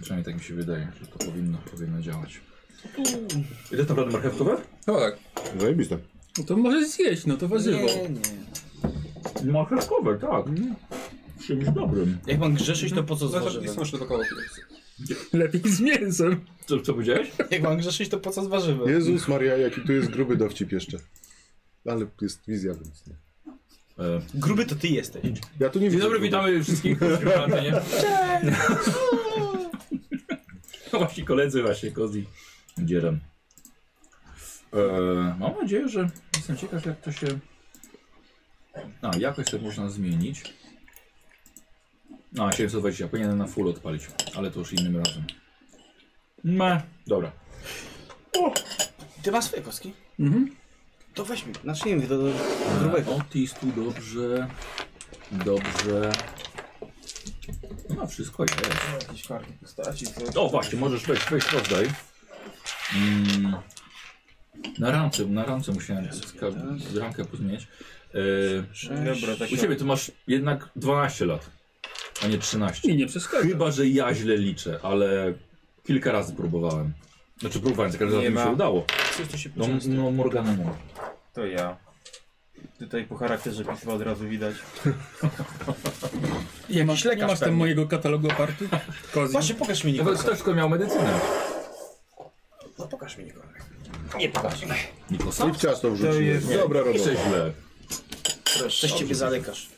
Przynajmniej tak mi się wydaje, że to powinno, powinno działać. Ile tam rady marchewkowe? No tak. Zajebiste. No to może zjeść, no to warzywo. Nie, nie. Marchewkowe, tak. Czymś dobrym. Jak mam grzeszyć, to po co z Zresztą Mhm. nie są warzywem? szlakowe piecy. Lepiej z mięsem. Co, co powiedziałeś? Jak mam grzeszyć, to po co z warzywem? Jezus Maria, jaki tu jest gruby dowcip jeszcze. Ale jest wizja, więc nie. E, Gruby to ty jesteś. Ja tu nie Dzień widzę. dobry, gruby. witamy wszystkich gości na antenie. No Właśnie koledzy, właśnie Kozi. Dzieram. Eee, mam nadzieję, że jestem ciekaw jak to się... A, jakoś to można zmienić. A, 720, powinienem na full odpalić, ale to już innym razem. Me. Dobra. Ty masz swoje kostki? Mhm. To weźmy, zacznijmy do, do do Eee, grubego. Otis tu dobrze. Dobrze. No wszystko jest. Jakieś karty postaci, co? O właśnie, możesz wejść, wejść rozdaj. Mm, na ramce, na ramce musiałem ska- ramkę pozmieniać. E, Dobra, tak u ciebie to masz jednak 12 lat, a nie 13. I nie przeszkadza. Chyba, że ja źle liczę, ale kilka razy próbowałem. Znaczy próbowałem, za każdym Nie razem mi ma. się udało. Coś to się No, poczęsto. no Morgana mówi. To ja. Tutaj po charakterze pisma od razu widać. Nie masz, nie lekarz masz tam pewnie. mojego katalogu oparty? Kozi. Właśnie pokaż mi Nawet Nikolę. ktoś tylko miał medycynę. No pokaż mi Nikolę. Nie pokaż. Nikosa? I w ciasto wrzuciłem. jest- Dobra robota. Piszę źle. Coś ciebie zalekarz.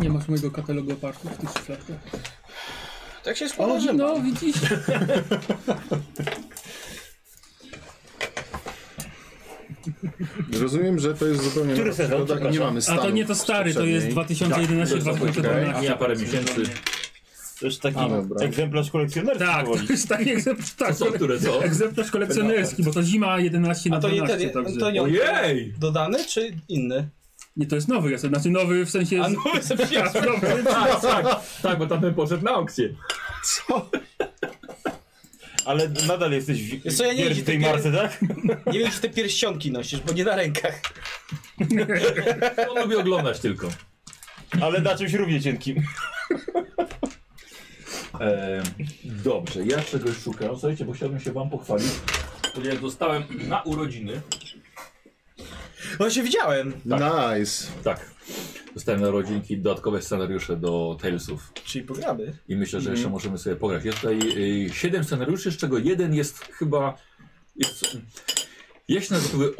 Nie masz mojego katalogu oparty w tych szufladkach? Tak się O, składa, że no widzisz. Rozumiem, że to jest zupełnie Który nowa sezon? przygoda i Nie Przepraszam. mamy A stanu to nie to stary, to jest poprzedniej. Tak, 2011-2012. Mija parę miesięcy. To już taki A, dobra. egzemplarz kolekcjonerski Tak, powoli. to jest taki egzemplarz, To tak, są, które są? egzemplarz kolekcjonerski, bo to zima 11 A na to nie 12, ten, także... to nie on Ojej! dodany, czy inny? Nie, to jest nowy, jest, znaczy nowy w sensie... A no- nowy sobie Tak, nowy. Tak, tak, tak, bo tamten poszedł na aukcję. Ale nadal jesteś w, Wiesz co, ja nie wierny jeździ- tej nie- marce, tak? Nie wiem, czy te pierścionki nosisz, bo nie na rękach. On lubi oglądać tylko. Ale na czymś równie cienkim. E, dobrze, ja czegoś szukam. Słuchajcie, bo chciałbym się wam pochwalić, ponieważ dostałem na urodziny. No się widziałem. Nice. Tak. Dostałem na rodzinki dodatkowe scenariusze do Talesów. Czyli pogramy. I myślę, Mhm. że jeszcze możemy sobie pograć. Jest tutaj y, siedem scenariuszy, z czego jeden jest chyba. Jest, jak się nazywały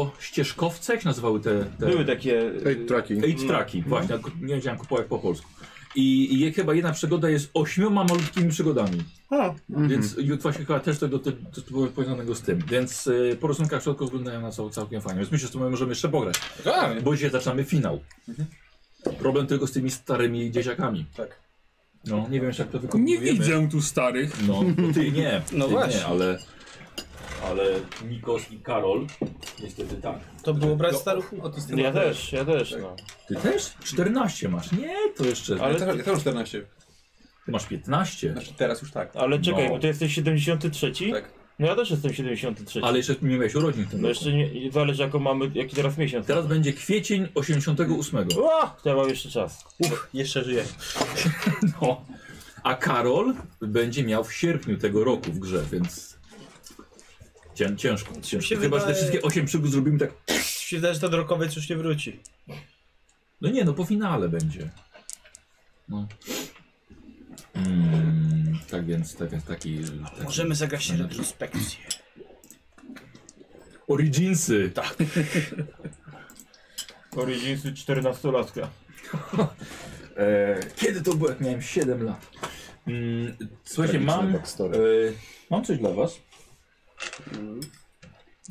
ośmiościeżkowce? Jak się nazywały te. te Były takie... Ej, traki. Eight tracki, właśnie. ak- Nie wiedziałem kupować po polsku. I, I jak chyba jedna przygoda jest ośmioma malutkimi przygodami. Więc i właśnie chyba też to było powiązanego z tym. Więc y, po rysunkach środków wyglądają na cał, całkiem fajnie. Więc myślę, że to my możemy jeszcze pograć. Pogramy. Bo dzisiaj zaczynamy finał. Problem tylko z tymi starymi dzieciakami. Mhm. Tak. No, nie wiem, jak to wykonujemy. Nie widzę tu starych. No, bo ty nie. No ty właśnie. Nie, ale, ale Nikos i Karol niestety tak. To było brać staruchu. No Ja też, ja też, no. Ty też? 14 masz. Nie, to jeszcze. Ale, No, Ja też mam 14. Ty masz 15. Znaczy teraz już tak. ale czekaj, No. bo ty jesteś 73? Tak. No ja też jestem 73. Ale jeszcze nie miałeś urodzin w tym roku. No jeszcze nie, zależy jaką mamy, jaki teraz miesiąc. Teraz będzie kwiecień 88. O, to ja mam jeszcze czas. Jeszcze żyję. No. A Karol będzie miał w sierpniu tego roku w grze, więc. Cię, ciężko. ciężko. się Chyba, że te wydaje- wszystkie 8 przygód zrobimy tak. Się wydaje, że ten rokowiec już nie wróci. No nie, no po finale będzie. No. Mm, tak więc, tak więc taki. taki... Możemy zagrać retrospekcję. Originsy. Tak. Originsy 14-latka. E, kiedy to było? Jak miałem 7 lat. Mm, słuchajcie, Tragiczne mam. backstory. E, mam coś dla was.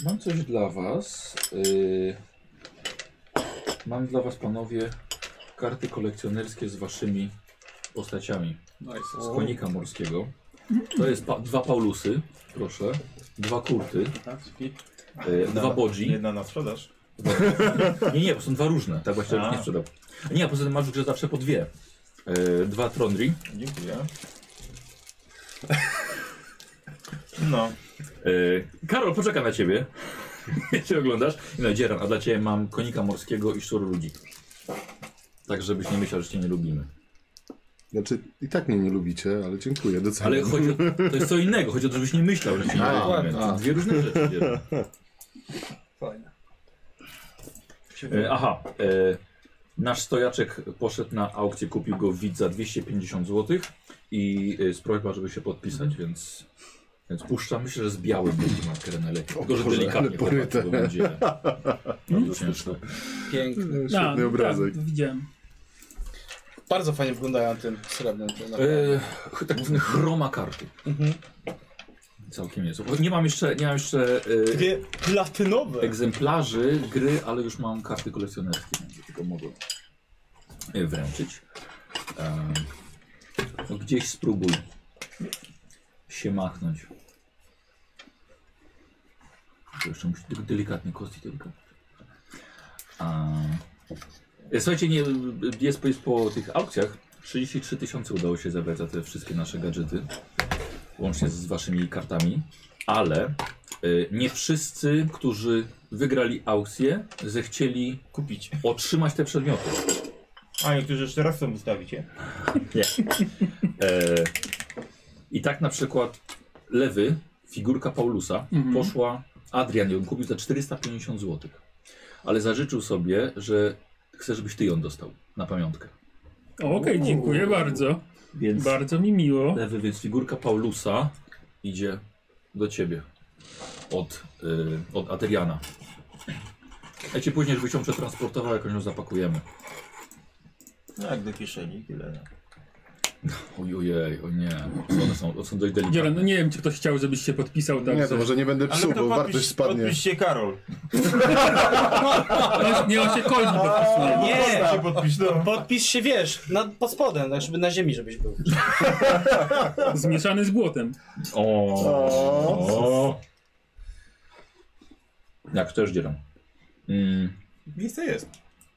Mam coś dla was. e, mam dla was, panowie, karty kolekcjonerskie z waszymi postaciami. Z konika morskiego. To jest pa dwa Paulusy, proszę. Dwa kurty. e, dwa bodzi. Jedna na sprzedaż. Nie, nie, bo są dwa różne. Tak właśnie A. nie sprzedał. Nie, a poza tym masz w grze zawsze po dwie. E, dwa Trondri. Dziękuję. No, E, Karol, poczeka na ciebie. Cię oglądasz. I No, Dzieran, a dla ciebie mam konika morskiego i szczur ludzi. Tak, żebyś nie myślał, że cię nie lubimy. Znaczy, i tak mnie nie lubicie, ale dziękuję, doceniam. Ale chodzi o, to jest co innego, chodzi o to, żebyś nie myślał, że cię nie Tak. A, lubimy. To a. dwie różne rzeczy. wiesz. Fajne. E, aha, e, nasz stojaczek poszedł na aukcję, kupił go widz za 250 zł i e, z prośbą, żeby się podpisać, więc, więc puszczam. Myślę, że z białym będzie markerem najlepiej. Tylko, że Boże, ale delikatnie poryte. chłopacy, bo będzie bardzo ciężko. Piękny. A, No, Świetny obrazek. Tak, widziałem. Bardzo fajnie wyglądają tym srebrnym. tym naprawdę. E, ch- tak zwane chroma karty. Mhm. Całkiem jest. Nie mam jeszcze, nie mam jeszcze e, Takie platynowe. egzemplarzy gry, ale już mam karty kolekcjonerskie, więc tylko mogę e, wręczyć. E, no gdzieś spróbuj się machnąć. To Jeszcze musi tylko delikatnie, kości delikatnie. A, e, słuchajcie, nie, jest, jest po tych aukcjach 33 tysiące udało się zebrać za te wszystkie nasze gadżety, łącznie z waszymi kartami, ale E, nie wszyscy, którzy wygrali aukcję, zechcieli Kupić. otrzymać te przedmioty. A niektórzy jeszcze raz chcą ustawić, nie? E, I tak na przykład lewy, figurka Paulusa, Mhm. poszła, Adrian ją kupił za 450 zł. Ale zażyczył sobie, że chce, żebyś ty ją dostał na pamiątkę. Okej, dziękuję bardzo. Więc Bardzo mi miło. lewy, więc figurka Paulusa idzie do ciebie od, y, od Adriana. Ja ci później, żebyś ją przetransportował, jak ją zapakujemy. No jak do kieszeni, tyle. Oj, Ojej, o nie. One są, są dość delikatne. Dziela, no nie wiem, czy ktoś chciał, żebyś się podpisał. Tak, Nie, to że- może nie będę no. psuł, bo wartość podpisz- spadnie. podpisz się Karol. On- Nie, on się kończy podpisuje. Nie! Się podpisz, no. Podpisz się, wiesz, nad, pod spodem, tak żeby na ziemi, żebyś był. Zmieszany z błotem. O, o. Jak też dzielam. Mm, Miejsce jest.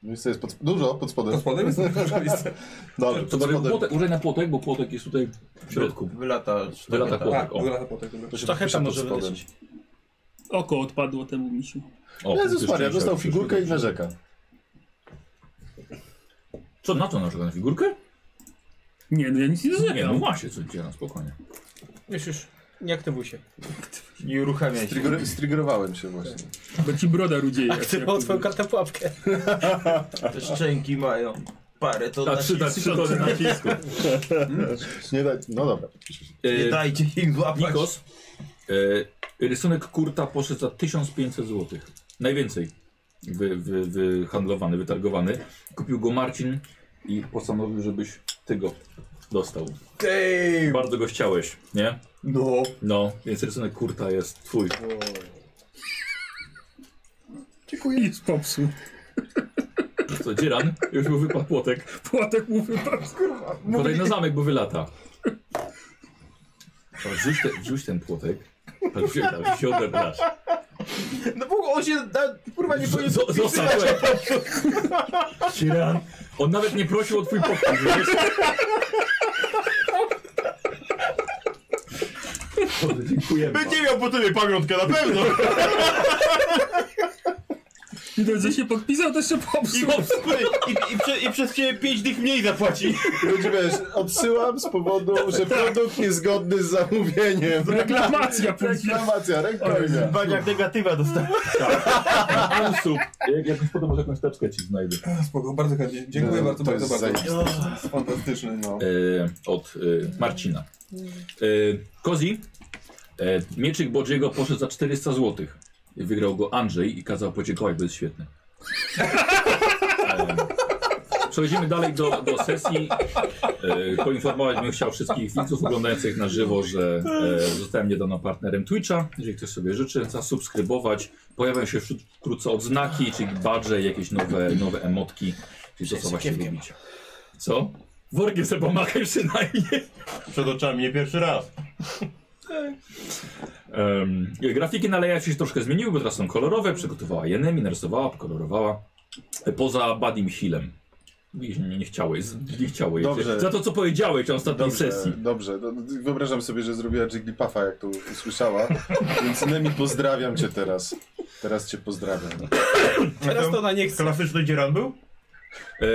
Miejsce jest No pod... dużo pod spodem. Pod spodem jest dużo miejsca. Tak, Dobrze, to pod bardziej spodem. płotek, użyj na płotek, bo płotek jest tutaj w środku. Wylata. Wylata sztacheta. chłopak. Tak, O, wygląda po tego. To się Sztacheta podpisze pod może spodem. wylecieć. Oko odpadło temu misiu. o, Jezus Maria, dostał figurkę i narzeka. Co, na co narzeka? Na figurkę? Nie, no ja nic nie Nie, no narzekam. właśnie, co dzielam, spokojnie. Już, już, nie aktywuj się. Nie uruchamiaj się. Strigger- Striggerowałem się właśnie. Bo ci broda rudzieje. jak ja Aktywował twoją powiem. kartę pułapkę. Te szczęki mają parę to Ta trzy, ta trzy tony nacisku. Nie da... No dobra. Nie dajcie ich złapać. Nikos, e, rysunek Kurta poszedł za 1500 zł. Najwięcej wy, wy, wyhandlowany, wytargowany. Kupił go Marcin i postanowił, żebyś ty go dostał. Damn. Bardzo go chciałeś, nie? No. No, więc rysunek Kurta jest twój. Dziękuję. Nic popsuł. Co, dzieran? Już mu wypadł płotek. Płotek mu wypadł. Podaj na zamek, bo wylata. O, Rzuć, te, rzuć ten płotek. Patrz, się, tam się odebrasz. No bo on się da, kurwa nie powinien Z- Zostaw łeb. Dzieran. On nawet nie prosił o twój podpis. wiesz? Dobrze, Dziękujemy. Będzie miał po tobie pamiątkę na pewno. Widać, że się podpisał, też się I, popsuł. i, i, prze, I przez ciebie pięć dych mniej zapłaci. Ludzie wiesz, odsyłam z powodu, że produkt niezgodny z zamówieniem. Reklamacja później. Reklamacja, rękojmia. Baniak negatywa dostał. Ansu. Jak, jak już potem może jakąś teczkę ci znajdę. Spoko, bardzo chętnie. Dziękuję No, bardzo, to bardzo, jest bardzo. zajebiste. Fantastyczny, no. e, od e, Marcina. E, Kozi, e, mieczyk Bodziego poszedł za 400 zł. Wygrał go Andrzej i kazał podziękować, bo jest świetny. E, Przechodzimy dalej do, do sesji. E, poinformować bym chciał wszystkich widzów oglądających na żywo, że e, zostałem niedawno partnerem Twitcha. Jeżeli ktoś sobie życzy, zasubskrybować. Pojawią się wśród- wkrótce odznaki, czyli badże, jakieś nowe, nowe emotki. Czyli to, co właśnie Kiewkiem. lubicie. Co? Workiem sobie pomachaj przynajmniej. Przed oczami nie pierwszy raz. Um, grafiki na lejacie się troszkę zmieniły, bo teraz są kolorowe. Przygotowała je Nemi, narysowała, pokolorowała. Poza Badim Hillem. Widzisz, Nie, nie chciałeś, z- nie chciałeś. Dobrze. Za to, co powiedziałeś na ostatniej Dobrze, sesji. dobrze. No, Wyobrażam sobie, że zrobiła Jigglypuffa, jak to usłyszała. Więc Nemi, pozdrawiam cię teraz. Teraz cię pozdrawiam. Teraz to ona nie chce. Klasyczny dzieran był? E,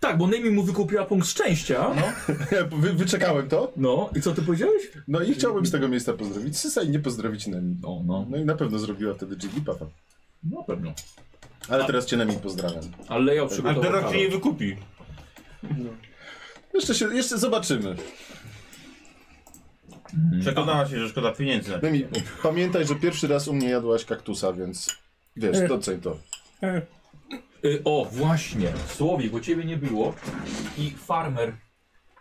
tak, bo Nemi mu wykupiła punkt szczęścia. No. Wy, wyczekałem to. i co ty powiedziałeś? No i chciałbym z tego miejsca pozdrowić Sysa i nie pozdrowić Nemi. No, no. No i na pewno zrobiła wtedy Jigglypuffa. Na pewno. Ale teraz cię Nemi pozdrawiam. Ale ja przygotowałem. Derok cię nie wykupi. Jeszcze się, jeszcze zobaczymy. Przekonała się, że szkoda pieniędzy. Nemi, pamiętaj, że pierwszy raz u mnie jadłaś kaktusa, więc wiesz, doceń to. Y, O, właśnie, Słowik, bo ciebie nie było. I farmer,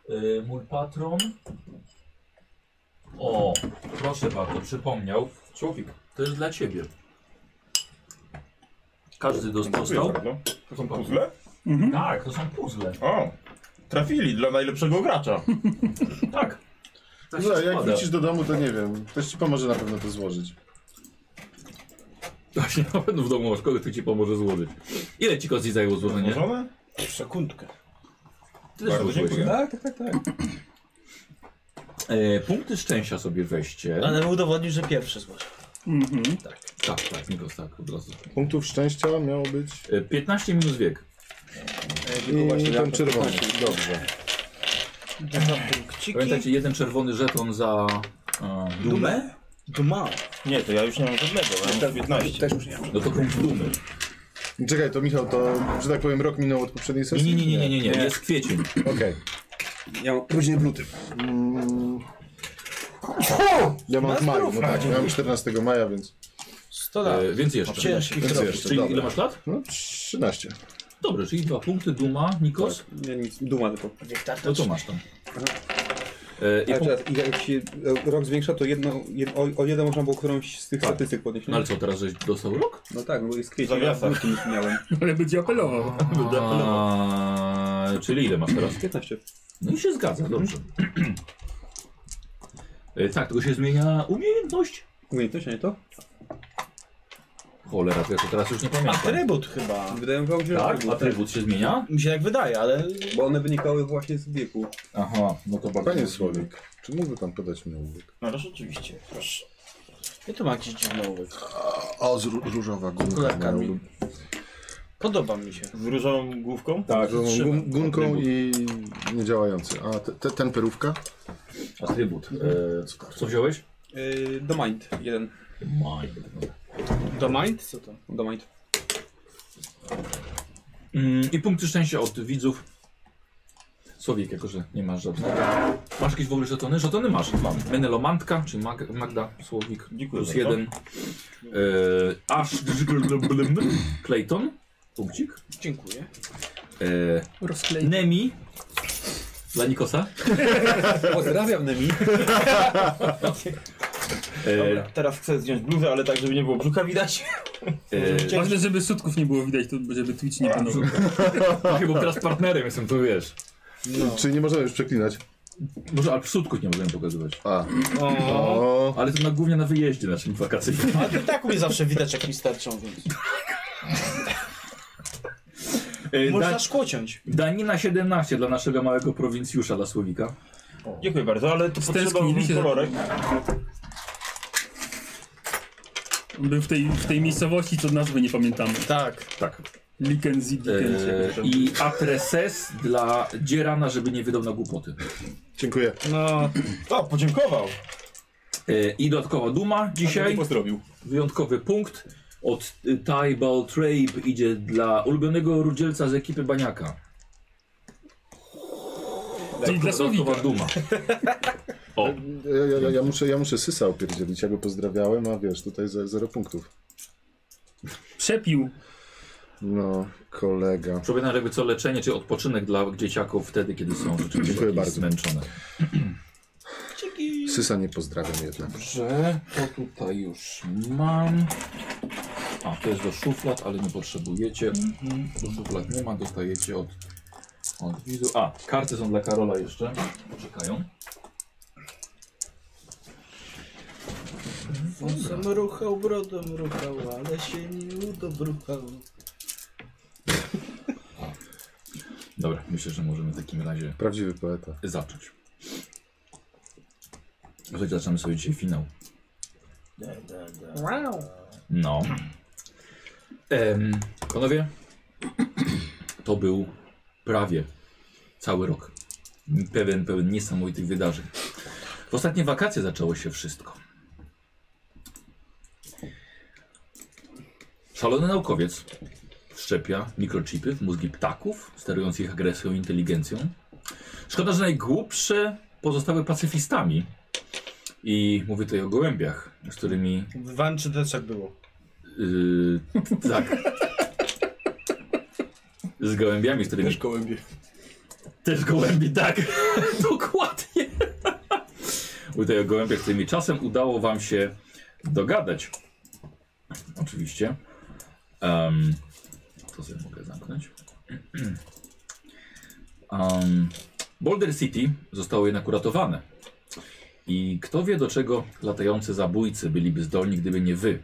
y, mój patron. O, proszę bardzo, przypomniał. Słowik, to jest dla ciebie. Każdy dos- dostał. no. To są puzzle? puzzle? Tak, to są puzzle. O! Trafili dla najlepszego gracza. Tak. Tak się No, jak składa. wrócisz do domu, to nie wiem. Ktoś ci pomoże na pewno to złożyć. Właśnie, na pewno w domu masz kogoś, kto ci pomoże złożyć. Ile ci kości zajęło złożenie? Złożone? Sekundkę. Ty też Bardzo złożyłeś. dziękuję. Tak, tak, tak, tak. E, punkty szczęścia sobie weźcie. Ale udowodnił, że pierwszy złożył. Tak, tak, Nikos, tak, od razu. Punktów szczęścia miało być. E, 15 minus wiek. I ten czerwony. Dobrze. Pamiętajcie, jeden czerwony żeton za e, dumę. Duma. Nie, to ja już nie mam żadnego, ja mam 15. Też już nie mam. No to punkt dumy. Czekaj, to Michał, to, że tak powiem, rok minął od poprzedniej Nie, sesji? nie, nie, nie, nie, nie, nie. jest kwiecień. Okej. Ja mam urodziny w lutym. Ja mam w maju, no tak. Ja mam 14 maja, więc. 100 lat. E, więc jeszcze. Ciężki Więc krok. jeszcze, Czyli ile dobra. masz lat? No, 13. Dobrze, czyli dwa punkty, duma, Nikos. Nie, nic, duma tylko. Niech tak No to masz tam. E, i Ale punkt... teraz, i jak się e, rok zwiększa, to jedno, jed, o, o jeden można było którąś z tych statystyk podnieść. nie? No ale co, teraz żeś dostał rok? No tak, bo jest kwiecień, ja Zawiasa. w lutym już miałem. Ale będzie apelował. A, czyli ile masz teraz? 15. No i się zgadza, dobrze. E, tak, tylko się zmienia umiejętność. Umiejętność, a nie to? Cholera, to ja to teraz już nie Tak. pamiętam. Atrybut chyba. Wydaje mi się, że Tak, było, atrybut się zmienia. Mi się tak wydaje, ale... Bo one wynikały właśnie z wieku. Aha, no to bardzo. Panie Słowik, czy mógłby pan podać mi ołówek? No rzeczywiście, proszę. Ja tu mam jakiś dziwny ołówek. O, z ró- różowa gumka. Kolorka miał. mi. Podoba mi się. Z różową główką? Tak. Z różową gum- Gumką i niedziałający. A te, te, ten perówka? Atrybut. E, co wziąłeś? Yy, Domind, jeden. Mind. Domind? Co to? Domind. Mm, I punkty szczęścia od widzów. Słowik, jako że nie masz żadnego. Masz jakieś w ogóle żetony? Żetony masz. Mam. Menelomantka, czyli Mag Magda Słowik. Dziękuję Plus bardzo. jeden. Eee, aż Clayton. Punkcik. Dziękuję. Eee, Rozklejny. Nemi. Dla Nikosa. Pozdrawiam Nemi. Eee, Dobra, teraz chcę zdjąć bluzę, ale tak, żeby nie było brzucha widać. eee, Ważne, żeby sutków nie było widać, to żeby Twitch nie panował. właśnie, bo teraz partnerem jestem, to wiesz. No. Czyli nie możemy już przeklinać. Może ale przodków nie możemy pokazywać. A. O. O. Ale to na, głównie na wyjeździe naszym wakacyjnym. Ale to i tak mnie zawsze widać, jak mi starczą, więc... Eee, da, Można szkłociąć. Danina 17 dla naszego małego prowincjusza, dla Słowika. Dziękuję bardzo, ale to tęsknili potrzebowałbym się za- kolorek. Był w tej, w tej miejscowości, co nazwy nie pamiętamy. Tak. Tak. Likenzi, Dikenzi. Eee, I atreses dla Dzierana, żeby nie wydał na głupoty. Dziękuję. No, O, podziękował. Eee, I dodatkowa duma Dzisiaj dzisiaj. pozdrowił. Wyjątkowy punkt od y, Tybal Trape idzie dla ulubionego rudzielca z ekipy Baniaka. Czyli dla Słowika. Dodatkowa duma. O, Ja, ja, ja, ja, muszę, ja muszę Sysa opierdzielić. Ja go pozdrawiałem, a wiesz, tutaj ze- zero punktów. Przepił. No, kolega. przypominam, jakby co leczenie czy odpoczynek dla dzieciaków wtedy, kiedy są rzeczywiście Dziękuję jakieś bardzo. zmęczone. Sysa nie pozdrawiam jednak. Dobrze, to tutaj już mam. A, to jest do szuflad, ale nie potrzebujecie. Do szuflad nie ma, dostajecie od, od widzu. A, karty są dla Karola jeszcze. Czekają. wąsem ruchał, brodą ruchał, ale się nie udobruchał. Dobra, myślę, że możemy w takim razie Prawdziwy poeta. zacząć. Słuchajcie, zaczynamy sobie dzisiaj finał. No. Em, panowie, To był prawie cały rok. Pewien, pewien niesamowitych wydarzeń. W ostatnie wakacje zaczęło się wszystko. Szalony naukowiec wszczepia mikrochipy w mózgi ptaków, sterując ich agresją i inteligencją. Szkoda, że najgłupsze pozostały pacyfistami. I mówię tutaj o gołębiach, z którymi W Wanczy też tak było. Yy, tak. Z gołębiami, z którymi... Też gołębie. Też gołębi, tak. Dokładnie. Mówię tutaj o gołębiach, z którymi czasem udało wam się dogadać. Oczywiście. Em, to sobie mogę zamknąć. Um, Boulder City zostało jednak uratowane. I kto wie, do czego latający zabójcy byliby zdolni, gdyby nie wy.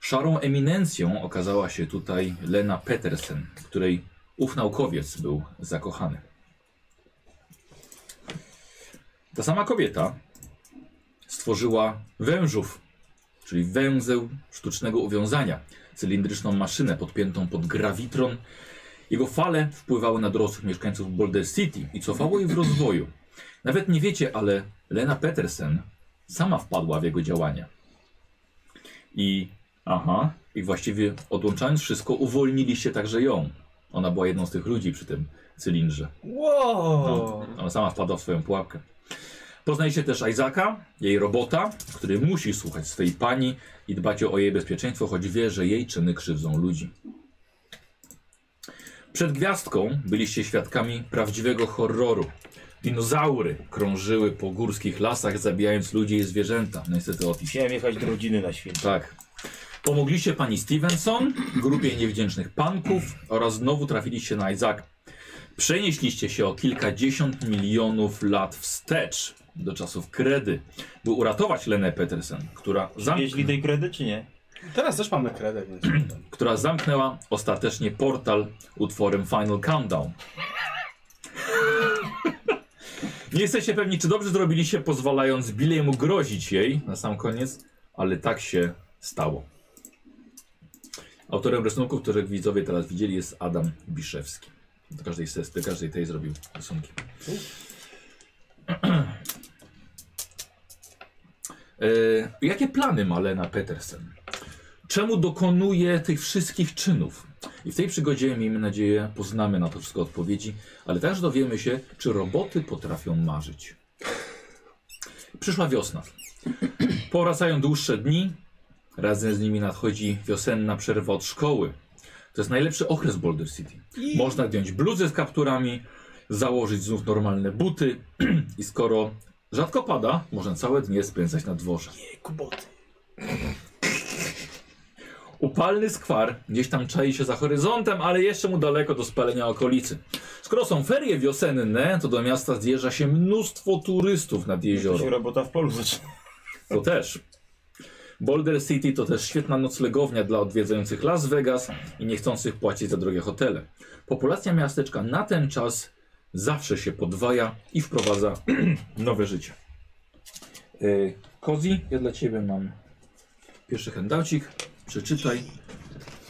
Szarą eminencją okazała się tutaj Lena Petersen, w której ów naukowiec był zakochany. Ta sama kobieta stworzyła wężów, czyli węzeł sztucznego uwiązania, cylindryczną maszynę podpiętą pod grawitron. Jego fale wpływały na dorosłych mieszkańców Boulder City i cofało ich w rozwoju. Nawet nie wiecie, ale Lena Petersen sama wpadła w jego działania. I Aha. I właściwie odłączając wszystko, uwolniliście także ją. Ona była jedną z tych ludzi przy tym cylindrze. Wow! Ona sama wpadła w swoją pułapkę. Poznajecie też Isaaca, jej robota, który musi słuchać swej pani i dbać o jej bezpieczeństwo, choć wie, że jej czyny krzywdzą ludzi. Przed gwiazdką byliście świadkami prawdziwego horroru. Dinozaury krążyły po górskich lasach, zabijając ludzi i zwierzęta. No Niestety Otis. Chciałem jechać do rodziny na święta. Tak. Pomogliście pani Stevenson, grupie niewdzięcznych panków oraz znowu trafiliście na Isaac. Przenieśliście się o kilkadziesiąt milionów lat wstecz do czasów kredy, by uratować Lenę Petersen, która, zam Wieźli tej kredy, czy nie? Teraz też mamy kredę, więc... która zamknęła ostatecznie portal utworem Final Countdown. Nie jesteście pewni, czy dobrze zrobiliście, pozwalając Billy'emu grozić jej na sam koniec, ale tak się stało. Autorem rysunków, których widzowie teraz widzieli, jest Adam Biszewski. Do każdej, ses- do każdej tej zrobił rysunki. E, jakie plany ma Lena Petersen? czemu dokonuje tych wszystkich czynów. I w tej przygodzie, miejmy nadzieję, poznamy na to wszystko odpowiedzi, ale też dowiemy się, czy roboty potrafią marzyć. Przyszła wiosna. Powracają dłuższe dni, razem z nimi nadchodzi wiosenna przerwa od szkoły. To jest najlepszy okres Boulder City. Można zdjąć bluzę z kapturami, założyć znów normalne buty i skoro rzadko pada, można całe dnie spędzać na dworze. Kuboty. Upalny skwar gdzieś tam czai się za horyzontem, ale jeszcze mu daleko do spalenia okolicy. Skoro są ferie wiosenne, to do miasta zjeżdża się mnóstwo turystów nad To się jezioro. robota w polu zaczyna. To też. Boulder City to też świetna noclegownia dla odwiedzających Las Vegas i niechcących płacić za drogie hotele. Populacja miasteczka na ten czas zawsze się podwaja i wprowadza nowe życie. Yy, Kozi, ja dla ciebie mam pierwszy handoucik. Przeczytaj.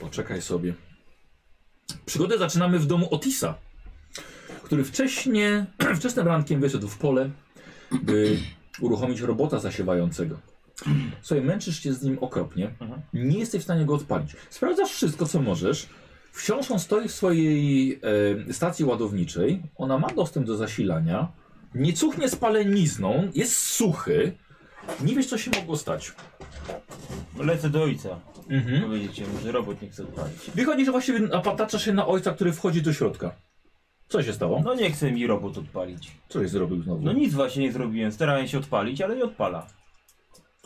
Poczekaj sobie. Przygodę zaczynamy w domu Otisa, który wcześnie, wczesnym rankiem wyszedł w pole, by uruchomić robota zasiewającego. Słuchaj, męczysz się z nim okropnie. Mhm. Nie jesteś w stanie go odpalić. Sprawdzasz wszystko, co możesz. Wciąż on stoi w swojej e, stacji ładowniczej. Ona ma dostęp do zasilania. Nie cuchnie spalenizną. Jest suchy. Nie wiesz, co się mogło stać. Lecę do ojca. Mhm. Hmm? Powiedzicie mu, że robot nie chce odpalić. Wychodzi, że właściwie patrzasz się na ojca, który wchodzi do środka. Co się stało? No nie chce mi robot odpalić. Coś zrobił znowu. No nic właśnie nie zrobiłem. Starałem się odpalić, ale nie odpala.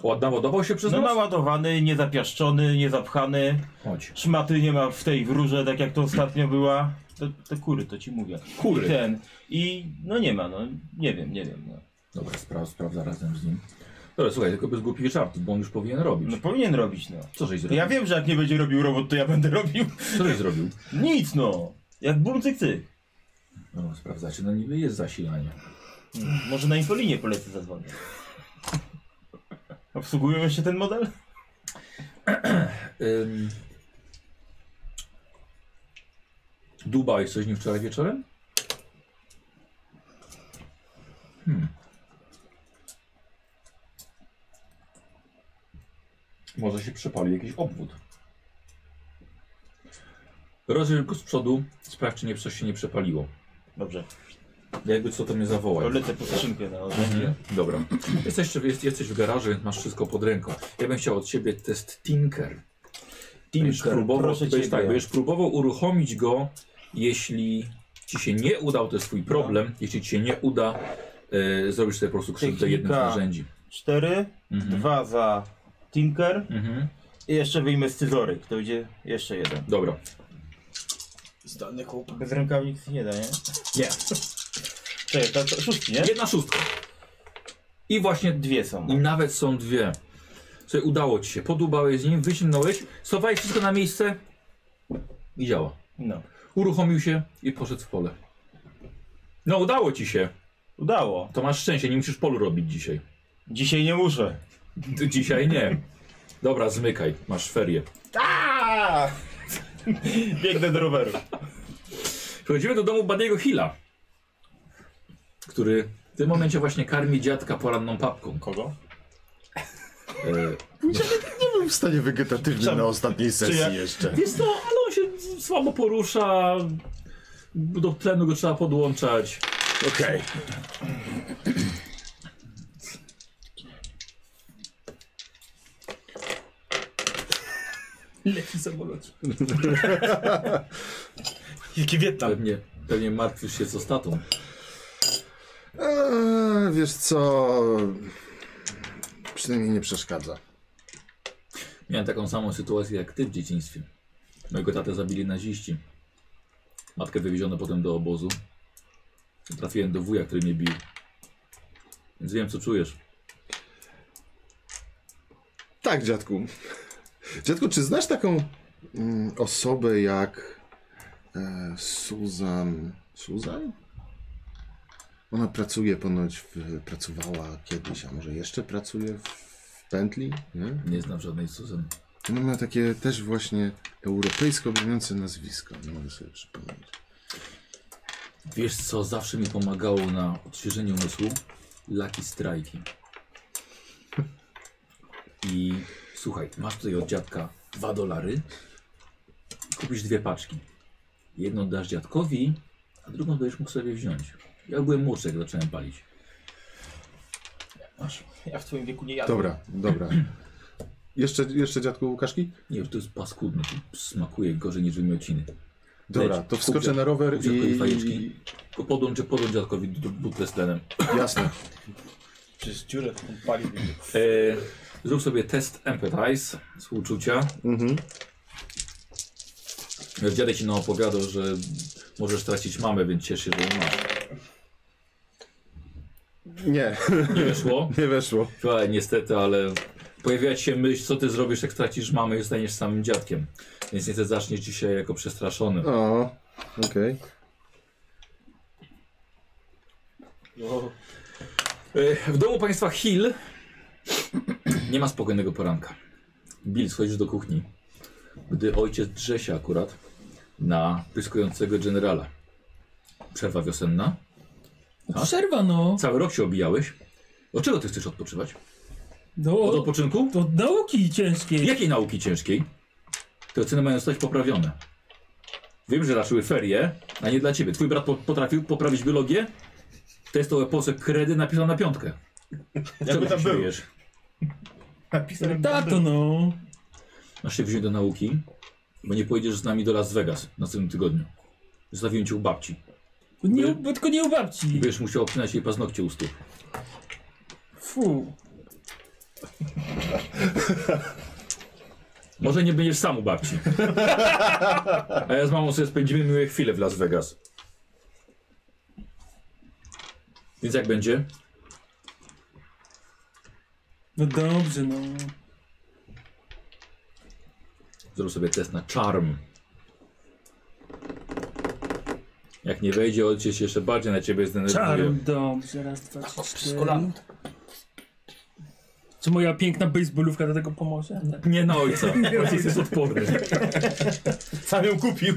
Ładna wodował się przez No znaczy- nos? naładowany, niezapiaszczony, niezapchany. Chodź. Szmaty nie ma w tej wróże, tak jak to ostatnio była. Te, te kury, to ci mówię. I Kury. ten. I no nie ma, no nie wiem, nie wiem. No, Dobra, spraw, sprawdza razem z nim. Dobra, słuchaj, tylko bez głupich żartów, bo on już powinien robić. no powinien robić, no. Co żeś zrobił? Ja wiem, że jak nie będzie robił robot, to ja będę robił. Co żeś zrobił? Nic no! Jak bumcyk ty. No, sprawdzacie, no niby jest zasilanie. Może na infolinie polecę zadzwonię. Obsługują jeszcze ten model? Ym... Dubaj coś nie wczoraj wieczorem? Hmm. Może się przepali jakiś obwód. Rozejrzyj tylko z przodu, sprawdź czy nie, coś się nie przepaliło. Dobrze. Jakby co to mnie zawołać. Lecę po skrzynkę na Mhm. Dobra. Jesteś, jest, jesteś w garażu, więc masz wszystko pod ręką. Ja bym chciał od ciebie test Tinker. Tinker, Będziesz próbował- próbował, proszę będziesz, ciebie. tak, będziesz próbował uruchomić go, jeśli ci się nie udał, to jest Tak. twój problem. Jeśli ci się nie uda, e, zrobisz sobie po prostu krzywdę jednym z Technika. narzędzi. 4, Mhm. 2 za Tinker Mhm. i jeszcze wyjmę scyzoryk. To idzie jeszcze jeden. Dobra. Zdalny chłop. Bez rękawnic nie da, nie? Nie. Czekaj, to, to szóstki, nie? Jedna szóstka. I właśnie Dwie są. I nawet są dwie. Słuchaj, udało ci się. Podubałeś z nim, wyciągnąłeś, schowałeś wszystko na miejsce i działa. No. Uruchomił się i poszedł w pole. No udało ci się. Udało. To masz szczęście, nie musisz polu robić dzisiaj. Dzisiaj nie muszę. Ty Dzisiaj nie. Dobra, zmykaj, masz ferie. Aaaa! Biegnę do roweru. Przechodzimy do domu Badiego Hilla, który w tym momencie właśnie karmi dziadka poranną papką. Kogo? E, Nie był No, w stanie wegetatywnym na ostatniej sesji ja- jeszcze. Jest to, ale on się słabo porusza. Do tlenu go trzeba podłączać. Okej. Leci samolot. Jaki Wietnam. Pewnie, pewnie martwisz się co z tatą. Eee, Wiesz co... Przynajmniej nie przeszkadza. Miałem taką samą sytuację jak ty w dzieciństwie. Mojego tatę zabili naziści. Matkę wywieziono potem do obozu. Trafiłem do wuja, który mnie bił. Więc wiem, co czujesz. Tak, dziadku. Dziadku, czy znasz taką mm, osobę jak e, Susan? Susan? Ona pracuje ponoć, w, pracowała kiedyś, a może jeszcze pracuje w Bentley? Nie? Nie znam żadnej Susan. Ona ma takie też właśnie europejsko brzmiące nazwisko, nie mogę sobie przypomnieć. Wiesz, co zawsze mi pomagało na odświeżeniu umysłu? Laki strajki. I słuchaj, masz tutaj od dziadka dwa dolary. Kupisz dwie paczki. Jedną dasz dziadkowi, a drugą będziesz mógł sobie wziąć. Ja byłem młodszy, jak zacząłem palić. Ja w twoim wieku nie jadę. Dobra, dobra. Jeszcze, jeszcze dziadku Łukaszki? Nie, to jest paskudne. To smakuje gorzej niż wymiociny. Dobra, Leć, to wskoczę kupię. na rower Kupię i... jakieś fajeczki. Tylko podłączę, podłącz dziadkowi d- d- butlę z tlenem. Jasne. Przez dziurę w tym pali. E, zrób sobie test empathize, współczucia. Mhm. Wiesz, Dziadek ci no opowiadał, że możesz tracić mamę, więc ciesz się, że ją masz. Nie, Nie weszło. nie weszło. Słuchaj, niestety, ale pojawia ci się myśl, co ty zrobisz, jak stracisz mamę i zostaniesz samym dziadkiem. Więc niestety zaczniesz dzisiaj jako przestraszony. O, okej. E, W domu państwa Hill nie ma spokojnego poranka. Bill, schodzisz do kuchni, gdy ojciec drze się akurat na pyskującego generala. Przerwa wiosenna. Przerwa no. Cały rok się obijałeś. Od czego ty chcesz odpoczywać? Od Do, odpoczynku? do nauki ciężkiej. Jakiej nauki ciężkiej? Te oceny mają zostać poprawione. Wiem, że raczyły ferie, a nie dla ciebie. Twój brat po potrafił poprawić biologię? Testowe posek kredy napisał na piątkę. Czego tam tam był? byjesz? Napisałem Tato no. Masz się wziąć do nauki, bo nie pojedziesz z nami do Las Vegas w następnym tygodniu. Zostawiłem cię u babci. Nie, u- tylko nie u I babci. będziesz musiał obcinać jej paznokcie u stóp. Fu. Może nie będziesz sam u babci. A ja z mamą sobie spędzimy miłe chwile w Las Vegas. Więc jak będzie? No dobrze no. Zrób sobie test na charm. Jak nie wejdzie, ojciec się jeszcze bardziej na ciebie zdenerwuje. Czarm. Dobrze, raz, dwa, trzy, cztery. Czy moja piękna baseballówka do tego pomoże? Nie. Nie na ojca. Ojciec jest odporny. Sam ją kupił.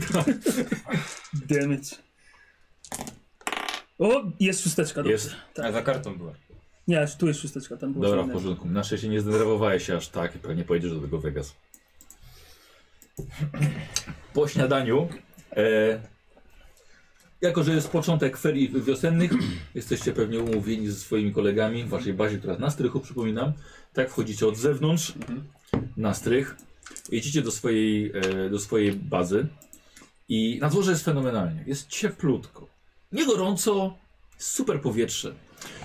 Damn it. O, jest szósteczka, dobrze. Jest. Ale Tak, za kartą była. Nie, aż tu jest szósteczka, tam było Dobra, co w innego. porządku. Na szczęście nie zdenerwowałeś się aż tak i pewnie pojedziesz do tego Vegas. Po śniadaniu, e, jako że jest początek ferii wiosennych, jesteście pewnie umówieni ze swoimi kolegami w waszej bazie, która jest na strychu, przypominam. Tak wchodzicie od zewnątrz na strych, jedziecie do swojej, e, do swojej bazy i na dworze jest fenomenalnie. Jest cieplutko, nie gorąco, super powietrze.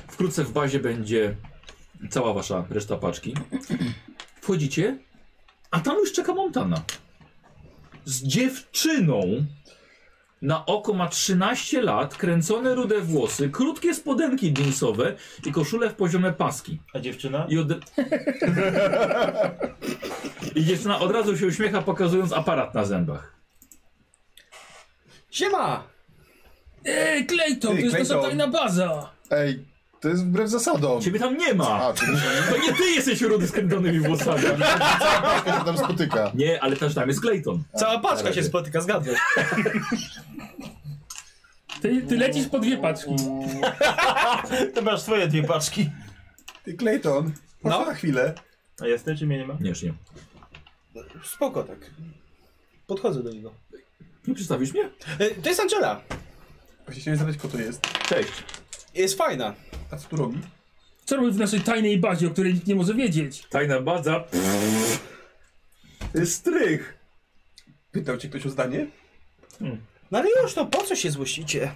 Wkrótce w bazie będzie cała wasza reszta paczki. Wchodzicie, a tam już czeka Montana. Z dziewczyną. Na oko ma 13 lat, kręcone rude włosy, krótkie spodenki jeansowe i koszule w poziome paski. A dziewczyna? I, od... I dziewczyna od razu się uśmiecha, pokazując aparat na zębach. Siema! Ej, Clayton, Ej, to jest nasza Clayton. tajna baza! Ej, to jest wbrew zasadom. Ciebie tam nie ma! A, to nie To nie ty jesteś rudy z kręconymi włosami. się tam spotyka. Nie, ale też tam jest Clayton. Cała paczka się spotyka, zgadzasz. Ty, ty lecisz po dwie paczki. Ty masz swoje dwie paczki. Ty, Clayton, chodź No. na chwilę. A jestem, czy mnie nie ma? Nie, już nie. Spoko tak. Podchodzę do niego. Nie przedstawisz mnie? Y, E, to jest Angela. Właśnie chciałem zapytać, kto to jest. Cześć. Jest fajna. A co tu robi? Co robi w naszej tajnej bazie, o której nikt nie może wiedzieć? Tajna baza. Strych. Pytał cię ktoś o zdanie? No ale już, no po co się złościcie?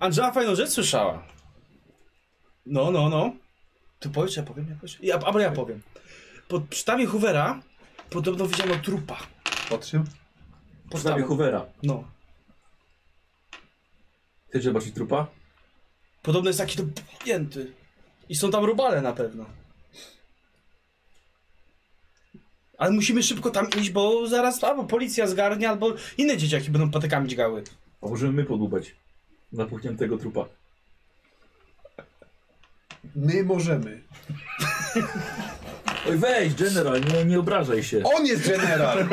Angela fajną rzecz słyszała. No, no, no. Ty powiesz, ja powiem jakoś? Ja, albo ja powiem. Pod sztabie Hoovera podobno widziano trupa. Pod czym? Pod Sztabie sztabem. Hoovera. No. Chcesz zobaczyć trupa? Podobno jest taki to pchnięty. I są tam robale na pewno. Ale musimy szybko tam iść, bo zaraz albo policja zgarnie, albo inne dzieciaki będą patykami dźgały. A możemy my podłubać napuchniętego trupa. My możemy. Oj weź, general, nie, nie obrażaj się. On jest general!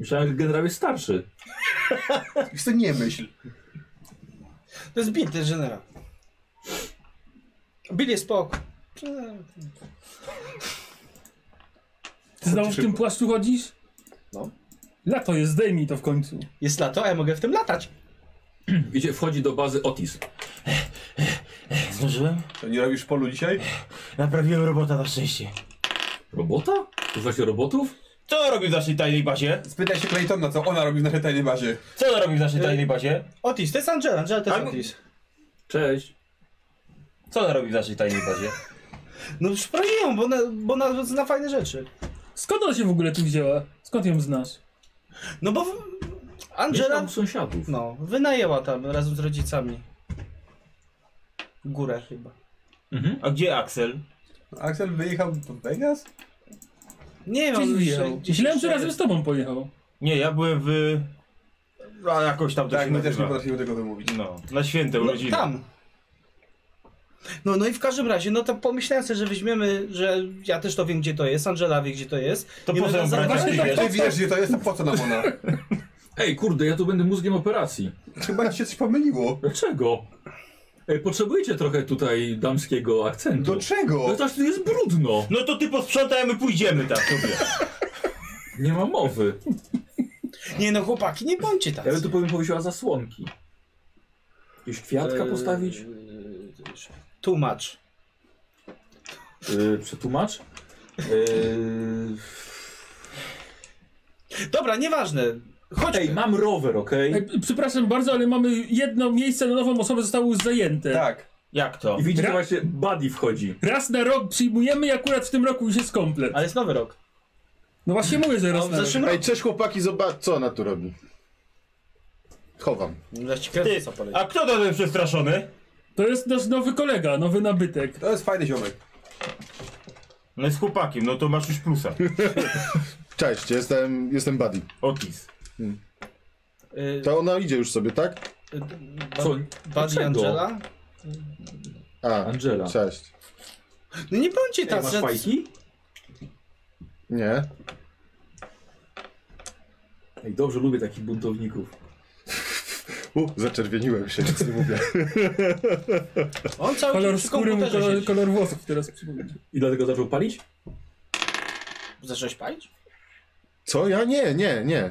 Myślałem, że generał jest starszy. Wiesz co, nie myśl. To jest Bill, to jest generał. Bill jest spoko. Ty znowu w tym płaszczu chodzisz? No. Lato jest, zdejmij to w końcu. Jest lato, a ja mogę w tym latać. Wiecie, wchodzi do bazy Otis. Zdążyłem? To nie robisz polu dzisiaj? Naprawiłem robota na szczęście. Robota? Używa się robotów? Co robi w naszej tajnej bazie? Spytaj się Claytona, co ona robi w naszej tajnej bazie. Co ona robi w naszej tajnej bazie? Otis, to jest Angela, Angela to jest Ale- Otis. Cześć. Co ona robi w naszej tajnej bazie? No już prosi ją, bo ona, bo ona zna fajne rzeczy. Skąd ona się w ogóle tu wzięła? Skąd ją znasz? No bo w- Angela, Mieszkam u sąsiadów. no, wynajęła tam razem z rodzicami. Górę chyba. A gdzie Axel? Axel wyjechał do Vegas? Nie Gdzieś wiem, No, wyjechał. Myślałem, że razem z tobą pojechał. Nie, ja byłem w... A jakoś tam to Tak, się my też nie nazywa. potrafimy tego wymówić. No, na święte no, urodziny. tam. No, no i w każdym razie, no to pomyślałem sobie, że weźmiemy, że ja też to wiem, gdzie to jest, Angela wie, gdzie to jest. To I po co będę ją za- brać? Właśnie jak tak- nie Ty wiesz? wiesz, gdzie to jest, to po co nam ona? Ej, kurde, ja tu będę mózgiem operacji. Chyba ci się coś pomyliło. Dlaczego? Ej, potrzebujecie trochę tutaj damskiego akcentu. Do czego? Chociaż tu jest brudno. No to ty posprzątaj, a my pójdziemy tak sobie. Nie ma mowy. Nie no, chłopaki, nie bądźcie tak. Ja bym tu powiem powiedziała zasłonki. Jakieś kwiatka postawić? Tłumacz. Yy, przetłumacz? Yy, Dobra, nieważne. Chodź. Ej, mam rower, okej? Ej, przepraszam bardzo, ale mamy jedno miejsce na nową osobę zostało już zajęte. Tak. Jak to? I widzicie, Ra- właśnie Buddy wchodzi. Raz na rok przyjmujemy i akurat w tym roku już jest komplet. Ale jest nowy rok. No właśnie mówię, że No, raz w na rok. zeszłym roku. Ej, cześć chłopaki, zobacz, co ona tu robi. Chowam. Zaś ci krew Ty, co poleci. a kto to ten przestraszony? To jest nasz nowy kolega, nowy nabytek. To jest fajny ziomek. No jest chłopakiem, no to masz już plusa. Cześć, jestem, jestem Buddy. Otis. Y, To ona idzie już sobie, tak? y, Co? Buddy Dlaczego? Angela? A, Angela. cześć. No nie bądźcie Ej, tacy. masz fajki? Nie? Ej, dobrze, lubię takich buntowników. U, zaczerwieniłem się, nic nie mówię. On cały dzień Kolor przy skóry, mu komputerze kolor, siedzi. kolor włosów teraz przypomina. I dlatego zaczął palić? Zacząłeś palić? Co? Ja? Nie, nie, nie.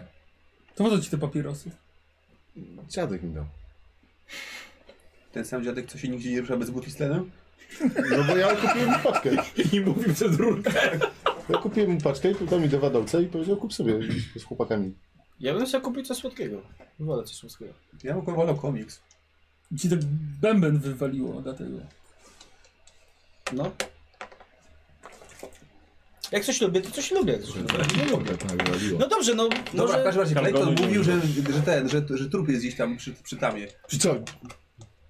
To może ci te papierosy. Dziadek mi dał. Ten sam dziadek, co się nigdzie nie rusza bez butli z tlenem? No bo ja kupiłem mu paczkę. I mówił przed rurkę. Ja kupiłem mu paczkę, dał mi do wadowca i powiedział kup sobie z chłopakami. Ja bym chciał kupić coś słodkiego. Wolę coś słodkiego. Ja bym kurwa wolał komiks. I Ci tak bęben wywaliło dlatego. No. Jak coś lubię, to coś lubię. Jak coś lubię. Nie mogę, tak nagrywało. No dobrze, no Dobra, w może... każdym razie Clayton Kalgonu mówił, nie że, że ten, że, że trup jest gdzieś tam przy, przy tamie. Czy co?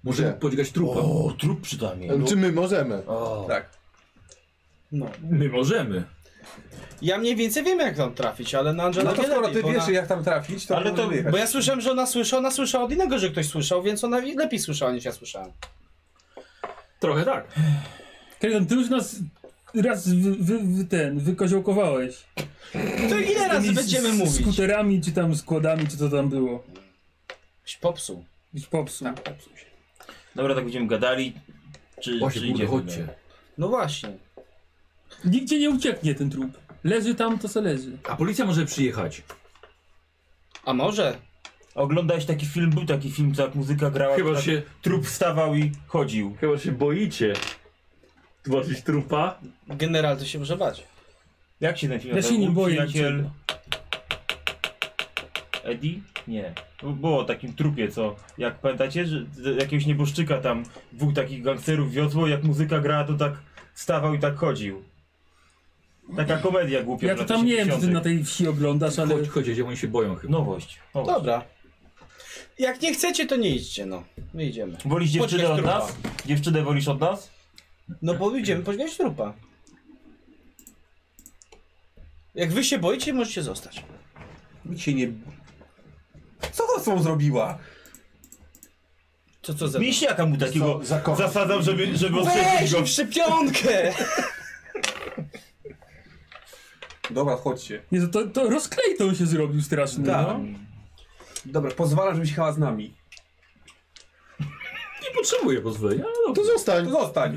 Może Gdzie? podźgać trupa. O, trup no. przynajmniej. Czy my możemy? O. Tak. No. My możemy. Ja mniej więcej wiem jak tam trafić, ale na Angela No to wie skoro lepiej, ty bo wiesz ona... jak tam trafić, to Ale ale to- to wyjechać. Bo ja słyszałem, że ona słyszała, ona słyszała od innego, że ktoś słyszał, więc ona wie- lepiej słyszała niż ja słyszałem. Trochę tak. Kajdan, ty już nas raz wy, wy, wy, ten, wykoziołkowałeś. To ile razy Tymi będziemy s- mówić? Skuterami, czy tam składami, czy co tam było. Byś popsuł. Być popsuł. Tak, Dobra, tak będziemy gadali. Czy, czy Właśnie, kurde, idziemy? chodźcie. No właśnie. Nigdzie nie ucieknie ten trup. Leży tam, to co leży. A policja może przyjechać. A może? Oglądałeś taki film, był taki film, co jak muzyka grała, Chyba, to że tak się, trup wstawał i chodził. chyba że się boicie zobaczyć trupa. General to się może bać. Jak się ten film Ja się nie nazywał? boję Przyjaciel niczego. Eddie? Nie. To Było o takim trupie, co jak pamiętacie, że że jakiegoś nieboszczyka tam dwóch takich gangsterów wiozło, jak muzyka grała, to tak stawał i tak chodził. Taka komedia głupia. Ja z to lat tam nie wiem, czy ty 80.. na tej wsi oglądasz, ale... No, Chodź, chodź, jedziemy, oni się boją chyba. Nowość. Nowość. Dobra. Jak nie chcecie, to nie idźcie, no. My idziemy. Wolisz dziewczynę Poczekaj, od trupa. nas? Dziewczynę wolisz od nas? No bo idziemy pożegnać trupa. Jak wy się boicie, możecie zostać. Nikt się nie... Co to z tą zrobiła? Co co za... Miśniaka mu takiego zakochał. zasadzam, żeby, żeby Weź ostrzelić go. w szczepionkę! Dobra, chodźcie. Jezu, to, to rozklejton się zrobił straszny, Tak. no. Dobra, pozwalam, żebyś jechała z nami. Nie potrzebuję pozwolenia. No, To zostań. To zostań.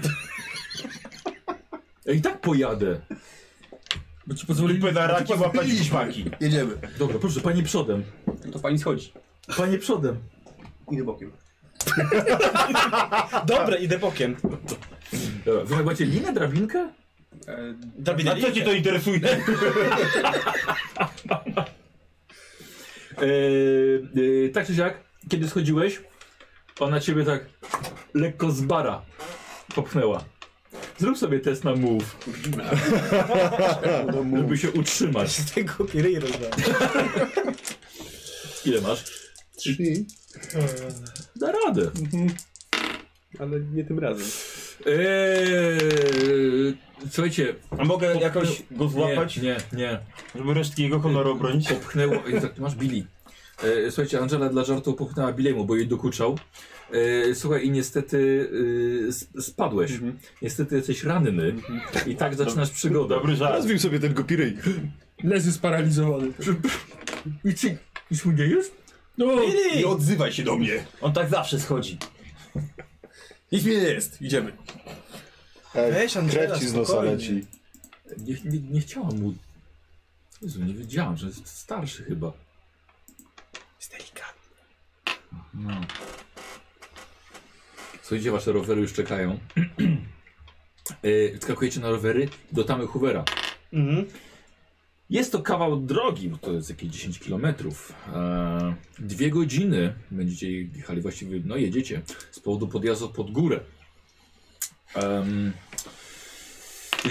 ja I tak pojadę. Bo ci pozwolili... Lipę na raki łapać szpaki. Jedziemy. Dobra, proszę, pani przodem. No to pani schodzi. Panie przodem. Idę bokiem. Dobra, idę bokiem. Dobra, wy macie linę, drabinkę? E, Dawida, A co cię to interesuje? Yy, yy, tak czy siak, kiedy schodziłeś, ona ciebie tak lekko z bara popchnęła. Zrób sobie test na move, żeby się utrzymać. z tego piry rozwala. Ile masz? Trzy. Da radę. Mhm. Ale nie tym razem. Eee, E, słuchajcie, A mogę jakoś go złapać, nie, nie, nie. żeby resztki jego honoru obronić? Popchnęło, i tak, masz Billy. E, słuchajcie, Angela dla żartu popchnęła Billy'emu, bo jej dokuczał. E, słuchaj, i niestety e, s- spadłeś. Niestety jesteś ranny i tak zaczynasz przygodę. Mhm. Dobry żart. Rozwił sobie ten gopiryj. Leży sparaliżowany. I ci, nic mu nie jest? No, Nie odzywaj się do mnie. On tak zawsze schodzi. Nic mi nie jest. Idziemy. Weź, Angela, Krew ci z nosa spokojnie. leci. Nie, nie, nie chciałam mu... Jezu, nie wiedziałam, że jest starszy chyba. Jest delikatny. No. Słuchajcie, wasze rowery już czekają. e, skakujecie na rowery do tamy Hoovera. Mhm. Jest to kawał drogi, bo to jest jakieś 10 km. E, dwie godziny będziecie jechali, właściwie no jedziecie z powodu podjazdu pod górę. Em,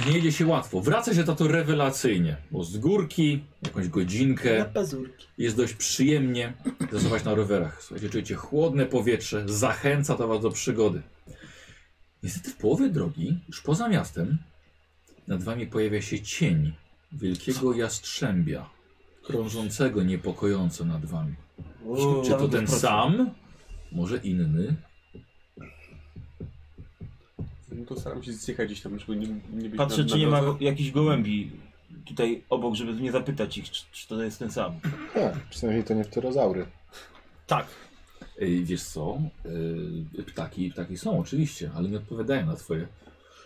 nie jedzie się łatwo. Wraca się na to rewelacyjnie, bo z górki jakąś Na godzinkę pazurki. jest dość przyjemnie zasuwać na rowerach. Słuchajcie, czujecie chłodne powietrze, zachęca to was do przygody. Niestety w połowie drogi, już poza miastem, nad wami pojawia się cień wielkiego jastrzębia, krążącego niepokojąco nad wami. Czy to ten sam? Może inny? No to staram się zjechać gdzieś tam, żeby nie, nie być Patrzę, na, czy nie na ma drodze. jakichś gołębi tutaj obok, żeby nie zapytać ich, czy, czy to jest ten sam. Tak, przynajmniej to nie pterozaury. Tak. Ej, wiesz co? Ej, ptaki, ptaki są oczywiście, ale nie odpowiadają na twoje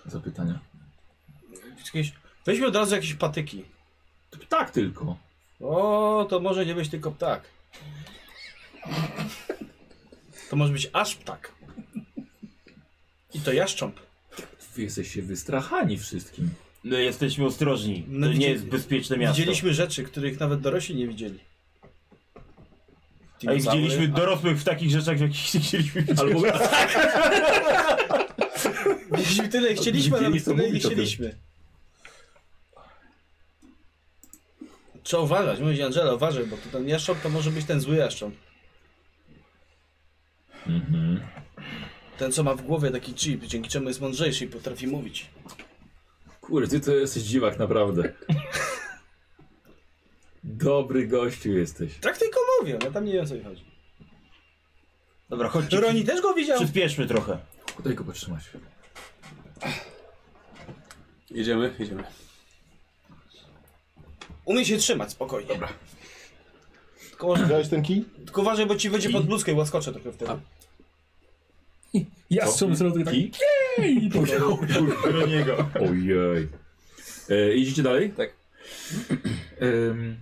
zapytania. Jakieś... Weźmy od razu jakieś patyki. To ptak tylko. O, to może nie być tylko ptak. To może być aż ptak. I to jaszcząb. Wy jesteście wystrachani wszystkim. No, jesteśmy ostrożni. To No, nie widzieli- jest bezpieczne miasto. Widzieliśmy rzeczy, których nawet dorośli nie widzieli. A i widzieliśmy dorosłych w takich rzeczach, w jakich nie chcieliśmy widzieć. Albo Widzieliśmy tyle, jak chcieliśmy, a Widzieli, nawet co tyle, nie mówi, to chcieliśmy. Trzeba uważać, mówić Angela, uważaj, bo to ten jaszcząb to może być ten zły jaszcząb. Mhm. Ten, co ma w głowie taki chip, dzięki czemu jest mądrzejszy i potrafi mówić. Kurde, ty to jesteś dziwak, naprawdę. Dobry gościu jesteś. Tak tylko mówię, ja tam nie wiem, o co mi chodzi. Dobra, chodźcie. Roni też go widział. Przyspieszmy trochę. Daj go potrzymać. Jedziemy, jedziemy. Umie się trzymać, spokojnie. Dobra. Tylko, może- Widziałeś ten kij? tylko uważaj, bo ci wejdzie pod bluzkę i łaskocze trochę wtedy. Ja strzelam sobie tak. Kij? Jej! I powiem. Roniego. Ojej. E, idziecie dalej? Tak. Em,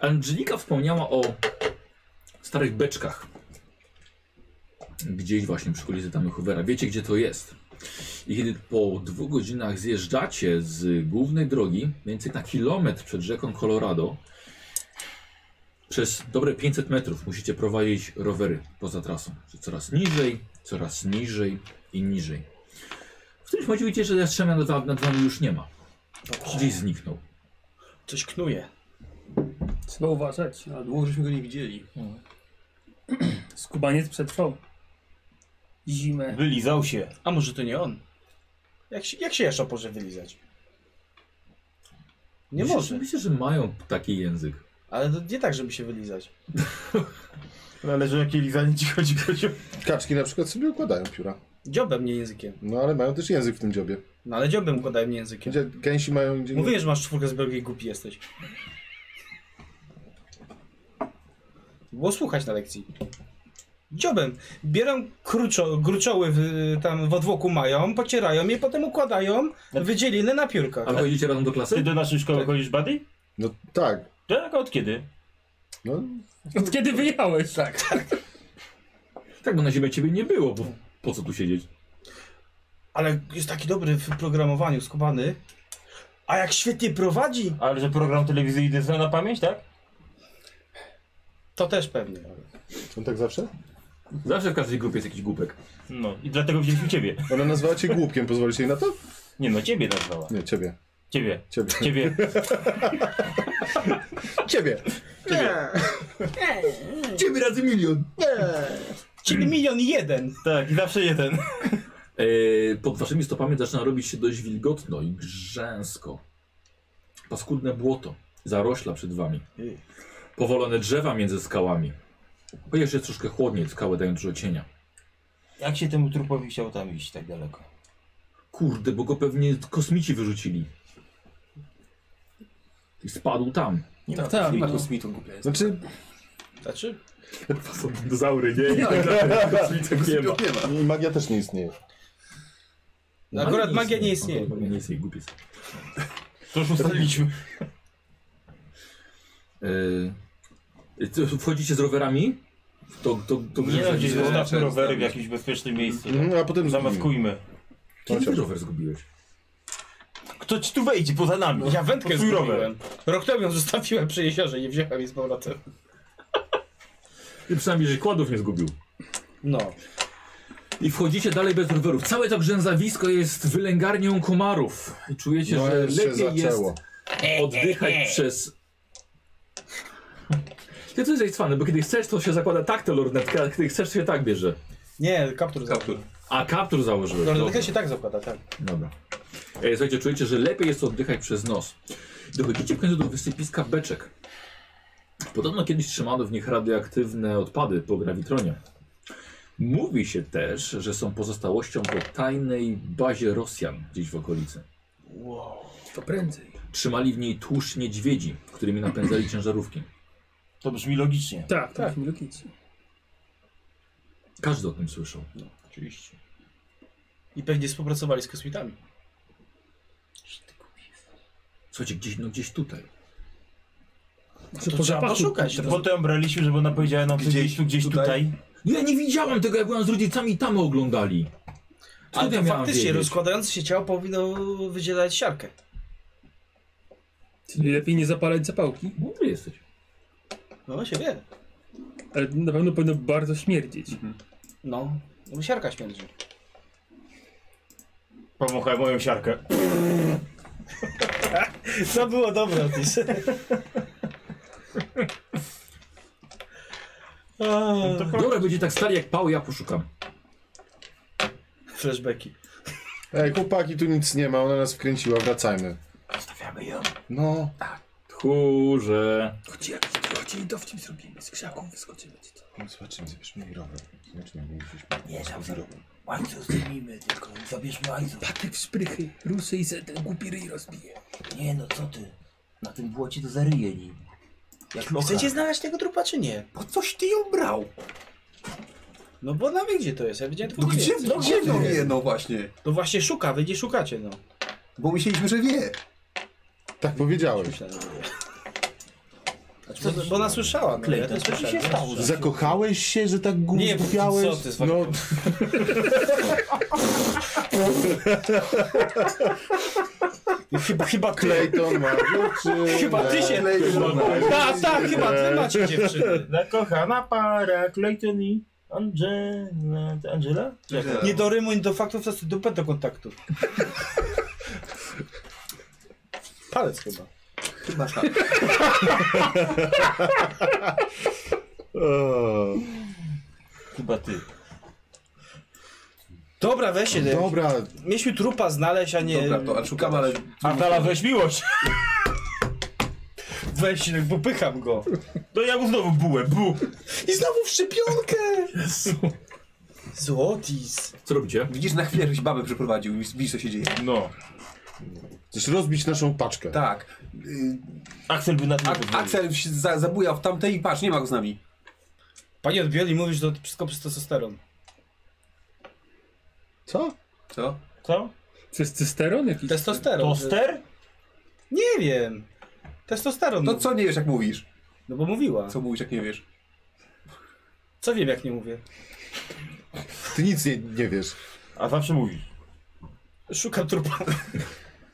Angelika wspomniała o starych beczkach. Gdzieś właśnie przy okolicy Tamy Hoovera. Wiecie, gdzie to jest. I kiedy po dwóch godzinach zjeżdżacie z głównej drogi, mniej więcej na kilometr przed rzeką Colorado, przez dobre 500 metrów musicie prowadzić rowery poza trasą. Coraz niżej, coraz niżej i niżej. W którymś momencie widzicie, że Jastrzębia nad, wa- nad wami już nie ma. Gdzieś zniknął. Coś knuje. Trzeba uważać. No, długo żeśmy go nie widzieli. Skubaniec przetrwał. Zimę. Wylizał się. A może to nie on? Jak się, jak się jaszcząb może wylizać? Nie myślę, może. Myślę, że mają taki język. Ale to nie tak, żeby się wylizać. Należy jakie lizanie ci chodzi, Kozio. Kaczki na przykład sobie układają pióra. Dziobem, nie językiem. No ale mają też język w tym dziobie. No ale dziobem układałem nie językiem. Gdzie gęsi mają... Gdzie... Mówiłem, że masz czwórkę z Belgii i głupi jesteś. Było słuchać na lekcji. Dziobem. Biorą kruczo, gruczoły w, tam w odwłoku mają, pocierają je, potem układają wydzielinę na piórkach. A chodzicie razem do klasy? Ty do naszej szkoły chodzisz, Buddy? No tak. Tak, od kiedy? No, Od kiedy wyjechałeś? Tak. Tak, bo na ziemię ciebie nie było, bo po co tu siedzieć? Ale jest taki dobry w programowaniu, skubany. A jak świetnie prowadzi, Ale że program telewizyjny zna na pamięć, tak? to też pewnie. on tak zawsze? Zawsze w każdej grupie jest jakiś głupek. No i dlatego wzięliśmy ciebie. Ona nazwała cię głupkiem, pozwolisz jej na to? Nie no, ciebie nazwała. Nie, ciebie. Ciebie. Ciebie. Ciebie. Ciebie. Ciebie razy milion! Czyli milion jeden. Tak, i zawsze jeden. E, pod waszymi stopami zaczyna robić się dość wilgotno i grzęsko. Paskudne błoto, zarośla przed wami. Powolone drzewa między skałami. Chociaż jest troszkę chłodniej, skały dają dużo cienia. Jak się temu trupowi chciał tam iść tak daleko? Kurde, bo go pewnie kosmici wyrzucili. I spadł tam. Nie Tak, ma, tak, nie ma no. kosmitów, głupia jest. Znaczy, Znaczy, To są dinozaury, nie? I tak dalej. nie ma. Kosmitów nie ma. i magia też nie istnieje. No akurat magia nie istnieje. Akurat Magia nie istnieje, głupiec. To już ustaliliśmy. Yy, co, wchodzicie z rowerami? To, to, to Nie no, gdzieś Gdzie- zostawmy gdzie- rowery w jakimś bezpiecznym miejscu. tak? Mhm, a potem Zamaskujmy. Kiedy ty rower zgubiłeś? Kto ci tu wejdzie poza nami? ja wędkę Pod swój rower. zgubiłem. Rok temu ją zostawiłem przy jeziorze, nie wziąłem jej z powrotem. Ty przynajmniej, że kładów nie zgubił. No. I wchodzicie dalej bez rowerów. Całe to grzęzawisko jest wylęgarnią komarów. I czujecie, No że już się lepiej jest zaczęło. oddychać przez... Ty to jest zajcwane, bo kiedy chcesz, to się zakłada tak tę lornetkę, a kiedy chcesz, to się tak bierze. Nie, kaptur Kaptur. założył. A kaptur założyłeś. No. Lornetka dobra. się tak zakłada, tak. Dobra. E, słuchajcie, czujecie, że lepiej jest oddychać przez nos. Dochodzicie w końcu do wysypiska beczek. Podobno kiedyś trzymano w nich radioaktywne odpady po grawitronie. Mówi się też, że są pozostałością po tajnej bazie Rosjan gdzieś w okolicy. To prędzej. Trzymali w niej tłuszcz niedźwiedzi, którymi napędzali ciężarówki. To brzmi logicznie. Tak, tak. Milokici. Każdy o tym słyszał. Oczywiście. I pewnie współpracowali z kosmitami. Słuchajcie, gdzieś, no gdzieś tutaj. To trzeba poszukać. To no. potem braliśmy, żeby ona powiedziała nam gdzieś, Gdzieś gdzieś tu, gdzieś tutaj. tutaj. No ja nie widziałem tego, jak byłem z rodzicami i tam oglądali. Ale Skąd ja to miałam faktycznie wiedzieć? rozkładające się ciało powinno wydzielać siarkę. Czyli lepiej nie zapalać zapałki, Mądry jesteś. No się wie. ale na pewno powinno bardzo śmierdzieć. No, no bo siarka śmierdzi. Pomochaj moją siarkę. To było dobre, Otis. To Eee, Dobra, będzie tak stary jak pał, ja poszukam. Flashbacki. Ej, chłopaki, tu nic nie ma, ona nas wkręciła, wracajmy. Stawiamy ją. No, Tchórze. Chodź, jak chodź i dowcip zrobimy. Z krzaków wyskoczymy. ci to. zobaczymy, zabierzmy jej rower. Zobaczymy, jak gdzieś Nie, tam Łańcuch zdejmijmy, tylko zabierzmy łańcuch. Patyk szprychy, rusy i se ten głupi ryj rozbije. Nie no, co ty? Na tym błocie to zaryje nim. Jak locha. Chcecie znaleźć tego trupa, czy nie? Po coś ty ją brał? No bo ona wie, gdzie to jest, ja widziałem tylko No gdzie, nie wiem. no gdzie no wie, no właśnie. To właśnie szuka, wy nie szukacie, no. Bo myśleliśmy, że wie. Tak powiedziałeś. Myślę, że wie. Co, bo ona słyszała, no, ja Clayton, to co ci słyszałem. się stało? Zakochałeś się, że tak Nie, głupi co ty, z No, Chyba, chyba Clayton ma no, dziewczynę. Chyba ty się... Tak, tak, chyba ty macie dziewczyny. Zakochana para, Clayton i Angela. Angela? Nie do rymu, nie do faktów, to dupę do kontaktu. Palec chyba. Chyba tak. O, Chyba ty. Dobra, weź się. Dobra. Dobra, Mieliśmy trupa znaleźć, a nie... Dobra, to ale szukamy, ale... Antala, weź miłość! Weź się, bo pycham go. No ja mu znowu bułę, bu! I znowu w szczepionkę! Złotis. Co robicie? Widzisz, na chwilę żeś babę przyprowadził i widzisz, co się dzieje. No. chcesz rozbić naszą paczkę. Tak. Y, Axel by na tym nie Ak- pozwolił. Axel się za- zabujał w tamtej i patrz, nie ma go z nami. Panie odbiorni, mówisz to wszystko przez testosteron. Co? Co? Co? To jest cysteron jakiś? Testosteron. Toster? Nie wiem. Testosteron. No mówi. co nie wiesz, jak mówisz? No bo mówiła. Co? Co mówisz, jak nie wiesz? wiem, jak nie mówię? Ty nic nie, nie wiesz. A zawsze mówisz. Szukam trupa.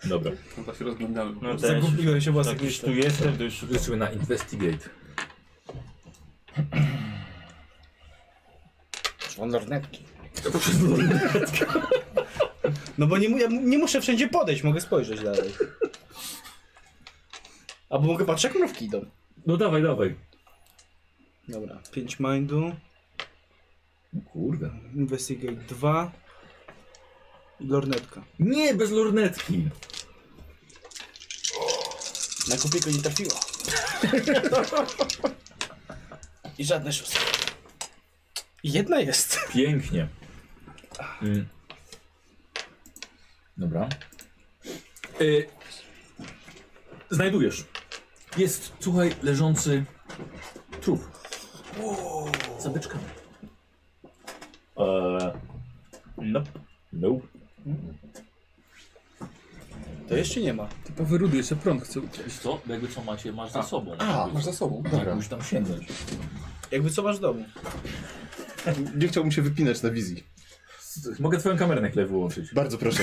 Dobra. No to się rozglądamy. No też. Zagubiłem się Jak własnym już tu jestem, to już szukam. Wyszymy na Investigate. Mam lornetki. No bo nie, mu- ja mu- nie muszę wszędzie podejść, mogę spojrzeć dalej. Albo mogę patrzeć, jak mrówki idą. No dawaj, dawaj. Dobra, 5 mindu, Kurde. investigate 2 i lornetka. Nie, bez lornetki. Na kopiego nie trafiła. I żadne szóstki. Jedna jest. Pięknie. Mm. Dobra. Y, znajdujesz. Jest, słuchaj, leżący trup. Zabyczka. Eee, Nope. nope. To jeszcze nie ma. Typowy rudy, jeszcze prąd chce uciec. Wiesz co? Jakby co macie, masz za sobą. A, Jakby masz co. za sobą. Tak, Dobra. Musisz tam sięgnąć. Jakby co masz w domu? Nie chciałbym się wypinać na wizji. Mogę twoją kamerę na chwilę wyłączyć. Bardzo proszę.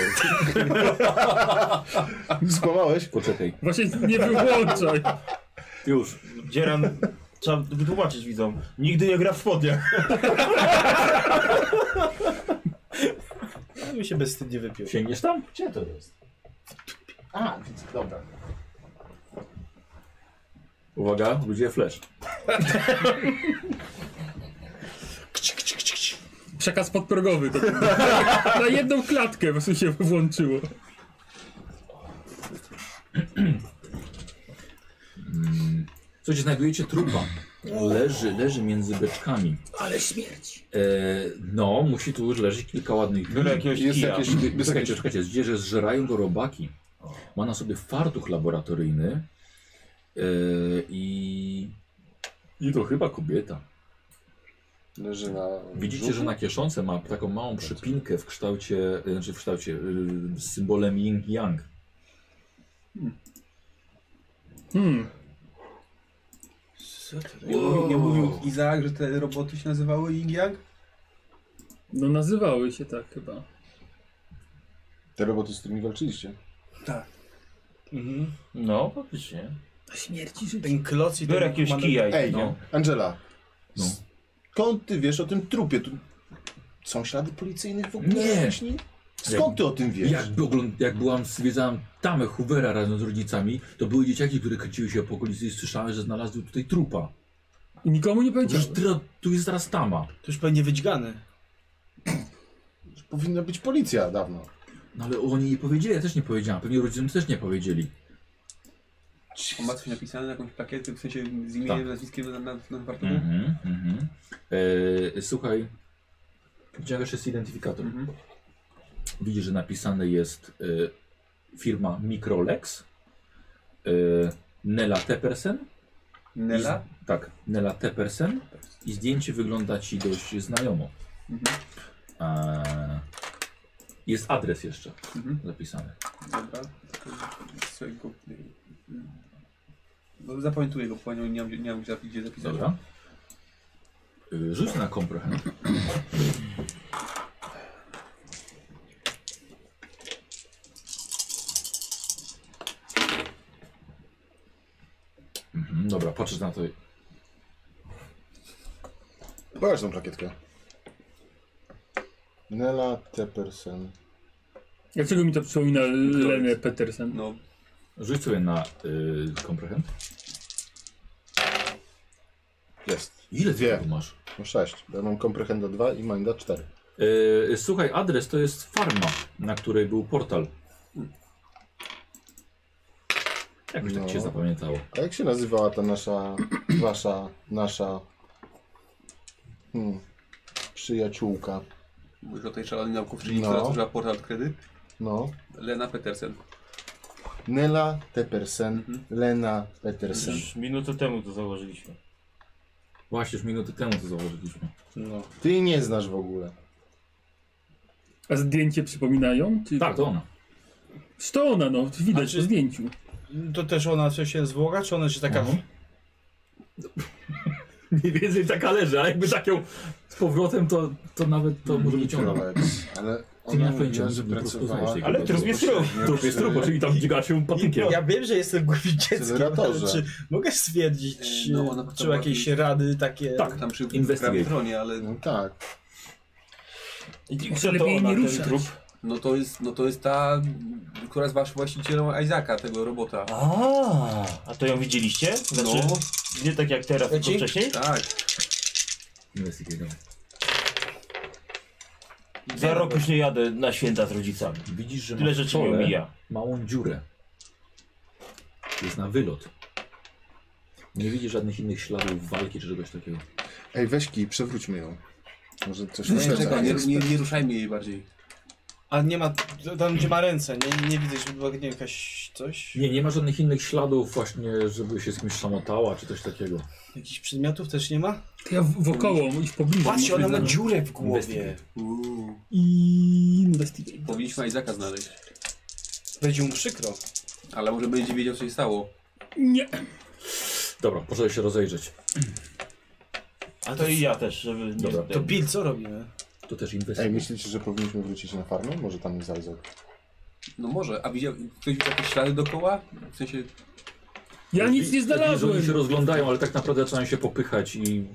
Skłamałeś? Poczekaj. Właśnie nie wyłączaj. Już. Dzieran, trzeba wytłumaczyć widzom. Nigdy nie gra w spodniach. Ja bym się bezwstydnie wypił. Sięgniesz tam? Gdzie to jest? A, widzę, dobra. Uwaga, ludzie, flash. Przekaz podprogowy. To na jedną klatkę po prostu się włączyło. Słuchajcie, znajdujecie trupa. Leży, leży między beczkami. Ale śmierć. E, no, musi tu już leżeć kilka ładnych dni. Byle jakiegoś Jest kija. jakieś... Jest Czekajcie, jakieś... czekajcie, zdzierze zżerają go robaki. Ma na sobie fartuch laboratoryjny e, i... I to chyba kobieta. Leży na... Mhm. Widzicie, że na kieszonce ma taką małą przypinkę w kształcie, y, znaczy w kształcie, y, z symbolem yin-yang. Hmm. Nie mówił- Nie mówił Izaak, że te roboty się nazywały Yin Yang? No nazywały się tak chyba. Te roboty, z którymi walczyliście. Mhm. No, faktycznie. Na śmierci życie. Ten kloc i Biorę ten... jakiegoś kija i Ej, no. Angela. No. Skąd ty wiesz o tym trupie? Tu... Są ślady policyjnych w ogóle? Nie. wcześniej? Skąd ty o tym wiesz? Jak, ogląd- jak byłam, zwiedzałam tamę Hoovera razem z rodzicami, to były dzieciaki, które kręciły się po okolicy i słyszały, że znalazły tutaj trupa. I nikomu nie Przecież powiedziałem. tra- tu jest zaraz tama. To już pewnie wydźgany. Powinna być policja dawno. No ale oni nie powiedzieli, ja też nie powiedziałam, pewnie rodzicom też nie powiedzieli. On ma coś napisane na jakąś plakietę, w sensie z imieniem, Tak. nazwiskiem na, na, na wartogu? Mhm, mhm. E, słuchaj, wyciągasz jest identyfikator. Mhm. Widzisz, że napisane jest e, firma Microlex, e, Nela Teppersen. Nela? I z- Tak, Nela Teppersen. I zdjęcie wygląda ci dość znajomo. Mhm. E, jest adres jeszcze Mhm. zapisany. Dobra. Sobie go... No, zapamiętuję go, bo nie mam, nie mam gdzie zapi- gdzie zapisać. Dobra. E, Rzuć na comprehend. Mhm, dobra, patrzysz na to. Pokaż tą plakietkę. Nela Teppersen. Dlaczego mi to przypomina Lenę Petersen? No, Rzuć sobie na y, comprehend. Jest. Ile Dwie. ty tu masz? Mam sześć. Ja mam Comprehenda 2 i Minda 4. E, słuchaj, adres to jest farma, na której był portal. Jakoś No. tak się zapamiętało. A jak się nazywała ta nasza, wasza, nasza hmm, przyjaciółka? mówisz o tej szalonej naukowczyni, No. która tworzyła portal kredy? No. Lena Petersen. Nela Teppersen, Mhm. Lena Petersen. Już minutę temu to założyliśmy. Właśnie, już minutę temu to założyliśmy. No. Ty jej nie znasz w ogóle. A zdjęcie przypominają? Czy... Tak, to ona. Czy to ona, no, widać A czy- po zdjęciu. To też ona coś się zwłoka, czy ona się taka... Mniej więcej taka leży, ale jakby tak ją z powrotem, to, to nawet to może być ona. Ale Ty nie masz pojęcia, mówiła, że po prostu znajdziesz tej Ale kobiety. trup jest trup. Trup jest trup, czyli tam dźga się patykiem. Ja wiem, że jestem głupim dzieckiem, ale Acceleratorze. czy mogę stwierdzić, No, ona czy była jakieś jakimś- rady takie... Tak. Tam przy Investigate. Gravitonie, ale No tak. I kto to lepiej ona, nie ten ruszać. trup? no to, jest, no to jest ta, która jest wasz właścicielem Isaaca, tego robota. A, a to ją widzieliście? Znaczy, No. nie tak jak teraz, tylko Leci? wcześniej? Tak. Investigate. Za rok już nie jadę na święta z rodzicami. Widzisz, że Tyle ma w rzeczy mi czole omija. małą dziurę. Jest na wylot. Nie widzisz żadnych innych śladów walki czy czegoś takiego. Ej, weź kij, przewróćmy ją. Może coś No Nie, naśledzę. czekaj, nie, nie, nie ruszajmy jej bardziej. A nie ma... Tam gdzie ma ręce, nie, nie widzę, żeby była nie, wiem, jakaś coś... Nie, nie ma żadnych innych śladów właśnie, żeby się z kimś szamotała czy coś takiego. Jakichś przedmiotów też nie ma? To ja w- wokoło i w pobliżu. Patrzcie, ona ma Myślę, że- dziurę w głowie. Uuu. I investigate. Powinniśmy Isaaca znaleźć. Będzie mu przykro. Ale może będzie wiedział, co się stało. Nie. Dobra, proszę się rozejrzeć. A to i ja też, żeby... nie- Dobra, Tak. To Bill, co robimy? To też Ej, inwestycja. myślicie, że powinniśmy wrócić na farmę? Może tam jest Isaac. No może, a widział, ktoś widział jakieś ślady dookoła? W sensie, Ja nic nie Oni się znalazłem. rozglądają, ale tak naprawdę zaczynają się popychać i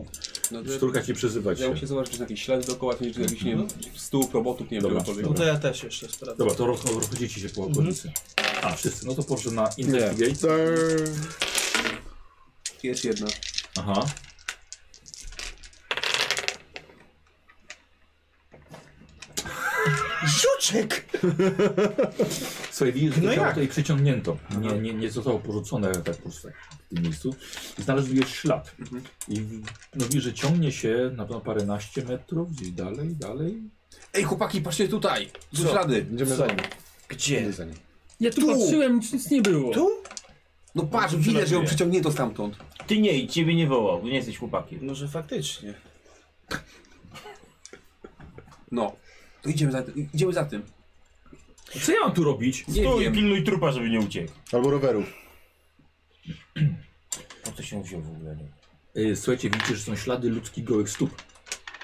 no to szturkać i przyzywać dało się. się zobaczyć jakieś ślady dookoła, w sensie czy jakiś, nie wiem, stół robotów, nie wiem, Dobra, czegokolwiek. No to ja też jeszcze sprawdzę. Dobra, to roz- rozchodzicie się po okolicy. A, wszyscy. No to proszę na investigate. No Jest jedna. Aha. Żuczek! Słuchaj, widzisz, że No to ciało jak? tutaj przyciągnięto. Nie, nie, nie zostało porzucone, tak po prostu. tak. w tym miejscu. I znalazł jej ślad. I w- no widzi, że ciągnie się na pewno paręnaście metrów, gdzieś dalej, dalej. Ej, chłopaki, patrzcie tutaj! Tu Co? ślady! Idziemy za nim. Gdzie? Idę za nim. Ja tu, Tu! patrzyłem, nic nie było. Tu? No patrz, widać, że ją przyciągnięto stamtąd. Ty nie idź, ciebie nie wołał, nie jesteś chłopakiem. Może faktycznie. No. To idziemy za, idziemy za tym. Co ja mam tu robić? Nie Stój, wiem. pilnuj trupa, żeby nie uciekł. Albo rowerów. Po co się wziął w ogóle? Nie? Y, Słuchajcie, widzicie, że są ślady ludzkich gołych stóp.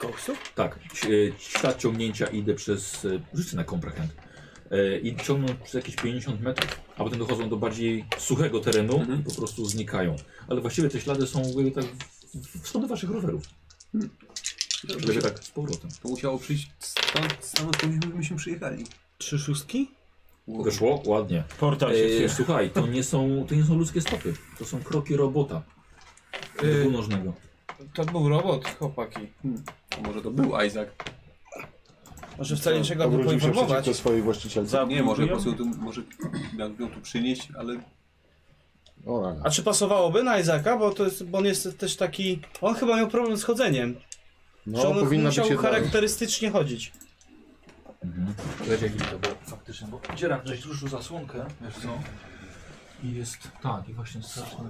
Koksów? Tak, ś- y, ślad ciągnięcia idę przez. y, Rzucę na comprehend. Y, I ciągną przez jakieś 50 metrów, a potem dochodzą do bardziej suchego terenu i po prostu znikają. Ale właściwie te ślady są jakby tak w- w w stronę waszych rowerów. Żeby tak z powrotem. To musiało przyjść stąd, stąd, skąd myśmy przyjechali. Trzy szóstki? Wow. Weszło? Ładnie. Portal się E, otwiera. słuchaj, to nie, są, to nie są ludzkie stopy. To są kroki robota. Y, Dwunożnego. To był robot, chłopaki. Hmm. A może to był Isaac? Może wcale niczego by Obrócił się poinformować. przeciwko swojej właścicielce. Za- Nie, może po Mówią? prostu ją tu, może miał ją tu przynieść, ale O, rany. A czy pasowałoby na Izaka? Bo, to jest, bo on jest też taki... On chyba miał problem z chodzeniem. że No, on powinna być musiał jedna. charakterystycznie chodzić. Wiecie, jaki to było faktycznie, bo dzieram żeś ruszył zasłonkę, wiesz co? I jest, tak, i właśnie strasznie,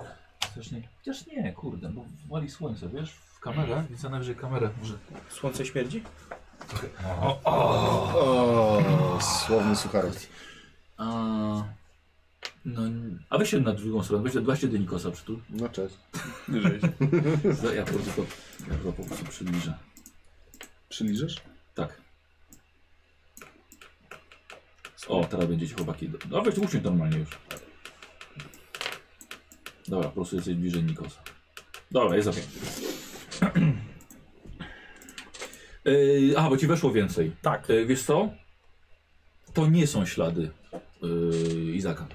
strasznie, chociaż nie, kurde, bo wali słońce, wiesz, w kamerach, więc ja najwyżej kamerę może... Słońce śmierdzi? O, słowny sucharek. A, no, n- a weź się na drugą stronę, weź właśnie do Nikosa przytul. No cześć. Za- Ja to tylko, ja to po prostu przybliżę. Przyliżesz? Tak. O, teraz będziecie chłopaki. do- No weź usiądź normalnie już. Dobra, po prostu jesteś bliżej Nikosa. Dobra, jest okej. Yy, a, bo ci weszło więcej. Tak. Yy, wiesz co? To nie są ślady yy, Izaka.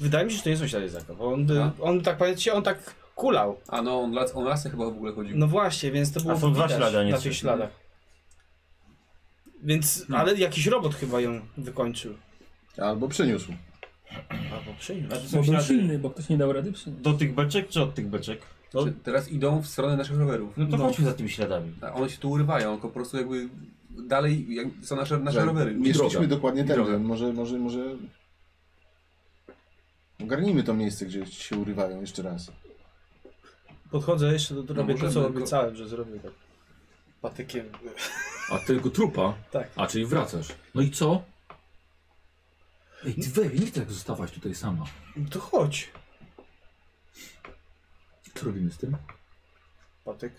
Wydaje mi się, że to nie są ślady Izaka, bo on, by- on tak pamiętacie, on tak kulał. A no, on, las, on lasem chyba w ogóle chodził. No właśnie, więc to było są dwa widać ślady, a nie na trzy. tych śladach. Więc, ale jakiś robot chyba ją wykończył. Albo przyniósł. Albo przyniósł. A to są Bo był ślady silny, bo ktoś nie dał rady przynieść. do tych beczek, czy od tych beczek? Czy teraz idą w stronę naszych rowerów. No to No. chodźmy za tymi śladami. A Tak, One się tu urywają, tylko po prostu jakby dalej jak są nasze, nasze Tak, Że rowery. Mieszliśmy droga. dokładnie Droga. tędy. Może, może, może... Ogarnijmy to miejsce, gdzie się urywają jeszcze raz. Podchodzę jeszcze, do, robię to, możemy, co tylko- obiecałem, że zrobię tak. No, Patykiem. A tylko trupa? Tak. A, czyli wracasz. No i co? Ej, ty wej, nie chcę tak zostawać tutaj sama. No To chodź. Co robimy z tym? Patyk.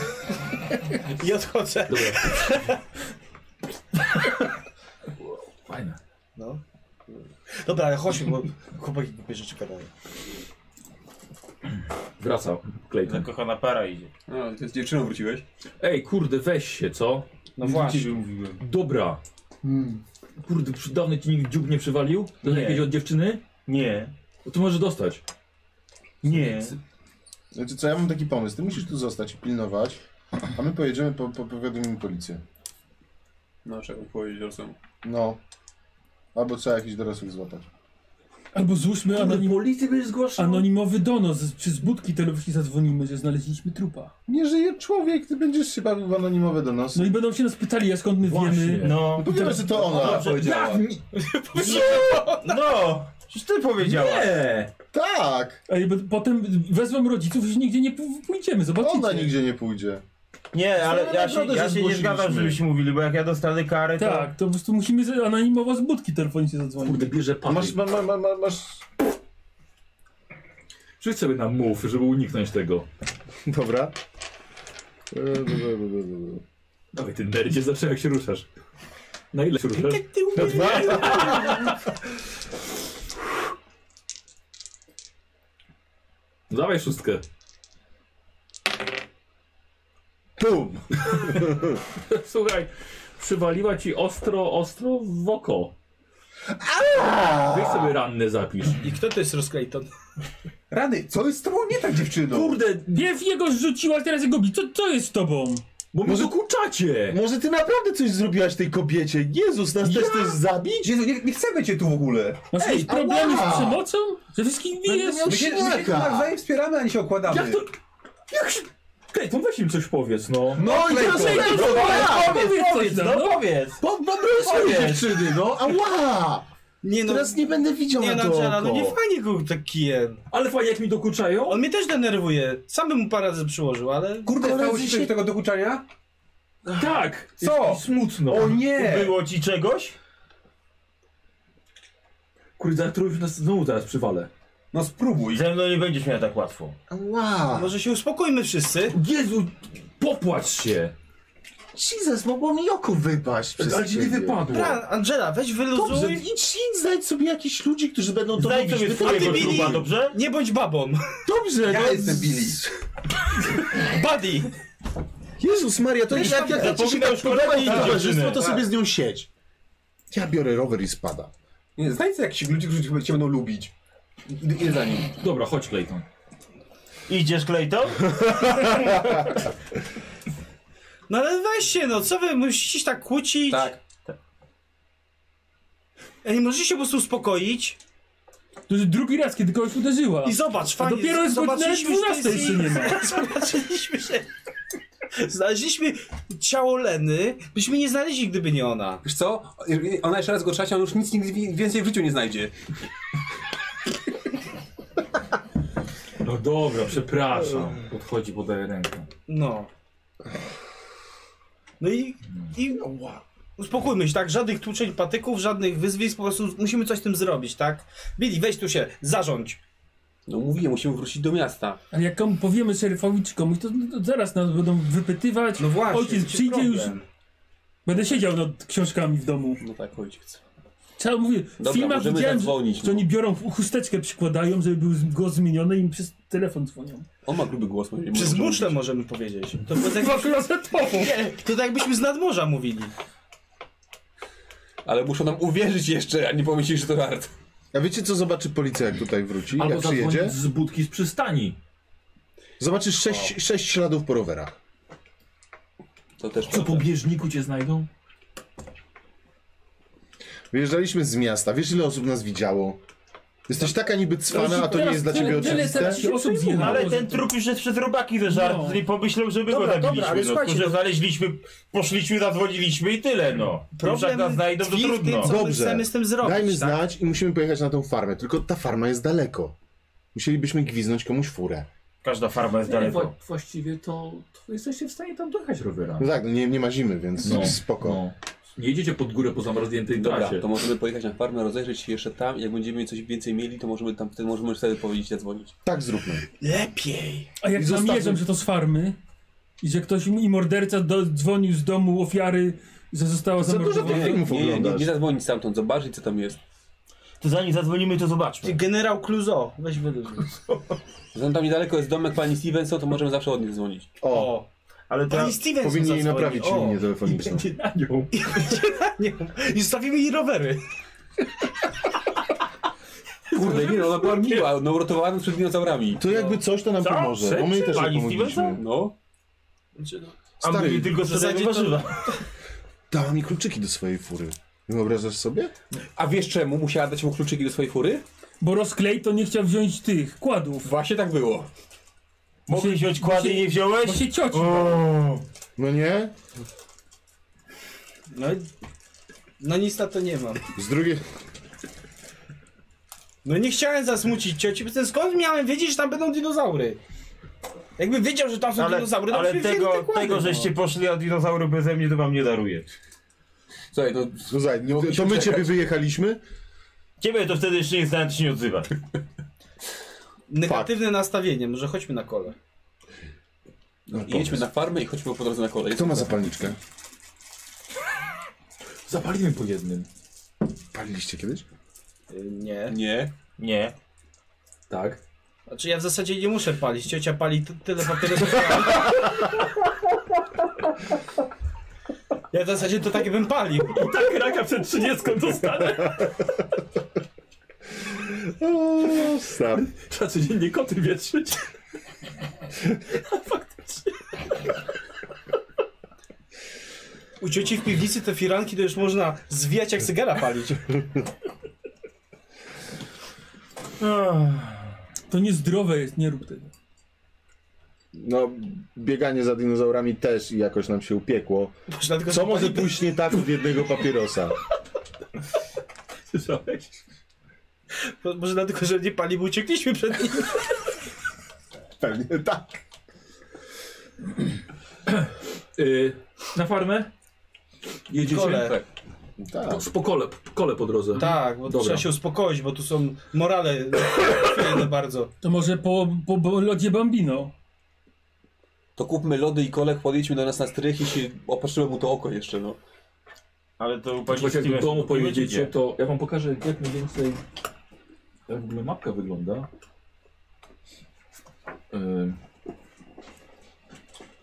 I odchodzę. Dobra. Wow, Fajne. No. Dobra, ale chodźmy, bo chłopaki głupie rzeczy gadają. Wraca Tak. Clayton. Zakochana para idzie. No, ty z dziewczyną wróciłeś? Ej, kurde, weź się, co? No właśnie. mówiłem. Dobra. Kurde, przy- dawno ci nikt dziób nie przywalił? To Nie. jakieś od dziewczyny? Nie, No to możesz dostać. nie. Znaczy co, ja mam taki pomysł. Ty musisz tu zostać i pilnować, a my pojedziemy, po, po, powiadomimy policję. No, trzeba powiedzieć, że są. No. Albo trzeba jakichś dorosłych złapać. Albo złóżmy Kurde, anonim, policji byś zgłaszał? anonimowy donos, z- czy z budki telefonicznej zadzwonimy, że znaleźliśmy trupa. Nie żyje człowiek, ty będziesz się bawił w anonimowe donosy. No i będą się nas pytali, a skąd my wiemy. Właśnie. No, No powiemy, że to ona. powiedziała. no! Przecież ty powiedziałaś. Nie! Tak! A i b- potem wezmą rodziców, że nigdzie nie p- pójdziemy, zobaczycie. Ona nigdzie nie pójdzie. Nie, ale ja się, Naprawdę, ja że się nie zgłosiliśmy. zgadzam, żebyśmy mówili, bo jak ja dostanę karę, to... Tak, to po prostu musimy z- anonimowo z budki telefonicznej zadzwonić. Kurde, bierze A pan. masz, ma, ma, ma, ma, masz... Rzuć sobie na mów, żeby uniknąć tego. Dobra. E, dobra, dobra, dobra, dobra. Dawaj, ty nerdzie, zawsze jak się ruszasz. Na ile się ruszasz? Dawaj szóstkę. Pum! Słuchaj, przywaliła ci ostro, ostro w oko. Weź sobie ranny zapisz. I kto to jest Rosklejton? Rady, co jest z tobą nie tak dziewczyną? Kurde, Pierw jego zrzuciła, teraz jego bi. Co, co jest z tobą? Bo mi dokuczacie! Może ty naprawdę coś zrobiłaś tej kobiecie? Jezus, nas też chcesz zabić? Jezu, nie, nie chcemy cię tu w ogóle. Masz jakieś Ej, No problemy ała! z przemocą? Że wszystkich bijesz? miał My się, my się Szlaka. tu nawzajem wspieramy, a nie się okładamy. Jak to... Jak się... Clayton, weź im coś powiedz, no. No i teraz Clayton, Clayton, no, dobra, powiedz, powiedz, No, no, no. powiedz! po- Pobrysły dziewczyny, no, ała! Nie no, Teraz nie będę widział nie na no, to Angela, no nie oko. fajnie był taki kijem. Ale fajnie, jak mi dokuczają. On mnie też denerwuje. Sam bym mu parę razy przyłożył, ale... Kurde, Koledzy stało ci się- coś tego dokuczania? Tak! Co? Jest mi smutno. O nie! Było ci czegoś? Kurde, Arturuś nas znowu zaraz przywale. No spróbuj. Ze mną nie będziesz miała tak łatwo. Ała! Może się uspokójmy wszyscy? Jezu, popłacz się! Jesus, mogło mi oko wypaść przez Ale ci nie ciebie. wypadło. Dobra, Angela, weź Dobrze, wyluzuj. idź, idź, znajdź sobie jakichś ludzi, którzy będą to Znajdź robić. sobie Wy to- swojego Billy! trupa, dobrze? Nie bądź babą. Dobrze, Ja no, jestem z- Billy. Buddy. Jezus Maria, to jak, jak, jak ci się Zapominasz tak podoba jej kolejnej towarzystwo, dziewczyny. to sobie z nią siedź. Ja biorę rower i spada. Nie, znajdź sobie jakichś ludzi, którzy cię będą lubić. Idę idę za nim. Dobra, chodź Clayton. Idziesz, Clayton? No ale weź się, no co wy, musicie się tak kłócić? Tak. Ej, możecie się po prostu uspokoić? To już drugi raz, kiedy kogoś uderzyła. I zobacz, A fajnie. dopiero jest godzina zobaczyliśmy, że to 12 jest jeszcze nie ma. jej- Zobaczyliśmy się. Znaleźliśmy ciało Leny, byśmy nie znaleźli, gdyby nie ona. Wiesz co? Jeżeli Ona jeszcze raz go trzaśnie, on już nic nigdy wi- więcej w życiu nie znajdzie. No dobra, przepraszam. Podchodzi, podaje rękę. No. No i, i uspokójmy się, tak? Żadnych tłuczeń patyków, żadnych wyzwisk, po prostu musimy coś z tym zrobić, tak? Billy, weź tu się, zarządź. No mówiłem, musimy wrócić do miasta. Ale jak komu powiemy szeryfowi czy komuś, to, no to zaraz nas będą wypytywać. No właśnie, Ojciec to jest przyjdzie problem. już. Będę siedział nad książkami w domu. No tak, ojciec. Trzeba mówię, Dobra, w filmach możemy widziałem, zadzwonić, że, że no. oni biorą chusteczkę przykładają, żeby był głos zmieniony i im przez telefon dzwonią. On ma gruby głos. może- Przez może- muszle możemy powiedzieć. To było tak, Chyba klozetową. nie, to tak jakbyśmy z nadmorza mówili. Ale muszą nam uwierzyć jeszcze, a nie pomyśleć, że to żart. A wiecie, co zobaczy policja, jak tutaj wróci, Albo jak przyjedzie? zadzwonić z budki z przystani. Zobaczysz sześć, sześć śladów po rowerach. To też Co, po bieżniku cię znajdą? Wyjeżdżaliśmy z miasta, wiesz ile osób nas widziało? Jesteś taka niby cwana, a to nie jest dla ciebie oczywiste? Tyle osób zjechało, Ale że ten No, to- trup już jest przez robaki ze żartu, No. nie pomyślał, że my go Dobra, dobra, zabiliśmy. ale no, tylko, słuchajcie, że to- znaleźliśmy, poszliśmy, zadzwoniliśmy i tyle, no. Już jak nas znajdą, to tkwi w tym, trudno. co my Dobrze. chcemy z tym zrobić, Dajmy tak? znać i musimy pojechać na tą farmę, tylko ta farma jest daleko. Musielibyśmy gwiznąć komuś furę. Każda farma jest Nie, daleko. wa- właściwie to, to jesteście w stanie tam dojechać rowerami. No tak, no nie, nie ma zimy, więc No, spoko. No. Nie jedziecie pod górę po zamarzniętej Dobra, trasie. to możemy pojechać na farmę, rozejrzeć się jeszcze tam. Jak będziemy coś więcej mieli, to możemy tam wtedy możemy wtedy powiedzieć, zadzwonić. Tak zróbmy. Lepiej. A jak I tam zostawmy- jedzą, że to z farmy i że ktoś im- i morderca do, dzwonił z domu ofiary, że została Za dużo zamordowana. tych filmów Nie, nie, oglądasz. nie zadzwonić stamtąd, zobaczyć co tam jest. To zanim zadzwonimy, to zobaczmy. Ty, Generał Cluzo, weź wyluzuj. Zatem tam niedaleko jest domek pani Stevenson, to możemy zawsze od niej dzwonić. O, Ale to... Pani Stevenson powinni jej zadzwoni. naprawić O. linię telefoniczną. Nie, i stawimy jej rowery. Kurde, nie no, ona była miła, no uratowała nas przed dinozaurami. To jakby coś, to nam Co? pomoże, bo my jej też Pani pomogliśmy. Stevenson? No. A my Stary, tylko zasadzie sprzedajemy to- warzywa. dała mi kluczyki do swojej fury. Wyobrażasz sobie? A wiesz czemu musiała dać mu kluczyki do swojej fury? Bo rozklej to nie chciał wziąć tych kładów. Właśnie tak było. Mogłeś wziąć kłady i nie wziąłeś? Bo się cioci. No nie? No, i- no nic na to nie mam. Z drugiej... No nie chciałem zasmucić cioci, bo ten skąd miałem wiedzieć, że tam będą dinozaury? Jakby wiedział, że tam są Ale, dinozaury, to ale byśmy wzięli te tego, kłady, tego, no. żeście poszli od dinozaury beze mnie, to wam nie daruję. Słuchaj, no Słuchaj, to my mogliśmy ciebie czekać. wyjechaliśmy? Ciebie to wtedy jeszcze nie znałem, to się nie odzywa. Negatywne nastawienie, może chodźmy na kole. I jedźmy na farmę i chodźmy po drodze na kolej. Kto ma zapalniczkę? Zapaliłem po jednym. Paliliście kiedyś? Y, Nie. Nie. Nie. Tak. Znaczy ja w zasadzie nie muszę palić, ciocia pali ty- tyle papierów. Ja w zasadzie to takie bym palił. Tak, raka przed 30 dostanę. O, stary. Trzeba codziennie koty wietrzyć. U cioci w piwnicy te firanki to już można zwijać jak cygara palić. To niezdrowe jest, nie rób tego. No, bieganie za dinozaurami też i jakoś nam się upiekło. Boże, dlatego, Co może pójść nie tak od jednego papierosa? Słyszałeś? Bo- Może dlatego, że nie pali, bo uciekliśmy przed nim. Pewnie tak. Y, na farmę? Jedziecie? Kole. tak. Po, po, kole, po kole po drodze. Tak, bo tu Dobra. trzeba się uspokoić, bo tu są morale chwiejne bardzo. To może po, po, po lodzie Bambino. To kupmy lody i kolek, podejdźmy do nas na strych i się opatrzymy mu to oko jeszcze, no. Ale to u pani Słuchajcie, jak Stevenson do domu kupiłeś, pojedziecie, gdzie? to ja wam pokażę jak mniej więcej jak w ogóle mapka wygląda. Yy.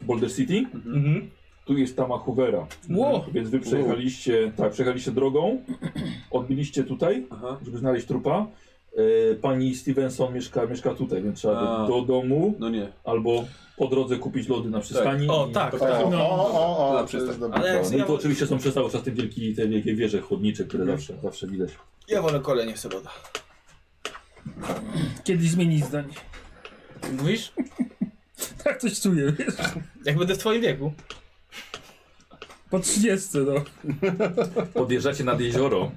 Boulder City, Mhm. tu jest tama Hoovera, Ło! więc wy przejechaliście, tak, przejechaliście drogą, odbiliście tutaj, Aha. żeby znaleźć trupa. Yy, Pani Stevenson mieszka, mieszka tutaj, więc trzeba do, A. do domu No nie. albo po drodze kupić lody na przystani. O, i- tak, O, tak. o, o, o, Dobra, to jest dobry Ale jak plan. No i to oczywiście są przez cały czas te wielkie, te wielkie wieże chłodnicze, które zawsze, zawsze widać. Ja wolę kole, nie chcę loda. Kiedyś zmienić zdanie. Mówisz? Tak coś czuję, wiesz? Jak będę w twoim wieku. Po 30 no. Podjeżdżacie nad jezioro,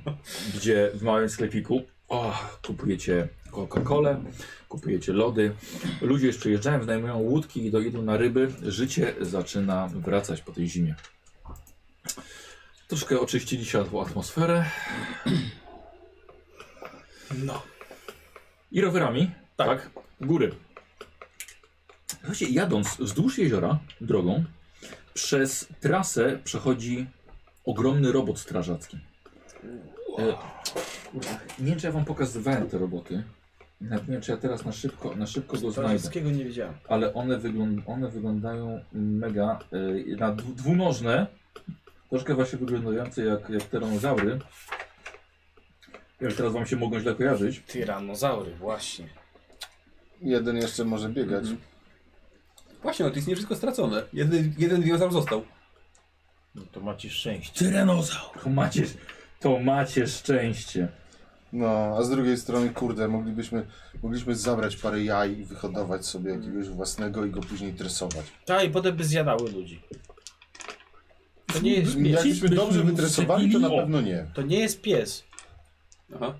gdzie w małym sklepiku o, kupujecie Coca-Colę, kupujecie lody. Ludzie już przyjeżdżają, wynajmują łódki i dojedą na ryby. Życie zaczyna wracać po tej zimie. Troszkę oczyściliście atmo- atmosferę. No. I rowerami, tak, góry. Słuchajcie, jadąc wzdłuż jeziora drogą, przez trasę przechodzi ogromny robot strażacki. E, kurwa, nie wiem, czy ja wam pokazywałem te roboty. Nawet nie wiem, czy ja teraz na szybko, na szybko go znajdę. Wszystkiego nie wiedziałem. Ale one, wygląd one wyglądają mega. E, na dwu- dwunożne, troszkę właśnie wyglądające jak, jak teranozaury. Ja Już teraz wam się mogą źle kojarzyć. Tyranozaury, właśnie. Jeden jeszcze może biegać. Właśnie, no to jest nie wszystko stracone. Jeden, jeden dinozaur został. No to macie szczęście. Tyrenozaur. To macie, to macie szczęście. No, a z drugiej strony, kurde, moglibyśmy, mogliśmy zabrać parę jaj i wyhodować sobie jakiegoś własnego i go później tresować. Tak, i potem by zjadały ludzi. To nie jest pies. Jakbyśmy byśmy dobrze mu wytresowali, to na wstrzepili- pewno nie. To nie jest pies. Aha.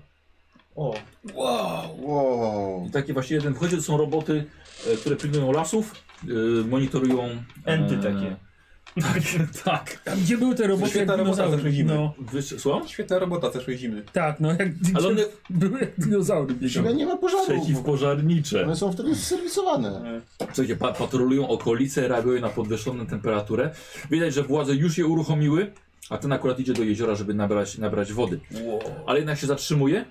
O, Wow. I taki właśnie jeden wchodzi, to są roboty, e, które pilnują lasów, e, monitorują... e, Enty takie. Tak, tak. Tam gdzie były te roboty Świetna jak robota, zawsze dinozaury? zimy. No, Wysz, słucham? Świetna robota zeszłej zimy. tak, no jak gdzie Ale one były jak dinozaury Siebie biegały. nie ma pożarów. przeciwpożarnicze. One są wtedy serwisowane. Słuchajcie, pa patrolują okolice, reagują na podwyższoną temperaturę. Widać, że władze już je uruchomiły, a ten akurat idzie do jeziora, żeby nabrać, nabrać wody. Ale jednak się zatrzymuje,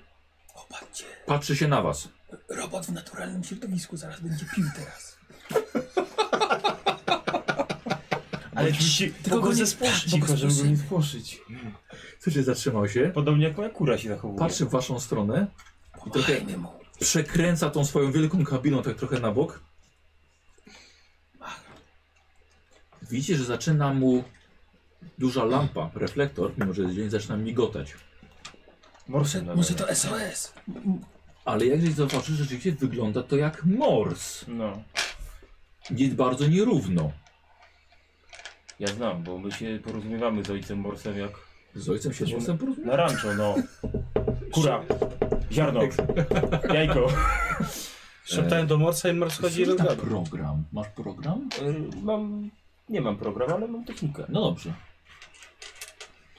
Popatrzcie, patrzy się na was. robot w naturalnym środowisku zaraz będzie pił teraz. ale ci... Tylko go nie spuści, żeby nie spłoszyć. Słuchajcie, zatrzymał się, Podobnie jak moja kura się zachowuje. patrzy w waszą stronę i trochę mu. przekręca tą swoją wielką kabiną tak trochę na bok. Widzicie, że zaczyna mu duża lampa, reflektor, mimo że jest dzień, zaczyna migotać. Morse, Może to SOS. Ale jak zobaczysz, rzeczywiście wygląda to jak mors. No, Jest bardzo nierówno. ja znam, bo my się porozumiewamy z ojcem Morsem jak Z ojcem się Jesteśmy- morsem porozumiewa. na rancho, no. Kura, ziarno, jajko. Szeptałem do morsa i mors chodzi i Jest tam rozgada. program. Masz program? Y, Mam, nie mam programu, ale mam technikę. No dobrze.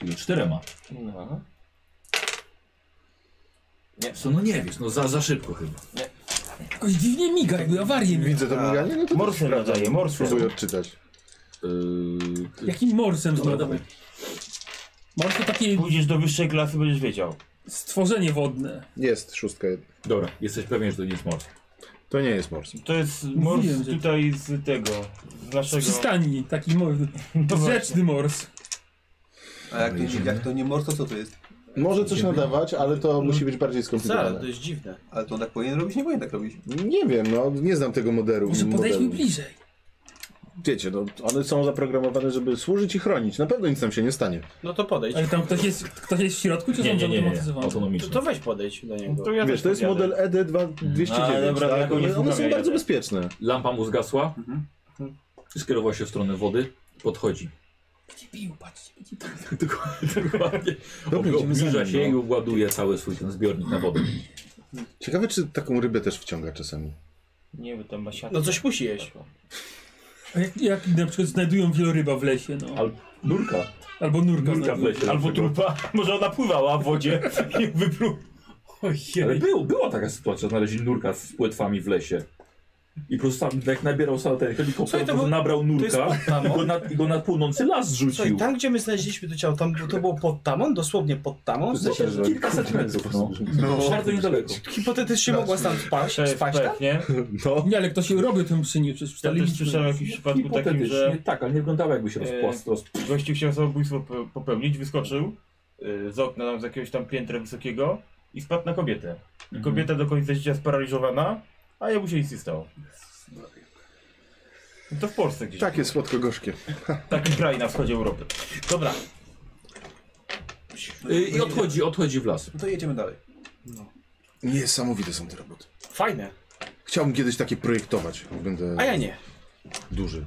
Czyli czterema. No. Co, no nie wiesz, no za, za szybko chyba. Jakoś dziwnie miga, jakby awarię miał. Widzę to miganie? No to Morsem nadaje, morsem. spróbuję odczytać. Yy, Jakim morsem Dobra, znowu? dawaj. Mors to takie Pójdziesz do wyższej klasy, będziesz wiedział. stworzenie wodne. Jest szóstka. jedna. dobra, jesteś pewien, że to nie jest mors. To nie jest mors. To jest mors Mówiłem, że- tutaj z tego, z Z naszego... przystani, taki mor... No rzeczny mors. A jak to, jak to nie morso, co to jest? Może coś nadawać, ale to musi być bardziej Wcale, skomplikowane. to jest dziwne. Ale to on tak powinien robić, nie powinien tak robić. Nie wiem, no nie znam tego modelu. Może podejdźmy modelu. bliżej. wiecie, no, one są zaprogramowane, żeby służyć i chronić. Na pewno nic nam się nie stanie. No to podejdź. Ale tam ktoś jest, ktoś jest w środku, czy Nie, są nie, nie, nie, nie. zautomatyzowane? To, autonomiczne. to weź podejdź do niego. ja Wiesz, to jest model E ED209, A, dobra, tak? taką nie One, one są wmawiaj, bardzo tak. bezpieczne. Lampa mu zgasła. Skierował się w stronę wody. Podchodzi. Będzie bił, patrzcie. Dokładnie. Dobra, idziemy za Obniża nim, się i no. ładuje cały swój ten zbiornik na wodę. Ciekawe, czy taką rybę też wciąga czasami. Nie, bo tam ma siatkę. No coś musi jeść. A Jak, jak na przykład znajdują wieloryba w lesie, no. Al- Nurka. Albo nurka. Nurka w znajdują. lesie. Albo trupa. Może ona pływała w wodzie i wypluł. Ale był, była taka sytuacja, znaleźli nurka z płetwami w lesie. I po prostu tam, jak nabierał sam ten helikopter, Słuchaj, to to był- nabrał to nurka jest pod i go, na, i go na płynący las Słuchaj, rzucił. tam gdzie my znaleźliśmy to ciało, tam to było pod tamą, dosłownie pod tamą. W sensie, że Kilkaset metrów, no. no. Bardzo niedaleko. hipotetycznie mogła tam spaść, To jest spaść tak? tam. pech, nie? Nie, ale ktoś robił tym przyniósł, przecież Ja też ustaliliśmy. słyszałem o jakimś przypadku takim, Hipotetycznie, że tak, ale nie wyglądało jakby się Eee, rozpłast, roz... Gościu chciał samobójstwo po- popełnić, wyskoczył y, z okna tam z jakiegoś tam piętra wysokiego i spadł na kobietę. Mhm. I kobieta do końca życia sparaliżowana, a jemu się nic nie stało. No to w Polsce gdzieś. Tak. Takie słodko-gorzkie. Taki kraj na wschodzie Europy. Dobra, Y, I odchodzi, odchodzi w las. To jedziemy dalej. Niesamowite są te roboty. fajne. Chciałbym kiedyś takie projektować. jak Będę A ja nie. duży.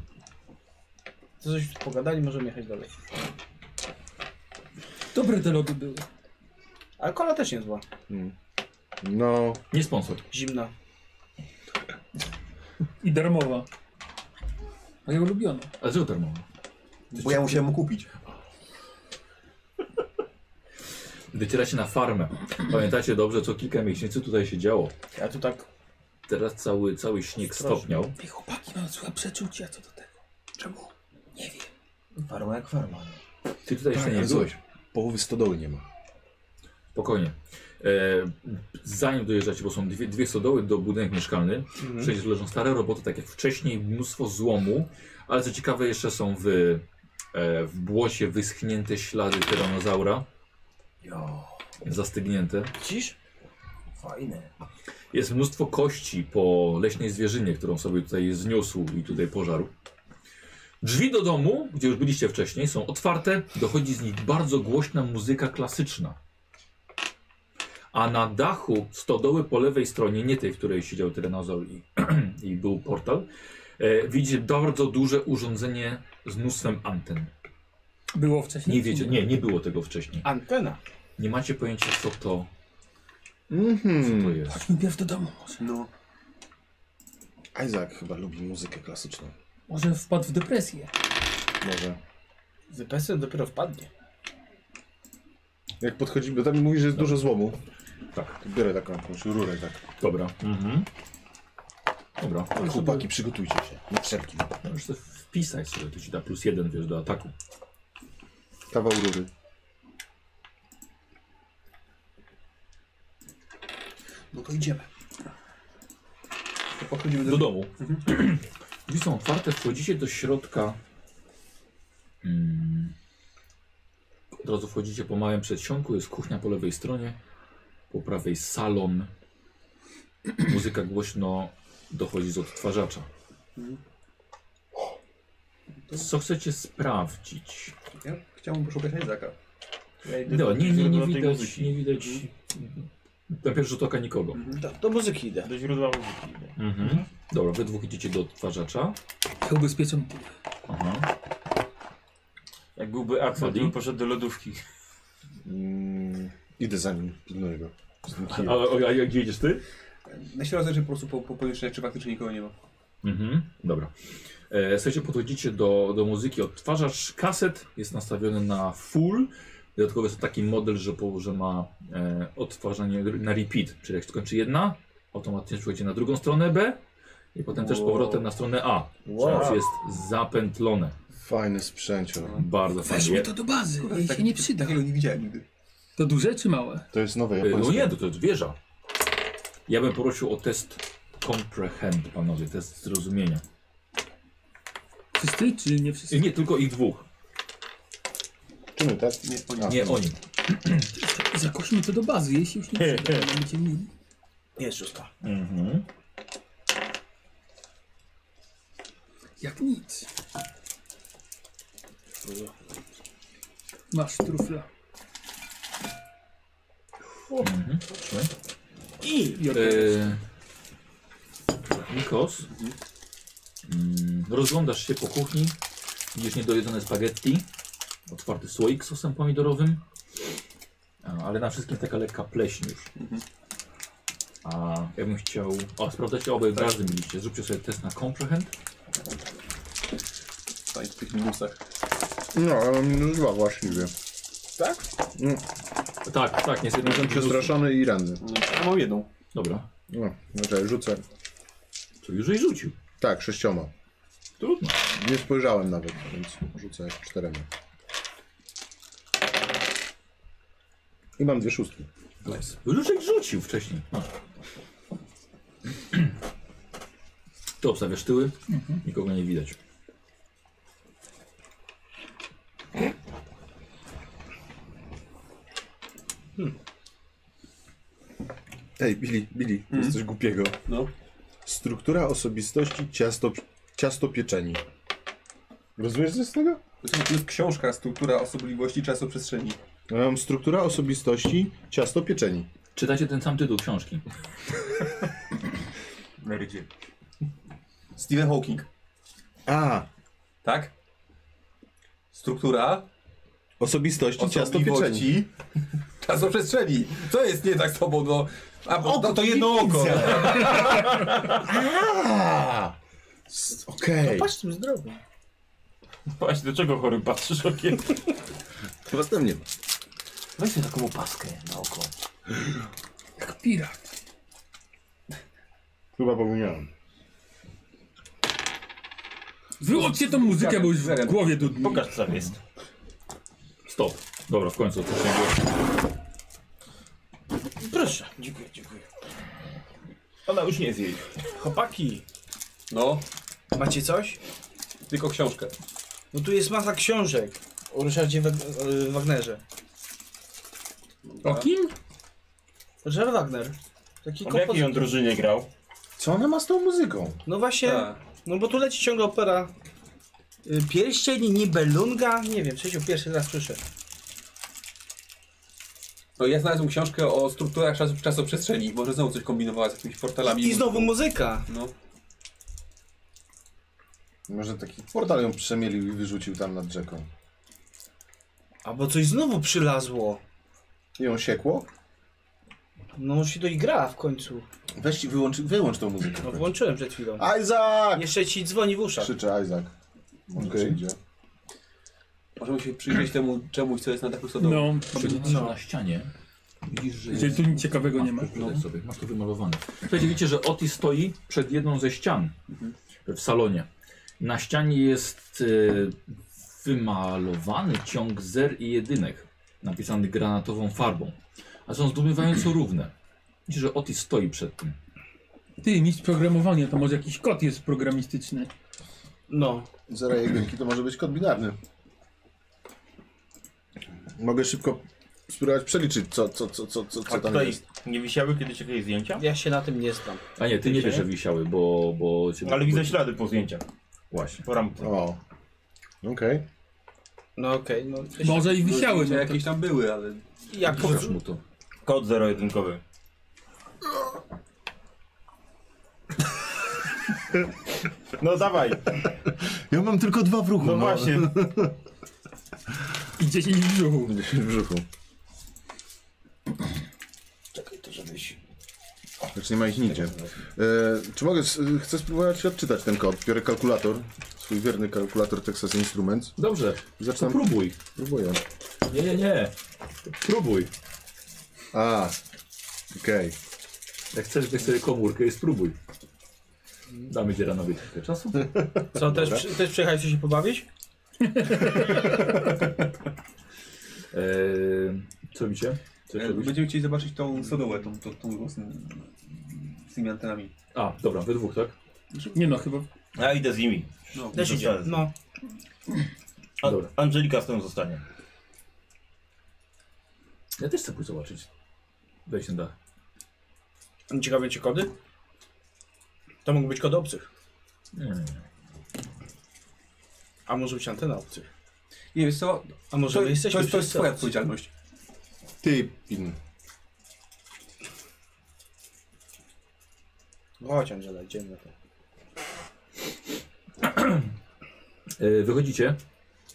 To coś pogadali, możemy jechać dalej. Dobre te lody były. Ale kola też nie zła. No, Nie sponsor. Zimna. I darmowa. Moja ulubiona. Ale czego termowa? Bo ja musiałem mu kupić. Wyciera się na farmę. Pamiętacie dobrze, co kilka miesięcy tutaj się działo. A tu tak. Teraz cały, cały śnieg stopniał. Ej, chłopaki, mam złe przeczucia co do tego. Farma jak farma. Ty tutaj jeszcze nie ale byłeś. połowy stodoły nie ma. Spokojnie. E, zanim dojeżdżacie, bo są dwie, dwie stodoły do budynek mieszkalny, Mhm. wszędzie tu leżą stare roboty, tak jak wcześniej, mnóstwo złomu, ale co ciekawe jeszcze są w, e, w błocie wyschnięte ślady tyranozaura, Jo, zastygnięte. Widzisz? fajne. Jest mnóstwo kości po leśnej zwierzynie, którą sobie tutaj zniósł i tutaj pożarł. Drzwi do domu, gdzie już byliście wcześniej, są otwarte. Dochodzi z nich bardzo głośna muzyka klasyczna. A na dachu stodoły po lewej stronie, nie tej, w której siedział tyranozaur i, i był portal, e, widzicie bardzo duże urządzenie z mnóstwem anten. Było wcześniej. Nie czy wiecie, nie, nie było tego wcześniej. Antena. Nie macie pojęcia, co to, co to Mhm. jest. Chodźmy pierw do domu może. No. Isaac chyba lubi muzykę klasyczną. Może wpadł w depresję. Może. Z pesem dopiero wpadnie. Jak podchodzimy, bo tam mówi, że jest dużo złomu. Tak. To Biorę taką jakąś rurę, tak. Dobra. Dobra. Chłopaki, przygotujcie się. Na wszelki. Możesz sobie wpisać sobie, to ci da plus jeden, wiesz, do ataku. Kawał rury. No to idziemy. To podchodzimy do... Do domu. Drzwi są otwarte, wchodzicie do środka. Mm. Od razu wchodzicie po małym przedsionku, jest kuchnia po lewej stronie, po prawej salon. Muzyka głośno dochodzi z odtwarzacza. Co chcecie sprawdzić? Ja chciałbym poszukać Isaaca. Ja idę No, do- nie, do nie, nie źródła tej widać, muzyki. nie widać na pierwszy rzut oka nikogo. Do, do muzyki idę. Do źródła muzyki. idę. Mhm. Dobra, wy dwóch idziecie do odtwarzacza. Ja ubezpieczam. Aha. Jak byłby akcent, Body? to bym poszedł do lodówki. Mm, idę za nim, pilnuję go. Z tym kijem. A, a, a gdzie idziesz ty? Na środek zajrzę po prostu po, po pomieszczeniu, czy faktycznie nikogo nie ma. Mhm. Dobra. E, słuchajcie, podchodzicie do, do muzyki, odtwarzacz kaset jest nastawiony na full. Dodatkowo jest to taki model, że, po, że ma e, odtwarzanie na repeat, czyli jak skończy jedna, automatycznie przechodzi na drugą stronę B i potem też powrotem na stronę A. Wow. Czyli jest zapętlone. Fajne sprzęcio. Bardzo fajnie. Weźmy to do bazy, jej tak- się nie przyda. Takiego nie widziałem nigdy. To duże czy małe? To jest nowe E, japońskie. No nie, to, to jest wieża. Ja bym prosił o test comprehend, panowie, test zrozumienia. Wszyscy czy nie wszyscy? E, Nie, tylko ich dwóch. Czy my, tak? Nie, A, Nie, oni. Zakośmy to do bazy, jej się już nie przyda. ale Będziemy mieli. Jest szóstka. Jak nic. Masz trufla. I y, Eee, E, Nikos, mm, rozglądasz się po kuchni, widzisz niedojedzone spaghetti, otwarty słoik z sosem pomidorowym, a, ale na wszystkim taka lekka pleśń już. A ja bym chciał... O, sprawdzacie obaj razem mieliście. Zróbcie sobie test na comprehend. Tak, w tych minusach. No, ale minus dwa właściwie. Tak, tak, niestety. Jestem przestraszony i ranny. No, ja mam jedną. Dobra, No, znaczy rzucę. to już jej rzucił. Tak, sześcioma. Trudno. Nie spojrzałem nawet, więc rzucę czterema. I mam dwie szóstki. Już ich rzucił wcześniej. No. Masz. Tu obstawiasz tyły, nikogo nie widać. Ej, Billy, Billy, Mm. to jest coś głupiego. No. Struktura osobistości ciasto, ciasto pieczeni. Rozumiesz coś z tego? To jest- to jest książka Struktura osobliwości czasoprzestrzeni. Ja mam struktura osobistości ciasto pieczeni. Czytacie ten sam tytuł książki. Merydzie. Stephen Hawking, A, tak? Struktura osobistości ciasto pieczeni. osobliwości czasoprzestrzeni. Co jest nie tak z tobą, no? A, bo, no to jedno oko. A, s- Okej. No Patrz tym zdrowo. Właśnie, do czego chory patrzysz okiem? Okay. Was tam nie ma. Weź sobie taką opaskę na oko. jak pirat. Chyba pominiałem. Wyłączcie tą muzykę, bo już w głowie dudni. Pokaż, co tam jest. Stop. Dobra, w końcu to się było. Proszę. Dziękuję, dziękuję. Ona już nie jest jej. Chłopaki, No, macie coś? tylko książkę. No tu jest masa książek o Ryszardzie Wag- e, Wagnerze. O kim? Ryszard Wagner. Taki W jakiej on kompozytor. drużynie grał? Co ona ma z tą muzyką? No właśnie, Tak. no bo tu leci ciągle opera. Y, Pierścień, Nibelunga, nie wiem, przecież pierwszy raz słyszę. No ja znalazłem książkę o strukturach czas, czasoprzestrzeni. Może znowu coś kombinowała z jakimiś portalami. I znowu muzyka. No. Może taki portal ją przemielił i wyrzucił tam nad rzeką. Albo coś znowu przylazło. I ją siekło? No już się do i gra w końcu. Weź i wyłącz, wyłącz tą muzykę. No włączyłem przed chwilą. Isaac! Jeszcze ci dzwoni w uszach. Krzyczy Isaac. Może Okej. przyjdzie. Możemy się przyjrzeć temu czemuś, co jest na taku sodowym. No, Przyglądasz się na ścianie. Widzisz, że gdzie jest... tu nic ciekawego Masz nie ma. przeczytaj sobie, masz to wymalowane. No. Słuchajcie, widzicie, że Otis stoi przed jedną ze ścian w salonie. Na ścianie jest e, wymalowany ciąg zer i jedynek, napisany granatową farbą. A są zdumiewająco równe. Widzicie, że Otis stoi przed tym. Ty, mistrz programowania, to może jakiś kod jest programistyczny. No. Zera jedynki to może być kod binarny. Mogę szybko spróbować przeliczyć, co, co, co, co, co, A co tam tutaj jest. nie wisiały kiedyś jakieś zdjęcia? Ja się na tym nie znam. A nie, ty nie wiesz, że wisiały, bo... bo cię- Ale bo- widzę ślady po zdjęciach, Właśnie. po ramce. O. Okej. No okej, no. to się- Może i wisiały, Że no to jakieś tam były, ale... Jak Pokaż mu to. Kod zero-jedynkowy. No dawaj, Ja mam tylko dwa w ruchu. no właśnie. i 10 w brzuchu. W brzuchu. Czekaj, to żebyś... Znaczy nie ma ich nigdzie. E, czy mogę, s- chcę spróbować odczytać ten kod. Biorę kalkulator, swój wierny kalkulator Texas Instruments. Dobrze, Zaczynam. próbuj. Próbuję. Nie, nie, nie. Próbuj. A, okej. Jak chcesz wziąć sobie komórkę i spróbuj. Damy ci rano trochę czasu. Co, też, przy- też przyjechałeś się pobawić? Eee, co robicie? Co E, jeszcze robicie? Będziemy chcieli zobaczyć tą stodołę, tą, tą, tą, tą z, z tymi antenami. A, dobra, we dwóch, tak? Nie no, chyba. Ja idę z nimi. No. Też idzie. zostałem. No. A- Dobra. Angelika z tym zostanie. Ja też chcę pójść zobaczyć. Wejdź na dach. Ciekawe cię kody? To mogą być kody obcych. Nie, nie, nie. A może być antena obcych? Nie wiesz co, A może to, my jest, to, jesteśmy jest, to jest wszyscy twoja obcy? odpowiedzialność. Ty, pin. No Chodź Angela, idziemy na to. E, wychodzicie?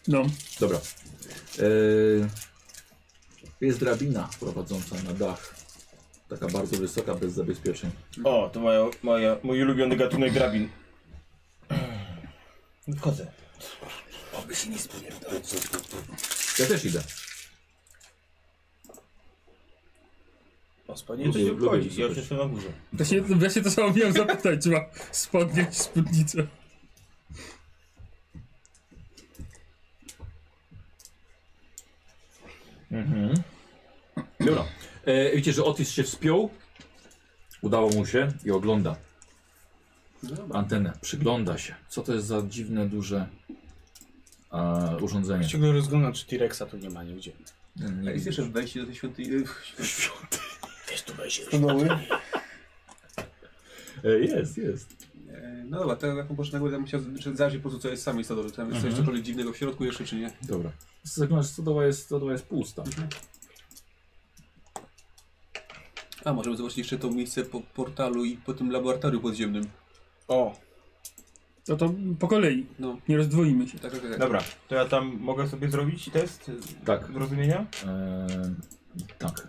No. Dobra. E, jest drabina prowadząca na dach. Taka bardzo wysoka, bez zabezpieczeń. O, to moja, moja, mój ulubiony gatunek drabin. Wchodzę. Ja też idę. O, spodnie Nie, to Lubię- się lubię wchodzi, ja już wysokość. jestem na górze. Właśnie, właśnie to samo miałem zapytać, czy ma spodnie czy spódnicę. Dobra. E, widzicie, że Otis się wspiął. Udało mu się i ogląda. Antenę. Przygląda się. Co to jest za dziwne, duże e, urządzenie? E, Ciągle rozglądam, czy T-Rexa tu nie ma nigdzie. Nie, nie A jest widzę. jeszcze wejście do tej świątyni. Wiesz, tu weź już. Stodoły. E, jest, jest. E, No dobra, to jak poproszę na górę, ja bym chciał z- zajrzeć po prostu co jest w samej stodowy. Czy tam jest coś Mhm. cokolwiek dziwnego w środku jeszcze, czy nie? Dobra. Zaglądasz, stodoła jest, stodoła jest pusta. Mhm. A, możemy zobaczyć jeszcze to miejsce po portalu i po tym laboratorium podziemnym. O, No to po kolei. No. Nie rozdwoimy się. Tak, tak, tak. tak. Dobra, to ja tam mogę sobie zrobić test y, Tak. zrozumienia? E, tak.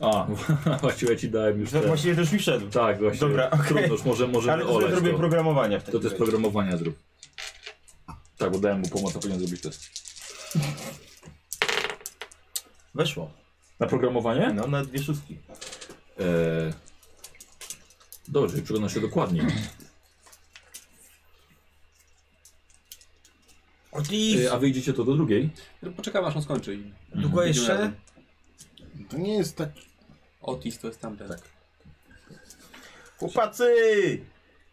A, właściwie ci dałem już Za- te... Właściwie też mi wszedł. Tak, właśnie. Dobra, okej. Trudno, już może, może Ale to sobie zrobię to. programowania w To takim też razie. programowania zrób. Tak, bo dałem mu pomoc, a powinien zrobić test. Weszło. Na programowanie? No, na dwie szóstki. Eee, dobrze, czyli przygląda się dokładniej. Y, Eee, a wyjdziecie to do drugiej. No, poczekam aż on skończy. i- długo jeszcze? razem. To nie jest tak. Otis to jest tamten. Tak. Chłopacy!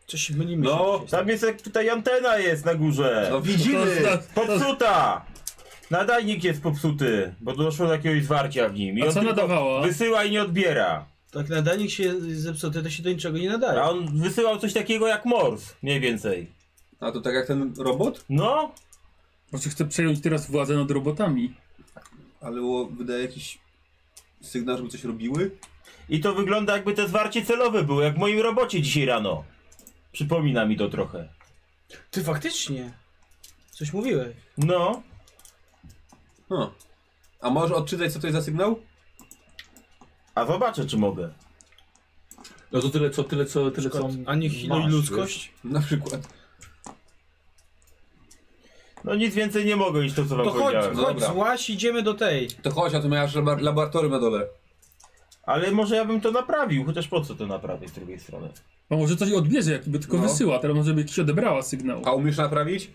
Coś się mylimy. No, się tam jest jak tutaj antena jest na górze. No To, widzimy! to, Popsuta! Nadajnik jest popsuty, bo doszło do jakiegoś zwarcia w nim. I A on co tylko nadawała? Wysyła i nie odbiera. Tak nadajnik się zepsuty, to się do niczego nie nadaje. A on wysyłał coś takiego jak Morse, mniej więcej. A to tak jak ten robot? No, Może chce przejąć teraz władzę nad robotami. Ale o, wydaje jakiś sygnał, żeby coś robiły? i to wygląda jakby te zwarcie celowe były, jak w moim robocie dzisiaj rano. Przypomina mi to trochę. Ty faktycznie. Coś mówiłeś. No, Huh. A możesz odczytać co to jest za sygnał? a zobaczę czy mogę. No to tyle, co, tyle, co, tyle, co A nie chino i masz, ludzkość? Na przykład. No nic więcej nie mogę niż to co wam To chodź, powiedziałem. no chodź, dobra. złaś, idziemy do tej. To chodź, a to miałeś laba- laboratorium na dole. Ale może ja bym to naprawił, chociaż po co to naprawię z drugiej strony? A może coś odbierze, jakby tylko No. wysyła. Teraz może by jakiś odebrała sygnał. A umiesz naprawić?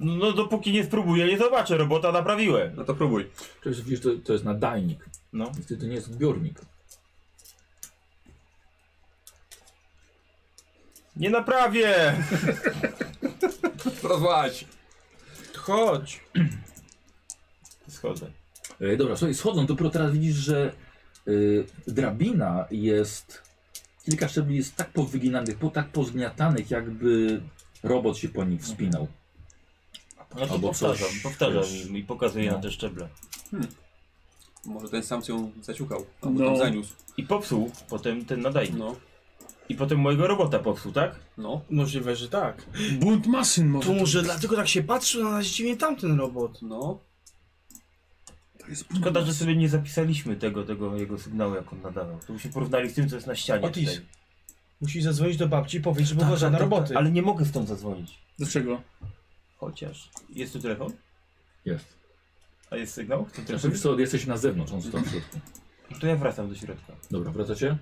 No dopóki nie spróbuję, nie zobaczę, robota naprawiłem. No to próbuj. wiesz. Przecież widzisz, to, to jest nadajnik. No. Niestety to nie jest odbiornik. Nie naprawię! Rozłaź! Chodź. Schodzę. E, dobra, słuchaj, schodzą, dopiero teraz widzisz, że y, drabina jest. Kilka szczebli jest tak powyginanych, po tak pozgniatanych, jakby robot się po nich wspinał. No to Albo powtarzam, coś, powtarzam wiesz. i- i pokazuję No. na te szczeble. Może ten sam cię zaciukał, albo No. tam zaniósł. I popsuł potem ten nadajnik. No, I potem mojego robota popsuł, tak? no. Możliwe, że tak. Bunt maszyn To może. może dlatego tak się patrzył na nas dziwnie tamten robot. No, Szkoda, że sobie nie zapisaliśmy tego, tego jego sygnału, jak on nadawał. To by się porównali z tym, co jest na ścianie Otis, tutaj. Musisz zadzwonić do babci i powiedzieć, żeby Tak, uważała tak, na tak, roboty. Ale nie mogę stąd zadzwonić. Dlaczego? Chociaż. Jest tu telefon? Jest. A jest sygnał? To, Znaczy, wiesz co, jesteś na zewnątrz, on stał w środku. to ja wracam do środka. Dobra, wracacie?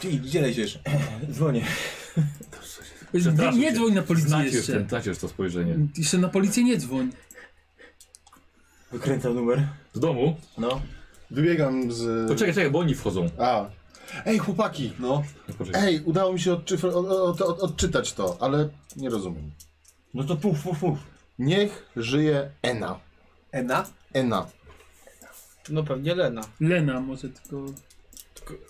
gdzie, gdzie leziesz? Dzwonię. Nie, Przepraszam nie cię. dzwoń na policję Znacie już, jeszcze. ten, znacie już to spojrzenie. Jeszcze na policję nie dzwoń. Wykręcam numer. Z domu? No. Wybiegam z. Poczekaj, czekaj, bo oni wchodzą. A. Ej, chłopaki! No, No, poczekaj. Ej, udało mi się odczyf- od, od, od, odczytać to, ale nie rozumiem. No to puf, puf, puf. Niech żyje Ena. Ena? Ena. No pewnie Lena. Lena może tylko...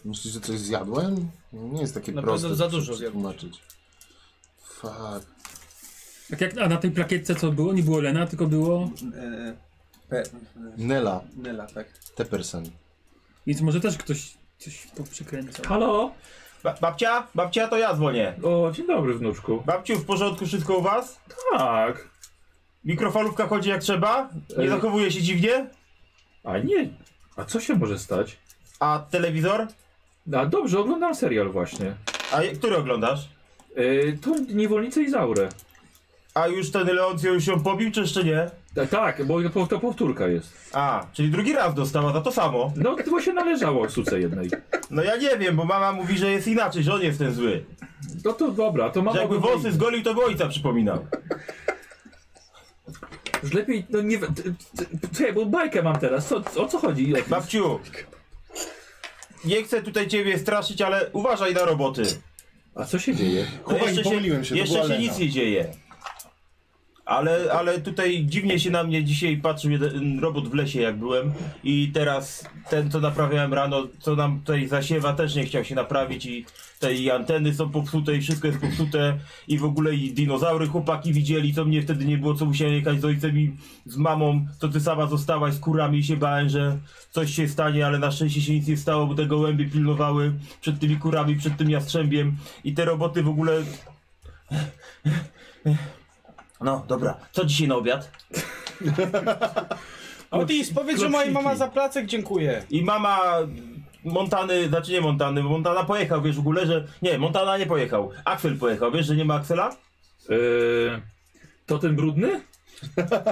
Myślisz, że coś zjadłem? No Nie jest takie Na proste. pewno za to dużo przetłumaczyć. Fuck. Tak jak a na tej plakietce co było? Nie było Lena, tylko było... E, pe, e, Nela Nela, tak. Teppersen. Więc może też ktoś coś poprzekręcał. Halo? Ba babcia? Babcia, to ja dzwonię. O, dzień dobry, wnuczku. Babciu, w porządku wszystko u was? Tak. Mikrofalówka chodzi jak trzeba? Nie Ej. zachowuje się dziwnie? A nie. A co się może stać? A telewizor? A dobrze, oglądam serial właśnie. A je- który oglądasz? Yy, to niewolnicę Izaurę. A już ten Leoncio już ją pobił, czy jeszcze nie? Ta, tak, bo po- to powtórka jest. A, czyli drugi raz dostała za to samo. No, to się należało suce jednej. No ja nie wiem, bo mama mówi, że jest inaczej, że on jest ten zły. No to dobra, to Że mama... jakby włosy zgolił, to by ojca przypominał. Już lepiej, no nie... w- ty- ty- Czekaj, bo bajkę mam teraz, co, o co chodzi? Babciu, nie chcę tutaj ciebie straszyć, ale uważaj na roboty. A co się dzieje? No Chłopaki, pomyliłem się, to jeszcze była się Lena. nic nie dzieje. Ale, ale tutaj dziwnie się na mnie dzisiaj patrzył jeden robot w lesie jak byłem i teraz ten co naprawiałem rano, co nam tutaj zasiewa też nie chciał się naprawić i te i anteny są popsute i wszystko jest popsute i w ogóle i dinozaury chłopaki widzieli, co mnie wtedy nie było, co musiałem jechać z ojcem i z mamą, to ty sama zostałaś z kurami i się bałem, że coś się stanie, ale na szczęście się nic nie stało, bo te gołębie pilnowały przed tymi kurami, przed tym jastrzębiem i te roboty w ogóle no, dobra. Co dzisiaj na obiad? Otis, powiedz, że moja mama za placek dziękuję. I mama Montany, znaczy nie Montany, bo Montana pojechał, wiesz, w ogóle, że... Nie, Montana nie pojechał. Axel pojechał, wiesz, że nie ma Axela? Yy, to ten brudny?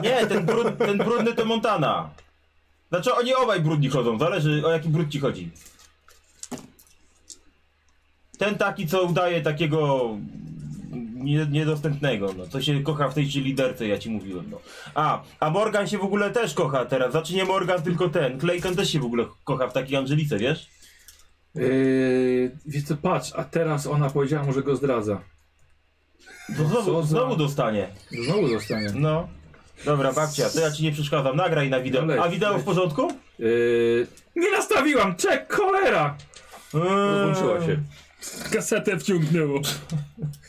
Nie, ten, brud, ten brudny to Montana. Znaczy oni obaj brudni chodzą, zależy o jaki brud ci chodzi. Ten taki, co udaje takiego nie, niedostępnego, no, co się kocha w tej czy liderce, ja ci mówiłem, no. A, a Morgan się w ogóle też kocha teraz, znaczy nie Morgan, tylko ten. Clayton też się w ogóle kocha w takiej Angelice, wiesz? Yy, wiesz co, patrz, a teraz ona powiedziała mu, że go zdradza. To Co znowu, za- znowu dostanie. Znowu zostanie. No. Dobra, babcia, to ja ci nie przeszkadzam, nagraj na No wideo. leć, A wideo w leć. porządku? Yy, nie nastawiłam! Czek, cholera! Rozłączyła się. Eee, Kasetę wciągnęło.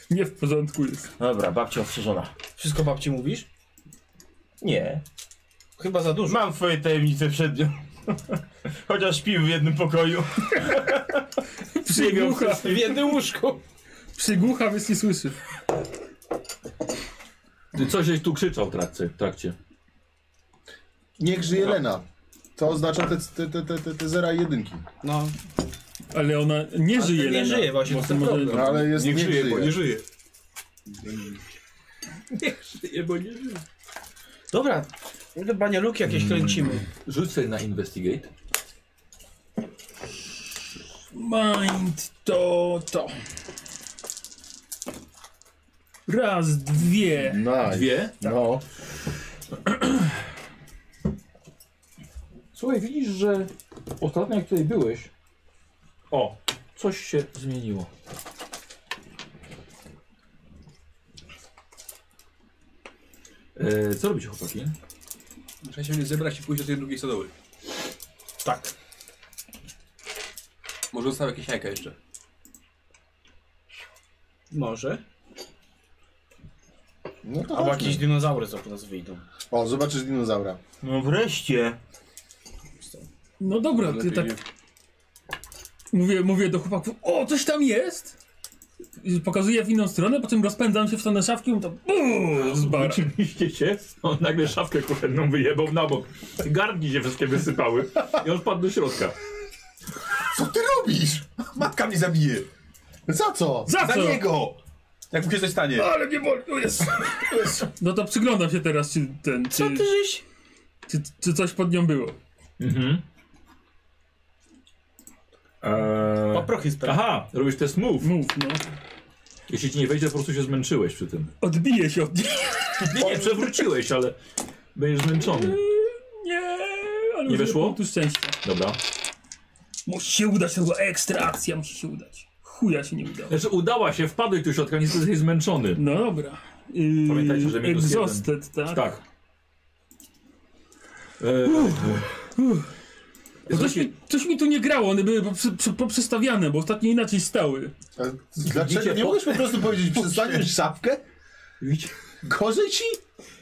Nie w porządku jest. Dobra, babcia ostrzeżona. Wszystko babci mówisz? Nie. Chyba za dużo. Mam twoje tajemnice przed nią. Chociaż śpi w jednym pokoju. Przygłucha, W jednym łóżku. przygłucha, więc nie słyszy. Ty coś żeś tu krzyczał w trakcie. w trakcie. Niech żyje No. Lena. To oznacza te, te, te, te, te, te zera i jedynki. No. Ale ona nie Ale żyje nie Lena. żyje właśnie, Bo to ten jest może- No ale jest Niech żyje, bo nie żyje. Dobra, chyba nie luki jakieś kręcimy. Rzuć sobie na investigate. Mind to to. Raz, dwie. Nice. Dwie. No. Słuchaj, widzisz, że ostatnio jak tutaj byłeś, o, coś się zmieniło. E, co robicie chłopaki? Muszę się mnie zebrać i pójść do tej drugiej stodoły. Tak. Może zostały jakieś jajka jeszcze. Może. No to Albo chodźmy. jakieś dinozaury z nas wyjdą. O, zobaczysz dinozaura. No wreszcie. No dobra, ty Lepiej tak nie. mówię, mówię do chłopaków, o, coś tam jest! I Pokazuję w inną stronę, po czym rozpędzam się w stronę szafki i to bum, z bara. Oczywiście się. On nagle szafkę kuchenną wyjebał na bok. Garnki się wszystkie wysypały i on wpadł do środka. Co ty robisz? Matka mnie zabije! Za co? Za co? niego! Jak mu się coś stanie? Ale nie boli, o jest. No to przyglądam się teraz, czy ten, czy, Co ty żeś? czy, czy coś pod nią było. Mhm. Eee, Paprochy sprawdzi. aha, robisz test move. Mów, no. Jeśli ci nie wejdzie, po prostu się zmęczyłeś przy tym. Odbije się od niej. Nie, nie, przewróciłeś, ale będziesz zmęczony. Nie, ale Nie weszło? Tu szczęścia. Dobra. Musi się udać, to była ekstra akcja, musi się udać. Chuja się nie udało. Znaczy udała się, wpadłeś tu do środka, nie jesteś zmęczony. No dobra. Yy, Pamiętajcie, że minus jeden. Exhausted, tak? Tak. E, Bo coś, mi, coś mi tu nie grało, one były poprze, prze- poprzestawiane, bo ostatnio inaczej stały. A Dlaczego? Nie po- mogłeś po prostu powiedzieć, przestaniesz szafkę? Widzicie, Gorzej ci?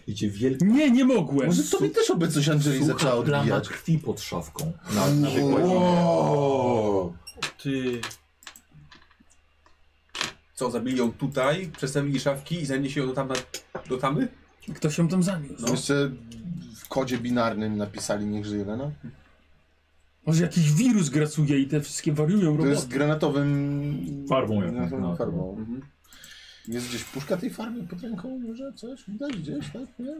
widzicie wielki Nie, nie mogłem. Może tobie też oby coś Andrzej zaczęła sucha plama odbijać. krwi pod szafką. Na, na Wow. Ty. Co, zabili ją tutaj, przestawili szafki i zaniesie ją do, tam na, do tamy? Ktoś ją tam zaniósł. No. No. Jeszcze w kodzie binarnym napisali niech żyje no. Lena. Może jakiś wirus gracuje i te wszystkie wariują To jest roboty. granatowym... Farbą jakąś, granatową no, farbą. Mhm. Jest gdzieś puszka tej farby pod ręką? Może coś? Widać gdzieś, tak? Nie?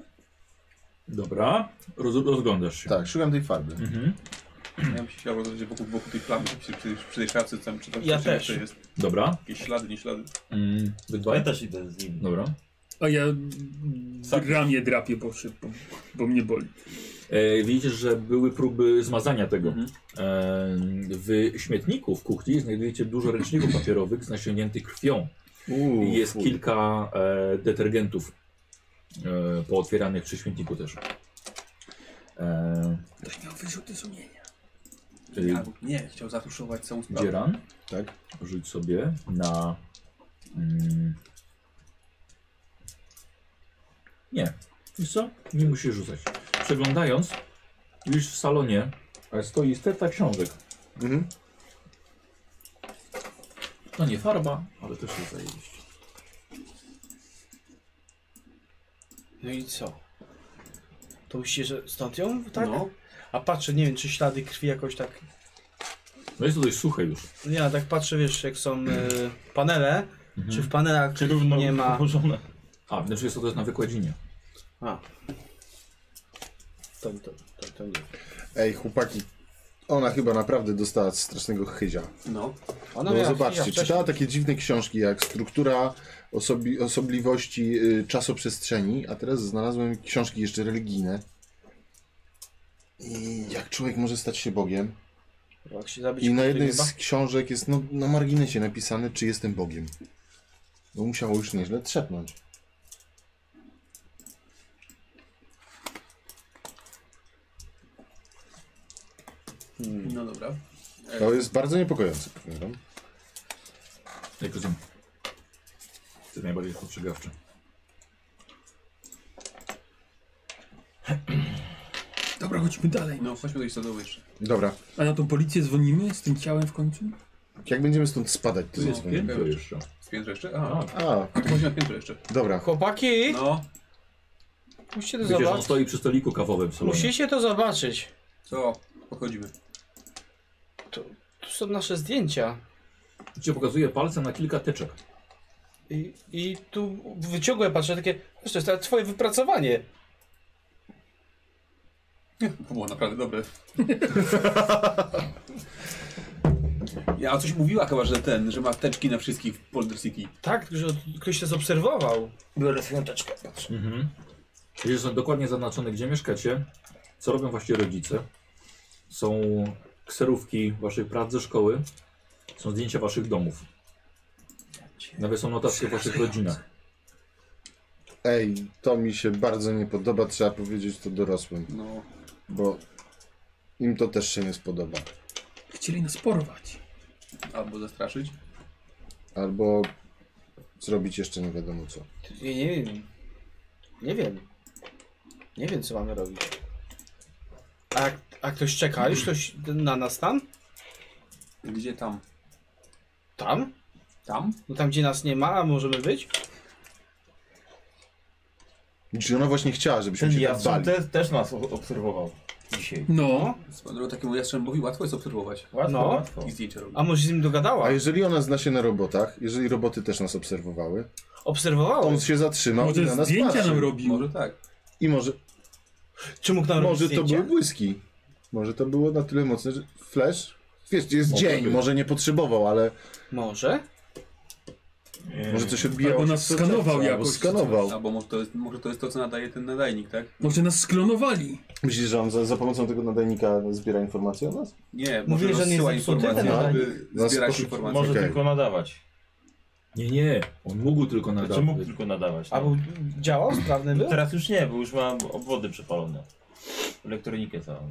Dobra, roz, rozglądasz się. Tak, szukam tej farby. Mhm. Ja bym się chciał rozejrzeć wokół, wokół tej plamy, czy, czy, przy tej szafce, czy tam, czy tam Ja coś jeszcze też. jest. Dobra. Jakieś ślady, nie ślady. Mm, wy Ja dwaj? też idę z nim. Dobra. A ja ramię drapię, bo, się, bo, bo mnie boli. E, widzicie, że były próby zmazania tego. E, w śmietniku w kuchni znajdujecie dużo ręczników papierowych z nasiągniętych krwią. Uuu, I jest fuj. kilka e, detergentów e, pootwieranych przy śmietniku też. E, Ktoś miał wyrzuty sumienia. czyli Albo nie, chciał zatuszować całą sprawę. Dzieran, Tak. rzuć sobie na... Mm, nie. Wiesz co? Nie musisz rzucać. Przeglądając, już w salonie e, stoi sterta książek. Mhm. To nie farba, ale też jest zajebiście. No i co? To myślicie, że stąd ją? Tak? A patrzę, nie wiem, czy ślady krwi jakoś tak... No jest to dość suche już. Nie, ale tak patrzę, wiesz, jak są y, panele, czy w panelach Czy równo nie ma... położone? A, znaczy jest to też na wykładzinie. A. To, to, to, to nie. Ej, chłopaki. Ona chyba naprawdę dostała strasznego chyzia. No. No, zobaczcie, czytała takie dziwne książki jak Struktura osobi osobliwości y, czasoprzestrzeni, a teraz znalazłem książki jeszcze religijne. I jak człowiek może stać się Bogiem? Jak się zabić I na kurde, jednej chyba? z książek jest no, na marginesie napisane, czy jestem Bogiem. No musiało już nieźle trzepnąć. No dobra. To jest bardzo niepokojące, powiem wam. Jak rozumiem. To jest najbardziej spostrzegawcze. Dobra, chodźmy dalej. No, chodźmy do tej stodoły jeszcze. Dobra, A na tą policję dzwonimy z tym ciałem w końcu? jak będziemy stąd spadać, to jest Piętro jeszcze. Z piętra jeszcze? A, A, to chodźmy na piętro jeszcze. dobra. Chłopaki, No, musicie to Wiecie, że on zobaczyć. stoi przy stoliku kawowym w salonie. Musicie to zobaczyć. co? Pochodzimy. Tu są nasze zdjęcia. Cię pokazuje palcem na kilka teczek. I, I tu wyciągłem, patrzę takie, wiesz, to jest twoje wypracowanie. To było naprawdę dobre. Ja, a coś mówiła chyba, że ten, że ma teczki na wszystkich w Boulder City. Tak, że ktoś nas obserwował. Biorę swoją teczkę, patrzę. Mhm. Wiecie, są dokładnie zaznaczone, gdzie mieszkacie, co robią właśnie rodzice. Są kserówki waszych prac ze szkoły, są zdjęcia waszych domów. Nawet są notatki o waszych rodzinach. Ej, to mi się bardzo nie podoba, trzeba powiedzieć to dorosłym. No, bo im to też się nie spodoba. Chcieli nas porwać. albo zastraszyć. Albo zrobić jeszcze nie wiadomo co. Nie, nie wiem. Nie wiem. Nie wiem, co mamy robić. A, jak- a ktoś czeka? Już ktoś na nas tam? Gdzie tam? Tam? Tam? No tam, gdzie nas nie ma, a możemy być? Czyli Znaczy, ona właśnie chciała, żebyśmy Ten się tak jastrząb bali. te, też nas o- obserwował dzisiaj. No, Spadło takiemu jastrzębowi łatwo jest obserwować. Łatwo, No. łatwo. I zdjęcia robić. A może się z nim dogadała? A jeżeli ona zna się na robotach, jeżeli roboty też nas obserwowały, Obserwowała. on się zatrzymał i na może nas zdjęcia patrzył. nam robił. Może tak. I może, Czy mógł nam może robić to były zdjęcia? błyski. Może to było na tyle mocne, że flash... Wiesz, jest Może dzień, być. może nie potrzebował, ale Może? może coś odbijało. Albo się nas w soczewce, skanował albo jakoś, czy skanował. Albo może to, jest, może to jest to, co nadaje ten nadajnik, tak? Może nas sklonowali. Myślisz, że on za, za pomocą tego nadajnika zbiera informacje o nas? Nie, może Mówię, że nie rozsyła jest zepsuty informacje, ten żeby No, zbierać sposób- informacje. Może Okej. tylko nadawać. Nie, nie, on mógł tylko nadać. Znaczy mógł tylko nadawać. A był, działał? Sprawny był? Teraz już nie, bo już mam obwody przepalone. Elektronikę całą.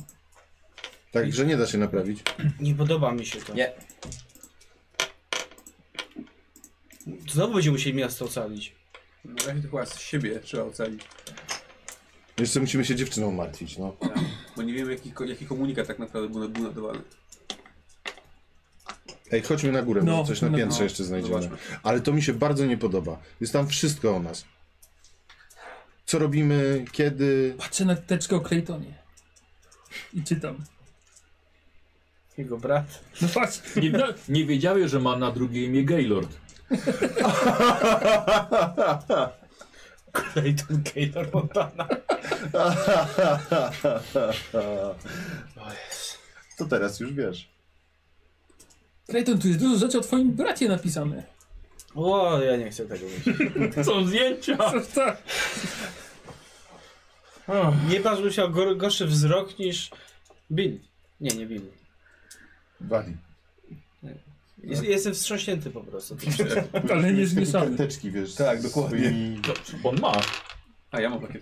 Tak, że nie da się naprawić. Nie podoba mi się to. Nie. Znowu będziemy musieli miasto ocalić. Na razie to chyba z siebie trzeba ocalić, Jeszcze musimy się dziewczyną martwić, no. bo nie wiemy jaki, ko- jaki komunikat tak naprawdę był, był nadawany. Ej, chodźmy na górę, może No, coś na no, piętrze no. jeszcze znajdziemy. Zobaczmy. Ale to mi się bardzo nie podoba. Jest tam wszystko o nas. Co robimy, kiedy... Patrzę na teczkę o Claytonie. I czytam. Jego brat. No patrz, Nie, nie wiedziałem, że ma na drugie imię Gaylord. Clayton Gaylor Montana. To teraz już wiesz. Clayton, tu jest dużo rzeczy o twoim bracie napisane. O, ja nie chcę tego mieć. Są zdjęcia! Co, tak. Nie patrz, bym miał gor- gorszy wzrok niż Bill. Nie, nie Bill. Bali. Jest, Jestem wstrząśnięty po prostu. tym wszystkim. Ale nie zmieszamy. Karteczki, wiesz. Tak, z dokładnie. swoimi- On ma. A ja mam takie.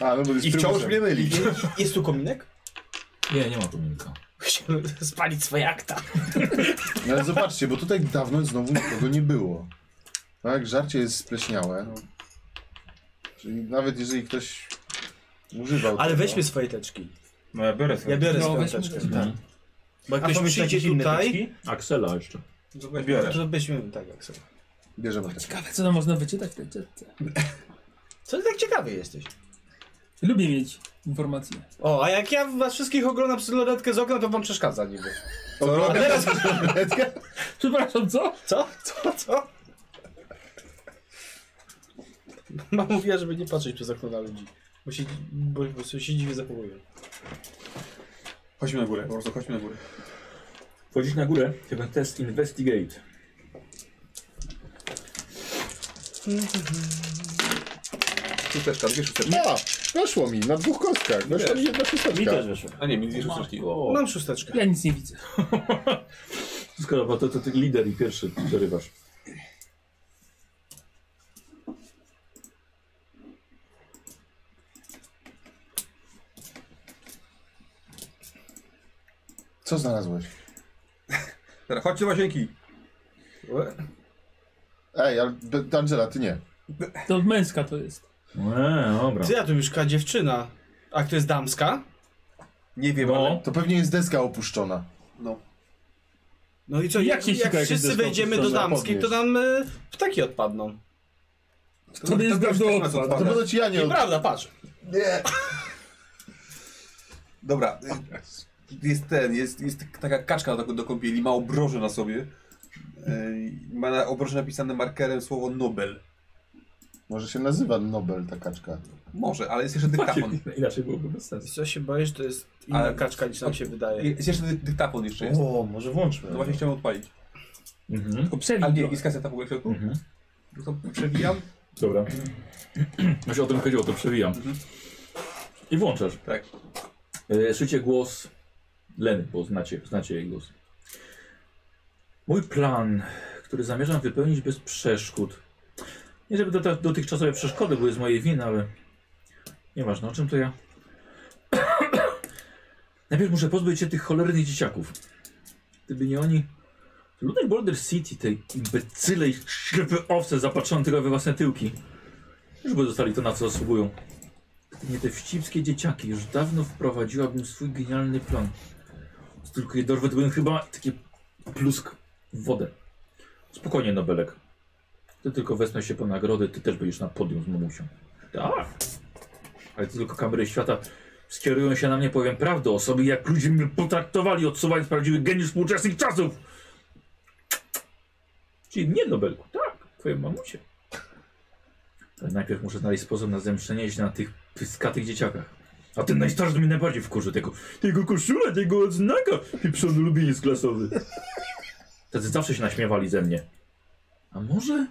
A, no bo jest I wciąż mnie myli. Jest tu kominek? Nie, nie ma kominka. Chciałem spalić swoje akta. No ale zobaczcie, bo tutaj dawno znowu nikogo nie było. Tak, żarcie jest spleśniałe. Czyli nawet jeżeli ktoś używał Ale tego- weźmy swoje teczki. No ja biorę sobie. Ja biorę No, swoją weźmy teczkę. teczki. Tak. Bo jak A ktoś powiedz przyjdzie jakieś inne tutaj, teczki? Aksela jeszcze. biorę. To byśmy tak jak sobie. Bierzemy tak. Ciekawe, co tam można wyczytać w tej teczce. Co ty tak ciekawy jesteś? Lubię mieć informacje. O, a jak ja was wszystkich oglądam przez lodetkę z okna, to wam przeszkadza niby. Oglądam teraz- tabletkę. Przepraszam, co? Co? Co? Co? Mama mówiła, żeby nie patrzeć przez okno na ludzi. Bo się, bo, bo się dziwnie zachowują. Chodźmy na górę, po prostu chodźmy na górę. Wchodzić na górę, to ten test Investigate. Szósteczka, dwie szósteczki. No, weszło mi na dwóch kostkach. Weszła mi jedna mi szósteczka. też weszło. A nie, mi dwie szósteczki. O, Mam szósteczkę. Ja nic nie widzę. skoro to, to, to ty lider i pierwszy dorywasz. Co znalazłeś? Teraz chodźcie do łazienki. Ej, ale be- Angela, ty nie. To męska to jest. Eee, dobra. Ty, a tu już ka dziewczyna. A kto jest damska? Nie wiem, ale... No, To pewnie jest deska opuszczona. No. No i co, Jak jak, się jak, sika, jak wszyscy jest to wejdziemy do opuszczone? damskiej, to nam y, ptaki odpadną. To nie jest gardło nas A to odpada. ponoć ja nie... Od... Nieprawda, patrz. Nie. Dobra. y, Jest ten, jest, jest taka kaczka do, do kąpieli, ma obroże na sobie. Y, Ma na obroże napisane markerem słowo Nobel. Może się nazywa Nobel ta kaczka. Może, ale jest jeszcze dyktafon. inaczej byłoby bez sensu. Co się boisz, to jest inna Ale- kaczka niż nam się wydaje. Jest jeszcze dy- dyktafon jeszcze jest. O, może włączmy. No właśnie chciałem odpalić. Mhm. Tylko przewin Ale nie, trochę. jest kaseta w ogóle w środku? Mhm. No to przewijam. Dobra. Właśnie o tym chodziło, to przewijam. I włączasz. Tak. E, Słyszycie głos Leny, bo znacie, znacie jej głos. Mój plan, który zamierzam wypełnić bez przeszkód. Nie żeby dota- dotychczasowe przeszkody były z mojej winy, ale nieważne o czym to ja. Najpierw muszę pozbyć się tych cholernych dzieciaków. Gdyby nie oni... Ludność Boulder City, tej imbecyle i ślepy owce zapatrzone tylko we własne tyłki. Już by dostali to, na co zasługują. Gdyby nie te wścibskie dzieciaki, już dawno wprowadziłabym swój genialny plan. Tylko je dorwę, to będą chyba takie plusk w wodę. Spokojnie, Nobelek. Ty tylko wezmę się po nagrody, ty też będziesz na podium z mamusią. Tak. Ale ty tylko kamery świata skierują się na mnie, powiem prawdę o sobie, jak ludzie mnie potraktowali, odsuwając prawdziwy geniusz współczesnych czasów. Czyli nie Nobelku, tak, twoje mamusie. Ale najpierw muszę znaleźć sposób na zemszczenie się na tych pyskatych dzieciakach. A ten najstarszy mnie najbardziej wkurzy. Tego, tego koszula, tego odznaka, pieprzony lubieniec klasowy. Tacy zawsze się naśmiewali ze mnie. A może...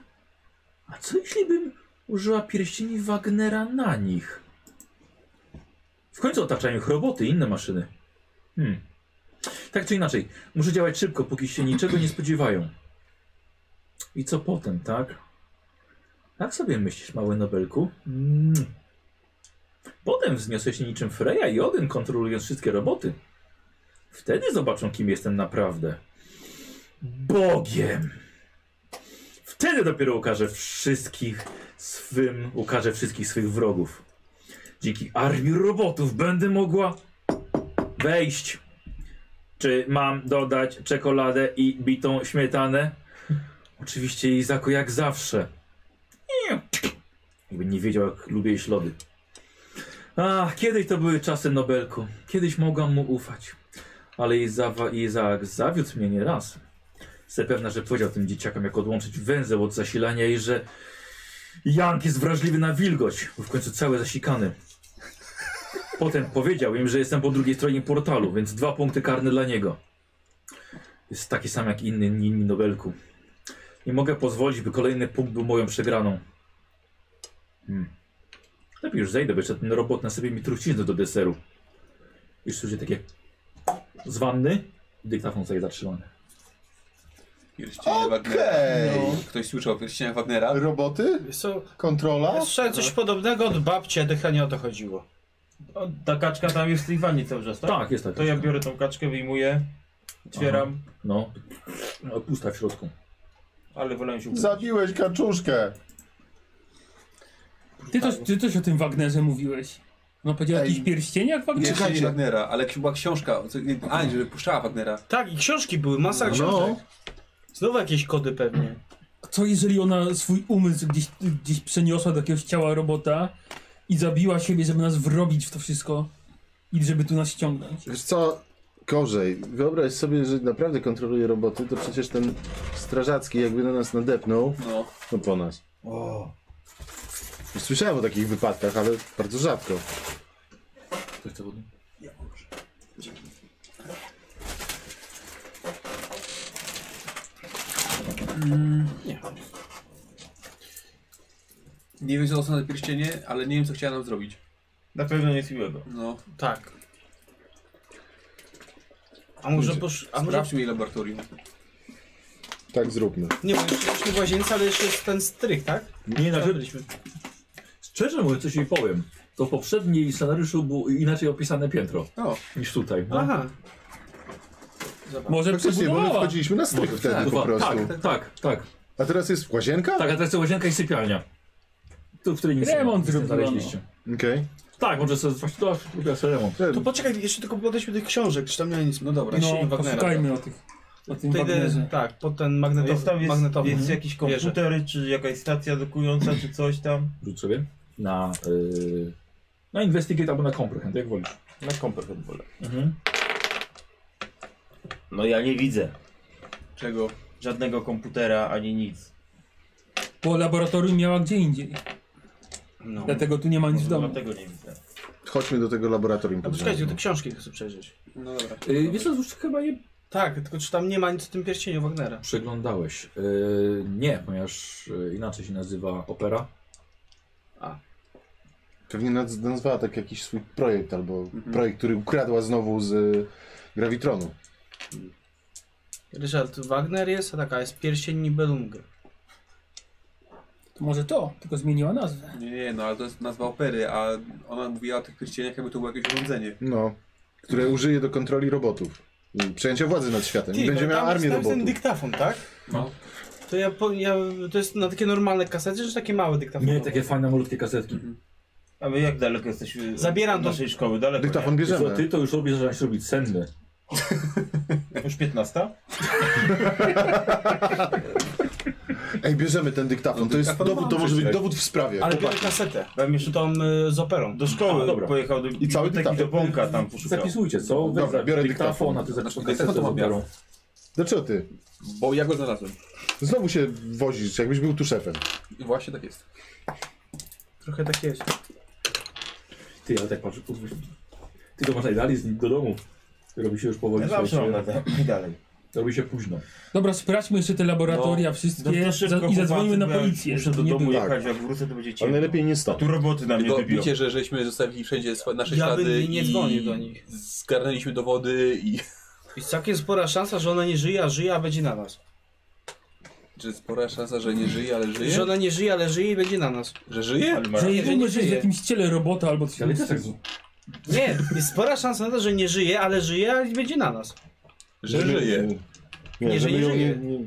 A co jeśli bym użyła pierścieni Wagnera na nich? W końcu otaczają ich roboty i inne maszyny. Hmm. Tak czy inaczej, muszę działać szybko, póki się niczego nie spodziewają. I co potem, tak? Jak sobie myślisz, mały Nobelku? Mm. Potem wzniosę się niczym Freja i Odyn, kontrolując wszystkie roboty. Wtedy zobaczą, kim jestem naprawdę. Bogiem. Wtedy dopiero ukażę wszystkich swym, ukażę wszystkich swych wrogów. Dzięki armii robotów będę mogła wejść. Czy mam dodać czekoladę i bitą śmietanę? Oczywiście Izaku jak zawsze. Jakby nie wiedział, jak lubię jej ślody. Ach, kiedyś to były czasy Nobelku. Kiedyś mogłam mu ufać. Ale Izawa- Izaak zawiódł mnie nieraz. Zapewna, że powiedział tym dzieciakom, jak odłączyć węzeł od zasilania i że Jank jest wrażliwy na wilgoć. Był w końcu cały zasikany. Potem powiedział im, że jestem po drugiej stronie portalu, więc dwa punkty karne dla niego. Jest taki sam jak inny, inni Nobelku. Nie mogę pozwolić, by kolejny punkt był moją przegraną. Hmm. Lepiej już zejdę, bo jeszcze ten robot na sobie mi truciznę do deseru. Już słyszę takie z wanny, dyktafon sobie zatrzymany. Pierścienie Wagnera. No. Okej. Ktoś słyszał o pierścieniach Wagnera? Roboty? Wiesz co, ja Kontrola? słyszałem coś podobnego od babci, a dycha nie o to chodziło. O, ta kaczka tam jest w tej wannie cały czas, tak? Tak, jest tak. To ja biorę tą kaczkę, wyjmuję, otwieram, No, no pusta w środku. ale wolałem się ukryć. Zabiłeś kaczuszkę. Ty coś, ty coś o tym Wagnerze mówiłeś. No powiedział o Ej. jakichś pierścieniach Wagnerze? Pierścienie Czekajcie. Wagnera, ale jak była książka, co- Angel puszczała Wagnera. Tak, i książki były, masa No, książek. Znowu jakieś kody pewnie. A Co jeżeli ona swój umysł gdzieś, gdzieś przeniosła do jakiegoś ciała robota i zabiła siebie, żeby nas wrobić w to wszystko i żeby tu nas ściągnąć? Wiesz co, gorzej. Wyobraź sobie, że naprawdę kontroluje roboty, to przecież ten strażacki jakby na nas nadepnął, No. no po nas. O. Słyszałem o takich wypadkach, ale bardzo rzadko. Ktoś chce wody? Nie wiem, co to są za pierścienie, ale nie wiem, co chciała nam zrobić. Na pewno nic miłego. No. Tak. A może posz... A może... Sprawdźmy jej laboratorium. Tak zróbmy. Nie, bo jeszcze byliśmy w łazience, ale jeszcze jest ten strych, tak? Nie, na rzecz. Szczerze mówiąc, coś jej powiem. To w poprzedniej scenariuszu było inaczej opisane piętro No. niż tutaj. No. Aha. Może Faktycznie, bo my przebudowała. wchodziliśmy na strych wtedy tak, po prostu. Tak, tak, tak. A teraz jest łazienka? Tak, a teraz jest łazienka i sypialnia. Tu, w której nic Remont nic nie zrobiła, no. znaleźliście. Okej. Tak, może sobie właśnie to robię sobie remont. To poczekaj, jeszcze tylko podejdźmy do tych książek, czy tam nie ma nic. No dobra, No, Wagnera. poszukajmy o tych. O tym Tutaj Wagnerze. idę, tak, pod ten No jest magnetowy. tam jest, magnetowy. jest jakiś Wieżę. komputer, czy jakaś stacja dokująca, czy coś tam. Rzuć sobie na, yy, na investigate albo na comprehend, jak wolisz. Na komper wolę. Mhm. No ja nie widzę Czego? żadnego komputera ani nic. Bo laboratorium miała gdzie indziej. No. Dlatego tu nie ma nic w domu. Dlatego nie widzę. Chodźmy do tego laboratorium A poczekajcie, podziemnego. te książki chcę przejrzeć. No dobra. Yy, wiesz co, już chyba je Tak, tylko czy tam nie ma nic o tym pierścieniu Wagnera? przeglądałeś. Yy, nie, ponieważ yy, inaczej się nazywa opera. Pewnie naz- nazwała tak jakiś swój projekt, albo projekt, który ukradła znowu z y, Gravitronu. Ryszard, Wagner jest, a taka jest pierścień Nibelunga. To może to, tylko zmieniła nazwę. Nie, nie, no ale to jest nazwa opery, a ona mówiła o tych pierścieniach, jakby to było jakieś urządzenie. No. Które użyje do kontroli robotów. I przejęcia władzy nad światem. I będzie no, miała tam armię jest, tam jest ten robotów. dyktafon, tak? No. To ja, po, ja, to jest na takie normalne kasety, czy takie małe dyktafony? Nie, takie fajne, malutkie kasetki. A my jak daleko jesteśmy Zabieram od to- naszej szkoły? Daleko. Dyktafon nie? Wiesz co, ty bierzemy. to już robisz, że się robić senny. Już 15? Ej, bierzemy ten No dyktafon. To jest dyktafon dowód, to mam może być przecież. dowód w sprawie. Ale biorę kasetę. Tam jeszcze Tą y, z operą. do szkoły A, dobra. pojechał do I cały taki do dyktafon. bąka tam poszukał. Zapisujcie, co? Weź Dobra, za- biorę dyktafon. a ty zapisz Znaczy, kasetę dyktafon z to mam ja. operą. Dlaczego Znaczy ty? Bo ja go znalazłem. Znowu się wozisz, jakbyś był tu szefem. I właśnie tak jest. Trochę tak jest. Ty, ale tak patrzę, kurwa. Ty to masz najdalej z nich do domu. Robi się już powoli, Ja zawsze mam słuchajcie. radę. I dalej. Robi się późno. Dobra, sprawdźmy jeszcze te laboratoria No wszystkie to szybko, za, i zadzwonimy chłopacy, na bo ja policję. Muszę do Nie domu było. jechać, jak wrócę to będzie ciemno. Ale najlepiej nie stąd. Tu roboty na mnie Tylko wybiją. wiecie, że żeśmy zostawili wszędzie swe, nasze Ja bym ślady nie i dzwonił do nich. zgarnęliśmy dowody i... I całkiem spora szansa, że ona nie żyje, a żyje, a będzie na nas. Czy spora szansa, że nie żyje, ale żyje? Że ona nie żyje, ale żyje i będzie na nas. Że żyje? Ale ma... Że Jeżeli jedynie nie jest w żyje. jakimś ciele robota albo coś. Ale w też tym tak stylu. Nie, jest spora szansa na to, że nie żyje, ale żyje, ale będzie na nas. Że żyje. Nie, że żeby nie ją żyje. nie,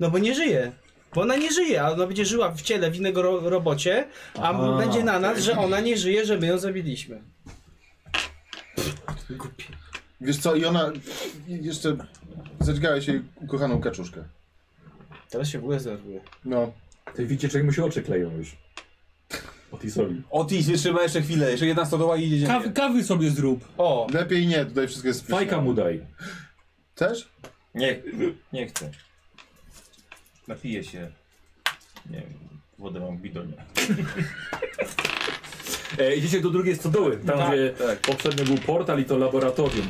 No bo nie żyje. Bo ona nie żyje, a ona będzie żyła w ciele w innego ro robocie, a Aha. będzie na nas, że ona nie żyje, że my ją zabiliśmy. Wiesz co, i ona jeszcze zadźgałeś jej ukochaną kaczuszkę. Teraz się w ogóle zerwuje. No. Ty widzicie, czego mu się oczy kleją już. O tej soli. Otis, wytrzyma jeszcze chwilę, jeszcze jedna stodoła i jedziemy. Kaw, kawy sobie zrób. O, Lepiej nie, tutaj wszystko jest Fajka mu daj. Też? Nie, nie chcę. Napiję się. Nie wiem, wodę mam w bidonie. E, idziecie do drugiej stodoły, tam gdzie poprzednio był portal i to laboratorium.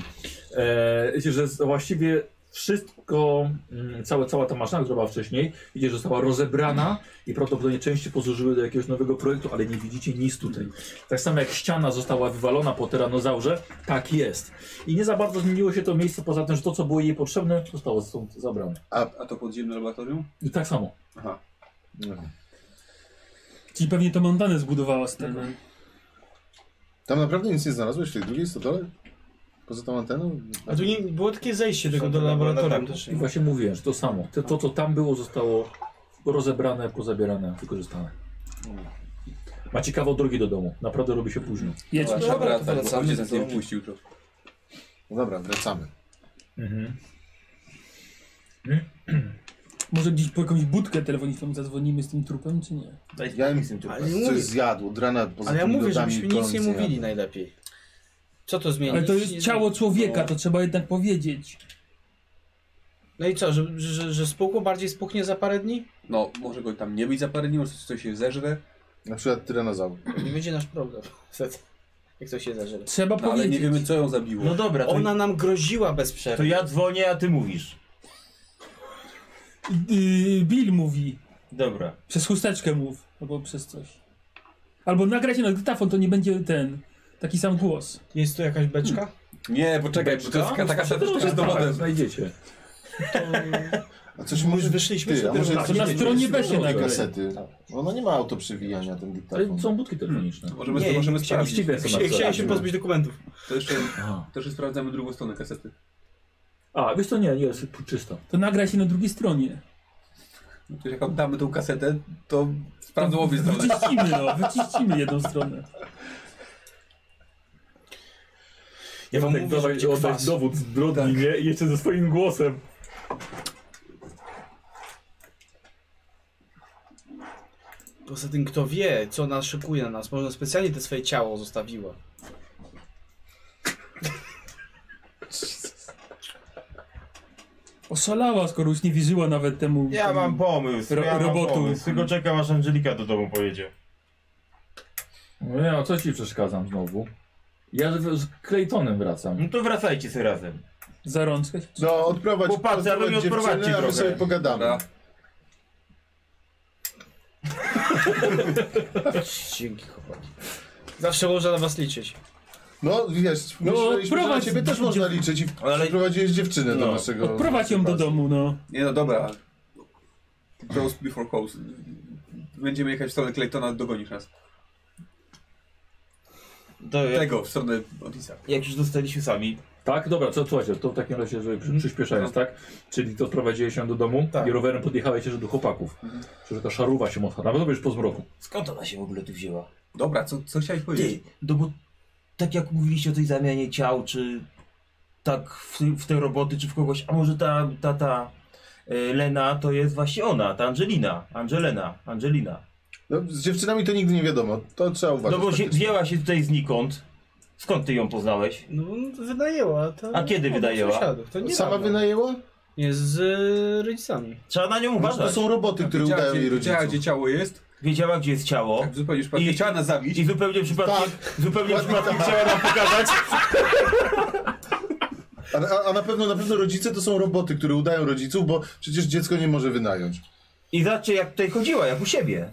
E, wiecie, że z- właściwie wszystko, mm, całe, cała ta maszyna, która była wcześniej, idzie, że została rozebrana i prawdopodobnie części posłużyły do jakiegoś nowego projektu, ale nie widzicie nic tutaj. Tak samo jak ściana została wywalona po tyranozaurze, tak jest. I nie za bardzo zmieniło się to miejsce, poza tym, że to, co było jej potrzebne, zostało stąd zabrane. A to podziemne laboratorium? I tak samo. Czyli pewnie to Montanę zbudowała z tego. Mhm. Tam naprawdę nic nie znalazłeś w tej drugiej stodole? Poza tą anteną? a tu nie, było takie zejście tego do Są- laboratorium no tak. też. I właśnie mówiłem, że to samo. To, to co tam było, zostało rozebrane, pozabierane, wykorzystane. Macie kawał drogi do domu. Naprawdę robi się późno. Jedźmy. Dobra, Dobra, to tak, bo wracamy ojciec do nas nie domu. wpuścił to. No dobra, wracamy. Może gdzieś po jakąś budkę telefoniczną zadzwonimy z tym trupem, czy nie? Ja im Ale nie coś mówię- zjadł, drana poza Ale ja tymi mówię, lodami żebyśmy kolonic nic nie mówili najlepiej. Co to zmieni? Ale to jest ciało człowieka, to trzeba jednak powiedzieć. No i co, że, że, że spłukło bardziej spuchnie za parę dni? No, może go tam nie być za parę dni, może coś się zeżre. jadł. Na przykład tyranozaur. Nie będzie nasz problem. Jak to się zażywa. Trzeba No, ale powiedzieć. nie wiemy co ją zabiło. No dobra, to, Ona nam groziła bez to przerwy. ja dzwonię, a ty mówisz. Y, Bill mówi. Dobra. Przez chusteczkę mów, albo przez coś. Albo nagrać na dyktafon, to nie będzie ten, taki sam głos. Jest tu jakaś beczka? Nie, poczekaj, bo to jest taka, taka to jest dowodem. znajdziecie. A coś Może może No, wyszliśmy ty, sobie a może tak, na ty- stronie ty- Besie ty- nagraj. kasety. Ona nie ma autoprzewijania, ten Ale dyktafon. są budki telefoniczne. Możemy, Nie, możemy chciałem- sprawdzić. Ścigę są Chcia- Chciałem się pozbyć dokumentów. To jeszcze, Aha. to jeszcze sprawdzamy drugą stronę kasety. A, wiesz to nie, nie, jest czysto. To nagraj się na drugiej stronie. Czyli Jak oddamy tą kasetę, to sprawdzą obie strony. Wyciścimy, no, wyciścimy jedną stronę. Ja wam mówię, że dawaj, będzie oddać kwas. Tak. dowód zbrodni, nie? I jeszcze ze swoim głosem. Poza tym, kto wie, co nas szykuje na nas. Może specjalnie te swoje ciało zostawiła. Oszalała, skoro już nie wierzyła nawet temu. Ja temu- mam pomysł, Ro- ja mam robotu. pomysł. Tylko czekam aż Angelika do domu pojedzie. No ja, co ci przeszkadzam znowu? Ja z, z Claytonem wracam. No to wracajcie sobie razem. Za rączkę? Czy- No, odprowadź, Chłopacy, a wy odprowadź mnie odprowadźcie dziewczynę, a my trochę. sobie pogadamy. Dobra. Dzięki, chłopaki. Zawsze można na was liczyć. No, wiesz, no, myśleliśmy, że na odprowadź ciebie też dziew- można liczyć i Ale- przyprowadziłeś dziewczynę do No. naszego... Odprowadź ją do domu, no. Nie no dobra. Close before close. Będziemy jechać w stronę Claytona, dogonisz nas. To jak, Tego, w stronę Otisa. jak już dostaliśmy sami, Tak? Dobra, co słuchajcie, to w takim razie, że przy, przyspieszając, tak? Czyli to odprowadziłeś się do domu Mhm. Tak. i rowerem podjechałeś jeszcze do chłopaków. Mhm. Że ta szaruwa się mocno, nawet już po zmroku. Skąd ona się w ogóle tu wzięła? Dobra, co, co chciałeś powiedzieć? Ty, no bo tak jak mówiliście o tej zamianie ciał, czy tak w, ty- w te roboty, czy w kogoś, a może ta, ta, ta e, Lena to jest właśnie ona, ta Angelina, Angelena, Angelina. No, z dziewczynami to nigdy nie wiadomo, to trzeba No uważać. Tak. bo się, faktycznie. wzięła się tutaj znikąd. Skąd ty ją poznałeś? No, wynajęła. To... A kiedy no, wynajęła? sąsiadów, To nie Sama wynajęła? Nie, z y, rodzicami. Trzeba na nią Może No, to uważać. są roboty, które Wiedziała, udają gdzie- jej Wiedziała, rodziców. gdzie ciało jest. Wiedziała, gdzie jest ciało. Tak, zupełnie przypadkiem. I- Chciała nas zabić. I zupełnie przypadkiem, zupełnie tak. Ładnie przypadkiem tak. chciała nam pokazać. A, a, a na pewno na pewno rodzice to są roboty, które udają rodziców, bo przecież dziecko nie może wynająć. I zobaczcie, jak tutaj chodziła, jak u siebie.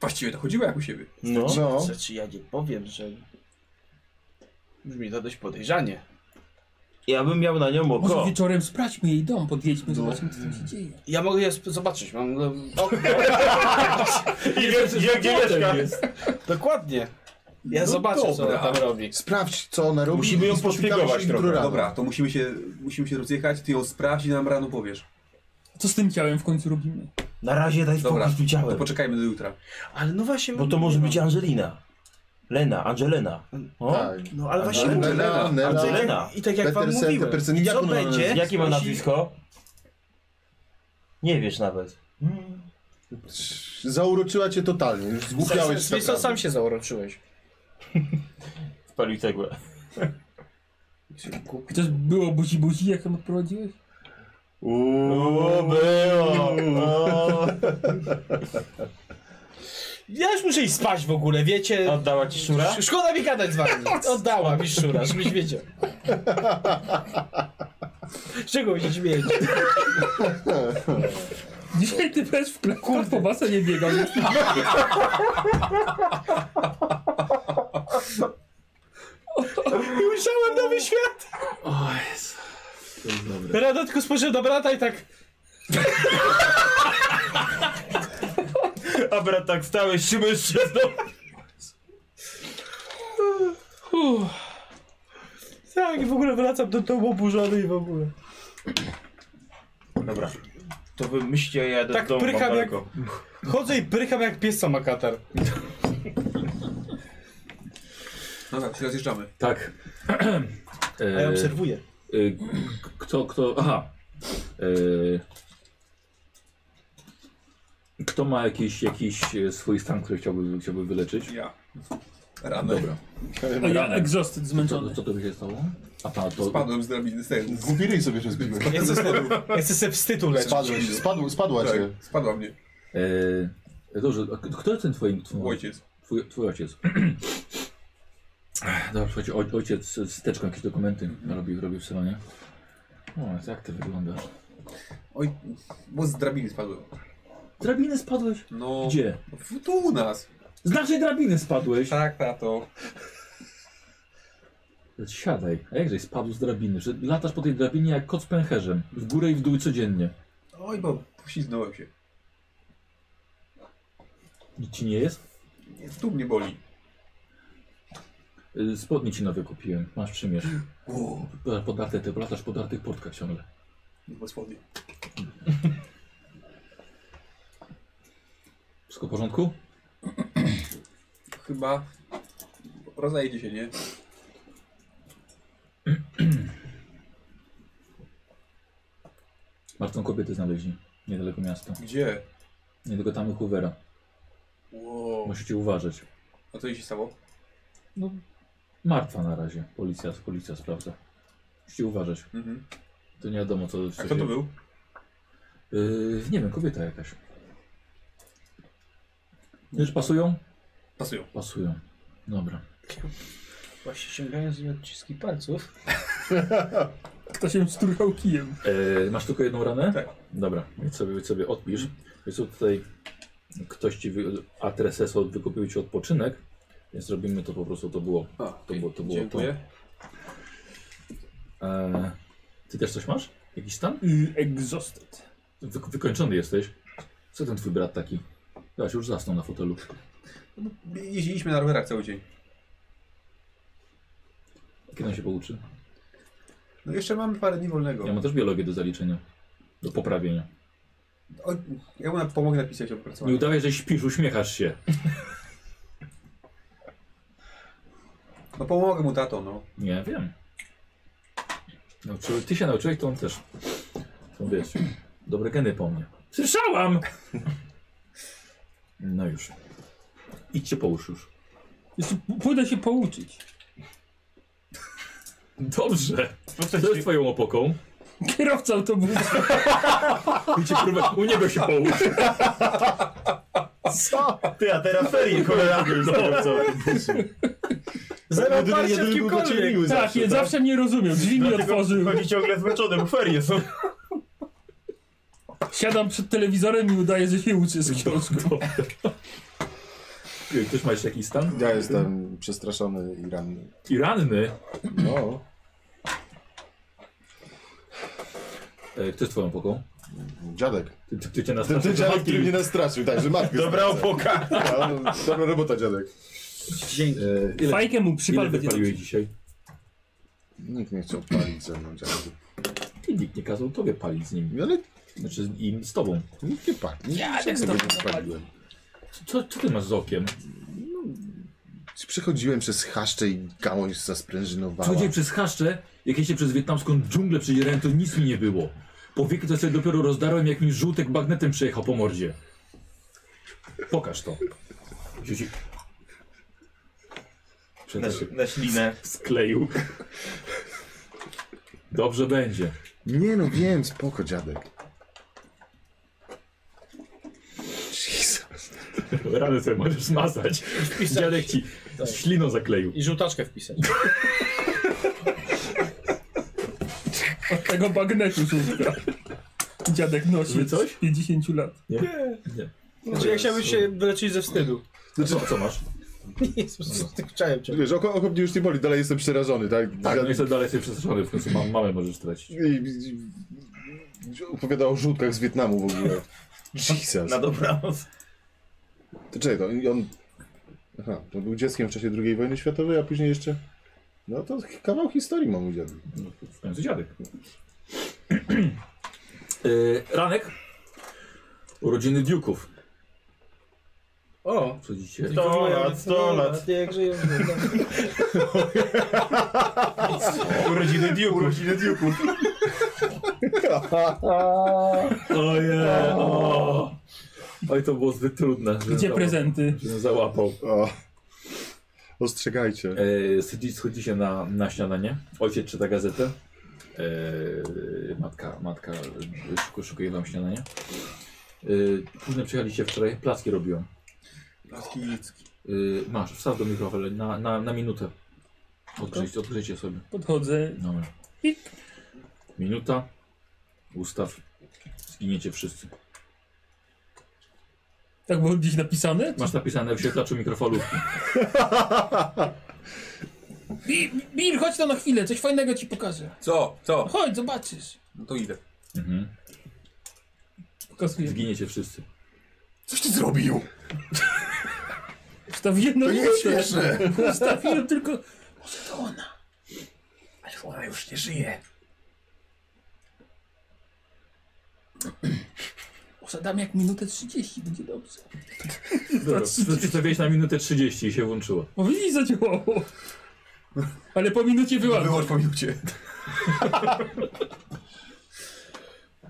Właściwie to chodziło jak u siebie. No. No, Znaczy, ja nie powiem, że... Brzmi to dość podejrzanie. Ja bym miał na nią Może oko. wieczorem sprawdźmy jej dom, podjedźmy, zobaczmy, co tam się dzieje. Ja mogę je sp- zobaczyć, mam... no, O, I wiesz, gdzie, gdzie mieszka. dokładnie. Ja No zobaczę, co dobra. ona tam robi. Sprawdź, co ona robi. Musimy ją i spotkamy poszpiegować się jutro trochę. rano. Dobra, to musimy się, musimy się rozjechać, ty ją sprawdź i nam rano powiesz. Co z tym ciałem w końcu robimy? Na razie daj Dobra, spokój z tym To ciałem, poczekajmy do jutra. Ale no właśnie... bo to może być Angelina. Lena, Angelena. O? Tak. No ale właśnie... Angelina, mówię. Nela, I Nela. tak jak- Angelina. I tak jak wam Petersen, mówiłem, Petersen, jak co ona- będzie... Jakie ma jeśli- nazwisko? Nie wiesz nawet. Zauroczyła cię totalnie, już zgłupiałeś Wiesz co, sam się zauroczyłeś. Spalił cegłę. Chociaż było buzi buzi, jak ją odprowadziłeś? Uuu, było! O, Ja już muszę iść spać w ogóle, wiecie? Oddała ci szura? Sz- Szkoda mi gadać z wami. Oddała mi szura, żebyś wiedział. Z Czego się śmiejecie? Dzisiaj ty też w klapkach po basenie biegał. Ujrzałem nowy świat! O Jezu. Rada tylko spojrzał do brata i tak... A brat tak stałeś się mężczyzną. Tak, i w ogóle wracam do domu oburzony i w ogóle. Dobra. To wy myślcie, ja jadę Tak do domu, mam prykam jak- daleko. Chodzę i prycham jak pies co ma katar. Dobra, się rozjeżdżamy. Tak. A ja E, obserwuję. e, k- kto, kto, aha. E, kto ma jakiś, jakiś e, swój stan, który chciałby, chciałby wyleczyć? Ja. Rano. Dobra. A ja egzosted Co, zmęczony. co to się stało? A ta, to... Spadłem z drabiny, z tego. Głupi ryj sobie rozbiłeś. Ja chcę, sobie- ja chcę sobie wstydu leczyć. Spadłeś, spadł, spadła Tak, cię. spadła mnie. E, dobrze, a k- kto jest ten twoim... twoim Ojciec. Twój, twój ojciec. Dobra, słuchajcie, oj, ojciec z steczką jakieś dokumenty robi, robi w salonie. O, jak ty wyglądasz? Oj, bo z drabiny spadłem. Drabiny spadłeś? No. Gdzie? W, tu u nas. Z naszej drabiny spadłeś! Tak, tato. Siadaj, a jakżeś spadł z drabiny? Że latasz po tej drabinie jak kot z pęcherzem. W górę i w dół codziennie. Oj, bo poślizgnąłem się. Nic ci nie jest? Nie, Tu mnie boli. Y, Spodnie ci nowe kupiłem, masz przymierz. Uuu, Po- Podarte te, latasz po dartych portkach ciągle. niebo spodnie. Wszystko w porządku? Chyba rozejdzie się, nie? Martwą kobietę znaleźli, niedaleko miasta. Gdzie? Niedaleko tamy Hoovera. Wow. Musicie uważać. A co jej się stało? Martwa na razie. Policja, policja sprawdza. Musicie uważać. Mhm. To nie wiadomo co. A co kto to się- był? Yy, nie wiem, kobieta jakaś. Wiesz, pasują? Pasują. Pasują. Dobra. Właśnie sięgając z odciski palców. Kto się struchał kijem. Yy, masz tylko jedną ranę? Tak. Dobra, więc sobie, więc sobie odpisz. Więc tutaj ktoś ci wy... adreseso wykupił ci odpoczynek, więc robimy to po prostu, to było. A, To było, to było to. Dziękuję. Eee, ty też coś masz? Jakiś stan? Y, Exhausted. Wy, wykończony jesteś. Co ten twój brat taki? Zaś już zasnął na fotelu. Jeździliśmy na rowerach cały dzień. Kiedy on się pouczy? No jeszcze mamy parę dni wolnego. Ja mam też biologię do zaliczenia. Do poprawienia. O, ja mu na- pomogę napisać Nie opracowanie. udawaj, że śpisz, uśmiechasz się. No pomogę mu tato, no. Nie wiem. Nauczy, ty się nauczyłeś, to on też. To wiesz, dobre geny po mnie. Słyszałam! No już. Idźcie połóż już. Jeszcze p- pójdę się pouczyć. Dobrze. Proszę Co jest twoją opoką? Kierowca autobusu. Tak, Idźcie próbę, u niego się połóż. Ty, a teraz ferie, cholera. No, co? Zero Jedyny- parcia w jedyny był do ciebie kimkolwiek. miły Tak, zawsze, ja zawsze mnie rozumiał. Drzwi mi Dlatego otworzył. Chodzi ciągle zmęczony, bo ferie są. Siadam przed telewizorem i udaję, że się uczę z książką. Ktoś ma jeszcze jakiś stan? Ja jestem przestraszony i ranny. I ranny. No, E, Kto jest twoją opoką? dziadek. Ty, ty, ty cię Ten, nastraszył ten dziadek, który mnie nastraszył, także matkę. Dobra opoka. stracę. No, Dobra robota, dziadek. Dzięki. E, ile Fajkę mu ile przypal będzie wypaliłeś dobrze. dzisiaj? Nikt nie chciał palić ze mną dziadku. Ty, nikt nie kazał tobie palić z nim. Ale Znaczy z im z tobą. nikt nie pali. Ja tak sobie znowu nie spaliłem. Co, co ty masz z okiem? Przechodziłem przez chaszcze i gałąź zasprężynowała. Przechodziłem przez chaszcze, jak ja się przez wietnamską dżunglę przedzierałem, to nic mi nie było. Powieki to sobie dopiero rozdarłem, jak mi żółtek bagnetem przejechał po mordzie. Pokaż to. Dzieci. Na, Przecież się na ślinę. Znaczy, skleił. Dobrze będzie. Nie no, wiem, spoko dziadek. Jesus. Radę sobie możesz zmazać. Dziadek ci śliną zakleił. I żółtaczkę wpisać. Od tego bagnetu żółtka. Dziadek nosi Wy od coś? 50 lat. Znaczy, ja chciałbym się wyleczyć ze wstydu. Znaczy, co masz? Jezus, tym chciałem cię. Wiesz, oko, oko mnie już nie boli, dalej jestem przerażony, tak? Tak, Dziadek- no jestem dalej sobie przestraszony, w końcu mam, mamę możesz tracić. I, i- i, opowiada o żółtkach z Wietnamu w ogóle. Jesus. Na dobranoc. To czekaj, to i on... Aha, to był dzieckiem w czasie II wojny światowej, a później jeszcze... No to kawał historii mam u dziadka. No, w końcu dziadek. Y, Ranek? Urodziny Duków. O! Co dzisiaj? Sto lat, sto lat. Jak żyją. Urodziny Duke'u. Urodziny Duke'u. Ojej, o. Oj, to było zbyt trudne. że Gdzie załap- prezenty? że Załapał. O. Ostrzegajcie. E, schodzi- Schodzicie na, na śniadanie. Ojciec czyta gazetę. E, matka matka e, szuka, szukuje wam śniadanie. E, późno przyjechaliście wczoraj, placki robiłam. Taki ludzki. E, masz, wsadź do mikrofonu na, na, na minutę. Odgrzejcie, odgrzejcie sobie. Podchodzę. Dobra. Pik. Minuta. Ustaw. Zginiecie wszyscy. Tak było gdzieś napisane? Masz napisane w świetlaczu mikrofalówki. Bi- Bir, chodź to na chwilę, coś fajnego ci pokażę. Co? Co? Chodź, zobaczysz. No to idę. Mhm. Pokazuję. Zginiecie wszyscy. Coś ty zrobił? Wstaw jedno To nie jest śmieszne. Wstawiłem tylko... Ona już nie żyje. Może dam jak minutę 30, będzie dobrze. Dobra, przeczytałeś na minutę 30 i się włączyło. Bo widzisz, zadziałało. Ale po minucie wyłapał. Wyłącz po minucie.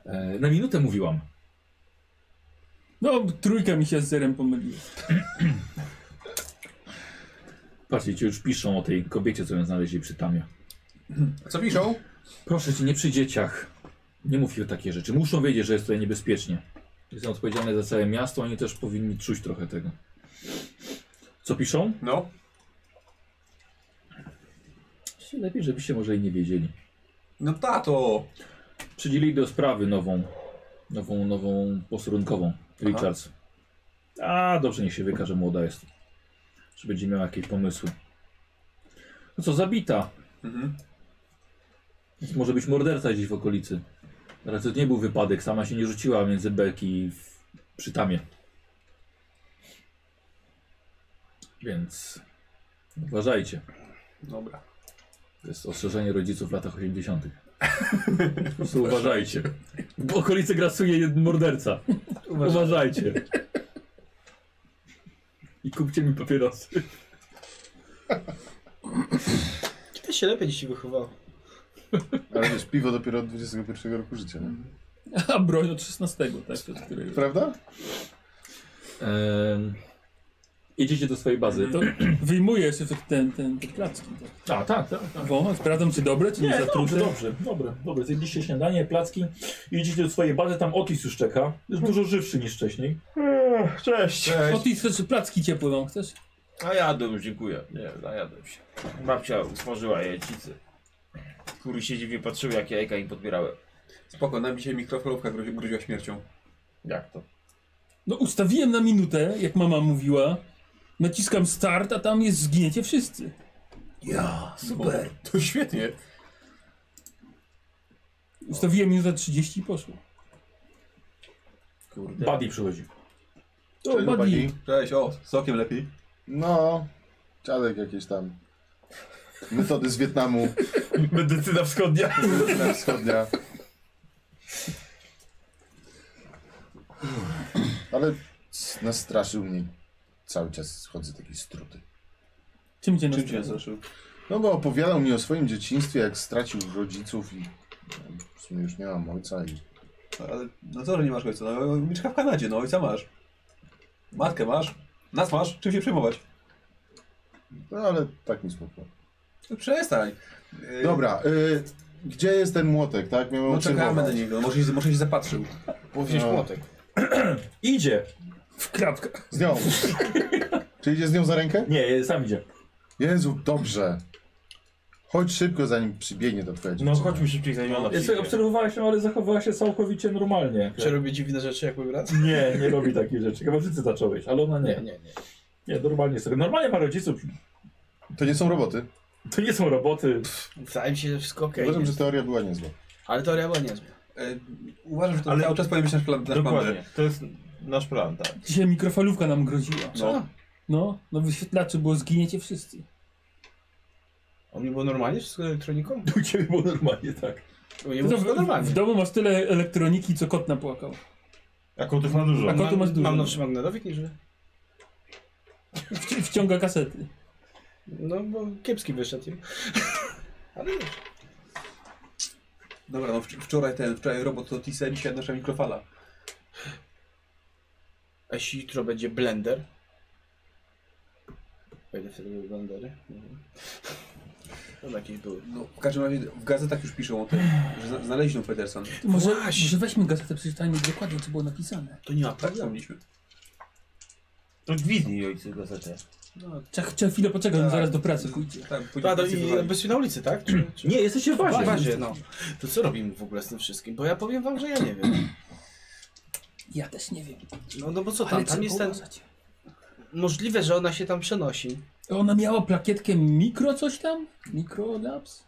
E, na minutę mówiłam. No, trójka mi się z zerem pomyliła. Patrzcie, ci już piszą o tej kobiecie, co ją znaleźli przy tamie. A co piszą? Proszę cię, nie przy dzieciach. Nie mów o takie rzeczy. Muszą wiedzieć, że jest tutaj niebezpiecznie. Jestem odpowiedzialny za całe miasto, oni też powinni czuć trochę tego. Co piszą? No. Lepiej, żebyście może i nie wiedzieli. No tato. Przydzielili do sprawy nową, nową, nową posterunkową. Richards. A, dobrze, niech się wykaże, młoda jest. Czy będzie miała jakieś pomysły. No co, zabita. Mhm. Więc może być morderca gdzieś w okolicy. Ale to nie był wypadek, sama się nie rzuciła między belki w, przy tamie. Więc uważajcie. Dobra. To jest ostrzeżenie rodziców w latach 80. Po prostu uważajcie. W okolicy grasuje jeden morderca. Uważajcie. I kupcie mi papierosy. Ty się lepiej dziś wychował. Ale wiesz, piwo dopiero od 21 roku życia, nie? A broń od 16, tak? Od której... Prawda? Ehm, jedziecie do swojej bazy. To wyjmuję sobie ten, ten, te placki. A, tak, tak. tak. Bo, sprawdzam, czy dobre, czy nie, Nie, no. dobrze, zatrute. dobrze, dobre, dobre. Zjedliście śniadanie, placki, jedziecie do swojej bazy, tam Otis już czeka. Jest dużo żywszy niż wcześniej. Cześć. O, ty chcesz, placki ciepłe mam, chcesz? A jadłem już, dziękuję. Nie, najadłem się. Babcia usmażyła jajcicy. Kury się dziwnie patrzyły, jak jajka im podbierałem. Spoko, nam dzisiaj mikrofalówka grozi, groziła śmiercią. Jak to? No ustawiłem na minutę, jak mama mówiła. Naciskam start, a tam jest zginiecie wszyscy. Ja, super. To świetnie. Ustawiłem minuta 30 i poszło. Buddy przychodzi. To Czyli Buddy. chłopaki? Cześć, o, sokiem lepiej. No, Ciadek jakieś tam. Metody z Wietnamu, Medycyna wschodnia. Wietnam Wschodnia. Ale s- nastraszył mnie. Cały czas schodzę taki struty. Czym cię Czym cię nastraszył? zastraszył? No bo opowiadał mi o swoim dzieciństwie, jak stracił rodziców i no, w sumie już nie mam ojca i Ale no co, że nie masz ojca? No, mieszka w Kanadzie, no ojca masz. Matkę masz. Nas masz. Czym się przejmować? No ale tak mi spoko. No, przestań. Yy, Dobra, y, gdzie jest ten młotek, tak? Miałem No obserwować. czekamy na niego. Może, się- może się zapatrzył. Było wziąć No. młotek. Idzie. W klapkach. Z nią. Czy idzie z nią za rękę? Nie, sam idzie. Jezu, dobrze. Chodź szybko, zanim przybiegnie do twojej No dziewczyny. chodźmy szybciej zajmiona. Jest, obserwowała się, ale zachowała się całkowicie normalnie. Czy robi dziwne rzeczy jak mój brat? Nie, nie robi takich rzeczy. Chyba wszyscy zacząłeś, ale ona nie. nie, nie. Nie, normalnie sobie. Normalnie ma rodziców. To nie są roboty. To nie są roboty. Wydaje mi się, że wszystko okej. Uważam, jest. że teoria była niezła. Ale teoria była niezła. Yy, uważam, że to Ale- cały czas powinien być nasz plan. Nasz plan Dokładnie. To jest nasz plan, tak. Dzisiaj mikrofalówka nam groziła. no. No, no wyświetlaczy, bo zginiecie wszyscy. On nie było normalnie wszystko z elektroniką? U ciebie było normalnie, tak. U mnie było wszystko w, normalnie. w domu masz tyle elektroniki, co kot napłakał. A kotów ma dużo. A kotu masz dużo. Mam nowszy magnetowik niż wy. Wci- Wciąga kasety. No bo kiepski wyszedł. Ale wiesz. Dobra, no wcz- wczoraj ten, wczoraj robot to Tisa, dzisiaj nasza mikrofala. A jeśli jutro będzie blender? Będzie wtedy były blendery? Mhm. Nie wiem. Tam jakieś były. No, w każdym razie w gazetach już piszą o tym, że zna- znaleźli ją Peterson. Tak, To może, może weźmy gazetę, przeczytajmy dokładnie, co było napisane. To nie ma Tak zrobiliśmy. To gwizdnij ojcu gazetę. Czek, czek, chwilę poczekaj, on zaraz do pracy pójdzie. Tak, A, no później i jakbyście na ulicy, tak? Czy, czy... Nie, jesteście w W bazie. bazie, no. To co robimy w ogóle z tym wszystkim? Bo ja powiem wam, że ja nie wiem. Ja też nie wiem. No, no bo co tam? Ale Tam trzeba jest ten... uważać. Możliwe, że ona się tam przenosi. Ona miała plakietkę mikro coś tam? Mikrolaps?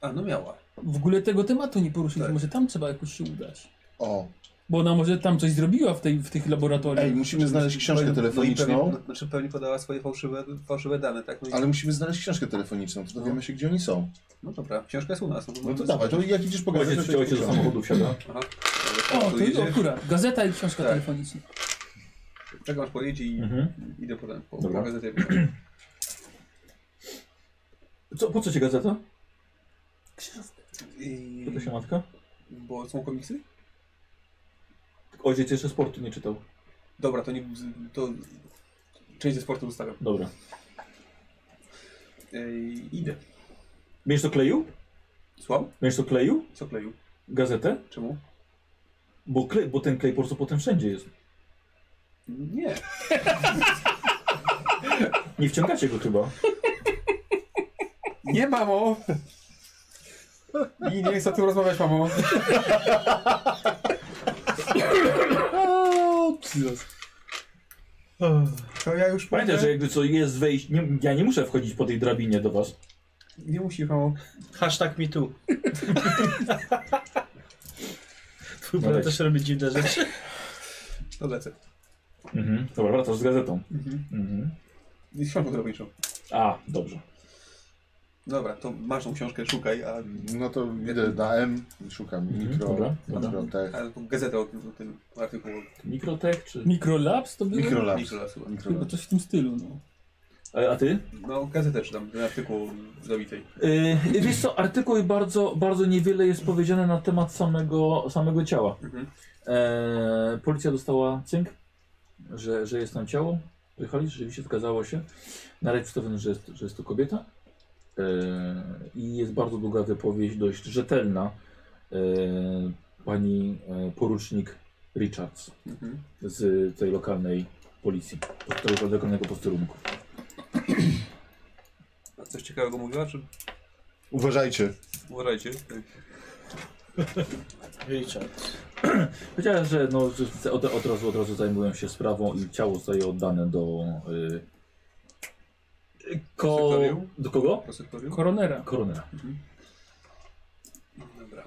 A, no miała. W ogóle tego tematu nie poruszyliśmy, Tak. może tam trzeba jakoś się udać. O. Bo ona może tam coś zrobiła w, tej, w tych laboratoriach. Ej, musimy znaleźć książkę No i telefoniczną. pewnie, znaczy pewnie podała swoje fałszywe, fałszywe dane, tak? No, i, Ale musimy znaleźć książkę telefoniczną, to dowiemy się, gdzie oni są. no dobra, książka jest u nas. No to dawaj, to jak idziesz po Ojciec gazetę, chciał się do samochodu wsiada. Aha. o, to jest idzie. akurat. Gazeta i książka Tak. telefoniczna. Czekam aż pojedzie i Mhm. idę potem po, Dobra. po gazetę. Co, po co ci gazeta? I, Pyta się matka. bo są komiksy? Ojciec jeszcze sportu nie czytał. Dobra, to nie... to część ze sportu zostawiam. Dobra. Ej, idę. Będziesz to kleił? Słucham? Będziesz to kleił? Co kleju? Gazetę? Czemu? Bo, klej, bo ten klej po prostu potem wszędzie jest. Nie. Nie wciągacie go chyba. Nie, mamo! I nie chcę o tym rozmawiać, mamo. To ja już Pamiętaj, że jakby co jest wejść. Nie, ja nie muszę wchodzić po tej drabinie do was. Nie musisz, mamo. Hashtag mi tu. Twój No brat weź. też robi dziwne rzeczy. To lecę. Mhm. Dobra, wracasz z gazetą. Mhm. Mhm. I z książką zrobiczą. A, dobrze. Dobra, to masz tą książkę, szukaj, a, No to idę na M i szukam Mhm, mikro, tak. dobra, mikrotech, a tą gazetę o tym, o tym artykułu. Mikrotech czy. Mikrolaps to było? mikrolabs. Nikolasa. Chyba mikrolabs. coś w tym stylu, no. A, a ty? No, gazetę czytam, ten artykuł zabitej. Yy, wiesz co, artykuł bardzo, bardzo niewiele jest powiedziane na temat samego, samego ciała. Mhm. E, policja dostała cynk, że, że jest tam ciało. Wychali, rzeczywiście wskazało się. Na przedstawiono, że jest, że jest to kobieta. E, I jest bardzo długa wypowiedź, dość rzetelna. E, pani e, porucznik Richards Mhm. z tej lokalnej policji, z tego lokalnego posterunku. A coś ciekawego mówiła, czy Uważajcie. uważajcie? Richard. Powiedziałem, że no, że od, od, razu, od razu zajmują się sprawą i ciało zostaje oddane do. y, y, ko... Sekretarium? Do kogo? Prosektorium? Koronera. Koronera. Dobra.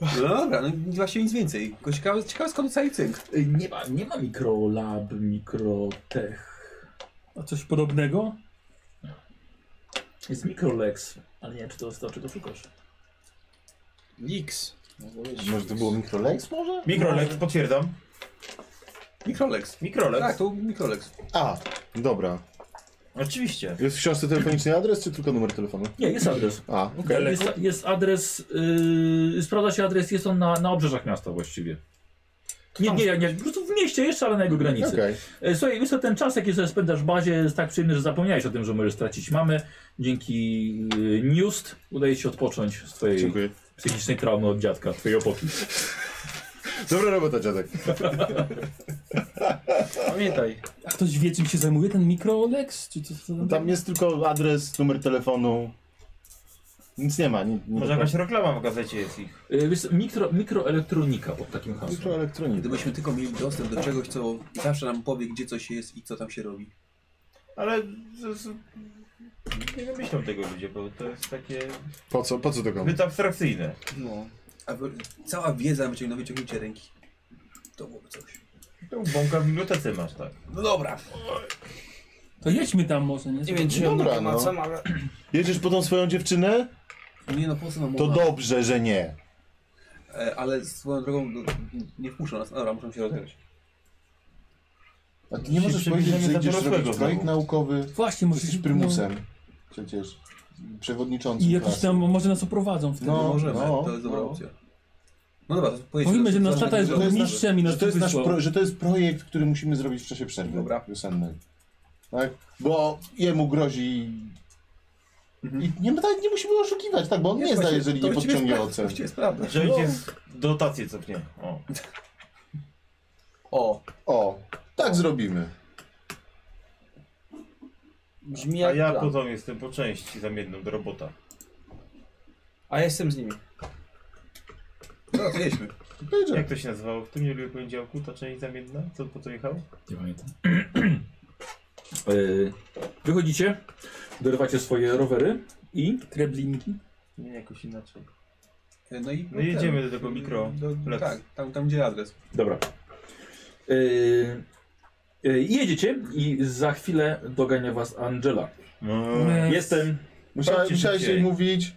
No dobra, no właśnie nic więcej. Tylko Ciekawe, ciekawe skąd cały cynk. Y, Nie ma, nie ma mikrolab, mikrotech. A coś podobnego? Jest mikrolex, ale nie wiem, czy to jest to, czego szukasz. Leaks. Może to było Microlex może? Mikrolek, potwierdzam. Mikrolex. Mikrolek. Tak, to Mikrolex. A, dobra. Oczywiście. Jest w książce telefoniczny adres, czy tylko numer telefonu? Nie, jest adres. A, okej. Jest, jest adres, yy, sprawdza się adres, jest on na, na obrzeżach miasta właściwie. Nie, nie, nie, po prostu w mieście jeszcze, ale na jego granicy. Okej. E, Słuchaj, wiesz co, ten czas, jaki sobie spędzasz w bazie, jest tak przyjemny, że zapomniałeś o tym, że możesz stracić mamę. Dzięki y, Newst udaje ci się odpocząć z twojej Dziękuję. psychicznej traumy od dziadka, twojej opoki. Dobra robota, dziadek. No, Pamiętaj. A ktoś wie, czym się zajmuje ten mikrolex? Czy coś tam? No Tam jest tylko adres, numer telefonu. Nic nie ma. Nie, nie Może jakaś reklama w gazecie jest ich. Y, Wiesz, co, mikro, mikroelektronika pod takim hasłem. Mikroelektronika. Gdybyśmy tylko mieli dostęp do czegoś, co zawsze nam powie, gdzie coś jest i co tam się robi. Ale z, z, nie wymyślą tego ludzie, bo to jest takie Po co, po co to komu? zbyt abstrakcyjne. No. A wy- cała wiedza wyciągną wyciągnięcie ręki. To byłoby coś. To bąka w bibliotece masz, tak. No dobra. To jedźmy tam może, nie? Nie wiem, czy Dobra, on ma no. sam, ale... Jedziesz po tą swoją dziewczynę? No Nie no, po co nam To mowa? dobrze, że nie. E, Ale swoją drogą do, nie wpuszczą nas. No Dobra, muszą się rozegrać. A ty nie możesz powiedzieć, że idziesz robić projekt naukowy. Właśnie, może... Jesteś prymusem. Przecież. no, Przewodniczącym I jakiś klasy. tam, może nas oprowadzą wtedy. No, No, możemy, no, to jest dobra no. opcja. No dobra, to powiedzmy. Mówimy, to- że to- nasz to- tata jest No, to- to- to- burmistrzem i nas Że to, jest nasz wysłał. pro, że to jest projekt, który musimy zrobić w czasie przerwy Dobra. wiosennej. Tak? Bo jemu grozi... I nie, tak, nie musimy oszukiwać, tak? Bo on nie, to- zna, to- jeżeli to nie właściwie podciągnie jest pra- ocen. Właściwie jest prawda. Że ojciec dotację cofnie. O. O, O, tak zrobimy. Brzmi A jak ja ja potem jestem po części zamienną do robota. A ja jestem z nimi. no to jedźmy. Będzie. Jak to się nazywało? W tym nie lubię poniedziałku, ta część zamienna? Co po co jechał? Nie pamiętam. Y, Wychodzicie, dorywacie swoje rowery i Kreblinki. Nie, jakoś inaczej. E, No i No jedziemy do tego mm, mikro- do- lex. Tak, tam, tam gdzie adres. Dobra. Yy, yy, jedziecie i za chwilę dogania was Angela. No, No. Yes. Jestem. Musiałeś, Sprawdźcie musiałeś szybciej. jej mówić.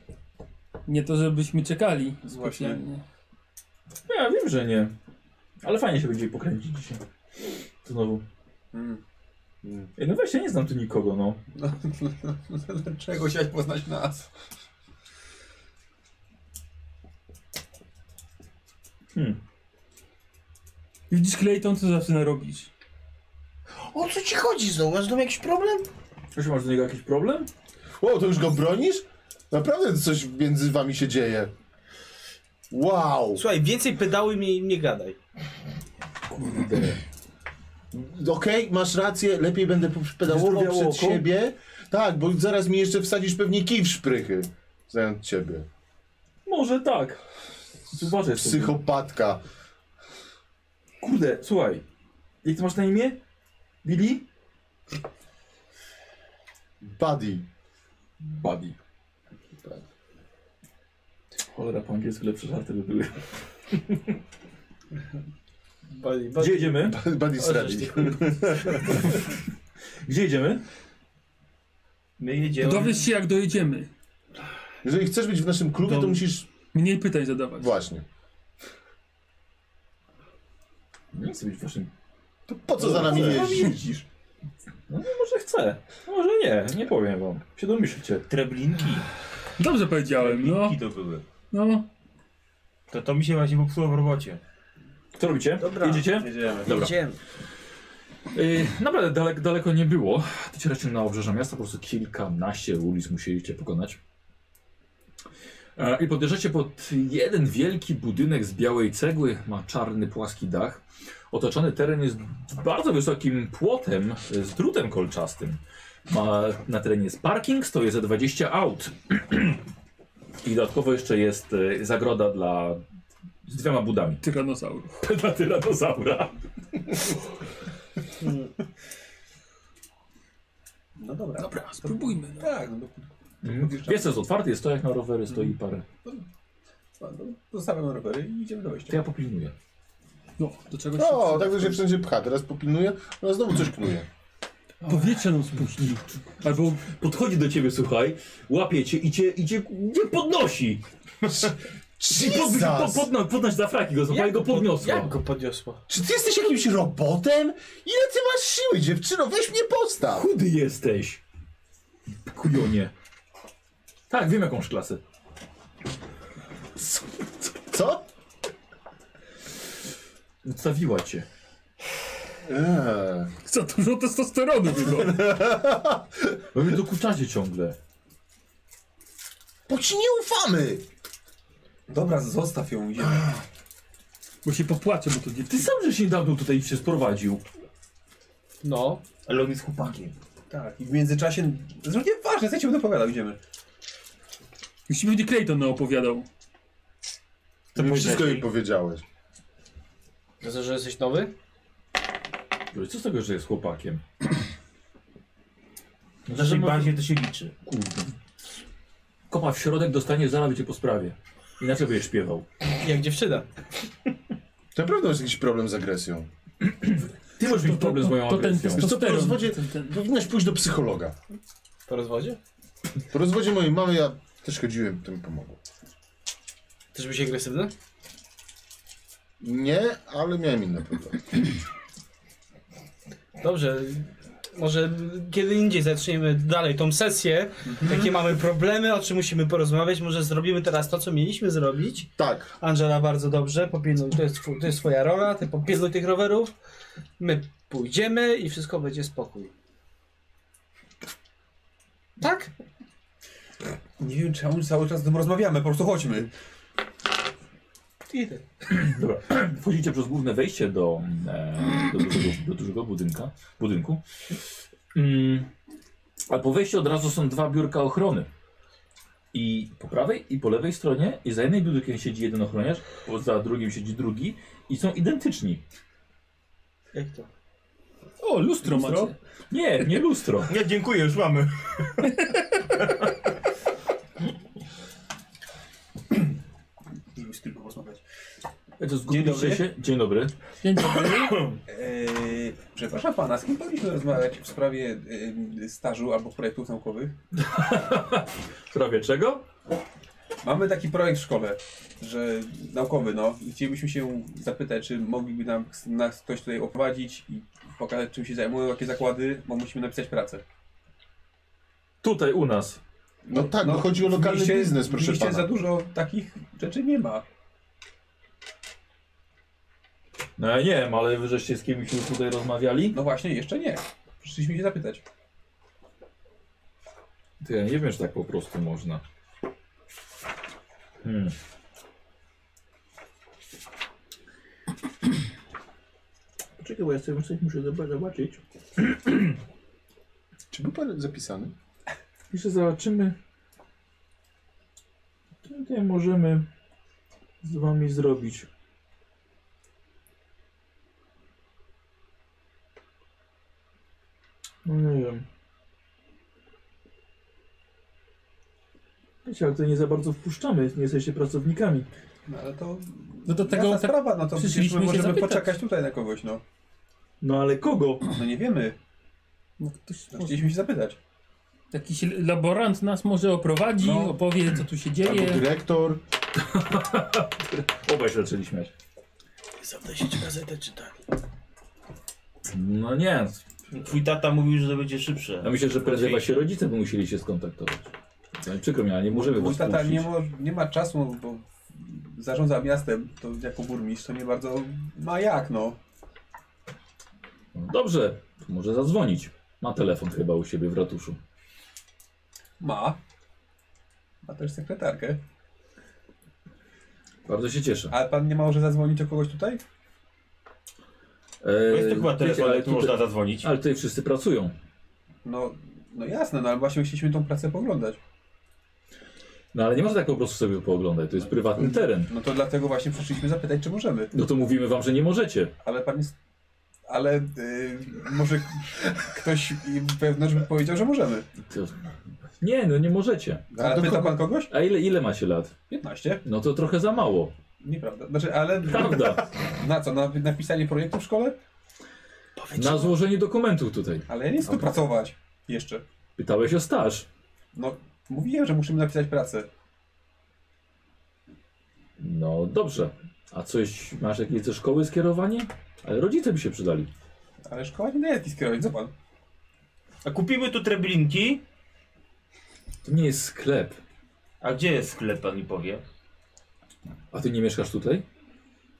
Nie to, żebyśmy czekali. Właśnie. specjalnie. Ja wiem, że nie. Ale fajnie się będzie pokręcić dzisiaj. Znowu. Mm. Ej, no właśnie, nie znam tu nikogo, no. No, dlaczego chciałeś poznać nas? Hmm. Widzisz, Clayton, co zawsze robisz? O co ci chodzi znowu? Masz z domu jakiś problem? Czy masz do niego jakiś problem? O, to już go bronisz? Naprawdę coś między wami się dzieje. Wow. Słuchaj, więcej pedały mi nie gadaj. Okej, masz rację, lepiej będę pedałował Zdrowiało przed oko? siebie. Tak, bo zaraz mi jeszcze wsadzisz pewnie kij w szprychy. Zając ciebie. Może tak. Zobaczę. sobie. Psychopatka. Kurde, słuchaj. Jak ty masz na imię? Billy? Buddy. Buddy. Cholera, po angielsku lepsze żarty by były. Bali, Gdzie jedziemy? Buddy Stradi. Gdzie jedziemy? My jedziemy. Dowiesz się, jak dojedziemy. Jeżeli chcesz być w naszym klubie, to Dom- musisz... Mniej pytań zadawać. Właśnie. Nie chcę być w waszym To po co za nami jeździć? jeździsz? No może chcę, No może nie, nie powiem wam. Się domyślcie. Treblinki. No. Dobrze powiedziałem, no. Treblinki to były. No, To to mi się właśnie popsuło w robocie. Co robicie? Dobra. Jedziecie? Jedziemy. Dobra. Jedziemy. Yy, naprawdę dalek, daleko nie było. Tycie raczej na obrzeża miasta, po prostu kilkanaście ulic musieliście pokonać. E, I podjeżdżacie pod jeden wielki budynek z białej cegły, ma czarny, płaski dach. Otoczony teren jest bardzo wysokim płotem e, z drutem kolczastym. Ma, na terenie jest parking, stoi ze 20 aut. I dodatkowo jeszcze jest e, zagroda dla z dwiema budami. tyranosaurów. Dla tyranozaura. No dobra. Dobra, spróbujmy. No. Tak, no to Mhm. Jest, jest otwarty, jest to jak na rowery, stoi parę. Zostawiam no, rowery i idziemy do wejścia. To ja popilnuję. No, do czegoś No, tak to się wszędzie pcha. Teraz popilnuje, no znowu coś knuje. Powietrze nam spuści. Albo Podchodzi do ciebie, słuchaj, łapie cię i cię, i cię nie podnosi. I pod, pod, podno, podnosi za fraki go, słuchaj, go podniosło. Jak go podniosło? Czy ty jesteś jakimś robotem? Ile ty masz siły, dziewczyno? Weź mnie postaw! Chudy jesteś. Kujonie. Tak, wiem jakąś klasę. Co? Odstawiła cię. Eee. za dużo testosteronu było. Bo mnie dokuczacie ciągle. Bo ci nie ufamy! Dobra, zostaw ją, idziemy. Bo się popłaczę, bo to Ty dziewczyna. sam żeś niedawno tutaj się sprowadził. No. Ale on jest chłopakiem. Znaczy, Tak, i w międzyczasie... Zresztą nieważne, co ja ci będę opowiadał, idziemy. Już ci będzie Clayton naopowiadał. Ty mi wszystko powiedziałeś? jej powiedziałeś. To, że jesteś nowy? Co z tego, że jest chłopakiem? Na no- tej bazie to się liczy. Kurde. Kopa w środek, dostanie zarabię cię po sprawie. Inaczej byś śpiewał. Jak dziewczyna. To naprawdę masz jakiś problem z agresją. Ty możesz mieć problem z moją to, to ten agresją. testosteron. Wiesz co, po rozwodzie- Ten- ten- Powinnaś pójść do psychologa. Po rozwodzie? Po rozwodzie mojej mamy ja też chodziłem, to mi pomogło. Też byś agresywny? Nie, ale miałem inne problemy. Dobrze. Może kiedy indziej zaczniemy dalej tą sesję. Jakie mamy problemy, o czym musimy porozmawiać. Może zrobimy teraz to, co mieliśmy zrobić. Tak, Angela bardzo dobrze, popilnuj, to jest, twój- to jest twoja rola, ty popilnuj tych rowerów. My pójdziemy i wszystko będzie spokój. Tak? Nie wiem, czemu cały czas z tym rozmawiamy, po prostu chodźmy. I ty. Dobra. Wchodzicie przez główne wejście do, e, do, dużego, do dużego budynka, budynku. Mm, a po wejściu od razu są dwa biurka ochrony. I po prawej i po lewej stronie. I za jednym biurkiem siedzi jeden ochroniarz, po- za drugim siedzi drugi. I są identyczni. Jak to? O, lustro macie. Nie, nie lustro. Nie, dziękuję, już mamy. Żeby z tym porozmawiać. Dzień dobry. dobry. Się. Dzień dobry. Dzień dobry. Eee, przepraszam pana, z kim powinniśmy rozmawiać w sprawie em, stażu albo projektów naukowych? W sprawie czego? Mamy taki projekt w szkole, że naukowy, no. i Chcielibyśmy się zapytać, czy mogliby nam nas ktoś tutaj oprowadzić i pokazać, czym się zajmują, jakie zakłady, bo musimy napisać pracę. Tutaj u nas. no tak, no, chodzi o lokalny W mieście- biznes, w proszę mieście pana. za dużo takich rzeczy nie ma. No ja nie wiem, ale wy żeście z kimś już tutaj rozmawiali? No właśnie, jeszcze nie. Przyszliśmy się zapytać. Ty, ja nie wiem, że tak po prostu można. Hmm. Poczekaj, bo ja sobie coś muszę zoba- zobaczyć. Czy był pan zapisany? Jeszcze zobaczymy. Co tutaj możemy z wami zrobić? No nie wiem. Wiecie, ale to nie za bardzo wpuszczamy, nie jesteście pracownikami. No ale to... No to tego- jasna tak- sprawa, no to przecież przyszliśmy my się możemy zapytać. poczekać tutaj na kogoś, no. No ale kogo? No nie wiemy. No, ktoś, No, chcieliśmy się zapytać. jakiś laborant nas może oprowadzi, No. opowie, co tu się Albo dzieje. dyrektor? Obaj się zaczęli śmiać. Zapytaj się, czy gazetę czytali. No nie, Twój tata mówił, że to będzie szybsze. ja myślę, że prędzej właśnie rodzice by musieli się skontaktować. No, i przykro mi, ale nie możemy Mój was tata puścić. nie, mo, nie ma czasu, bo zarządza miastem, to jako burmistrz to nie bardzo ma jak, no. No Dobrze, to może zadzwonić. Ma telefon chyba u siebie w ratuszu. Ma. Ma też sekretarkę. Bardzo się cieszę. Ale pan nie może zadzwonić do kogoś tutaj? To Eee, jest to chyba telefon, ale ale tu tutaj- można zadzwonić. Ale tutaj wszyscy pracują. No, no jasne, no ale właśnie chcieliśmy tą pracę poglądać. No ale nie można tak po prostu sobie pooglądać, to jest prywatny teren. No to dlatego właśnie przyszliśmy zapytać, czy możemy. No to mówimy wam, że nie możecie. Ale pan jest... Ale y, może ktoś wewnątrz by powiedział, że możemy. To, Nie, no nie możecie. Ale do pyta kogo? pan kogoś? A ile, ile macie lat? 15. No to trochę za mało. Nieprawda. Znaczy, ale Prawda. na co? Na napisanie projektu w szkole? Na złożenie dokumentów tutaj. Ale ja nie chcę tu pracować jeszcze. Pytałeś o staż. No, mówiłem, że musimy napisać pracę. No dobrze. A coś, masz jakieś ze szkoły skierowanie? Ale rodzice by się przydali. Ale szkoła nie daje jakichś kierowań, co pan? A kupimy tu treblinki. To nie jest sklep. A gdzie jest sklep, pan mi powie? A ty nie mieszkasz tutaj?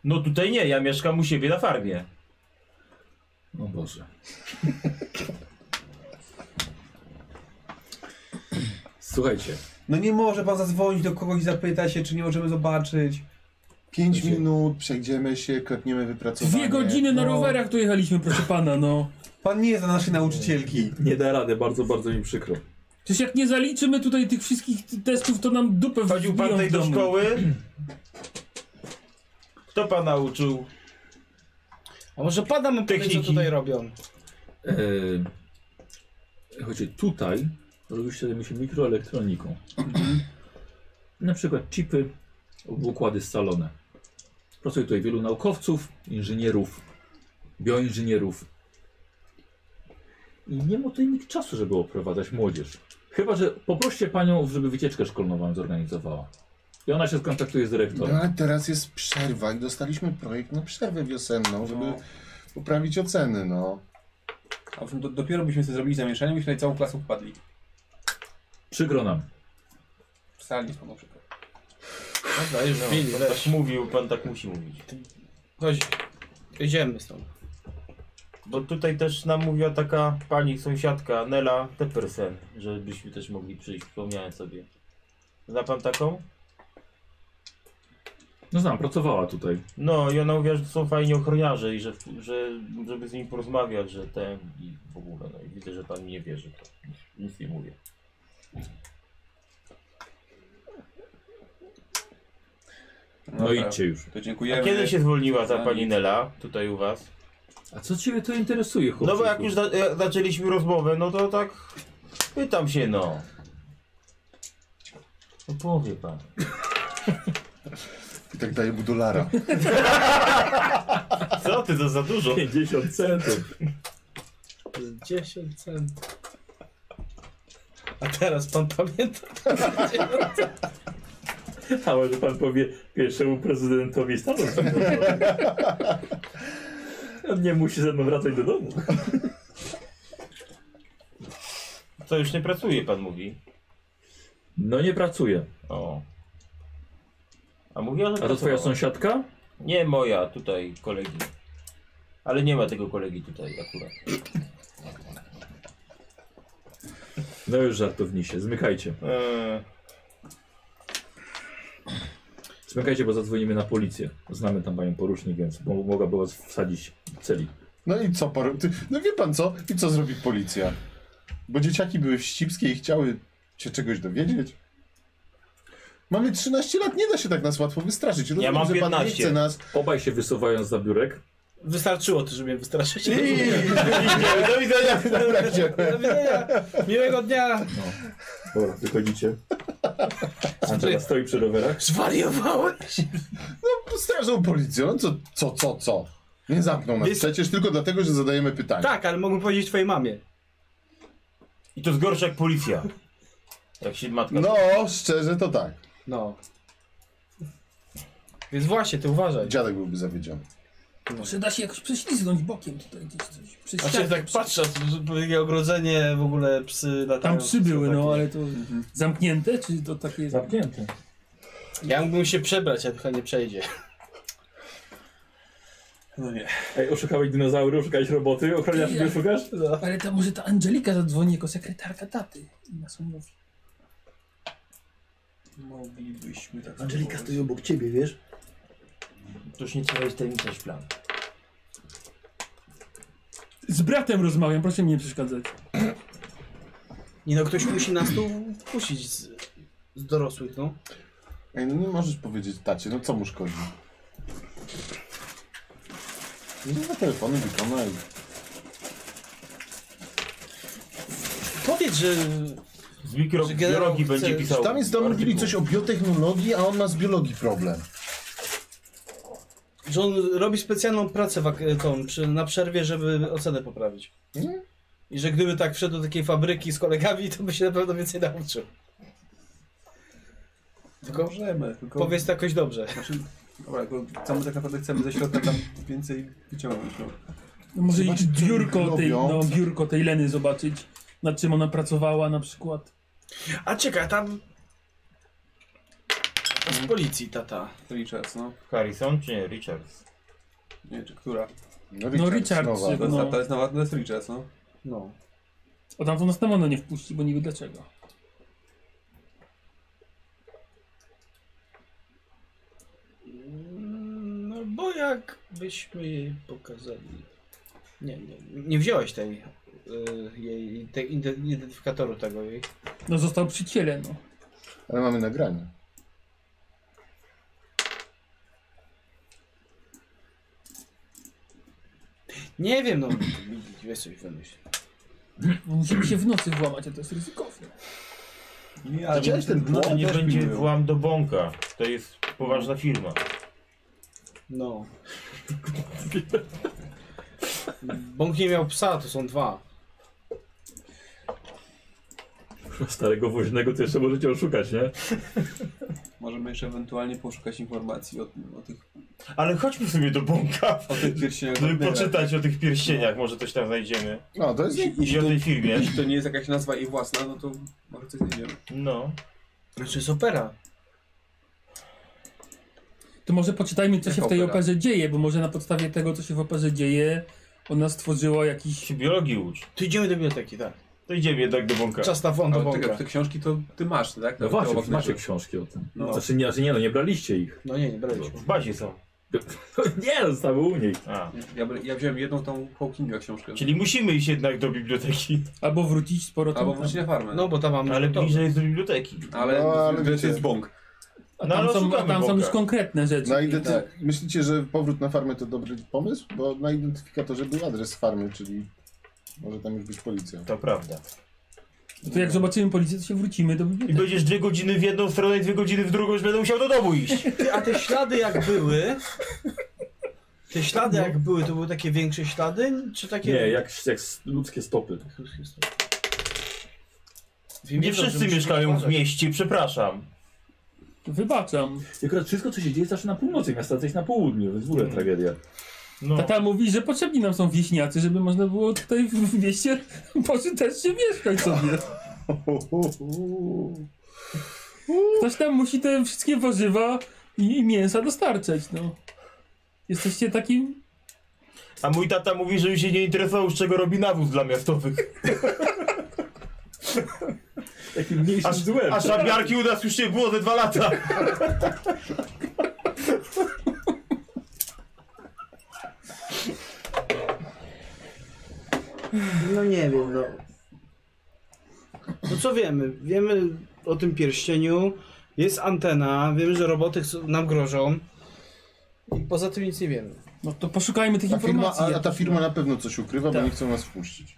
No tutaj nie, ja mieszkam u siebie na farmie. No Boże. Słuchajcie, No nie może pan zadzwonić do kogoś i zapytać się, czy nie możemy zobaczyć. Pięć Wiecie. minut, przejdziemy się, klepniemy wypracowanie. Dwie godziny na No. rowerach tu jechaliśmy, proszę pana, no. Pan nie jest dla naszej nauczycielki. nie da rady, bardzo, bardzo mi przykro. Przecież jak nie zaliczymy tutaj tych wszystkich t- testów, to nam dupę Chodził pan wbiją tutaj w do domu. szkoły? Kto pana uczył? A może pan nam powie, co Techniki. tutaj robią? Eee, Słuchajcie, tutaj oczywiście zajmuje się mikroelektroniką. Mhm. Na przykład chipy, układy scalone. Pracuje tutaj wielu naukowców, inżynierów, bioinżynierów. I nie ma tutaj nikt czasu, żeby oprowadzać młodzież. Chyba, że poproście panią, żeby wycieczkę szkolną wam zorganizowała. I ona się skontaktuje z No, dyrektorem. ale teraz jest przerwa i dostaliśmy projekt na przerwę wiosenną, żeby No. poprawić oceny, no. A potem do, dopiero byśmy sobie zrobili zamieszanie, byśmy tutaj całą klasę wpadli. Przykro nam. Wcale nie jest panu przykro. Dobra, już Pan tak mówił, pan tak musi mówić. Chodź. Idziemy stąd. Bo tutaj też nam mówiła taka pani sąsiadka, Nela Teppersen, żebyśmy też mogli przyjść, przypomniałem sobie. Zna pan taką? No znam, pracowała tutaj. No i ona mówiła, że to są fajni ochroniarze i że, że żeby z nimi porozmawiać, że ten i w ogóle, no i widzę, że pan mi nie wierzy, to nic, nic nie mówię. No Dobra. idźcie już. To A dziękujemy. kiedy się zwolniła ta pani Nela, tutaj u was? A co ciebie to interesuje, chłopcze? No bo jak już za- jak zaczęliśmy rozmowę, no to tak pytam się, no. No powie pan. I tak daje mu dolara. Co ty, to za dużo. 50 centów. 10 centów. A teraz pan pamięta? A może pan powie pierwszemu prezydentowi Stanów Zjednoczonych? On nie musi ze mną wracać do domu. Co, już nie pracuje, pan mówi? No nie pracuje. O. A mówiła, że A to twoja pracowała. sąsiadka? Nie moja, tutaj kolegi. Ale nie ma tego kolegi tutaj akurat. No już żartownisie, zmykajcie. Eee, Zmykajcie, bo zadzwonimy na policję. Znamy tam panią porucznik, więc mo- mogłaby was wsadzić w celi. No i co paru... Ty... No wie pan co? I co zrobi policja? Bo dzieciaki były wścibskie i chciały się czegoś dowiedzieć. Mamy 13 lat, nie da się tak nas łatwo wystraszyć. Rozumiem, mam że pan nie 15. chce nas... Obaj się wysuwają za biurek. Wystarczyło to, żeby mnie wystraszyć. do widzenia. Dobra, idziemy. Do widzenia. No, Miłego dnia. Dobra, wychodzicie. Angela stoi przy rowerach. Zwariowałeś? No, strażą policją, no co, co, co, co? Nie zamkną nas Wiesz- przecież tylko dlatego, że zadajemy pytania. Tak, ale mogłem powiedzieć twojej mamie. I to z gorsza jak policja. Jak się matka... No, szczerze to tak. No. Więc właśnie, ty uważaj. Dziadek byłby zawiedziony. Może da się jakoś prześlizgnąć bokiem tutaj gdzieś coś. Przez A się ścianę. tak patrzę, że jakie ogrodzenie w ogóle psy latają. Tam psy były, takie. no ale to zamknięte, czy to takie... Zamknięte. Ja mógłbym się przebrać, a chyba nie przejdzie. No nie. Ej, oszukałeś dinozaury, oszukałeś roboty, ochroniarz mnie szukasz? Ale to może ta Angelika zadzwoni jako sekretarka taty i nas umówi. Moglibyśmy tak Angelika spróbować. stoi obok ciebie, wiesz? To już nie trzeba jest tajemnicać plan. Z bratem rozmawiam, proszę mi nie przeszkadzać. Nie no, ktoś musi nas tu puścić z, z dorosłych, no. Ej, no nie możesz powiedzieć tacie, no co mu szkodzi? No na telefony wykonaj. Powiedz, że Z mikro- Że generał biologii chce- będzie pisał. Tam jest tam mówili artykuł. coś o biotechnologii, a on ma z biologii problem. Że on robi specjalną pracę wak- tą, przy, na przerwie, żeby ocenę poprawić. I że gdyby tak wszedł do takiej fabryki z kolegami, to by się na pewno więcej nauczył. Tylko Możemy, tylko... powiedz to jakoś dobrze. Znaczy, dobra, tylko co my tak naprawdę chcemy ze środka tam więcej wyciągnąć, no. No Może i Zobaczyć, co biurko oni tej, robią. no, biurko tej Leny zobaczyć, nad czym ona pracowała na przykład. A czekaj, tam... A z policji, tata. To i czas, no. Harrison czy nie? Richards. Nie wiem, czy która. No Richard, Nowa. To jest, no, to jest nowa, to jest Richards, no. No. o tamtą nas na pewno nie wpuści, bo niby dlaczego. No bo jakbyśmy jej pokazali. Nie, nie, nie wziąłeś tej. y, jej tej ide- identyfikatoru tego jej. No został przy ciele, no. Ale mamy nagranie. Nie wiem, no. Wiesz coś wymyśl. no musimy się w nocy włamać, a to jest ryzykowne. Nie, ale Widziałeś ten no, blog? To nie też będzie pilnują. włam do bąka. To jest poważna firma. No. Bąk nie miał psa, to są dwa. Starego woźnego to jeszcze możecie oszukać, nie? Możemy jeszcze ewentualnie poszukać informacji o, tym- o tych, Ale chodźmy sobie do bąka, o tych pierścieniach. żeby Wagnera. poczytać o tych pierścieniach, może coś tam znajdziemy. No, to jest... Jeśli, I jeśli, o to, tej firmie. jeśli to nie jest jakaś nazwa jej własna, no to może coś znajdziemy. No. Znaczy jest opera. To może poczytajmy, co Jak się w tej opera. operze dzieje, bo może na podstawie tego, co się w operze dzieje, ona stworzyła jakiś... Się biologii ucz. Tu idziemy do biblioteki, tak. To idziemy jednak do bąka. Czas na wąt do Ale czekaj, bąka. te książki to ty masz, tak? No Te właśnie, obok macie naszych. książki o tym. No. Znaczy nie, znaczy nie, no nie braliście ich. No nie, nie braliśmy. W bazie są. nie, no, zostały u niej. A. Ja, bra- ja wziąłem jedną tą Hawkinga książkę. Czyli musimy iść jednak do biblioteki. Albo wrócić z powrotem. Albo wrócić na farmę. No bo tam mamy. Ale to. bliżej jest do biblioteki. Ale, No, ale ale to wiecie. jest bąk. A No, tam, ale są, a szukamy tam są Boga. już konkretne rzeczy. Na identy... tak. Myślicie, że powrót na farmę to dobry pomysł? Bo na identyfikatorze był adres farmy, czyli może tam już być policja. To prawda. To jak zobaczymy policję, to się wrócimy do I biblioteki. będziesz dwie godziny w jedną stronę i dwie godziny w drugą, już będę musiał do domu iść. Ty, A te ślady jak były? Te ślady jak były, to były takie większe ślady? Czy takie... Nie, jak, jak s- ludzkie stopy. Wiem, Nie wszyscy mieszkają w mieście, przepraszam. Wybaczam. I akurat wszystko, co się dzieje, zawsze na północy miasta, coś na południu, więc w ogóle tragedia. No. Tata mówi, że potrzebni nam są wieśniacy, żeby można było tutaj w- w mieście pożytecznie mieszkać sobie. Ktoś tam musi te wszystkie warzywa i, i mięsa dostarczać, no. Jesteście takim... A mój tata mówi, żeby się nie interesował, z czego robi nawóz dla miastowych. Takim mniejszym A, złem. a szabiarki u nas już nie było ze dwa lata. No nie wiem, no. No co wiemy? Wiemy o tym pierścieniu, jest antena, wiemy, że roboty chcą- nam grożą. I poza tym nic nie wiemy. No to poszukajmy tych Ta firma, informacji. a, a ta jakoś, firma no. na pewno coś ukrywa, Tak. bo nie chcą nas wpuścić.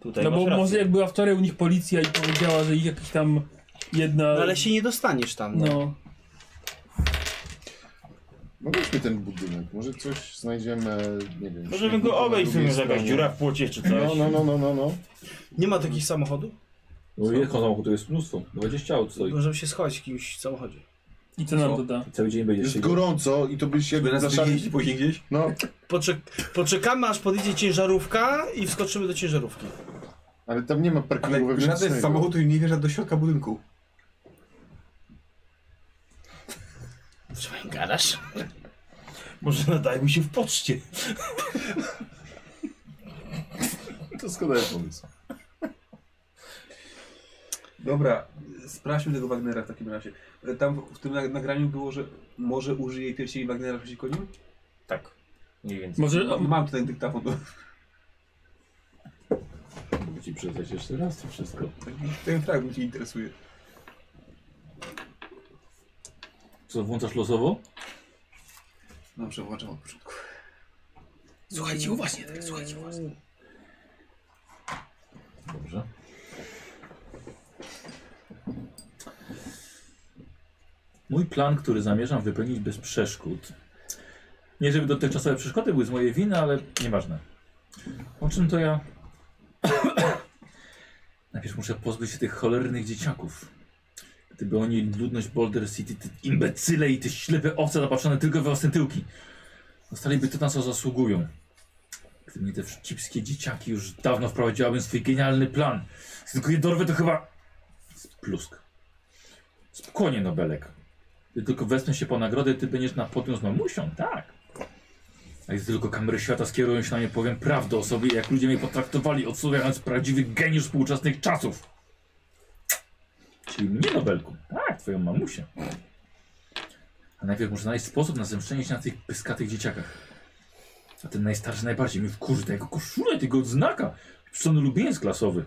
Tutaj No masz bo rację. może jak była wczoraj u nich policja i powiedziała, że ich jakiś tam jedna... No ale się nie dostaniesz tam. No. No. No weźmy ten budynek, może coś znajdziemy, nie wiem. Możemy śmietnika na go obejść, w drugiej sumie że jakaś stronie. dziura w płocie czy coś. No, no, no, no, no, no. Nie ma takich samochodów? No i jaką samochód, to jest mnóstwo. 20 aut stoi. Możemy się schować w kimś w samochodzie. I co nam Co? to da? I Cały dzień będzie Jest się... gorąco i to byś Żeby jakby nas zaszali... wyjeździć później gdzieś. No, Poczek- poczekamy aż podjedzie ciężarówka i wskoczymy do ciężarówki. ale tam nie ma Ale parkingu żaden wewnętrznego. z samochodu nie wjeżdża do środka budynku. Trzymaj garaż. Może nadajmy się w poczcie. Doskonały pomysł. Dobra, sprawdźmy tego Wagnera w takim razie. E, Tam w- w tym na- nagraniu było, że może użyje pierścieni Wagnera przeciwko nim? Tak. Mniej więcej. Może... Ma- No, Mam tutaj dyktafon. Mogę ci przeczytać jeszcze raz to wszystko. Ten fragment mnie interesuje. Co, włączasz losowo? Dobrze, włączam No, od początku. Słuchajcie uważnie, tak, słuchajcie uważnie. Dobrze. Mój plan, który zamierzam wypełnić bez przeszkód. Nie żeby dotychczasowe przeszkody były z mojej winy, ale nieważne. O czym to ja? Najpierw muszę pozbyć się tych cholernych dzieciaków. Gdyby oni ludność Boulder City, te imbecyle i te ślepe owce zapatrzone tylko we własne tyłki. Dostaliby to, na co zasługują. Gdyby nie te wcipskie dzieciaki, już dawno wprowadziłabym swój genialny plan. Jeśli tylko je dorwę, to chyba... Plusk. Spokojnie, Nobelek. Ty tylko wezmę się po nagrodę, ty będziesz na podium z mamusią, tak. A jeśli tylko kamery świata skierują się na mnie, powiem prawdę o sobie, jak ludzie mnie potraktowali, odsuwając prawdziwy geniusz współczesnych czasów. Czyli mnie, Nobelku. Tak, twoją mamusię. A najpierw muszę znaleźć sposób na zemszczenie się na tych pyskatych dzieciakach. A ten najstarszy najbardziej mi wkurzy, ta jego koszulę, tego odznaka. Przecież on lubieniec klasowy.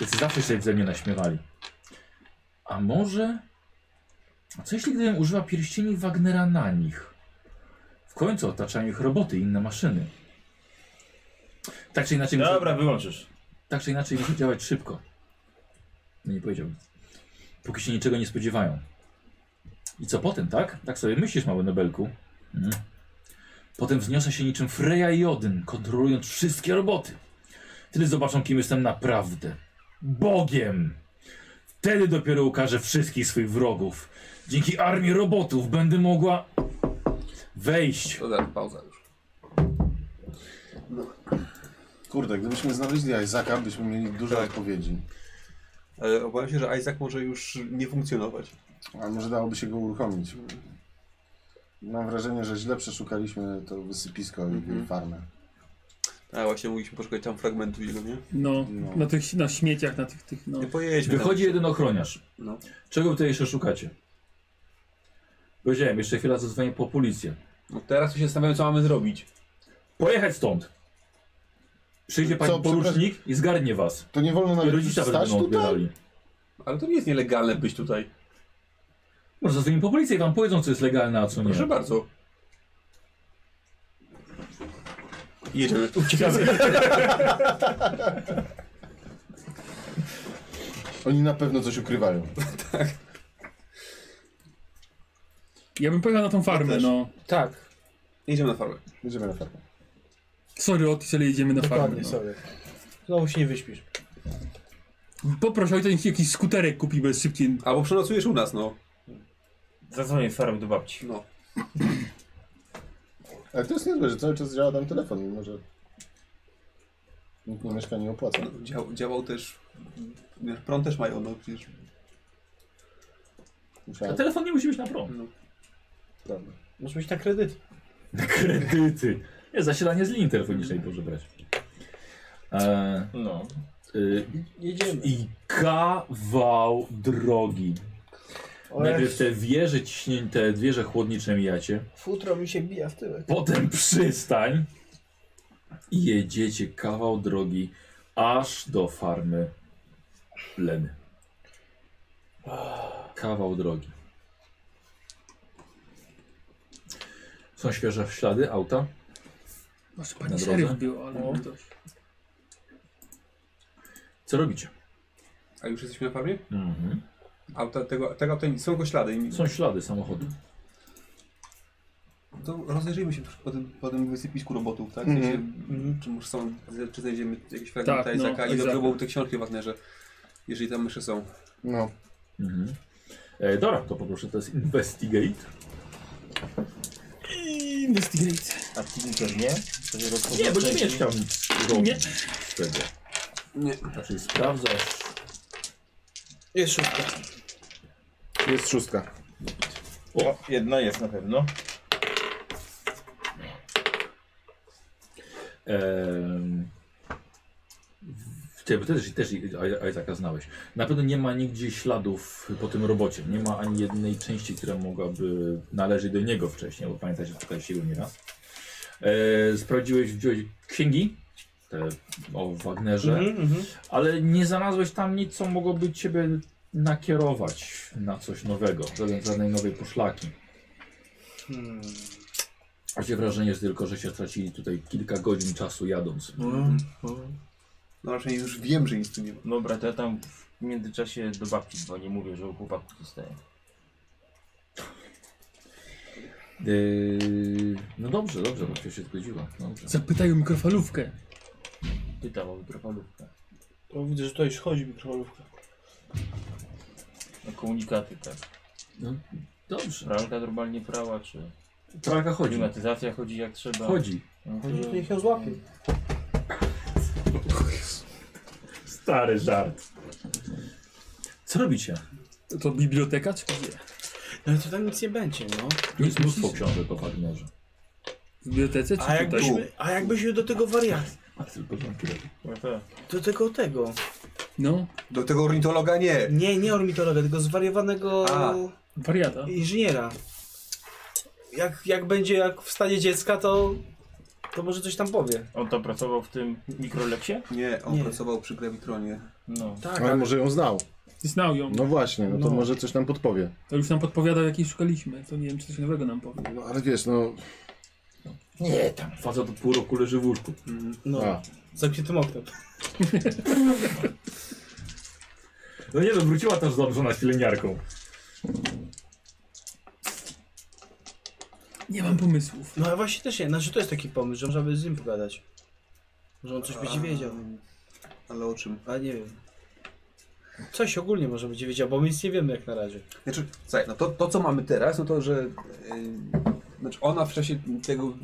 Tacy zawsze się ze mnie naśmiewali. A może... A co jeśli gdybym użyła pierścieni Wagnera na nich? W końcu otaczają ich roboty i inne maszyny. Tak czy inaczej... muszę- Dobra, wyłączysz. tak czy inaczej muszę działać szybko. No nie powiedział nic. Póki się niczego nie spodziewają. I co potem, tak? Tak sobie myślisz, mały Nobelku. Mhm. Potem wzniosę się niczym Freya i Odyn, kontrolując wszystkie roboty. Tyle zobaczą, kim jestem naprawdę. Bogiem! Wtedy dopiero ukażę wszystkich swych wrogów. Dzięki armii robotów będę mogła wejść. To tak, pauza już. Kurde, gdybyśmy znaleźli Isaaca, byśmy mieli dużo Tak. odpowiedzi. Ale E, obawiam się, że Isaac może już nie funkcjonować. A może dałoby się go uruchomić. Mam wrażenie, że źle przeszukaliśmy to wysypisko i Mhm. farmę. A właśnie mogliśmy poszukać tam fragmentu jego, nie? No, No. na tych na śmieciach, na tych, tych no. Nie pojedźmy. Wychodzi jeden ochroniarz. No. Czego tutaj jeszcze szukacie? Powiedziałem, jeszcze chwila zadzwonię po policję. No teraz to się zastanawiam, co mamy zrobić. Pojechać stąd! Przyjdzie Co, pani porucznik i zgarnie was. To nie wolno I nawet rodzice wstać będą tutaj? odbierali. Ale to nie jest nielegalne być tutaj. Może zadzwonimy po policję i wam powiedzą, co jest legalne, a co nie. Proszę bardzo. Jedziemy. Uciekamy. Oni na pewno coś ukrywają. Ja bym pojechał na tą farmę, też. no. Tak, Jedziemy na farmę. Będziemy na farmę. Sorry, Otis, ale jedziemy na farmę. dokładnie, No. sorry. Znowu się nie wyśpisz. Poproś ojca, niech jakiś skuterek kupimy szybciej. Albo przenocujesz u nas, no. Zadzwonię z farmy do babci. no. Ale to jest niezłe, że cały czas działa tam telefon, mimo że nikt nie mieszka, nie opłaca. Dział, działał też... Wiesz, prąd też mają, no przecież. A Musiałem... telefon nie musi być na prąd. No. Prawda. Może być na kredyt. Kredyty. Nie, zasilanie z linii telefonicznej proszę brać. E, No. y, Jedziemy. I kawał drogi. Najpierw te wieże ciśnięte, wieże chłodnicze mijacie. Futro mi się bija w tyłek. Potem przystań i jedziecie kawał drogi aż do farmy Leny. Kawał drogi. Są świeże ślady auta. Może Na pani drodze? serio było, ale No. ktoś. Co robicie? A już jesteśmy na farmie? Mhm. Auta, tego, tego to nie, są tylko ślady. Są ślady samochodu. To rozejrzyjmy się po tym, po tym wysypisku robotów, tak? W Mhm. sensie, Czy może są, czy znajdziemy jakieś fragmenty Tak, no, Isaaca i Isaaca. dobrze byłoby te książki ważne, że jeżeli tam jeszcze są. No, Mhm. E, dobra, to poproszę, to jest Investigate. Investigate. A Tinker nie? To się rozpoznaje Nie, bo nie wcześniej. będziesz chciał nic robić wtedy. Nie. Znaczy sprawdzasz. Jest szóstka. jest szóstka. O, jedna jest na pewno. Em, w- Ty, bo ty też, też I- I- Isaaca znałeś. Na pewno nie ma nigdzie śladów po tym robocie. Nie ma ani jednej części, która mogłaby należeć do niego wcześniej, bo pamiętaj, że tutaj się nie raz. E, sprawdziłeś, wziąłeś księgi te o Wagnerze, Mhm, mhm. ale nie znalazłeś tam nic, co mogłoby ciebie nakierować na coś nowego, żaden- żadnej nowej poszlaki. Hmm. Macie wrażenie że tylko, że się stracili tutaj kilka godzin czasu jadąc. No raczej już wiem, że nic tu nie ma. Dobra, to ja tam w międzyczasie do babci dzwonię, mówię, że u chłopaków zostaje. Yy, no dobrze, dobrze, bo się zgodziła. Dobrze. Zapytaj o mikrofalówkę. Pytał o mikrofalówkę. To widzę, że to już chodzi mikrofalówka. No, komunikaty, tak. Dobrze. Pralka normalnie prała, czy Pralka chodzi. klimatyzacja chodzi jak trzeba. Chodzi. Może niech ją złapie. Stary żart. Co robicie? To biblioteka czy gdzie? No ale to tam nic nie będzie, no. Tu jest mnóstwo książek o Wagnerze. W bibliotece czy A tutaj? jakbyśmy, a jakbyśmy do tego wariata, A tylko żarty. No tak. do tego tego. No, Do tego ornitologa nie. Nie, nie ornitologa, tylko zwariowanego A. wariata. inżyniera. Jak, jak będzie jak w stanie dziecka, to, to może coś tam powie. On tam pracował w tym mikroleksie? Nie, on Nie. pracował przy gravitronie. No. Tak, Ale może ją znał. Znał ją. No właśnie, no to No. może coś nam podpowie. To już nam podpowiadał, jakiej szukaliśmy. To nie wiem, czy coś nowego nam powie. No ale wiesz, no... Nie, tam faza do pół roku leży w łóżku. no. A. Zamkniętym oknem. No nie, no wróciła też dobrze na pielęgniarką. Nie mam pomysłów. No a właśnie też nie, znaczy to jest taki pomysł, że można by z nim pogadać. Może on coś będzie wiedział, Ale o czym? ale nie wiem. Coś ogólnie może będzie wiedział, bo my nic nie wiemy jak na razie. Znaczy, słuchaj, no to, to co mamy teraz, no to, że yy, znaczy ona w czasie tego,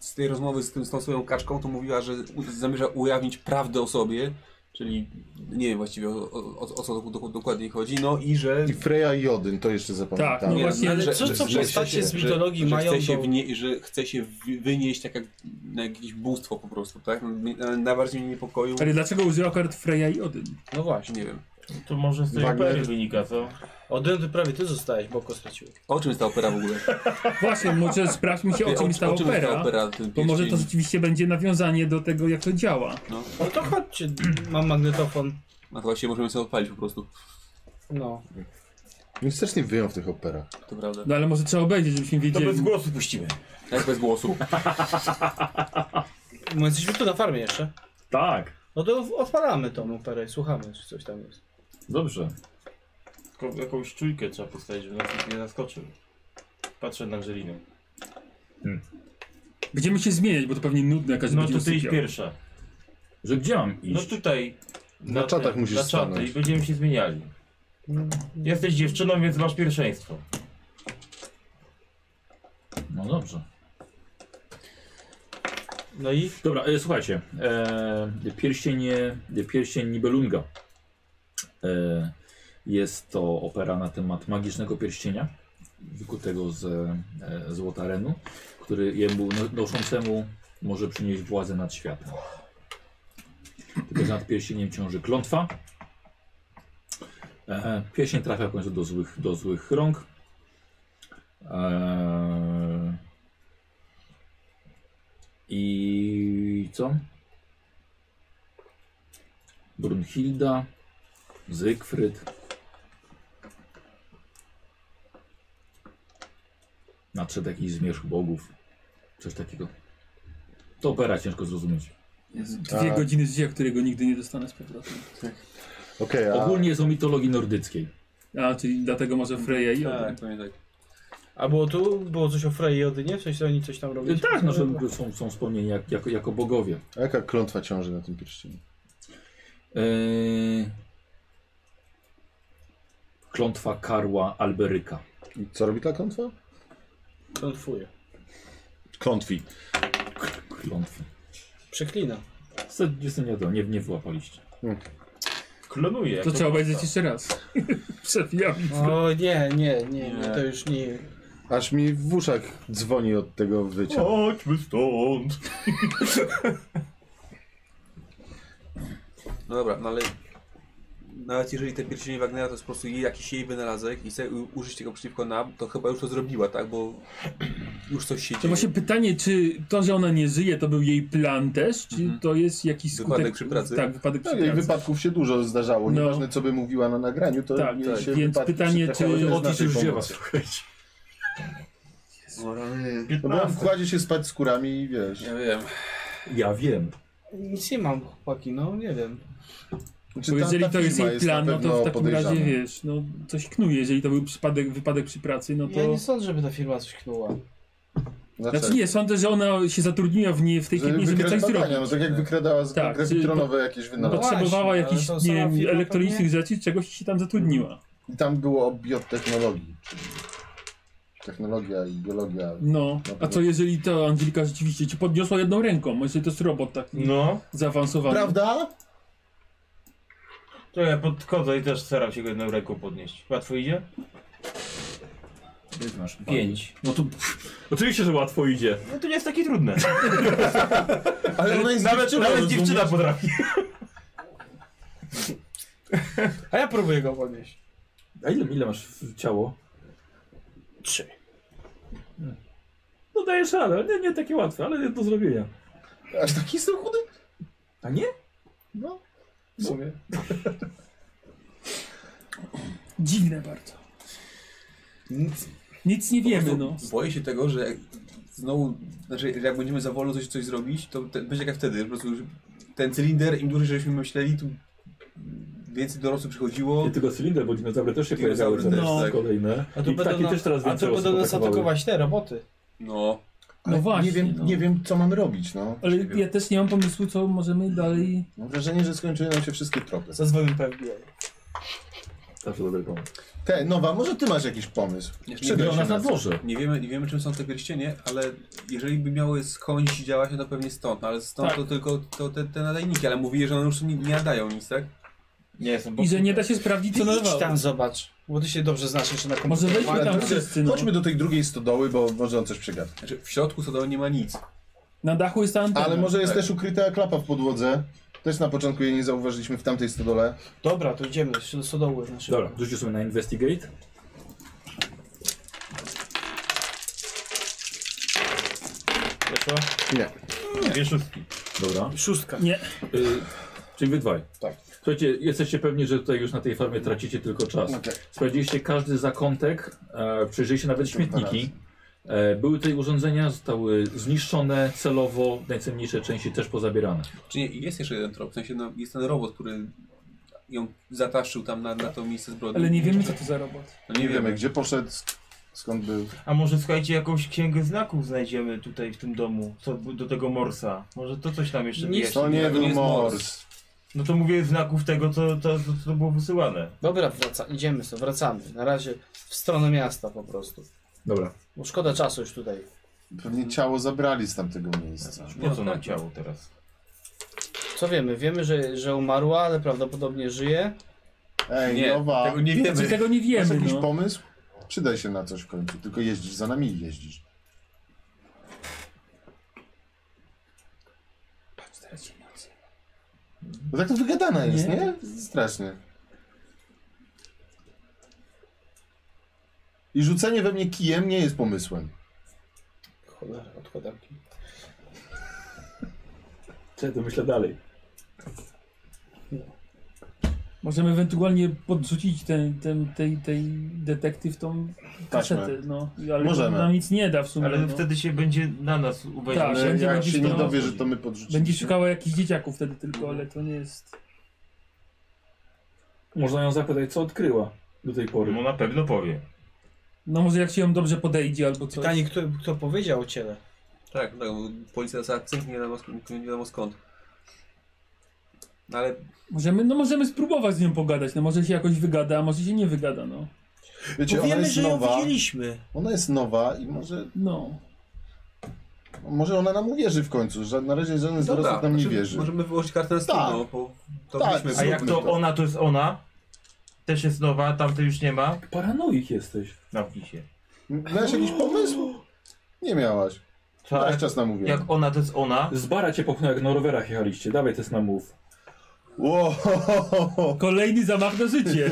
z tej rozmowy z, tym, z tą swoją kaczką, to mówiła, że u, zamierza ujawnić prawdę o sobie, czyli nie wiem właściwie o, o, o, o co do, do, dokładnie chodzi, no i że... I Freja i Odyn, to jeszcze zapamiętałem. Tak, no właśnie, Ale że- co, co że- postacie że- z mitologii że mają Chce się do- wnie, że chce się wy- wynieść tak jak na jakieś bóstwo po prostu, tak? Na- Najbardziej mnie niepokoił, Ale dlaczego użyła kart Freya i Odyn? No właśnie. nie wiem. To może z tej Wagner. opery wynika, co? Odyn ty prawie ty zostałeś, bo stracił. O czym jest ta opera w ogóle? Właśnie, może sprawdźmy się, o czym jest ta opera. ten Bo może to pierścień? rzeczywiście będzie nawiązanie do tego, jak to działa. No to chodźcie, mam magnetofon. No to właśnie możemy sobie odpalić po prostu, No. Więc też nie wyjął w tych operach. to prawda. No ale może trzeba obejrzeć, żebyśmy To wiedzieli. bez głosu puścimy. Jak Tak, bez głosu. My jesteśmy tu na farmie jeszcze. Tak, No to odpalamy tą operę i słuchamy, czy coś tam jest. dobrze. Tylko jakąś czujkę trzeba postawić, żeby nas nikt nie zaskoczył. Patrzę na Angelinę. Będziemy się zmieniać, bo to pewnie nudne jakaś No będzie to ty idź usypiał. pierwsza. Że gdzie mam No iść? tutaj. Na te- czatach musisz Na czaty stanąć. i będziemy się zmieniali. Jesteś dziewczyną, więc masz pierwszeństwo. No dobrze. No i Dobra, e, słuchajcie. E, pierścień, e, pierścień Nibelunga. E, jest to opera na temat magicznego pierścienia, wykutego z e, złotarenu, który jemu no- noszącemu może przynieść władzę nad światem. Tylko że nad pierścieniem ciąży klątwa. E, pierścień trafia w końcu do złych, do złych rąk. E, i co? Brunhilda, Zygfryd. Nadszedł jakiś zmierzch bogów. Coś takiego. To opera ciężko zrozumieć. Dwie Tak. A. godziny życia, którego nigdy nie dostanę z powrotem. Okej, a... Ogólnie jest o mitologii nordyckiej. A, czyli dlatego może Freya i Odyn. Tak, pewnie tak. A było tu, było coś o Frey i Odynie? W sensie oni coś tam robili? Tak, no, że są, są wspomnieni jak, jako, jako bogowie. A jaka klątwa ciąży na tym pierścieniu? E, Eee... Klątwa Karła Alberyka. I co robi ta klątwa? Klątwuje. Klątwi. Klątwy. Przeklina. Jestem nie, nie, nie wyłapaliście. Klonuję. To jak trzeba obejrzeć jeszcze raz. Przewijam. No. O nie, nie, nie, no Nie. to już nie. Aż mi w uszach dzwoni od tego wycia. Chodźmy stąd. No dobra, no ale nawet jeżeli te pierścienie Wagnera to jest po prostu jej, jakiś jej wynalazek i chce u- użyć tego przeciwko nam, to chyba już to zrobiła, tak? Bo już coś się To dzieje. właśnie pytanie, czy to, że ona nie żyje, to był jej plan też, czy to jest jakiś skutek... Wypadek przy pracy? Tak, wypadek przy Tak, jej pracy. wypadków się dużo zdarzało. No. Nieważne co by mówiła na nagraniu, to Tak, jej tak. się Więc wypadki pytanie, przytrafiały czy bez Otis naszej już dziewa, pomocy. słuchajcie. No, rany. No bo on kładzie się spać z kurami i wiesz. Tak. Ja wiem. Ja wiem. Nic nie mam, chłopaki, no nie wiem. Znaczy, Bo ta- jeżeli ta to jest firma jej na plan, no pewno to w takim podejrzana. razie wiesz, no coś knuje. Jeżeli to był przypadek, wypadek przy pracy, no to... Ja nie sądzę, żeby ta firma coś knuła. Znaczy nie, sądzę, że ona się zatrudniła w, nie, w tej firmie, żeby coś zrobić. No tak jak wykradała z Tak, gry czyli tronowe jakieś wynalazki. No Potrzebowała ale jakichś No to nie, sama wiem, firma elektronicznych rzeczy, czegoś i się tam zatrudniła. I tam było o biotechnologii, czyli technologia i biologia. No, No, a co jeżeli ta Angelika rzeczywiście cię podniosła jedną ręką? Może to jest robot taki No. zaawansowany. Prawda? To ja podchodzę i też staram się go jedną ręką podnieść. Łatwo idzie? Ile ty masz? Pięć. No to pff, oczywiście, że łatwo idzie. No to nie jest takie trudne. Ale ona jest Nawet, no nawet dziewczyna potrafi. A ja próbuję go podnieść. A ile, ile masz w ciało? Trzy. No dajesz radę, nie, nie takie łatwe, ale do zrobienia. Aż taki jestem chudy? A nie? No. W sumie. Dziwne bardzo. Nic nie wiemy, no. Boję się tego, że jak znowu, znaczy jak będziemy za wolno coś, coś zrobić, to te, będzie jak wtedy, po prostu że ten cylinder, im dłużej żeśmy myśleli, tu więcej dorosłych przychodziło. Nie tylko cylinder, bo dinozaury też się Dinozaury pojawiały teraz też, tak. kolejne. A to I ptaki będą, też teraz a więcej to osób będą nas atakowały. atakować te roboty. No. No właśnie. Nie wiem, no. nie wiem co mam robić, no. Ale ja też nie mam pomysłu, co możemy dalej. Mam wrażenie, że skończyły nam się wszystkie tropy. Zadzwonił pewnie. Zawsze dobry pomysł. Te, Nowa, może ty masz jakiś pomysł? Jeszcze Czego się ona na nas- dworze? Nie wiemy, nie wiemy czym są te pierścienie, ale jeżeli by miały skądś działać, no to pewnie stąd, no ale stąd Tak. to tylko to te, te nadajniki, ale mówili, że one już nie, nie nadają nic, tak? Nie jestem, bo... I że nie da się sprawdzić, Ty co idź nadawało. tam zobacz, bo ty się dobrze znasz jeszcze na Może komputerze. wejdźmy tam Ale wszyscy, no. Chodźmy do tej drugiej stodoły, bo może on coś przegada. Znaczy w środku stodoły nie ma nic. Na dachu jest ta antena. Ale może jest tak. też ukryta klapa w podłodze. Też na początku jej nie zauważyliśmy w tamtej stodole. Dobra, to idziemy do stodoły. Znaczy. Dobra, rzućcie sobie na investigate. Weszła? Nie. Dwie szóstki. Dobra. Szóstka. Nie, Y, czyli wy dwaj. Tak. Słuchajcie, jesteście pewni, że tutaj już na tej farmie tracicie tylko czas. Okej. Sprawdziliście każdy zakątek, e, przejrzeliście nawet śmietniki. E, były tutaj urządzenia, zostały zniszczone celowo, najcenniejsze części też pozabierane. Czy nie, jest jeszcze jeden trop, w sensie no, jest ten robot, który ją zataszył tam na, na to miejsce zbrodni. ale nie wiemy, co to za robot. No, nie, Nie wiemy. wiemy, gdzie poszedł, sk- skąd był. A może słuchajcie, jakąś księgę znaków znajdziemy tutaj w tym domu, co do tego Morsa. Może to coś tam jeszcze wyjaśni. To nie to nie był jest Mors. No to mówię znaków tego, co, co, co, co było wysyłane. Dobra, wraca, idziemy sobie, wracamy. Na razie w stronę miasta po prostu. Dobra. Bo No szkoda czasu już tutaj. Pewnie ciało zabrali z tamtego No miejsca. Po tak, co nam ciało teraz? Co wiemy? Wiemy, że, że umarła, ale prawdopodobnie żyje. Ej, Nie, Nowa, tego nie Znaczy, wiemy. tego nie masz wiemy, jakiś no. pomysł? Przydaj się na coś w końcu, tylko jeździsz, za nami i jeździsz. No tak to wygadane jest, nie? Strasznie. I rzucenie we mnie kijem nie jest pomysłem. Cholera, odkładam. kij. Co ja to myślę dalej? Możemy ewentualnie podrzucić ten, ten, tej, tej detektyw tą kasetę, no. Ale Możemy. to nam nic nie da w sumie, Ale no. wtedy się będzie na nas uwagi. Tak, Ale Wszędzie jak będziesz się nie to- dowie, że to my podrzuciliśmy. Będzie szukała jakichś dzieciaków wtedy tylko, ale to nie jest... Można ją zapytać, co odkryła do tej pory. No na pewno powie. No może jak się ją dobrze podejdzie albo coś. Pytanie, kto, kto powiedział o ciele? Tak, tak, bo policja za akcent nie wiadomo, sk- nie wiadomo skąd. No ale Możemy, no możemy spróbować z nią pogadać, no może się jakoś wygada, a może się nie wygada, no. Wiecie, Bo ona wiemy, jest że ją nowa. widzieliśmy. Ona jest nowa i może, No. może ona nam uwierzy w końcu, że na razie żaden z dorosłych nam nie znaczy, wierzy. możemy wyłożyć kartę na stół, Tak. no, bo to Tak, byliśmy A jak Zróbmy to to. ona, to jest ona. Też jest nowa, tamtej już nie ma. Paranoik jesteś. Zamknij się. Miałeś jakiś pomysł? Nie miałaś. Miałeś Tak. czas na mówienie. Jak ona, to jest ona. Z bara cię popchnął, jak na rowerach jechaliście. Dawaj test na mów. Wow. Kolejny zamach na życie.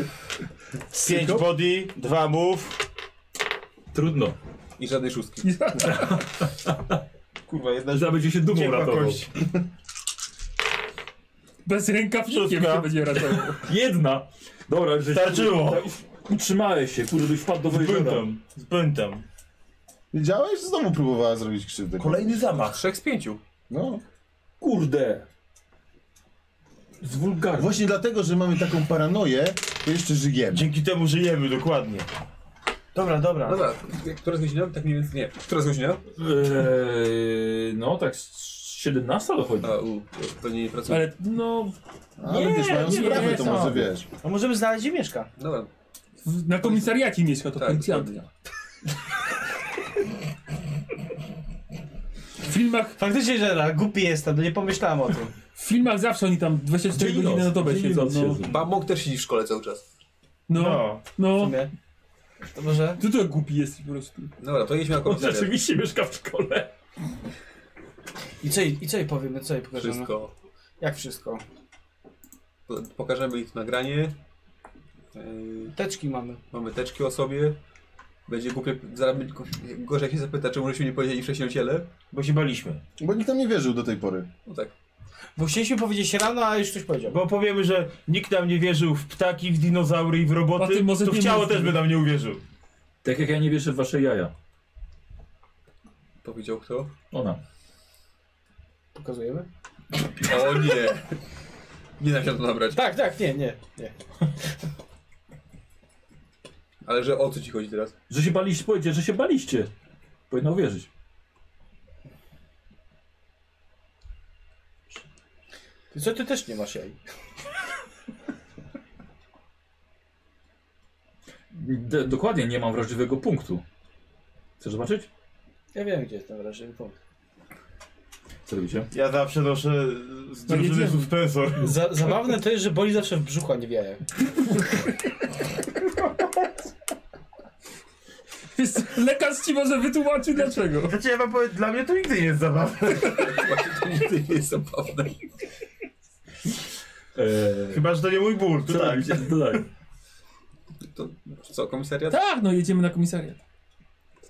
5 body, 2 move. Trudno. i żadnej szóstki. Kurwa, jedna Za będzie się dumą ciemna ratował. kość. Bez rękawnikiem Szóstka. się będzie ratował. Jedna! Dobra, że tak Starczyło. Utrzymałeś się, kurde, byś wpadł do województwa. Zbętam. Zbętam. Widziałeś? Znowu próbowała zrobić krzywdę. Kolejny zamach. Trzech z pięciu. No. Kurde! Z wulgarnym. Właśnie dlatego, że mamy taką paranoję, to jeszcze żyjemy. Dzięki temu żyjemy, dokładnie. Dobra, dobra. No Dobra, jak- która jest godzina? Tak mniej więcej, nie. Która jest godzina? Eee, no tak, z 17 dochodzi. A, u, to nie pracuje. Ale no, Ale Nie, wiesz, mają nie, sprawy, to no. może wiesz. No możemy znaleźć gdzie mieszka. Dobra, w, na komisariacie mieszka to Tak, policjantka. W filmach, Faktycznie, że ra, głupi jestem, no nie pomyślałem o tym. w filmach zawsze oni tam 24 Dzień i godziny na noc, dobę dzień i siedzą. noc No, siedzą. Ba, Mok też siedzi w szkole cały czas. no, No. W no. sumie. To może? Ty to głupi jesteś po prostu. No Dobra, to jedźmy na On komisariat. rzeczywiście mieszka w szkole. I co, jej- i co jej powiemy, co jej pokażemy? Wszystko. Jak wszystko? Po- Pokażemy ich nagranie. Yy, Teczki mamy. mamy teczki o sobie. Będzie głupio, zaraz będzie go- gorzej jak się zapyta, czemu żeśmy nie powiedzieli wcześniej o ciele. Bo się baliśmy. Bo nikt nam nie wierzył do tej pory. No tak. Bo chcieliśmy powiedzieć rano, a już ktoś powiedział. Bo powiemy, że nikt nam nie wierzył w ptaki, w dinozaury i w A roboty, ty może to w nie ciało mów. też by nam nie uwierzył. Tak jak ja nie wierzę w wasze jaja. Powiedział kto? Ona. Pokazujemy? O nie! Nie da się na to nabrać. Tak, tak, nie, nie, nie. Ale że o co ci chodzi teraz? Że się baliście, powiedzcie, że się baliście. Powinna uwierzyć. Ty co, ty też nie masz jaj. D dokładnie, nie mam wrażliwego punktu. Chcesz zobaczyć? Ja wiem, gdzie jest ten wrażliwy punkt. Co robicie? Ja zawsze noszę z No drużyny jedziemy. suspensor. Za, zabawne to jest, że boli zawsze w brzuchu, a nie w jajach. Jest, lekarz ci może wytłumaczy dlaczego. Znaczy ja wam powiem, dla mnie to nigdy nie jest zabawne. Właśnie to nigdy nie jest zabawne. Eee, Chyba, że to nie mój ból, co to tak. robicie? To tak. To co, komisariat? Tak, no jedziemy na komisariat.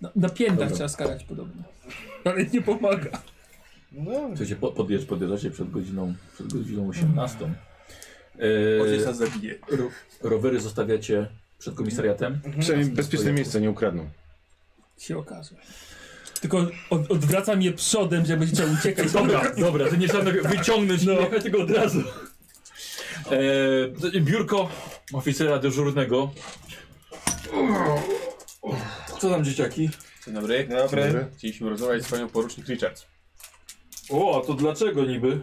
Na, na piętach Dobra. trzeba skarać podobno. Ale nie pomaga. No, Słuchajcie, po- podjeżdż, podjeżdżacie przed godziną, przed godziną 18. Ojciec Eee, nas zabije. ro rowery zostawiacie przed komisariatem. Przynajmniej bezpieczne miejsce nie ukradną. Się okaże. Tylko od, odwracam je przodem, żeby będzie trzeba uciekać. Dobra, dobra, to nie trzeba tego wyciągnąć, no. jechać tylko od razu. Eee, biurko oficera dyżurnego. Co tam dzieciaki? Dzień dobry. Dobry. Chcieliśmy rozmawiać z panią porucznik Richards. O, a to dlaczego niby? mamy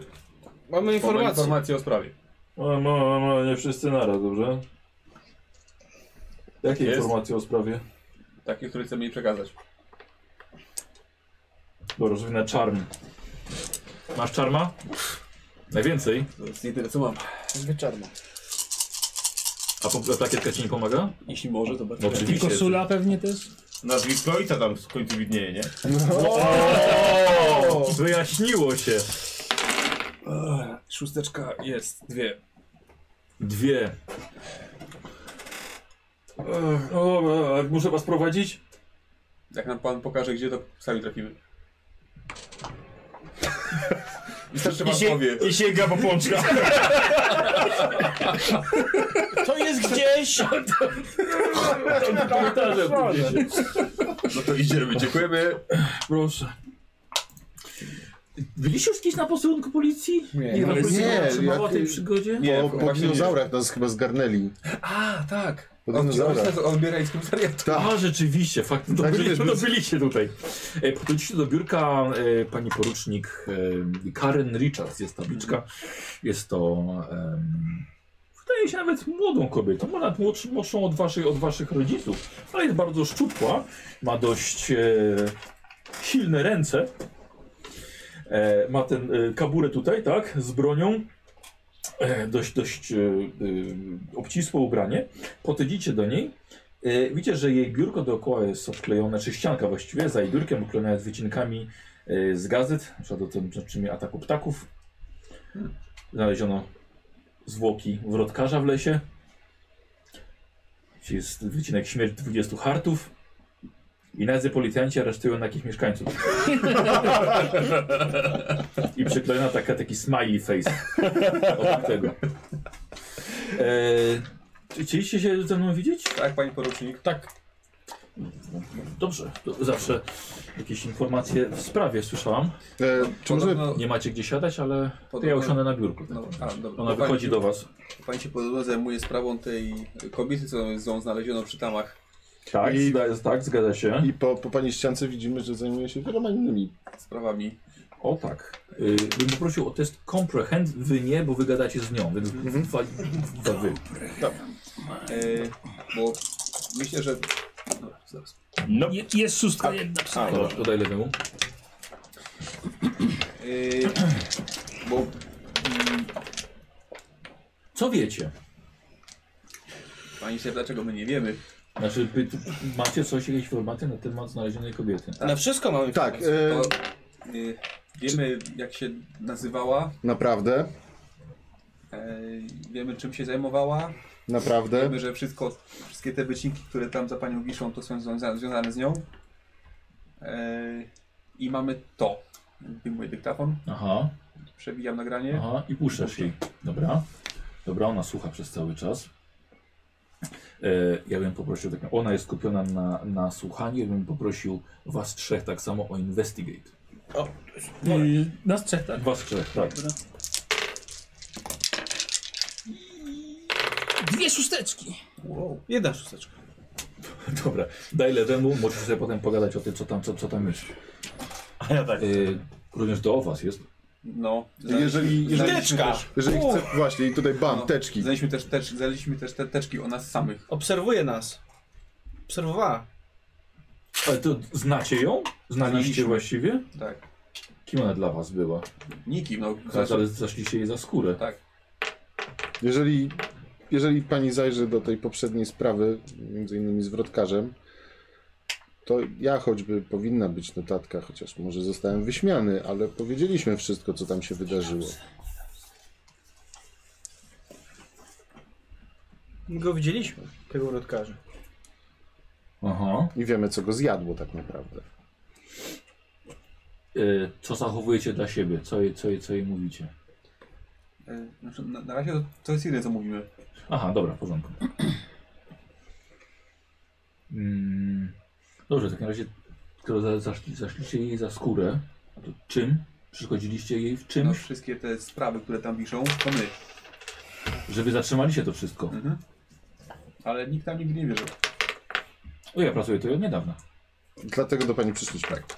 Bo ma informację. informacje o sprawie. O, no, no, nie wszyscy naraz, dobrze? Jakie Jest. informacje o sprawie? Takie, które chcemy jej przekazać. Dobra, żeby na czarn. Masz czarma? Najwięcej. To jest jedyne co mam. Wieczorna. A po- plakietka ci nie pomaga? Jeśli może, to bardzo No, chętnie. I oczywiście. koszula pewnie też. Nazwisko ojca tam w końcu widnieje, nie? No. O, wyjaśniło się. Ech, Szósteczka jest, dwie. Dwie. Ech, No dobra, a muszę was prowadzić? Jak nam pan pokaże gdzie, to sami trafimy. Wystarczy pan powie. I sięga po pączka. To jest gdzieś! Komentarze odbierzcie. No to idziemy, dziękujemy. Proszę. Byliście już kiedyś na posterunku policji? Nie, wam ale policja nie, no, zatrzymała jak- o tej przygodzie? Po, po właśnie nie. dinozaurach nas chyba zgarnęli. A, tak. Po dinozaurach. Ojciec odbieraj z komisariatu. A, rzeczywiście, fakt, no to, Także byli, wiesz, no to bez- byliście tutaj. E, Podchodzicie do biurka, e, pani porucznik e, Karen Richards jest tabliczka. Jest to, em, wydaje się nawet młodą kobietą, ma nawet młodsz, młodszą od waszych, od waszych rodziców, ale jest bardzo szczupła, ma dość e, silne ręce. E, ma ten e, kaburę tutaj, tak, z bronią. E, dość, dość e, e, obcisłe ubranie. Podchodzicie do niej. E, Widzicie, że jej biurko dookoła jest odklejone, czy ścianka właściwie, za jej biurkiem oklejona jest wycinkami e, z gazet, na przykład o tym czymie ataku ptaków. Znaleziono zwłoki wrotkarza w lesie. Gdzie Jest wycinek śmierć 20 hartów. I nazy policjanci aresztują takich mieszkańców. I przyklejona taka, taki smiley face od tego. E, chcieliście się ze mną widzieć? Tak, pani porucznik. Tak. Dobrze, to zawsze jakieś informacje w sprawie słyszałam. E, czy możemy... Podobno- Nie macie gdzie siadać, ale to ja Podobno- usiądę na biurku. No, a, dobra. Ona To pani- wychodzi do was. Pan się podobno zajmuje sprawą tej kobiety, co ją znaleziono przy tamach. Tak, I- zda, tak zgadza się. I po, po pani ściance widzimy, że zajmuje się wieloma innymi. sprawami. O tak. Y, bym poprosił o test comprehend, wy nie, bo wy gadacie z nią, więc dwa, dwa wy. Yy, bo myślę, że No, Je, jest szóstka jedna. A, dobra, dodaj lewemu. yy, bo Co wiecie? pani się dlaczego my nie wiemy. Znaczy, by, macie coś, jakieś informacje na temat znalezionej kobiety? Na wszystko mamy Tak, informacje. e, To, yy, wiemy jak się nazywała, naprawdę, yy, wiemy czym się zajmowała, naprawdę. wiemy, że wszystko, wszystkie te wycinki, które tam za panią wiszą, to są związa- związane z nią. Yy, I mamy to. Mój dyktafon, Aha, przebijam nagranie. aha, i puszczasz jej. Dobra. Dobra, ona słucha przez cały czas. E, ja bym poprosił, tak, ona jest skupiona na, na słuchaniu, ja bym poprosił was trzech tak samo o investigate. Y, nas trzech, tak? Was trzech, tak. Dwie szósteczki. Jedna szósteczka. Dobra, daj lewemu, możesz sobie potem pogadać o tym, co tam, co, co tam jest. A ja tak. Yy, również do was jest. No, Jeżeli, jeżeli, Teczka! jeżeli O, chce, właśnie, i tutaj bam, No. teczki. Znaleźliśmy też, też, znaleźliśmy też te teczki o nas samych. Obserwuje nas. Obserwowała. Ale to znacie ją? Znaliście Znaliśmy. właściwie? Tak. Kim ona dla was była? Nikim, no. Zaraz, Tak, ale zaszliście jej za skórę. Tak. Jeżeli, jeżeli pani zajrzy do tej poprzedniej sprawy, między innymi z wrotkarzem, to ja choćby powinna być notatka, chociaż może zostałem wyśmiany, ale powiedzieliśmy wszystko, co tam się wydarzyło. My go widzieliśmy, tego urodkarza. Aha. I wiemy, co go zjadło tak naprawdę. Yy, co zachowujecie dla siebie? Co jej, co jej, co jej mówicie? E, Znaczy, na, na razie to, to jest ile, co mówimy. Aha, dobra, w porządku. Mm, dobrze, w takim razie, skoro za- zaszli, zaszliście jej za skórę, to czym? Przeszkodziliście jej w No, czymś? wszystkie te sprawy, które tam wiszą, to my. Że wy zatrzymaliście to wszystko? Mhm. Ale nikt tam nigdy nie wierzył. O, ja pracuję tutaj od niedawna. Dlatego do pani przyszliśmy. Tak.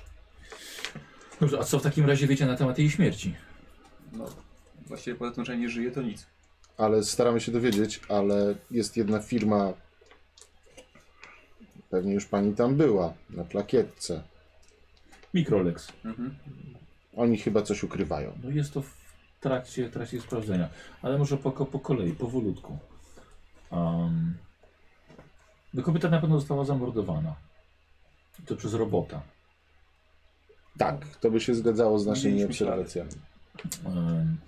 Dobrze, a co w takim razie wiecie na temat jej śmierci? No, właściwie poza tym, że nie żyje, to nic. Ale staramy się dowiedzieć, ale jest jedna firma, pewnie już pani tam była, na plakietce. Mikrolex. Mhm. Oni chyba coś ukrywają. No jest to w trakcie, trakcie sprawdzenia, ale może po, po kolei, powolutku. Um, no kobieta na pewno została zamordowana. I To przez robota. Tak, to by się zgadzało z naszymi Mieliśmy obserwacjami. Em,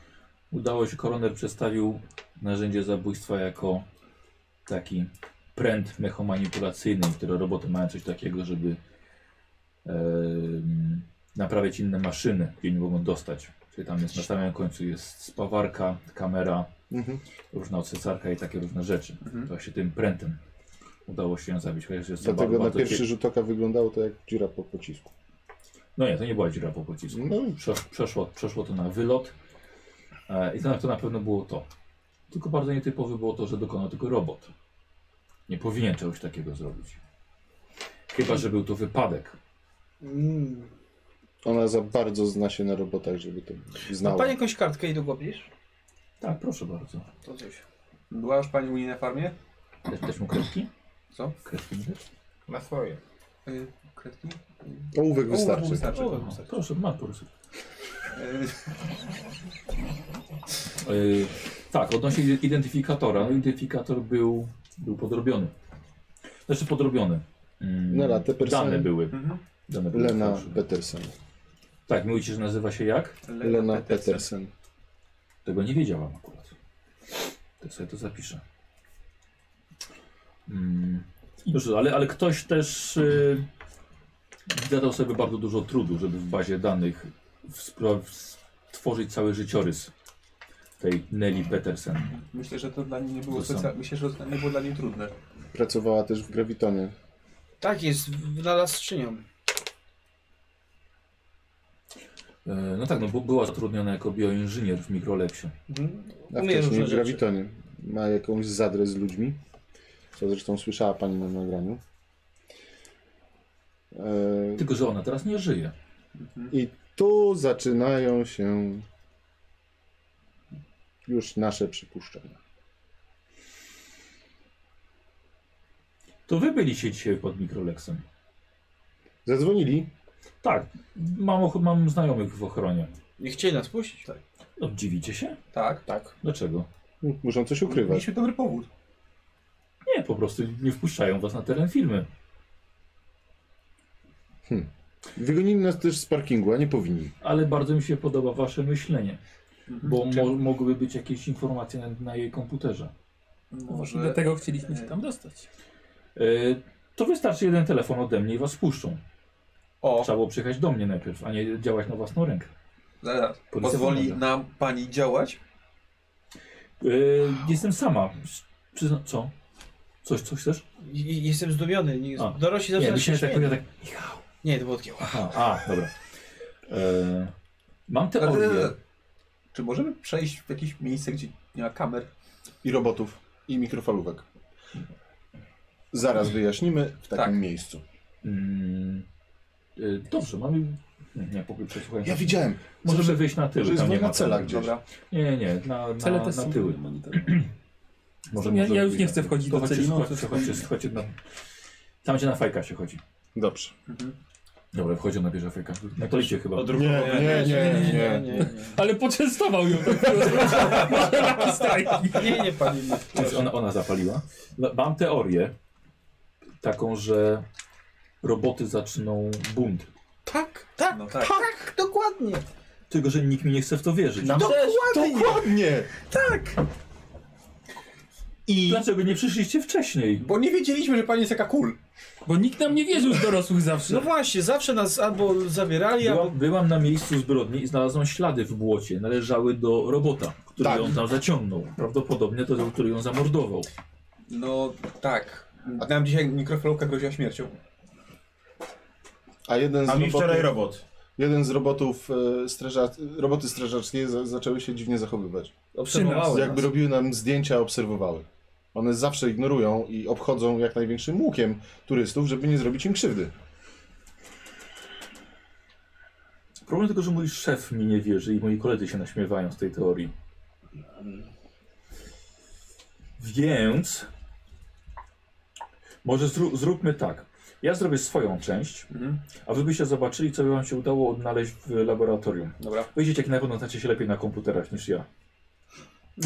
udało się, koroner przedstawił narzędzie zabójstwa jako taki pręt mechomanipulacyjny, które roboty mają coś takiego, żeby em, naprawiać inne maszyny, gdzie nie mogą dostać. Czyli tam jest na samym końcu jest spawarka, kamera, Mhm. różna odsycarka i takie różne rzeczy. To właśnie tym prętem udało się ją zabić. Chociaż jest to Dlatego bardzo, na bardzo pierwszy ciekawe. rzut oka wyglądało to jak dziura po pocisku. No nie, to nie była dziura po pocisku. No, Przesz- przeszło, przeszło to na wylot e, i to, to na pewno było to. Tylko bardzo nietypowe było to, że dokonał tego robot. Nie powinien czegoś takiego zrobić. Chyba, że był to wypadek. Mm. ona za bardzo zna się na robotach, żeby to Ma znała. pan jakąś kartkę i dogłapisz? Tak, proszę bardzo. To coś. Była już pani u niej na farmie? Też, też mu kredki? Co? Kredki mi też? Na swoje. Yy, kredki? Ołówek O, wystarczy. wystarczy. O, proszę, ma proszę. Yy, Yy, tak, odnośnie ide- identyfikatora. No, identyfikator był, był podrobiony. Znaczy podrobiony. Mm, Nela, No, te persony- dane były. Mhm. Dane były Lena fałszywe. Petersen. Tak, mówicie, że nazywa się jak? Lena Petersen. Tego nie wiedziałam akurat. To sobie to zapiszę. Mm. Dobrze, ale, ale ktoś też yy, zadał sobie bardzo dużo trudu, żeby w bazie danych wspro- stworzyć cały życiorys tej Nelly Petersen. Myślę, że to dla niej nie było To są. specjalnie. Myślę, że to nie było dla niej trudne. Pracowała też w Gravitonie. Tak jest, wynalazczynią. E, No tak, no bo była zatrudniona jako bioinżynier w Mikrolepsie. Mhm. A Umie wcześniej różne w rzeczy. Gravitonie. Ma jakąś zadrę z ludźmi. Co zresztą słyszała pani na nagraniu. E, Tylko, że ona teraz nie żyje. I tu zaczynają się już nasze przypuszczenia. To wy byliście dzisiaj pod Mikrolexem. Zadzwonili. Tak, mam, och- mam znajomych w ochronie. Nie chcieli nas puścić? Tak. No, dziwicie się? Tak. Dlaczego? Muszą coś ukrywać. Mieliśmy dobry powód. Nie, po prostu nie wpuszczają was na teren firmy. Wygonili nas też z parkingu, a nie powinni. Ale bardzo mi się podoba wasze myślenie, Mhm. bo mo mogłyby być jakieś informacje na, na jej komputerze. Właśnie dlatego chcieliśmy się tam dostać. E, to wystarczy jeden telefon ode mnie i was puszczą. O. Trzeba było przyjechać do mnie najpierw, a nie działać na własną rękę. Zaraz. Policja Pozwoli pomaga. nam pani działać? E, jestem sama. Przyzna co? Coś, coś też? I- i- Jestem zdumiony. nie- A. Dorośli zawsze Nie, nas myślałem, że tak śmieją. powiem tak. Nie, to było takie... Aha, a, dobra. E, mam Zaraz, teorię. zaraz, zaraz. E, Czy możemy przejść w jakieś miejsce, gdzie nie ma kamer? I robotów, i mikrofalówek. Zaraz wyjaśnimy w takim Tak. miejscu. Mm, e, dobrze, mamy. Nie, nie pokój przesłuchaj. Ja widziałem. Możemy wyjść na tyły. Może jest tam nie wolna ma cela tam- gdzieś. Dobra. Nie, nie, na, na, Cele na też są tyły. monitorowane. Może, Ja- może tak. ja już wyjść nie na chcę tyły. wchodzić To do chodźcie, celi, no, chodźcie, to jest chodźcie, fajnie. chodźcie na... Tam gdzie na fajka się chodzi. Dobrze. Dobra, wchodzi na bierze fajka. Na policie chyba. Nie, nie, nie, nie. Ale poczęstował ją. tak po prostu. Laki strajki. Nie, nie, pani. Więc ona, ona zapaliła. No, Mam teorię taką, że roboty zaczną bunt. Tak, tak, No tak, tak. dokładnie. Tylko, że nikt mi nie chce w to wierzyć. Też. Dokładnie! I... Dlaczego nie przyszliście wcześniej? Bo nie wiedzieliśmy, że pani jest jaka cool. Bo nikt nam nie wierzył z dorosłych No zawsze. właśnie, zawsze nas albo zabierali, albo... Byłam, byłam na miejscu zbrodni i znalazłam ślady w błocie. Należały do robota, który Tak. ją tam zaciągnął. Prawdopodobnie to, ten, który ją zamordował. No tak. A nam dzisiaj mikrofalówka groziła śmiercią. A jeden z, A no mi robotów, wczoraj robot. jeden z robotów e, straża, roboty strażackie za, zaczęły się dziwnie zachowywać. Obserwowały Jakby nas. robiły nam zdjęcia, obserwowały. One zawsze ignorują i obchodzą jak największym łukiem turystów, żeby nie zrobić im krzywdy. Problem tylko, że mój szef mi nie wierzy i moi koledzy się naśmiewają z tej teorii. Więc może zró zróbmy tak. Ja zrobię swoją część, a wy byście zobaczyli, co by wam się udało odnaleźć w laboratorium. Dobra. Wyjdziecie, jak na pewno znacie się lepiej na komputerach niż ja.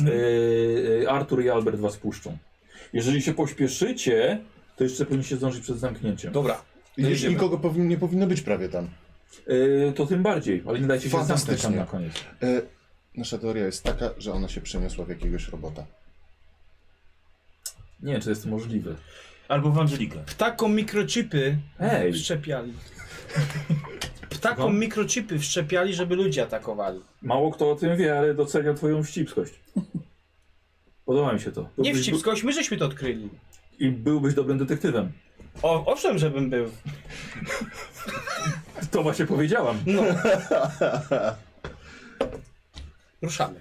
Yy, Artur i Albert was puszczą. Jeżeli się pośpieszycie, to jeszcze powinniście zdążyć przed zamknięciem. Dobra. No Gdzieś nikogo powin, nie powinno być prawie tam. Yy, to tym bardziej, ale nie dajcie się zamknąć tam Fantastycznie. na koniec. E, nasza teoria jest taka, że ona się przeniosła w jakiegoś robota. Nie wiem, czy jest to możliwe. Albo w Angelikę. Ptakom mikrochipy Ej, wszczepiali. Ptakom Wam? mikrochipy wszczepiali, żeby ludzi atakowali. mało kto o tym wie, ale doceniam twoją wścibskość. Podoba mi się to. Nie Byłbyś- wścibskość, my żeśmy to odkryli. I byłbyś dobrym detektywem. O, owszem, żebym był. To właśnie powiedziałam. No. Ruszamy.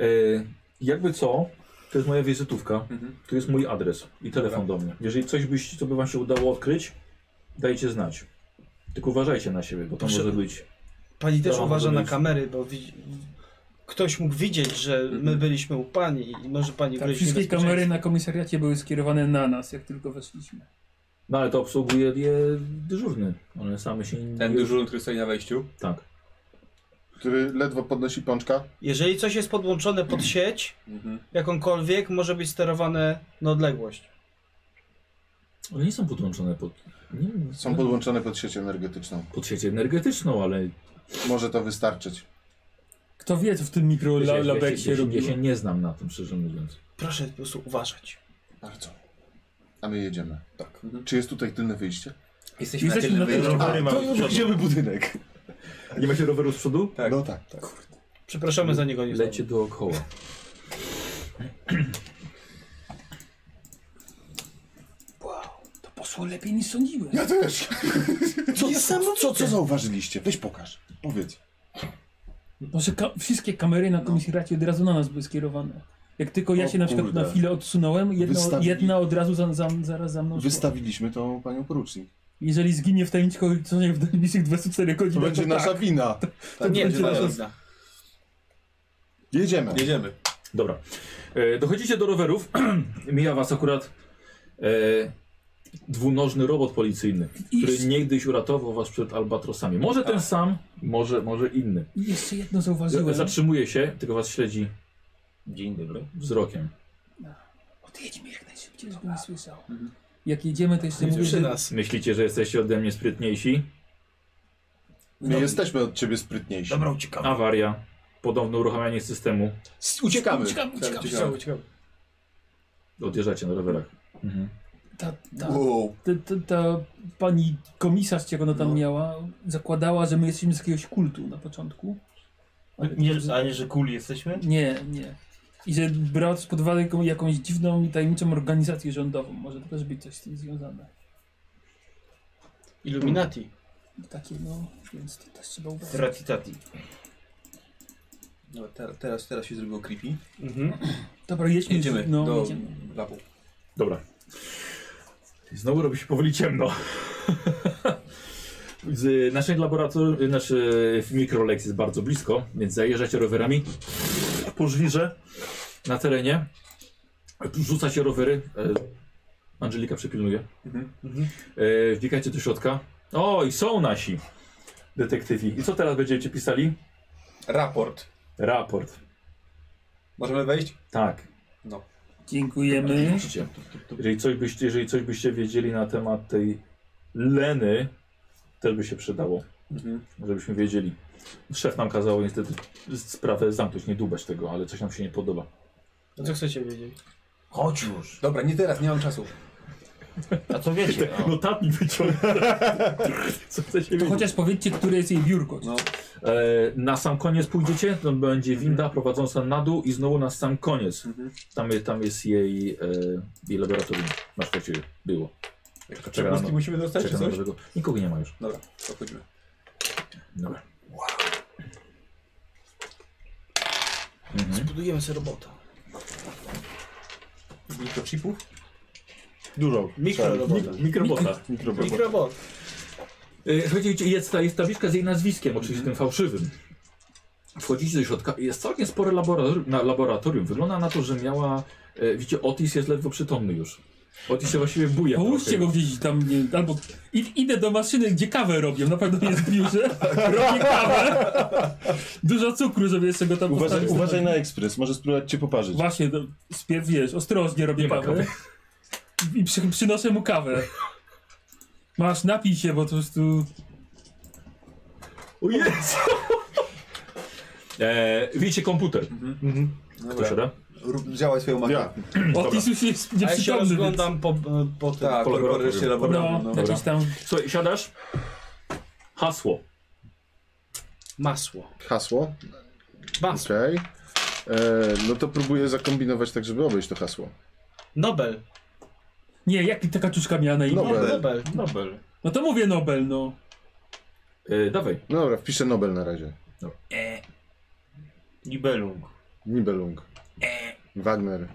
Yy, jakby co, to jest moja wizytówka, to jest mój adres i telefon do mnie. Jeżeli coś byś, co by wam się udało odkryć, dajcie znać. Tylko uważajcie na siebie, bo to Proszę- może być. Pani też To mam uważa na zrobić. kamery, bo widzi... ktoś mógł widzieć, że Mhm. my byliśmy u pani i może pani Tak, grozić wszystkie niebezpieczeństwo. kamery na komisariacie były skierowane na nas, jak tylko weszliśmy. No ale to obsługuje je dyżurny. One same się nie... Ten dyżur, który stoi na wejściu. Tak. Który ledwo podnosi pączka. Jeżeli coś jest podłączone pod sieć, Mhm. jakąkolwiek, może być sterowane na odległość. One nie są podłączone pod... Nie, Są podłączone pod sieć energetyczną. pod sieć energetyczną, ale Może to wystarczyć. Kto wie, co w tym ja, ja, ja, mikrolabeksie się, ja robiło. się nie znam na tym, szczerze mówiąc. Proszę po prostu uważać. Bardzo. A my jedziemy. Tak. Czy jest tutaj tylne wyjście? Jesteśmy, Jesteśmy na tym, Rowery mamy w przodu. Idziemy budynek. Nie macie roweru z przodu? Tak. No tak, tak. Przepraszamy za niego nie Lecie dookoła. To poszło lepiej niż sądziłem. Ja też. Co, co, co, co zauważyliście? Weź pokaż. Powiedz. Może ka wszystkie kamery na komisariacie od razu na nas były skierowane. Jak tylko ja No. O się na przykład kurde. na chwilę odsunąłem, jedna, Wystawi- jedna od razu za, za, zaraz za mną szła. Wystawiliśmy tą panią porucznik. Jeżeli zginie w tajemnicy kolonizacji w najbliższych 24 No To godzinach, będzie to nasza tak. wina. To Nie, będzie to nasza- jest Jedziemy. Jedziemy. Dobra. E, dochodzicie do rowerów. Mija was akurat e, dwunożny robot policyjny, I Tak. który jeszcze- niegdyś uratował was przed albatrosami. Może ten sam, może, może inny. I jeszcze jedno Z- zauważyłem. Zatrzymuje się, tylko was śledzi Dzień dobry. wzrokiem. Odjedźmy jak najszybciej, Mhm. żeby nie słyszał. Jak jedziemy, to jeszcze Nie mówię, słyszy że... nas. Myślicie, że jesteście ode mnie sprytniejsi? My jesteśmy od ciebie sprytniejsi. Dobra, uciekamy. Awaria. Podobne uruchamianie systemu. S- Uciekamy. Uciekamy, uciekamy. Ciekawe, ciekawe. Odjeżdżacie na rowerach. Mhm. Ta, ta, Wow. ta, ta, ta pani komisarz, jak ona tam miała, zakładała, że my jesteśmy z jakiegoś kultu na początku. Ale Nie, to- a nie, że cool jesteśmy? nie, nie. I że brała pod uwagę jaką- jakąś dziwną i tajemniczą organizację rządową. Może to też być coś z tym związane. Illuminati. Takie no, więc to też trzeba uważać. Ratitati. No, ter, teraz, teraz się zrobiło creepy. Dobra, jedźmy. Jedziemy no, do jedziemy. labu. Dobra. Znowu robi się powoli ciemno. Z naszej laboratorium, nasze mikroleks jest bardzo blisko, więc zajeżdżacie rowerami po żwirze na terenie. Rzuca się rowery. E, Angelika przepilnuje. E, Wbiegacie do środka. O, i są nasi detektywi. I co teraz będziecie pisali? Raport. Raport. Możemy wejść? Tak. Dziękujemy. Musicie. Jeżeli coś, byście, jeżeli coś byście wiedzieli na temat tej Leny, też by się przydało. Żebyśmy wiedzieli. Szef nam kazał niestety sprawę zamknąć, nie dubać tego, ale coś nam się nie podoba. No co chcecie wiedzieć? Chodź już. Dobra, nie teraz, nie mam czasu. A co wiecie? Te notatnik wyciągnął. tak Co chce się To wiedzieć? chociaż powiedzcie, które jest jej biurko. No. E, na sam koniec pójdziecie, to będzie winda prowadząca na dół i znowu na sam koniec. Tam, je- tam jest jej, e, jej laboratorium. Masz to ciebie było. Jakieś Czekam przepustki na- musimy dostać, czy Czekam na coś? nowego. Nikogo nie ma już. Dobra, to chodźmy. Dobra. Zbudujemy sobie robota. Mikrochipów? Dużo. Mikrorobota. Mikrobota. Mikrobot. Mikrobot. E, Słuchajcie, jest, ta, jest tabliczka z jej nazwiskiem, oczywiście tym fałszywym. Wchodzicie do środka i jest całkiem spore laboratorium, na laboratorium. Wygląda na to, że miała... E, widzicie, Otis jest ledwo przytomny już. Otis się właściwie buja. Połóżcie trochę. go gdzieś tam, nie, albo i, idę do maszyny, gdzie kawę robią, na pewno jest w biurze, robię kawę, dużo cukru, żeby jeszcze go tam Uważaj, postawić. uważaj na ekspres, może spróbować cię poparzyć. Właśnie, no, spierw, wiesz, ostrożnie robię Nie ma kawę. I przy, przynoszę mu kawę. Masz, napij się, bo to już tu... O Jezu! e, widzicie komputer. Kto No Dobra, siada? Rób, działaj swoją magię. Ja. Otis już jest A ja się nieprzytomny, więc... rozglądam po, e, po tym. Tak, Po po laboratorium. reszcie No, laboratorium. No. jakieś tam... Słuchaj, siadasz? Hasło. Masło. Hasło. Masło. Okej. E, No to próbuję zakombinować tak, żeby obejść to hasło. Nobel. Nie, jak ta kaczuszka miała na imię? Nobel. Nobel. Nobel. No to mówię Nobel, no. E, dawaj. No dobra, wpiszę Nobel na razie. Nibelung. Nibelung. Wagner.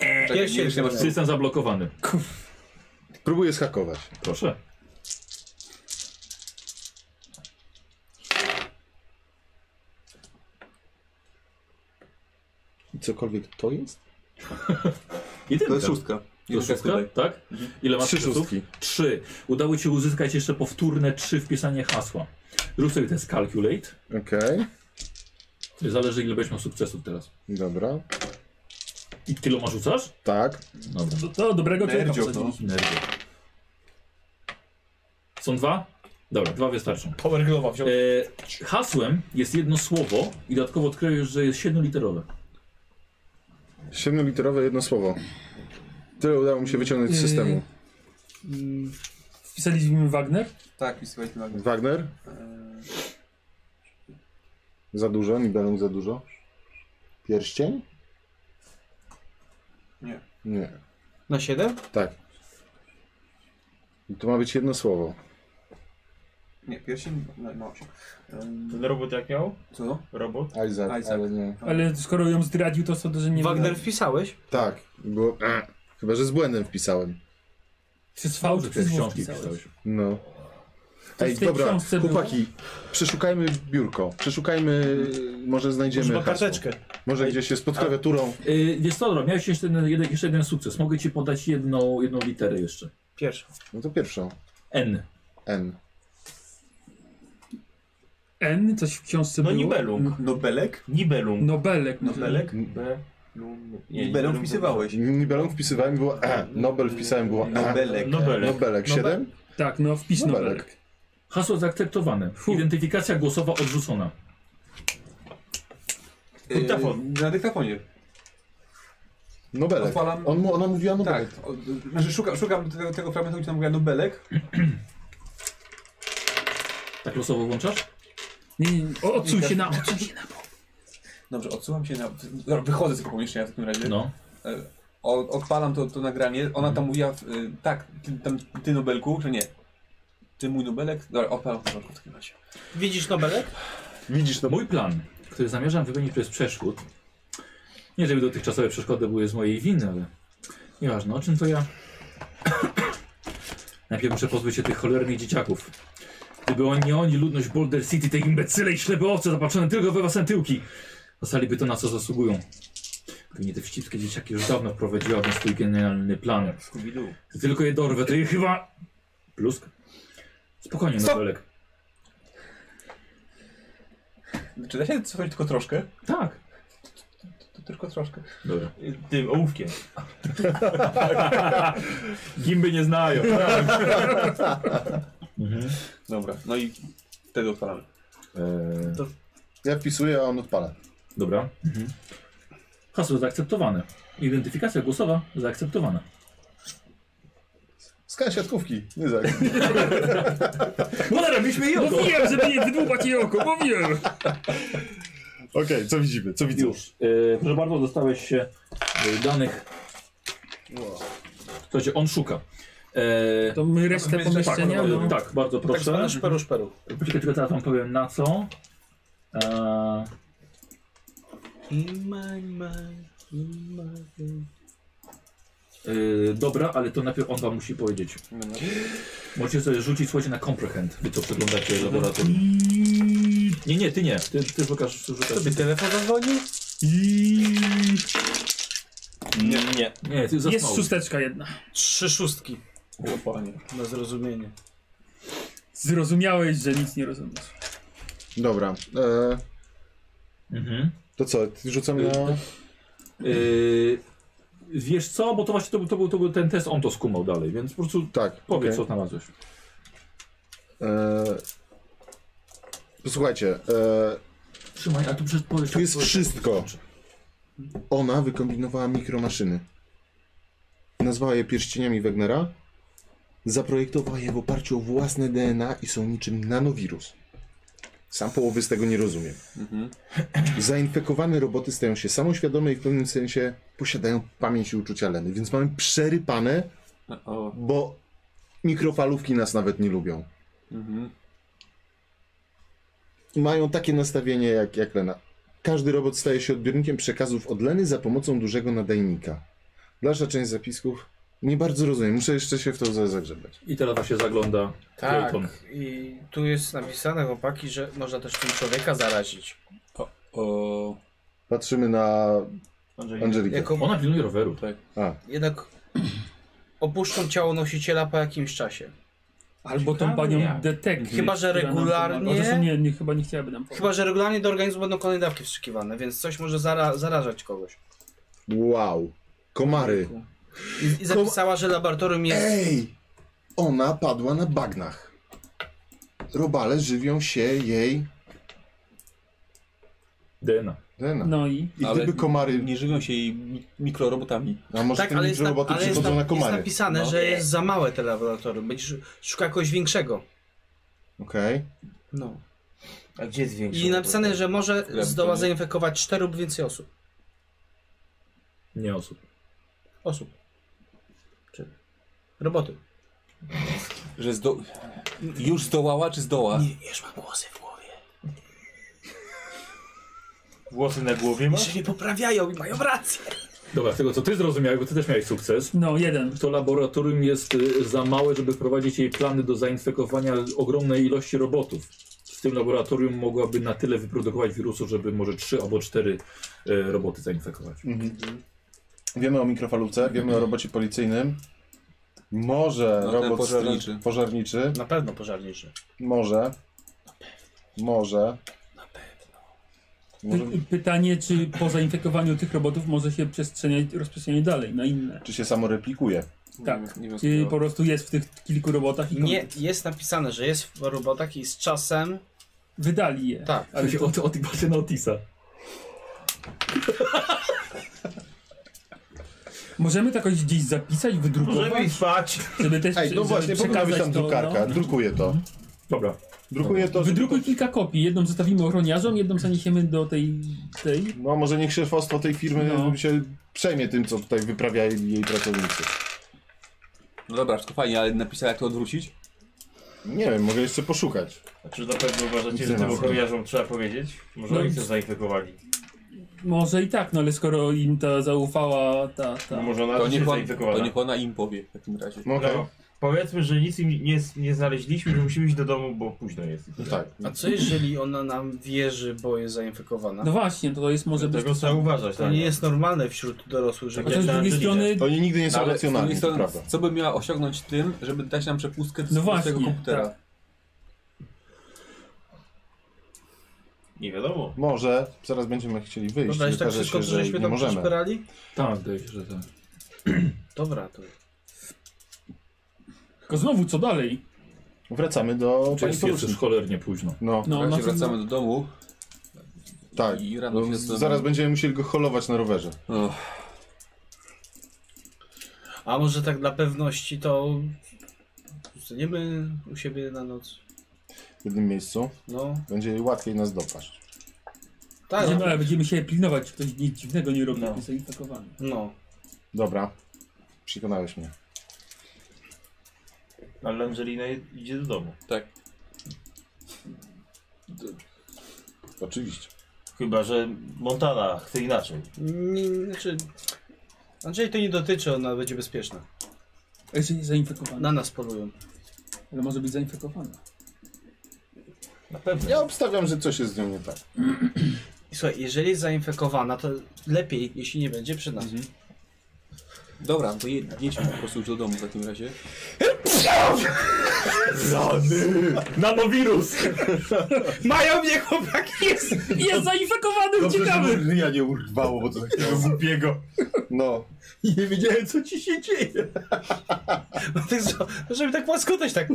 Czekaj, nie, już nie masz System zablokowany. Próbuję schakować. Proszę. I cokolwiek to jest? Jedynka. To jest szóstka. To jest szóstka, tutaj. tak? Ile masz Mhm. Trzy czasów? szóstki. Trzy. Udało ci się uzyskać jeszcze powtórne trzy wpisanie hasła. Zrób sobie ten calculate. Okej, Zależy ile będziesz miał sukcesów teraz. dobra. I tyloma rzucasz? Tak. Dobra. To, to dobrego człowieka Nerdzio, wsadziliśmy. Nerwy. Są dwa? Dobra, dwa wystarczą. Power Glowa wziął. E, hasłem jest jedno słowo i dodatkowo odkryjesz, że jest siedmioliterowe. Siedmioliterowe jedno słowo. Tyle udało mi się wyciągnąć z Yy. systemu. Wpisaliśmy mm, Wagner. Tak, i słuchajcie na Wagner? Za dużo, Nibelung za dużo. Pierścień? Nie. Nie. Na 7? Tak. I to ma być jedno słowo. Nie, pierścień no, na, na 8. Um, Ten robot jak miał? co? Robot? Isaac, Isaac. Tak, ale nie. No, Ale skoro ją zdradził, to co, to, że nie Wagner wpisałeś? Tak, bo... Chyba, że z błędem wpisałem. Przez V czy Dobrze, przez książki włoskie całe? pisałeś. No. To Ej, w tej dobra, książce było? chłopaki, przeszukajmy biurko, przeszukajmy, może znajdziemy Chyba hasło. karteczkę. Może gdzieś jest pod klawiaturą. Yy, wiesz co, Dora, miałeś jeszcze jeden, jeden, jeszcze jeden sukces. Mogę ci podać jedną, jedną literę jeszcze. Pierwsza. No to pierwszą, N. N. N, coś w książce No było? Nibelung. Nobelek? Nibelung. Nobelek. no może. Nobelek? Nie, Nibelung wpisywałeś. Nibelung wpisywałem było E, Nobel wpisałem było E. Nobelek. Nobelek. Nobelek, 7? Tak, no wpisz Nobelek. Nobelek. Hasło zaakceptowane. Identyfikacja głosowa odrzucona. Y, Dyktafon. Yy, Na dyktafonie. Nobelek. Odpalam- On, mu- ona mówiła Nobelek. Tak. O, Znaczy szukam, szukam tego, tego fragmentu, gdzie tam mówiła no Nobelek. Tak losowo włączasz? Nie, nie, nie. O, odsuń się na... Odsuń się na... Dobrze, odsyłam się na... Dobra, wychodzę z tego pomieszczenia w takim razie. No. E, O, odpalam to, to nagranie. Ona tam mówiła, y, tak, ty, tam, ty Nobelku, czy nie? Ty mój Nobelek? Dobra, odpalam to w takim razie. Widzisz Nobelek? Widzisz to. Mój plan, który zamierzam wypełnić przez przeszkód, nie żeby dotychczasowe przeszkody były z mojej winy, ale nieważne, o czym to ja. Najpierw muszę pozbyć się tych cholernych dzieciaków. Gdyby oni, nie oni, ludność Boulder City, te imbecyle i ślepe owce zapatrzone tylko we własne tyłki, dostaliby to, na co zasługują. Gdyby nie te wścibskie dzieciaki, już dawno wprowadziłabym swój genialny plan. Gdy tylko je dorwę, to je chyba... Plusk? Spokojnie, Stop! Nobelek. Czy da się cofnąć tylko troszkę? Tak. To tylko troszkę. Dobra. Y, Tym ołówkiem. Gimby nie znają. mhm. Dobra, no i wtedy odpalamy. Eee, Ja wpisuję, a on odpala. dobra. Mhm. Hasło zaakceptowane. Identyfikacja głosowa zaakceptowana. Skan siatkówki. Nie za. No robiliśmy i Mówiłem, żeby nie wydłubać jej oko, mówiłem! Okej, co widzimy? Co widzę? Już. Eee, proszę bardzo, dostałeś się e, danych. Słuchajcie, on szuka. Eee, To my resztę Natomiast pomieszczenia... tak, No. tak, bardzo Tak proszę. zwane szperu szperu. Poczekaj, tylko teraz wam powiem na co. Eee, In my mind, in my mind. Yy, dobra, ale to najpierw on wam musi powiedzieć. Możecie sobie rzucić słuchajcie na comprehend, wy co przeglądacie laboratorium. Nie, nie, ty nie. Ty, ty rzucasz, rzucasz. Tobie telefon zadzwonił? Nie, nie. Nie, ty Jest zasnąłeś. szósteczka jedna. Trzy szóstki. O, panie. Na zrozumienie. Zrozumiałeś, że nic nie rozumiesz. Dobra. E, Mhm. to co, rzucamy na... Yy, wiesz co, bo to właśnie to, był- to, był, to był ten test, on to skumał dalej, więc po prostu Tak. powiedz co okej. znalazłeś. E, Posłuchajcie, e, Trzymaj, a tu przed powiedz. Tu jest wszystko. ona wykombinowała mikromaszyny. Nazwała je pierścieniami Wegnera. Zaprojektowała je w oparciu o własne DNA i są niczym nanowirus. Sam połowy z tego nie rozumiem. Zainfekowane roboty stają się samoświadome i w pewnym sensie posiadają pamięć i uczucia Leny, więc mamy przerypane, bo mikrofalówki nas nawet nie lubią. Mhm. Mają takie nastawienie jak, jak Lena. Każdy robot staje się odbiornikiem przekazów od Leny za pomocą dużego nadajnika. Dalsza część zapisków nie bardzo rozumiem, muszę jeszcze się w to za- zagrzebać. I teraz właśnie zagląda Tak. Clayton. I tu jest napisane, chłopaki, że można też tym człowieka zarazić. O, Patrzymy na Angelikę. Jako Ona pilnuje roweru. A, jednak opuszczą ciało nosiciela po jakimś czasie. Albo tą panią detek. Chyba, że regularnie- Zresztą nie, nie, chyba nie chciałaby nam powiedzieć. Chyba, że regularnie do organizmu będą kolejne dawki wstrzykiwane, więc coś może zara zarażać kogoś. wow. Komary. I, i zapisała, że laboratorium jest... Ej! Ona padła na bagnach. Robale żywią się jej DNA. DNA. No i? I Ale gdyby komary... nie żywią się jej mi- mikrorobotami. A może Tak, te ale jest, na, roboty ale jest, przychodzą na, na jest komary. napisane, No. że jest za małe te laboratorium. Będziesz szukał kogoś większego. Okej. No. A gdzie jest większy? I napisane, że może Laboratorium. zdoła zainfekować 4 lub więcej osób. Nie osób. Osób. Czy roboty. Że zdo... Już zdołała, czy zdoła? Nie, już mam głosy w głowie. Włosy na głowie ma? Jeszcze nie poprawiają i mają rację. Dobra, z tego co ty zrozumiałeś, bo ty też miałeś sukces, No, jeden. to laboratorium jest y, za małe, żeby prowadzić jej plany do zainfekowania ogromnej ilości robotów. W tym laboratorium mogłaby na tyle wyprodukować wirusów, żeby może trzy albo cztery e, roboty zainfekować. Wiemy o mikrofalówce, wiemy o robocie policyjnym. Może No, ten robot pożarniczy. stran- pożarniczy. Na pewno pożarniejszy. Może. Może. Może. Py- pytanie, czy po zainfekowaniu tych robotów może się przestrzeniać, rozprzestrzeniać dalej na inne. Czy się samo replikuje? Tak. Nie wiem, Czy po prostu jest w tych kilku robotach i Nie, koniec. jest napisane, że jest w robotach i z czasem... wydali je. Tak. Ale się od, od, patrzę na Otisa. Możemy to jakoś gdzieś zapisać, wydrukować, spać. żeby też Ej, prze- no żeby właśnie, powinna być tam przekazać to, drukarka. no. Drukuje to. Dobra. Drukuje to. żeby- Wydrukuj kilka kopii. Jedną zostawimy ochroniarzom, jedną zaniesiemy do tej... tej. No może niech szefostwo tej firmy No. się przejmie tym, co tutaj wyprawiali jej pracownicy. No dobra, wszystko fajnie, ale napisał jak to odwrócić? Nie wiem, mogę jeszcze poszukać. A czy na pewno uważacie, Znaczy, że Zaraz. tym ochroniarzom trzeba powiedzieć? Może No oni i- się zainfekowali. Może i tak, no ale skoro im ta zaufała ta... ta... No może ona To też niech, jest on, to zainfekowana. niech ona im powie w takim razie. No, Okej. No, powiedzmy, że nic im nie, nie znaleźliśmy, że musimy iść do domu, bo późno jest. No tak. A co jeżeli ona nam wierzy, bo jest zainfekowana? No właśnie, to jest może być... Dlatego trzeba uważać. tak. To nie jest normalne wśród dorosłych, że... A to z jak drugiej Angelina. strony... Oni nigdy nie No, są ale z drugiej racjonalni, to strony, prawda. Co by miała osiągnąć tym, żeby dać nam przepustkę z No z właśnie, tego komputera? tak. Nie wiadomo. Może, zaraz będziemy chcieli wyjść. No Dobra, i jest tak okaże wszystko, się, co że żeśmy nie tam możemy. przeszperali? Tak, wydaje się, że tak. Dobra, to... Tylko znowu, co dalej? Wracamy do Czyli pani jest, jest poruszy. już cholernie późno. No, W No, razie no to... wracamy do domu tak. i No, rano się z- zaraz będziemy musieli go holować na rowerze. O, A może tak dla pewności to... Zostaniemy u siebie na noc. W jednym miejscu. No, Będzie jej łatwiej nas dopaść. tak. Będziemy, ale będziemy się pilnować, czy ktoś nic dziwnego nie robi, No. jak jest zainfekowany. No. Dobra. Przekonałeś mnie. Ale Angelina idzie do domu. tak. Oczywiście. Chyba, że Montana chce inaczej. Nie, znaczy... Andrzej to nie dotyczy, ona będzie bezpieczna. A jeszcze Znaczy, nie zainfekowany. Na nas polują. Ale może być zainfekowana. Na pewno. Ja obstawiam, że coś jest z nią nie tak. I słuchaj, jeżeli jest zainfekowana, to lepiej, jeśli nie będzie przy nas. Dobra, to je- jedźmy po prostu już do domu w takim razie. Nanowirus! Mają mnie chłopaki! Jest! Jest zainfekowany, uciekamy! ryja nie urwało, bo to takiego głupiego. No. Nie wiedziałem, co ci się dzieje. No tak, że- żeby tak płasko też tak...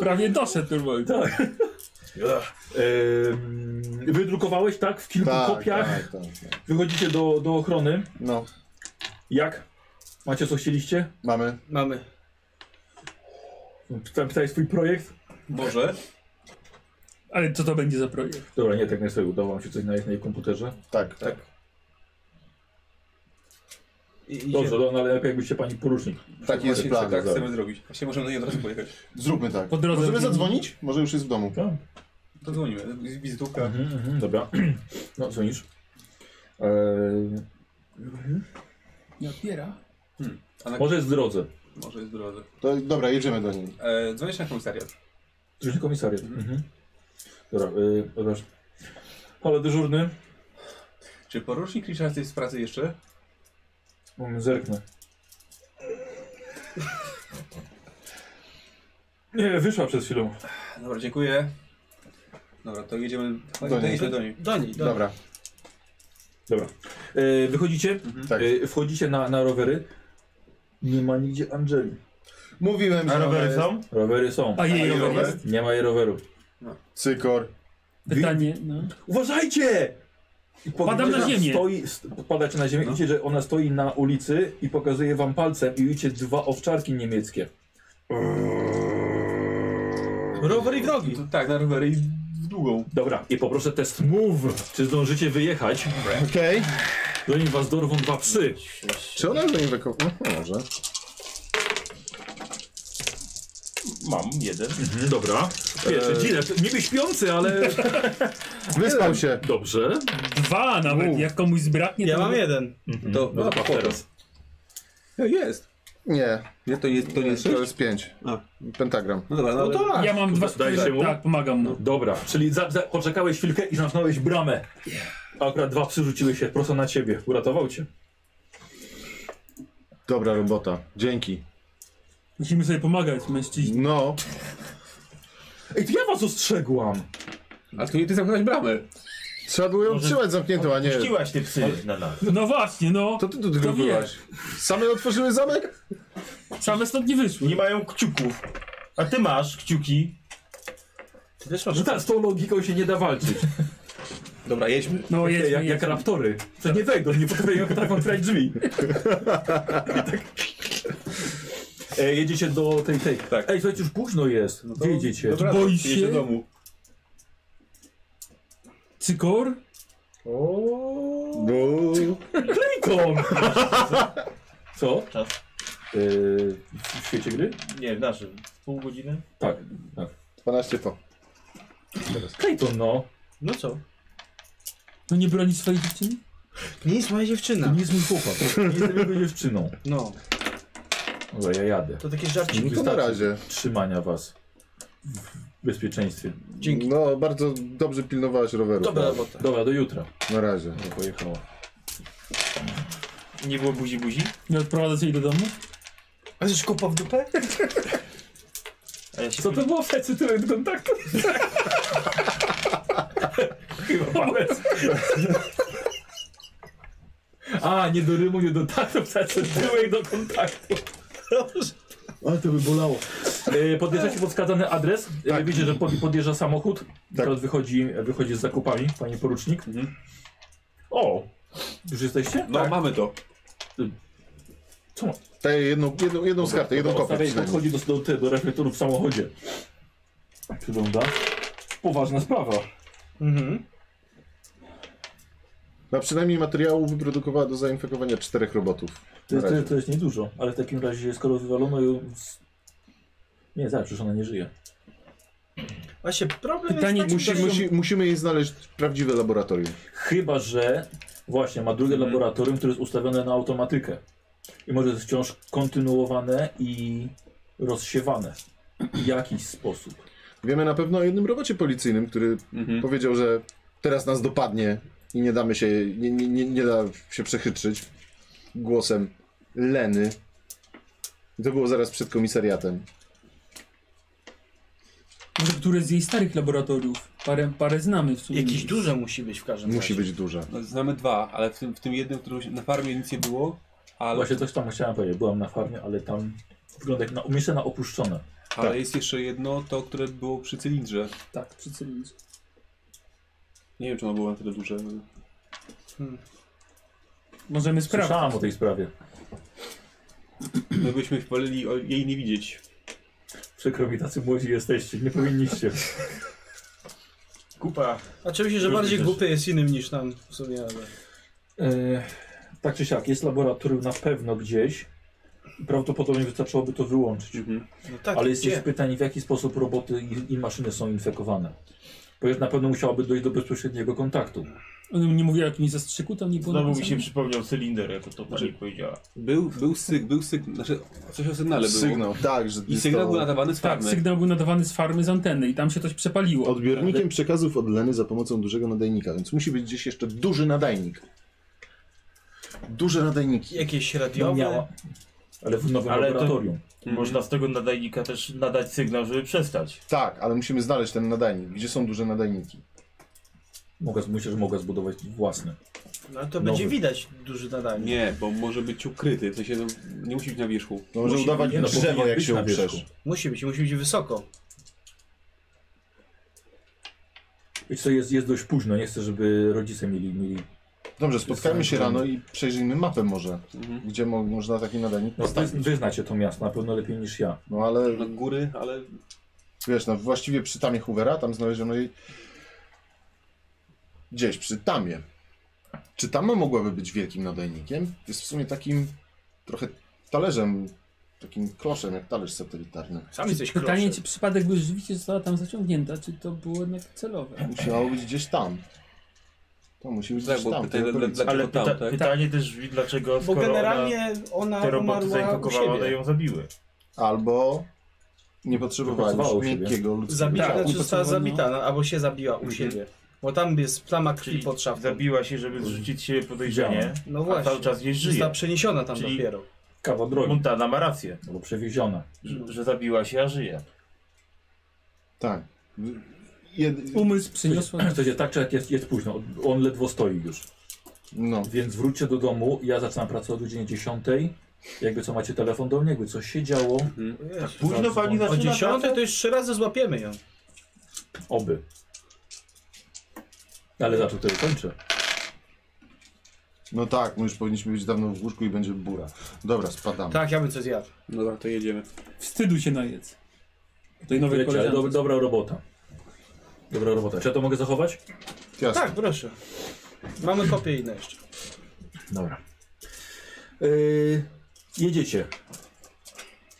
Prawie doszedł normalnie. Tak. Ehm, wydrukowałeś, tak? W kilku Tak, kopiach. tak, tak, tak. Wychodzicie do, do ochrony. No, Jak? Macie co chcieliście? mamy. Mamy. Tam pisałeś swój projekt? Może? Ale co to będzie za projekt? Dobra, nie, tak nie sobie udało wam się coś znaleźć na jej komputerze. Tak, tak. I, idziemy. Dobrze, no, ale lepiej jakbyście pani porucznik. Taki jest Właśnie, plan. tak zaraz. chcemy zrobić. Właśnie możemy do niej od razu pojechać. Zróbmy tak. Po drodze Możemy w nim- zadzwonić? Może już jest w domu. Tak. To dzwonimy. Wizytówka. Mhm, mhm, dobra. No, dzwonisz. Eee, Nie odbiera. A na... może jest w drodze. Może jest w drodze. To, dobra, jedziemy do niej. E, dzwonisz na komisariat. Drugi komisariat. Mhm. Dobra, eee, oddasz. Ale dyżurny. Czy porucznik Richard jest w pracy jeszcze? Mm, Zerknę. Nie, wyszła przed chwilą. Dobra, dziękuję. Dobra, to jedziemy Do do niej. tak? niej. Do niej. Do niej, do niej. Dobra. Dobra. E, wychodzicie, Tak. e, wchodzicie na, na rowery. Nie ma nigdzie Angeli. Mówiłem, że A ona rowery jest są? Rowery są. A jej rower rower? jest? Nie ma jej roweru. cykor. Pytanie, no. Uważajcie! I po- Padam na widzicie, że ziemię. Stoi, st- padacie na ziemię, widzicie, że ona stoi na ulicy i pokazuje wam palcem i widzicie dwa owczarki niemieckie. Rower i w nogi. To, tak, na rowery i w długą. Dobra, i poproszę test move. Czy zdążycie wyjechać? Okej. Zanim was dorwą dwa psy. Czy ona już do niej weko... No, może. Mam jeden. Mhm, dobra. Pierwszy, Eee. Dzilet, niby śpiący, ale... Wyspał się. Dobrze. Dwa nawet, jak komuś zbraknie. Ja to- mam jeden. Mhm. To- no, no, to teraz. No jest. Nie, Nie, to, jest, to nie jest to sześć? jest pięć. A. Pentagram. No dobra, no, ale... Ja mam dwa Dajesz skóry, mu? Tak, pomagam mu. Dobra, czyli za, za, poczekałeś chwilkę i zamknąłeś bramę. A Akurat dwa psy rzuciły się prosto na ciebie. Uratował cię. Dobra robota. Dzięki. Musimy sobie pomagać, mężczyźni. No, Ej, to ja was ostrzegłam. A tu nie ty zamknąłeś bramę. trzeba było ją trzymać zamkniętą, a nie... Puściłaś te psy na nas. No właśnie, no. To ty tu tylko wie? byłaś. Same otworzyły zamek? Same stąd nie wyszły. Nie mają kciuków. A ty masz kciuki. Ty też No masz... tak, z tą logiką się nie da walczyć. Dobra, jedźmy. No jak, jest, jak, jak raptory. To nie wejdą, nie potrafią tak otwierać drzwi. I tak. E, jedziecie do tej, tej. Tak. Ej, słuchajcie, już późno jest. No to- Gdzie jedziecie? Dobra, Boisz jedź do się? domu. Cykor? Bo... Clayton! Co? Czas. E, w- w świecie gry? Nie, znaczy, w naszym. Pół godziny. Tak. 12 po. Clayton, no. No co? No nie broni swojej dziewczyny? Nie jest moja To dziewczyna. nie jest mój chłopak. Nie jestem jego dziewczyną. No, Dobra, ja jadę. to takie żarciki. No to na Wystarczy razie. Trzymania was w bezpieczeństwie. Dzięki. No, bardzo dobrze pilnowałaś roweru. Dobra robota. Dobra, do jutra. Na razie. To pojechało. Nie było buzi buzi. Nie odprowadzać jej do domu? A coś kopa w dupę? A ja się Co No to było w plecy tyle tak do kontaktu? Chyba palec. A, nie do rymu, nie do taktu, w plecy tyłek do kontaktu. Ale to by bolało. E, Podjeżdżacie pod wskazany adres. Tak. Widzicie, że pod- podjeżdża samochód. Teraz wychodzi, wychodzi z zakupami, pani porucznik. O! Już jesteście? No, mamy to. Daję jedną, jedną, jedną z karty, jedną kopię. Starej podchodzi do, do, do, do reflektorów w samochodzie. Przygląda. Poważna sprawa. Mhm. No, przynajmniej materiału wyprodukowała do zainfekowania czterech robotów. To Na jest, razie. to jest niedużo, ale w takim razie skoro wywalono ją... z- Nie, tak, przecież ona nie żyje. Właśnie problem Pytanie, jest Musi, taki, że- musi, musimy jej znaleźć prawdziwe laboratorium. Chyba, że właśnie ma drugie Mhm. laboratorium, które jest ustawione na automatykę. I może jest wciąż kontynuowane i rozsiewane w jakiś sposób. Wiemy na pewno o jednym robocie policyjnym, który Mhm. powiedział, że teraz nas dopadnie i nie damy się, nie, nie, nie, nie da się przechytrzyć głosem Leny. I To było zaraz przed komisariatem. Może które z jej starych laboratoriów? Parę, parę znamy w sumie. Jakieś duże musi być w każdym Musi razie. być duże. No, znamy dwa, ale w tym, w tym jednym, którym się- na farmie nic nie było, ale, Właśnie coś tam chciałem powiedzieć, byłam na farmie, ale tam wygląda jak na, myślę na opuszczone. ale jest jeszcze jedno, to, które było przy cylindrze. Tak, przy cylindrze. Nie wiem, czy ono było na tyle duże. Możemy sprawdzić. Słyszałam o tej sprawie. My byśmy woleli o- jej nie widzieć. Przykro mi, tacy młodzi jesteście, nie powinniście. kupa. Oczywiście, że Różnie bardziej też. głupy jest innym niż nam w sumie, ale... E, tak czy siak, jest laboratorium na pewno gdzieś. Prawdopodobnie wystarczyłoby to wyłączyć. No tak, Ale jest gdzie? też pytanie, w jaki sposób roboty i, i maszyny są infekowane. Ponieważ na pewno musiałoby dojść do bezpośredniego kontaktu. On mi nie mówił o jakimś zastrzyku, tam nie było Znowu mi napisane? się przypomniał cylinder, jako to pani powiedziała. Był, był syg, był syg, znaczy coś o sygnale było. Sygnał, tak, że I sygnał był nadawany z Tak, farmy. sygnał był nadawany z farmy z anteny i tam się coś przepaliło. odbiornikiem przekazów od Leny za pomocą dużego nadajnika, więc musi być gdzieś jeszcze duży nadajnik. Duże nadajniki. Jakieś No, radiowe? miała, ale w nowym Ale to- laboratorium. Można z tego nadajnika też nadać sygnał, żeby przestać. Tak, ale musimy znaleźć ten nadajnik. Gdzie są duże nadajniki? Mogę, myślę, że mogę zbudować własne. No to będzie Nowy. widać duży nadajnik. Nie, bo może być ukryty, w sensie no, nie musi być na wierzchu. No, może Musi- udawać nie, no, drzewo, powinien jak być się na wierzchu. uprzesz. Musi być, musi być wysoko. Wiecie co, jest, jest dość późno, nie chcę, żeby rodzice mieli... mieli... Dobrze, spotkajmy się Jestem rano i przejrzyjmy mapę może, Mhm. gdzie mo można taki nadajnik No, wy, postawić. wy znacie to miasto na pewno lepiej niż ja. No ale Na góry, ale wiesz, no właściwie przy tamie Hoovera, tam znaleziono jej gdzieś przy tamie. Czy tama mogłaby być wielkim nadajnikiem? Jest w sumie takim trochę talerzem Takim kloszem, jak talerz satelitarny. Czy Pytanie, czy przypadek był rzeczywiście została tam zaciągnięta, czy to było jednak celowe? Musiało być gdzieś tam. To musi być Tak, gdzieś bo tam. w tej pytanie, okolicy. dla- Ale Dlaczego pyta tam, tak? pytanie też brzmi, dlaczego Bo skoro generalnie ona, ona te roboty umarła u zainkokowała, one siebie. ją zabiły. Albo nie potrzebowała Wypracowało już siebie. miękkiego ludzkiego Zabita, ciała. znaczy została upocowana. zabita, no, albo się zabiła u siebie. Bo tam jest plama krwi Czyli pod szafką. Zabiła się, żeby zrzucić się podejrzenie, No a właśnie. cały czas nie Została żyje. przeniesiona tam Czyli- dopiero. Kawa drogi, Montana ma rację, albo przewieziona. że, że zabiła się, a żyje. Tak. Jed... Umysł przyniosła. To jest tak, czy jak jest, jest późno. On ledwo stoi już. No. Więc wróćcie do domu. Ja zaczynam pracę o godzinie 10. Jakby co macie telefon do mnie, jakby coś się działo, Tak, Późno pani o zaczyna dziesiątej pracę? to już trzy razy złapiemy ją. oby. Ale za to tyle kończę. no tak, my już powinniśmy być dawno w łóżku i będzie bura. Dobra, spadamy. Tak, ja bym coś zjadł. No Dobra, to jedziemy. Wstydu się najedz. Tej nowej do, Dobra robota. Dobra robota. Czy ja to mogę zachować? Jasne. Tak, proszę. Mamy kopię inne jeszcze. Dobra. Yy, jedziecie.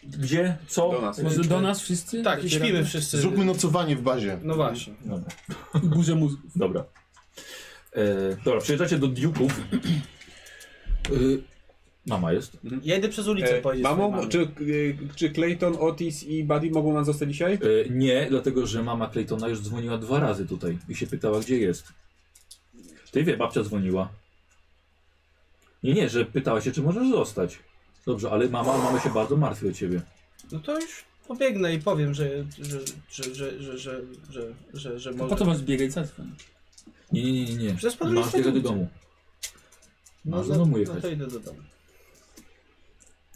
Gdzie? Co? Do nas. Może do nas wszyscy? Tak, i śpimy wszyscy. Zróbmy nocowanie w bazie. No właśnie. Dobra. I burzę mózgów. Dobra. Yy, dobra, przyjeżdżacie do Duke'ów. Yy, mama jest. Ja idę przez ulicę E, powiedzieć swojej mamo, mamie. czy, e, czy Clayton, Otis i Buddy mogą nas zostać dzisiaj? Yy, nie, dlatego że mama Claytona już dzwoniła dwa razy tutaj i się pytała, gdzie jest. Ty wie, babcia dzwoniła. Nie, nie, że pytała się, czy możesz zostać. Dobrze, ale mama, mamy się bardzo martwi o ciebie. No to już pobiegnę i powiem, że, że, że, że, że, że, że, że, że Po może... to masz biegać zadzwoń. Nie, nie, nie, nie. nie. Przecież pan Masz jest jechać do taki- domu. no, Masz do domu no jechać. to idę do domu.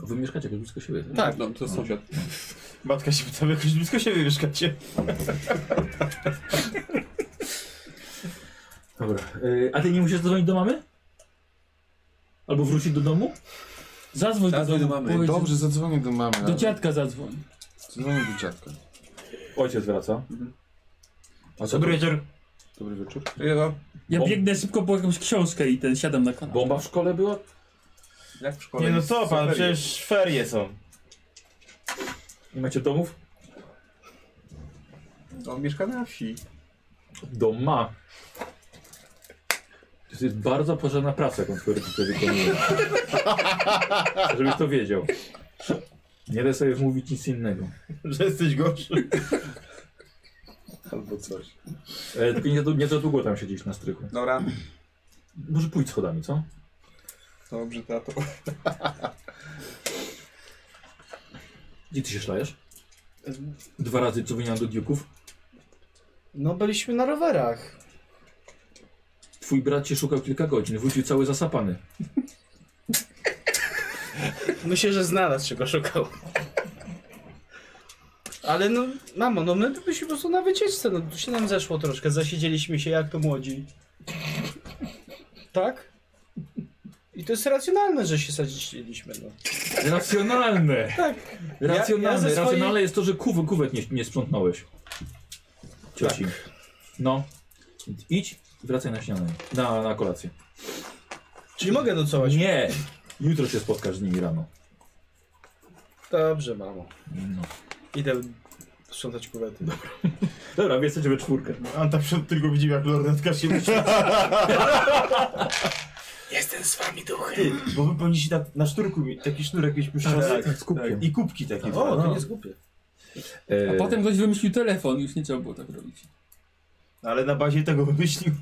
Wy mieszkacie jak blisko siebie. Tak. No, to sąsiad. Matka się pyta, jakoś blisko siebie mieszkacie. Dobra. Yy, a ty nie musisz dzwonić do mamy? Albo wrócić do domu? Zadzwoń do Zadzwoń do domu. mamy. powiedz, że- Dobrze, zadzwonię do mamy. Do dziadka zadzwoń. Zadzwonię do dziadka. Ojciec wraca. Mhm. A co? Dobry wieczór. Dobry wieczór. Ja Bom- biegnę szybko po jakąś książkę i ten siadam na kanapie. Bomba w szkole była? Jak w szkole? Nie no co pan, Ferie. przecież ferie są. Nie macie domów? On mieszka na wsi. Dom ma. To jest bardzo porządna praca, jaką twój rodzice wykonują. Żebyś to wiedział. Nie daj sobie mówić nic innego. Że jesteś gorszy. Albo coś. E, tylko nie, za- nie za długo tam siedzieć na strychu. Dobra, Może pójdź schodami, co? dobrze, tato. Gdzie ty się szlajesz? Dwa razy co wymieniam do diuków. No byliśmy na rowerach. Twój brat cię szukał kilka godzin, wrócił cały zasapany. Myślę, że znalazł, czego szukał. Ale no, mamo, no my byliśmy po prostu na wycieczce, no tu się nam zeszło troszkę, zasiedzieliśmy się jak to młodzi. Tak? I to jest racjonalne, że się sadziliśmy, no. Racjonalne! Tak. Racjonalne, Ja- ja ze swojej- racjonalne jest to, że kuwet, kuwet nie, nie sprzątnąłeś. Cioci. Tak. No. Idź, wracaj na śniadanie. Na, na kolację. Czyli mogę nocować? Nie! Jutro się spotkasz z nimi rano. Dobrze, mamo. No. Idę sprzątać kuwety. Dobra, wy jesteście we czwórkę. Anta przed tylko widział jak lornetka się myślała. Jestem z wami duchy. Ty, bo wy powinniście na, na szturku mieć taki sznurek Tak, jakiś puszczony. z kubkiem. I kubki takie. O, no. to nie jest głupie. E, A potem ktoś wymyślił telefon, już nie trzeba było tak robić. Ale na bazie tego wymyślił.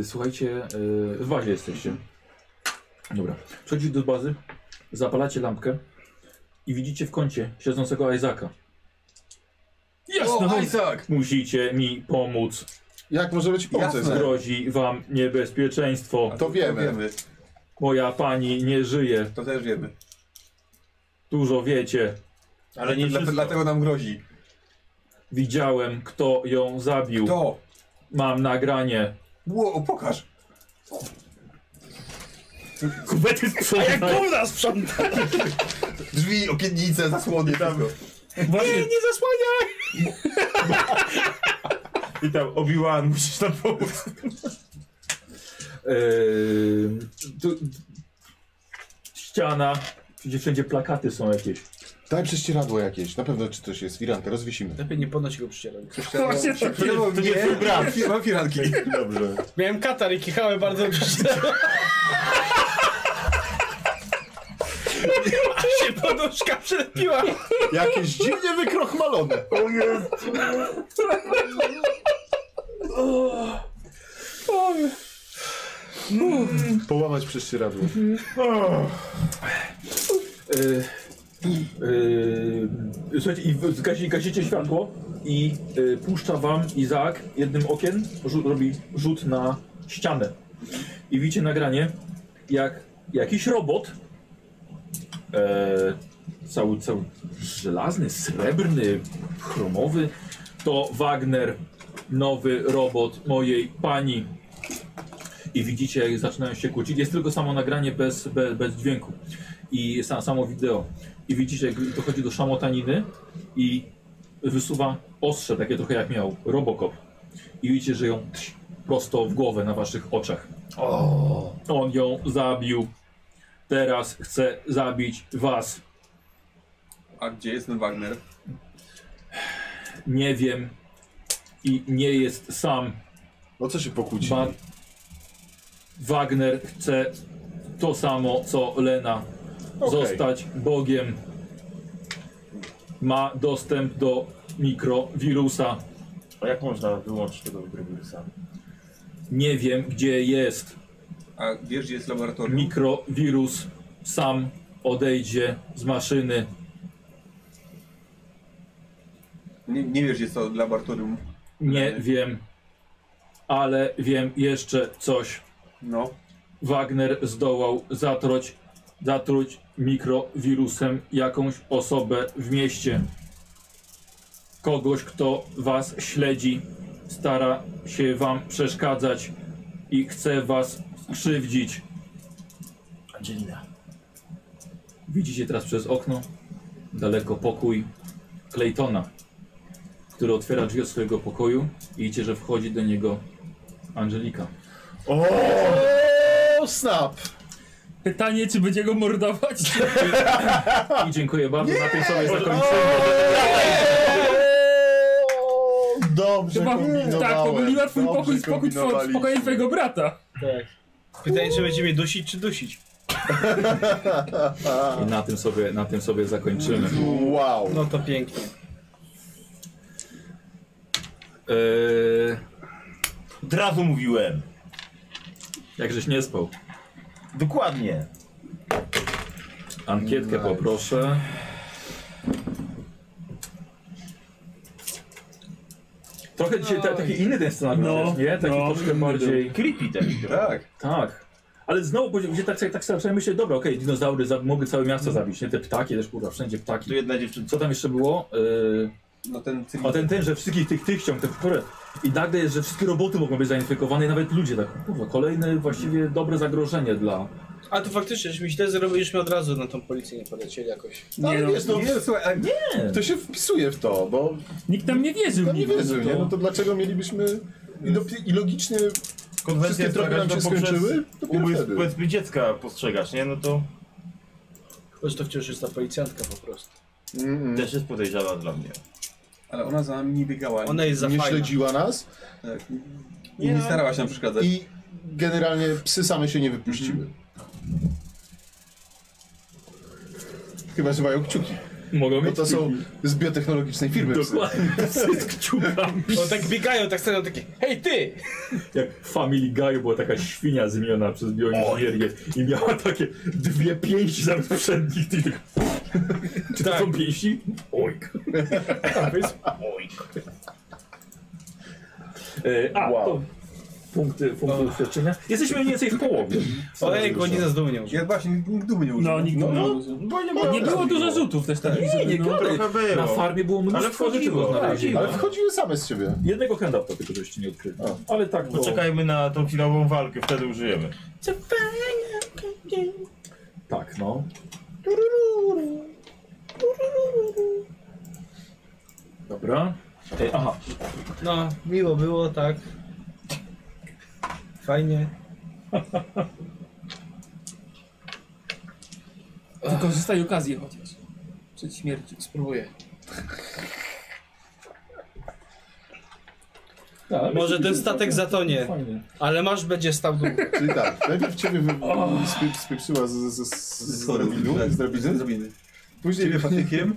e, słuchajcie, e, w bazie jesteście. Dobra. Przechodzicie do bazy, zapalacie lampkę i widzicie w kącie siedzącego Isaaca. Tak. Jasno! Isaac! Musicie mi pomóc. Jak może być pomocy? Jasne. Grozi wam niebezpieczeństwo. To wiemy. Moja pani nie żyje. To też wiemy. Dużo wiecie. Ale nie Dla, wszystko. dlatego nam grozi. Widziałem, kto ją zabił. To! Mam nagranie. Wow, pokaż! Kubety sprzątaj. Kurna sprząta! Drzwi, okiennice, zasłony, wszystko. Właśnie, Nie zasłania! I tam Obi-Wan musisz tam pomóc. e, Eee, tu, ściana Wszędzie, wszędzie plakaty są jakieś. Tak, Daj prześcieradło jakieś. Na pewno czy coś jest. Firankę rozwisimy. Lepiej nie podnosi go przycierem. Właśnie tak jest, to nie jest mój brat. Mam firanki. Dobrze. Miałem katar i kichałem bardzo grzeczne. A się poduszka przelepiła. Jakieś dziwnie wykrochmalone. O jest. Połamać prześcieradło. Yy, yy, słuchajcie, i w- gasi, gasicie światło i yy, puszcza wam Izaak jednym okiem, rzu- robi rzut na ścianę. I widzicie nagranie, jak jakiś robot, yy, cały, cały żelazny, srebrny, chromowy, to Wagner, nowy robot mojej pani. I widzicie, jak zaczynają się kłócić. Jest tylko samo nagranie bez, bez, bez dźwięku i sa, samo wideo. I widzicie, jak dochodzi do szamotaniny i wysuwa ostrze, takie trochę jak miał Robocop. I widzicie, że ją tś, prosto w głowę na waszych oczach. O! On ją zabił. Teraz chce zabić was. A gdzie jest ten Wagner? Nie wiem. I nie jest sam. O co się pokłócili? Ba- Wagner chce to samo, co Lena. Zostać Bogiem. Ma dostęp do mikrowirusa. A jak można wyłączyć tego mikrowirusa? Nie wiem, gdzie jest. A wiesz, gdzie jest laboratorium? Mikrowirus sam odejdzie z maszyny. Nie, nie wiesz, gdzie jest to laboratorium. Nie wiem. Ale wiem jeszcze coś. No. Wagner zdołał zatruć, zatruć mikrowirusem jakąś osobę w mieście. Kogoś, kto was śledzi, stara się wam przeszkadzać i chce was skrzywdzić. Angelina. Widzicie teraz przez okno daleko pokój Claytona, który otwiera drzwi od swojego pokoju i widzicie, że wchodzi do niego Angelika. O! Snap! Pytanie, czy będzie go mordować? I dziękuję bardzo, na tym sobie zakończymy. Dobrze Chyba tak, kombinowałem. pomyliła twój Dobrze pokój z pokój twoim, z pokojem kombinowaliśmy. twojego brata. Pytanie, czy będzie mnie dusić, czy dusić. I na tym sobie, na tym sobie zakończymy. Wow. No to pięknie. Eee, Od razu mówiłem. jakżeś nie spał. Dokładnie. Ankietkę poproszę. Trochę dzisiaj ta, taki inny ten scenariusz No, jest, nie? Taki no, troszkę inny bardziej... Creepy ten. Tak. Tak. Ale znowu, bo gdzie tak, tak, tak sobie zacząłem myśleć, dobra, okej, dinozaury za, mogły całe miasto Mm. zabić, nie? Te ptaki też, kurwa, wszędzie ptaki. Tu jedna dziewczyna. Co tam jeszcze było? Yy, No ten cykl... a ten, ten, że wszystkich tych, tych ściąg, te które... I nagle jest, że wszystkie roboty mogą być zainfekowane i nawet ludzie, tak, kurwa, kolejne właściwie dobre zagrożenie dla... A tu faktycznie, żeśmy źle zrobili, żeśmy od razu na tą policję nie polecieli jakoś. No, ale wiesz, no, nie, słuchaj, ale Nie. to się wpisuje w to, bo Nikt tam nie wierzył. tam nie nigdy, wierzy, że nie? No to dlaczego mielibyśmy... I, dopi- i logicznie wszystkie jest drogi taka, nam że się poprzez skończyły, dopiero Umysł wtedy. powiedzmy dziecka postrzegasz, nie? No to Chyba, że to wciąż jest ta policjantka po prostu. Mm, mm. też jest podejrzana dla mnie. Ale ona za nami nie biegała. Ona jest za Nie fajna. śledziła nas Tak. I nie starała się nam przeszkadzać. i generalnie psy same się nie wypuściły. Chyba, że mają kciuki, Mogą bo mieć... to są z biotechnologicznej firmy psy. Dokładnie, z kciukami. No tak biegają, tak stoją takie, hej ty! Jak w Family Guy była taka świnia zmieniona przez bioinżynierię i miała takie dwie pięści zamiast przednich tych. tych- Czy to Tak. są pięści? Ojk. To jest ojk. E, A, Wow. to punkty, punkty doświadczenia. Jesteśmy mniej więcej w połowie. Ojej, oni nas dumnie Ja właśnie nigdy mnie nie użyłem. No, nikt No, no, nie było dużo rzutów też takich. Nie, nie, no. gadaj. Trochę było. Na farmie było mnóstwo wchodziło, rzeczy do tak, znalezienia. ale wchodziły same z siebie. Jednego handouta tylko żeście nie odkryto. Ale tak to... Poczekajmy na tą finałową walkę, wtedy użyjemy. Tak, no. Dobra. E, aha, No, miło było, tak. Fajnie. Wykorzystaj okazję chociaż. Przed śmiercią. Spróbuję. Tak, Może ten statek zatonie, Fajnie. ale masz będzie stał długo. Czyli tak, najpierw ciebie wy... spie- spieprzyła z, z, z, z drabiny, z drabiny. Później patykiem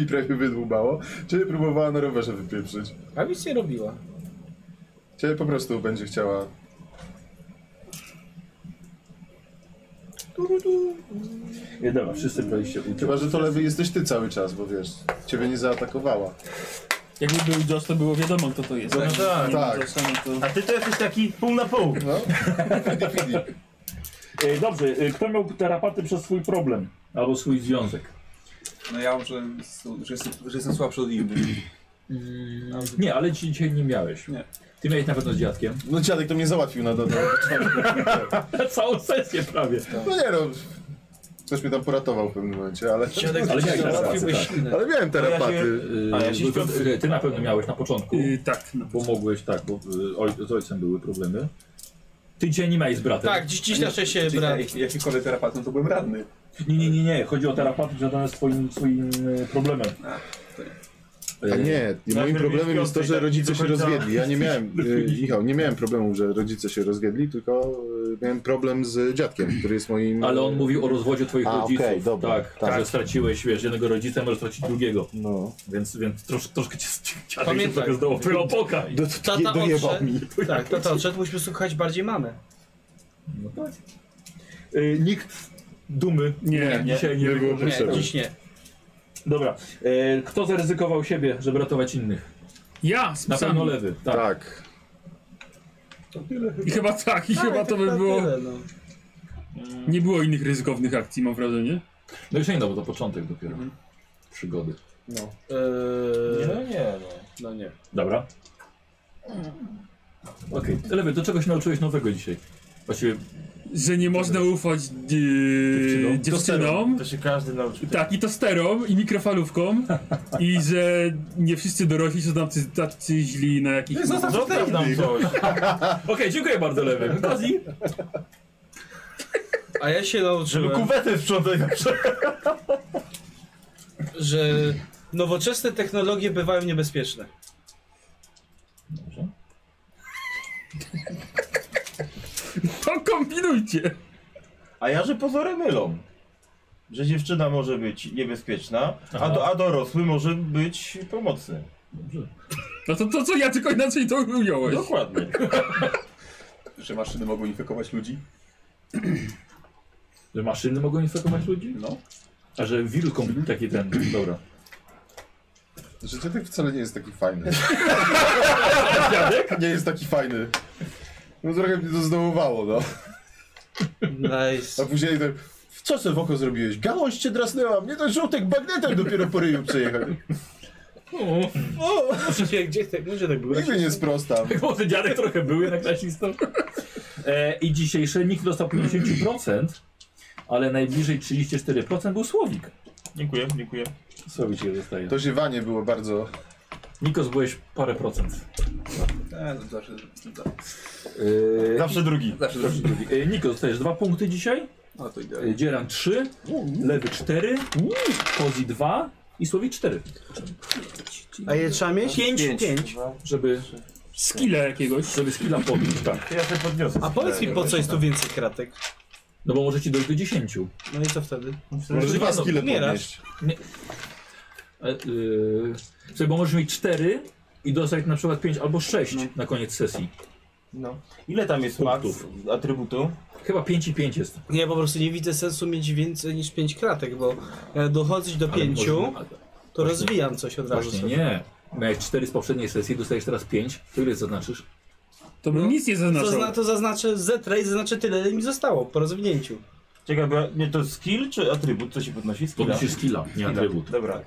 mi prawie wydłubało. Ciebie próbowała na rowerze wypieprzyć. A nic nie robiła. Ciebie po prostu będzie chciała... Nie, dobra, wszyscy braliście udział. Chyba, że to lewy jesteś ty cały czas, bo wiesz, ciebie nie zaatakowała. Jakby był Josh, to było wiadomo, kto to jest. No Jak tak, nie ma tak. Josha, no to- A ty to jesteś taki pół na pół. No. E, dobrze, e, kto miał tarapaty przez swój problem? Albo swój związek? No ja mam, że, że, jestem, że jestem słabszy od innych. Nie, ale ci dzisiaj nie miałeś. Nie. Ty miałeś na pewno z dziadkiem. No dziadek to no. mnie załatwił na dodatek. Całą sesję prawie. No nie no, ktoś mnie tam poratował w pewnym momencie, ale... Dziadek, Ale miałeś załatwiłbyś tarapaty, tak. inne. Ale miałem terapaty. Y, A ja się bo to- śpiący- y, Ty na pewno miałeś na początku, Yy, tak. bo mogłeś, tak, bo y, oj- z ojcem były problemy. Ty dzisiaj nie miałeś z bratem. Tak, dziś, dziś na szczęście Czyli brat. jak, jakikolwiek terapat, no to byłem radny. Nie, nie, nie, nie. Chodzi o tarapaty związane z twoim, swoim e, problemem. E, A nie, moim robiłeś problemem jest to, piątej, że tak rodzice do się końca- rozwiedli. Ja nie miałem, y, Michał, nie miałem problemu, że rodzice się rozwiedli, tylko y, miałem problem z dziadkiem, który jest moim... Ale on mówił o rozwodzie twoich A, rodziców. okej, dobra, tak, tak. że straciłeś, wiesz, jednego rodzica, możesz stracić drugiego. No. Więc, więc trosz, troszkę cię cię- cię Pamiętaj. trochę zdało pylopoka. I... Do, Tata dojebał odszedł. mi. Tak, to to, trzeba musimy słuchać bardziej mamy. E, No tak. nikt dumy Nie, dzisiaj nie, nie było wykorzystał. potrzeby. Nie, dziś nie. Dobra. E, kto zaryzykował siebie, żeby ratować innych? Ja z Na psami. pewno lewy. Tak. Tak. I chyba tak, i chyba to by było... tak. no. Nie było innych ryzykownych akcji, mam wrażenie. No jeszcze nie, no bo to początek dopiero. Przygody. Eee, No nie, no. no nie. Dobra. Okej. Lewy, do czego się nauczyłeś nowego dzisiaj? Właściwie Że nie można ufać Dziewczynom. yy, dziewczynom. To się każdy nauczy. Tak, i tosterom, i mikrofalówką. I że nie wszyscy dorośli są tam tacy- tacy źli na jakich... Zostaw nam coś. Okej, dziękuję bardzo lewy. Kozi. A ja się Żeby nauczyłem, kuwety sprzątać na przykład. że nowoczesne technologie bywają niebezpieczne. To kombinujcie! A ja, że pozory mylą. Że dziewczyna może być niebezpieczna, a, do, a dorosły może być pomocny. No to, to co ja tylko inaczej to ująłeś. Dokładnie. Że maszyny mogą infekować ludzi. Że maszyny mogą infekować ludzi? No. A że wirus kom- taki ten. Dobra. Że dziadek wcale nie jest taki fajny. dziadek? Nie jest taki fajny. No trochę mnie to zdołowało, no. A Nice. później to... Co sobie w oko zrobiłeś? Gałąź cię drasnęła, mnie ten żółtek bagnetem dopiero po ryju przejechał. Gdzie, gdzie, tak- gdzie tak było? Nigdy nie sprostam. Może dziadek trochę był jednak rasistą. E, I dzisiejszy nikt nie dostał 50%, ale najbliżej 34% był Słowik. Dziękuję, dziękuję. Słowik się dostaje. To ziewanie było bardzo... Nikos byłeś parę procent. Tak, no zawsze, Zawsze drugi. zawsze, Proszę zawsze. drugi. E, Nikos dostajesz dwa punkty dzisiaj. No to idealnie. E, Dzieran 3, lewy 4, Kozi 2 i Słowik 4. A je trzeba mieć? Pięć. Pięć. Żeby, Skilla jakiegoś. żeby skilla podbić, tak. To ja sobie podniosę. A powiedz mi, po co jest tu więcej kratek? No bo może ci dojść do 10. No i co wtedy? Może nie, dwa no, skille umierasz. podnieść. E, Yy, słuchaj, bo możesz mieć 4 i dostać na przykład 5 albo 6 na koniec sesji. No. Ile tam jest max atrybutu? Chyba 5 i 5 jest. Ja po prostu nie widzę sensu mieć więcej niż pięć kratek, bo jak dochodzić do Ale pięciu, może- to właśnie. rozwijam coś od razu. Właśnie sobie. nie. Miałeś 4 z poprzedniej sesji, dostajesz teraz 5. To ile zaznaczysz? To bym nic nie No To, zaznaczał. zna, to zaznaczę zetra i zaznaczę tyle, ile mi zostało po rozwinięciu. Czekaj, bo ja- nie, to skill czy atrybut? Co się podnosi? Skilla. Podnosisz skilla, nie Skilla. atrybut. Dobra.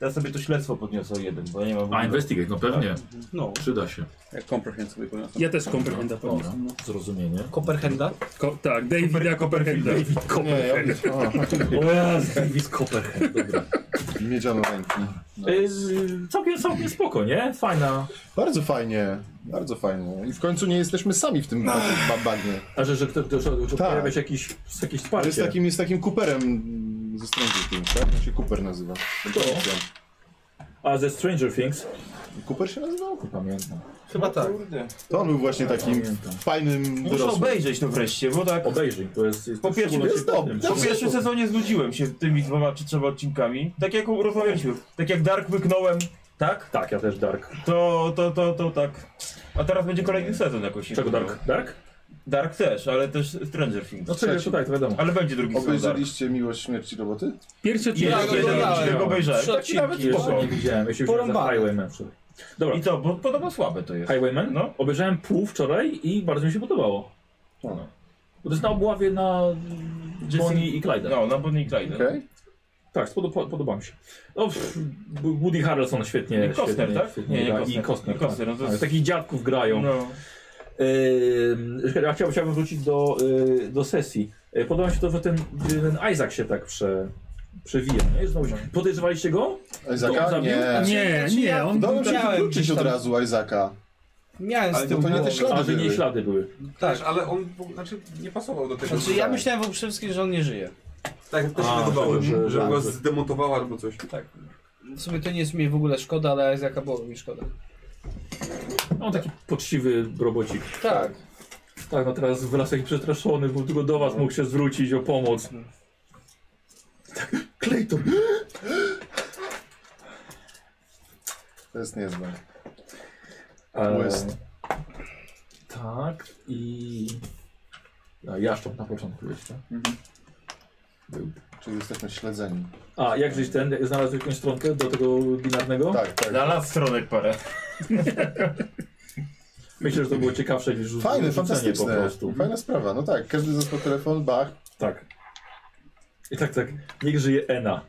Ja sobie to śledztwo podniosę o jeden, bo ja nie mam... w ogóle- A, investigate, no pewnie. No. Przyda się. Jak comprehend sobie poniosłem. Ja też komprehenda Dobra, podniosę. zrozumienie. Copperhanda? Ko- tak, Davida komprehenda. David Nie, ja... O, David Copperhead, dobra. miedziano ręki. E, Y, z- Całkiem, całkiem spoko, nie? Fajna. Bardzo fajnie, bardzo fajnie. I w końcu nie jesteśmy sami w tym ba- ba- bagnie. A że, że ktoś, ktoś, ktoś Tak. pojawia się jakiś, jakieś Ale wsparcie. z takim, z takim Cooperem ze Stranger Things, tak? On się Cooper nazywa. Kto? A ze Stranger Things? Cooper się nazywał? Nie pamiętam. Chyba tak. To on był właśnie takim fajnym Muszę obejrzeć to wreszcie, bo tak... Obejrzyj, to jest... jest Po pierwszym, Jest dobry. po pierwszym sezonie znudziłem się tymi dwoma czy trzema odcinkami. Tak jak rozmawialiśmy, tak jak Dark wyknąłem, tak? Tak, ja też Dark. To, to, to, to tak. A teraz będzie kolejny sezon jakoś. się Czego wyknął. Dark? Dark? Dark też, ale też Stranger Things. No przecież tutaj, to wiadomo. Ale będzie drugi sezon Dark. Obejrzeliście Miłość Śmierci Roboty? Pierwszy Jest odcinek. jeden odcinek obejrzałem. Trzy Taki nawet odcinki jeszcze spoko. nie widziałem, ja się już za Porąbane. Highwayman wczoraj. Dobra, I to, bo podobno słabe to jest. Highwayman? No. Obejrzałem pół wczoraj i bardzo mi się podobało. No. Bo to jest na obławie na Bonnie i Clyde'a. No, na Bonnie i Clyde. Okej. Tak, spodoba, podoba mi się. No, pff, Woody Harrelson świetnie. I Costner, świetnie, tak? Świetnie, Nie, nie gra. I Costner. Costner. I Costner, no to tak. jest- Ale Takich dziadków grają. No. Ym, ja chciałbym, chciałbym wrócić do, y, do sesji. Y, Podoba mi się to, że ten, ten Isaac się tak prze, przewija. Nie? Znowu No. się. Podejrzewaliście go? Isaaca? Zabił? Nie. Nie, nie, on Dobrze, że Widziałem wykluczyć gdzieś od tam. razu Isaaca. Miałem Ale z tym to nie głowę. te ślady. A, że nie były. ślady były. Tak, ale on bo- znaczy, nie pasował do tego. Znaczy ja myślałem przede wszystkim, że on nie żyje. Tak, też A, się wydawało, tak, że, że- że tak, go że- zdemontowała albo coś. Tak. W sumie to nie jest mi w ogóle szkoda, ale jaka byłoby mi szkoda. No taki poczciwy robocik. Tak. Tak, no teraz w lasach przestraszony, bo tylko do No. was mógł się zwrócić o pomoc. Tak, Clayton. To jest niezłe. Eee, West. tak i... A, jaszcząb na początku jeszcze. Mhm. Czyli jesteśmy śledzeni. A, jak żeś ten, znalazł jakąś stronkę do tego binarnego? Tak, tak. Na las stronek parę. Myślę, że to było ciekawsze niż rzu- Fajne, rzucenie fantastyczne. po prostu. Fajna sprawa. No tak, każdy zespół telefon, bach. Tak. I tak, tak, niech żyje Ena.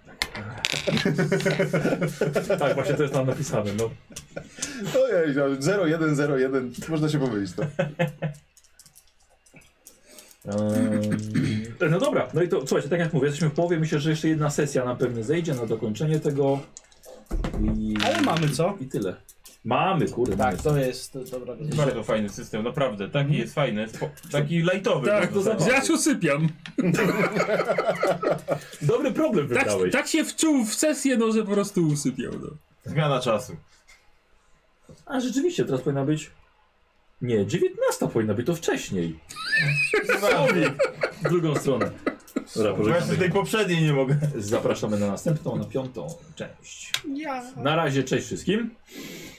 tak, właśnie to jest tam napisane, no. Ojej, no, 0101, można się pomylić to. Ehm, no dobra, no i to słuchajcie, tak jak mówię, jesteśmy w połowie, myślę, że jeszcze jedna sesja na pewno zejdzie na dokończenie tego. I, Ale mamy co? I tyle. Mamy, kurde. mamy. Tak, to jest to jest dobra wiadomość. Bardzo fajny system, naprawdę. Taki Mhm. jest fajny. Spo- taki lightowy. Tak, bardzo to znaczy, zabawny. ja się usypiam. Dobry problem Tak, wybrałeś. tak się wczuł w sesję, no, że po prostu usypiał. No. Zmiana czasu. A rzeczywiście, teraz powinna być. Nie, 19 powinna być, to wcześniej. Sorry. W drugą stronę. Dobra, Bo ja się pożegnamy. tej poprzedniej nie mogę. Zapraszamy na następną, na piątą część. Na razie, cześć wszystkim.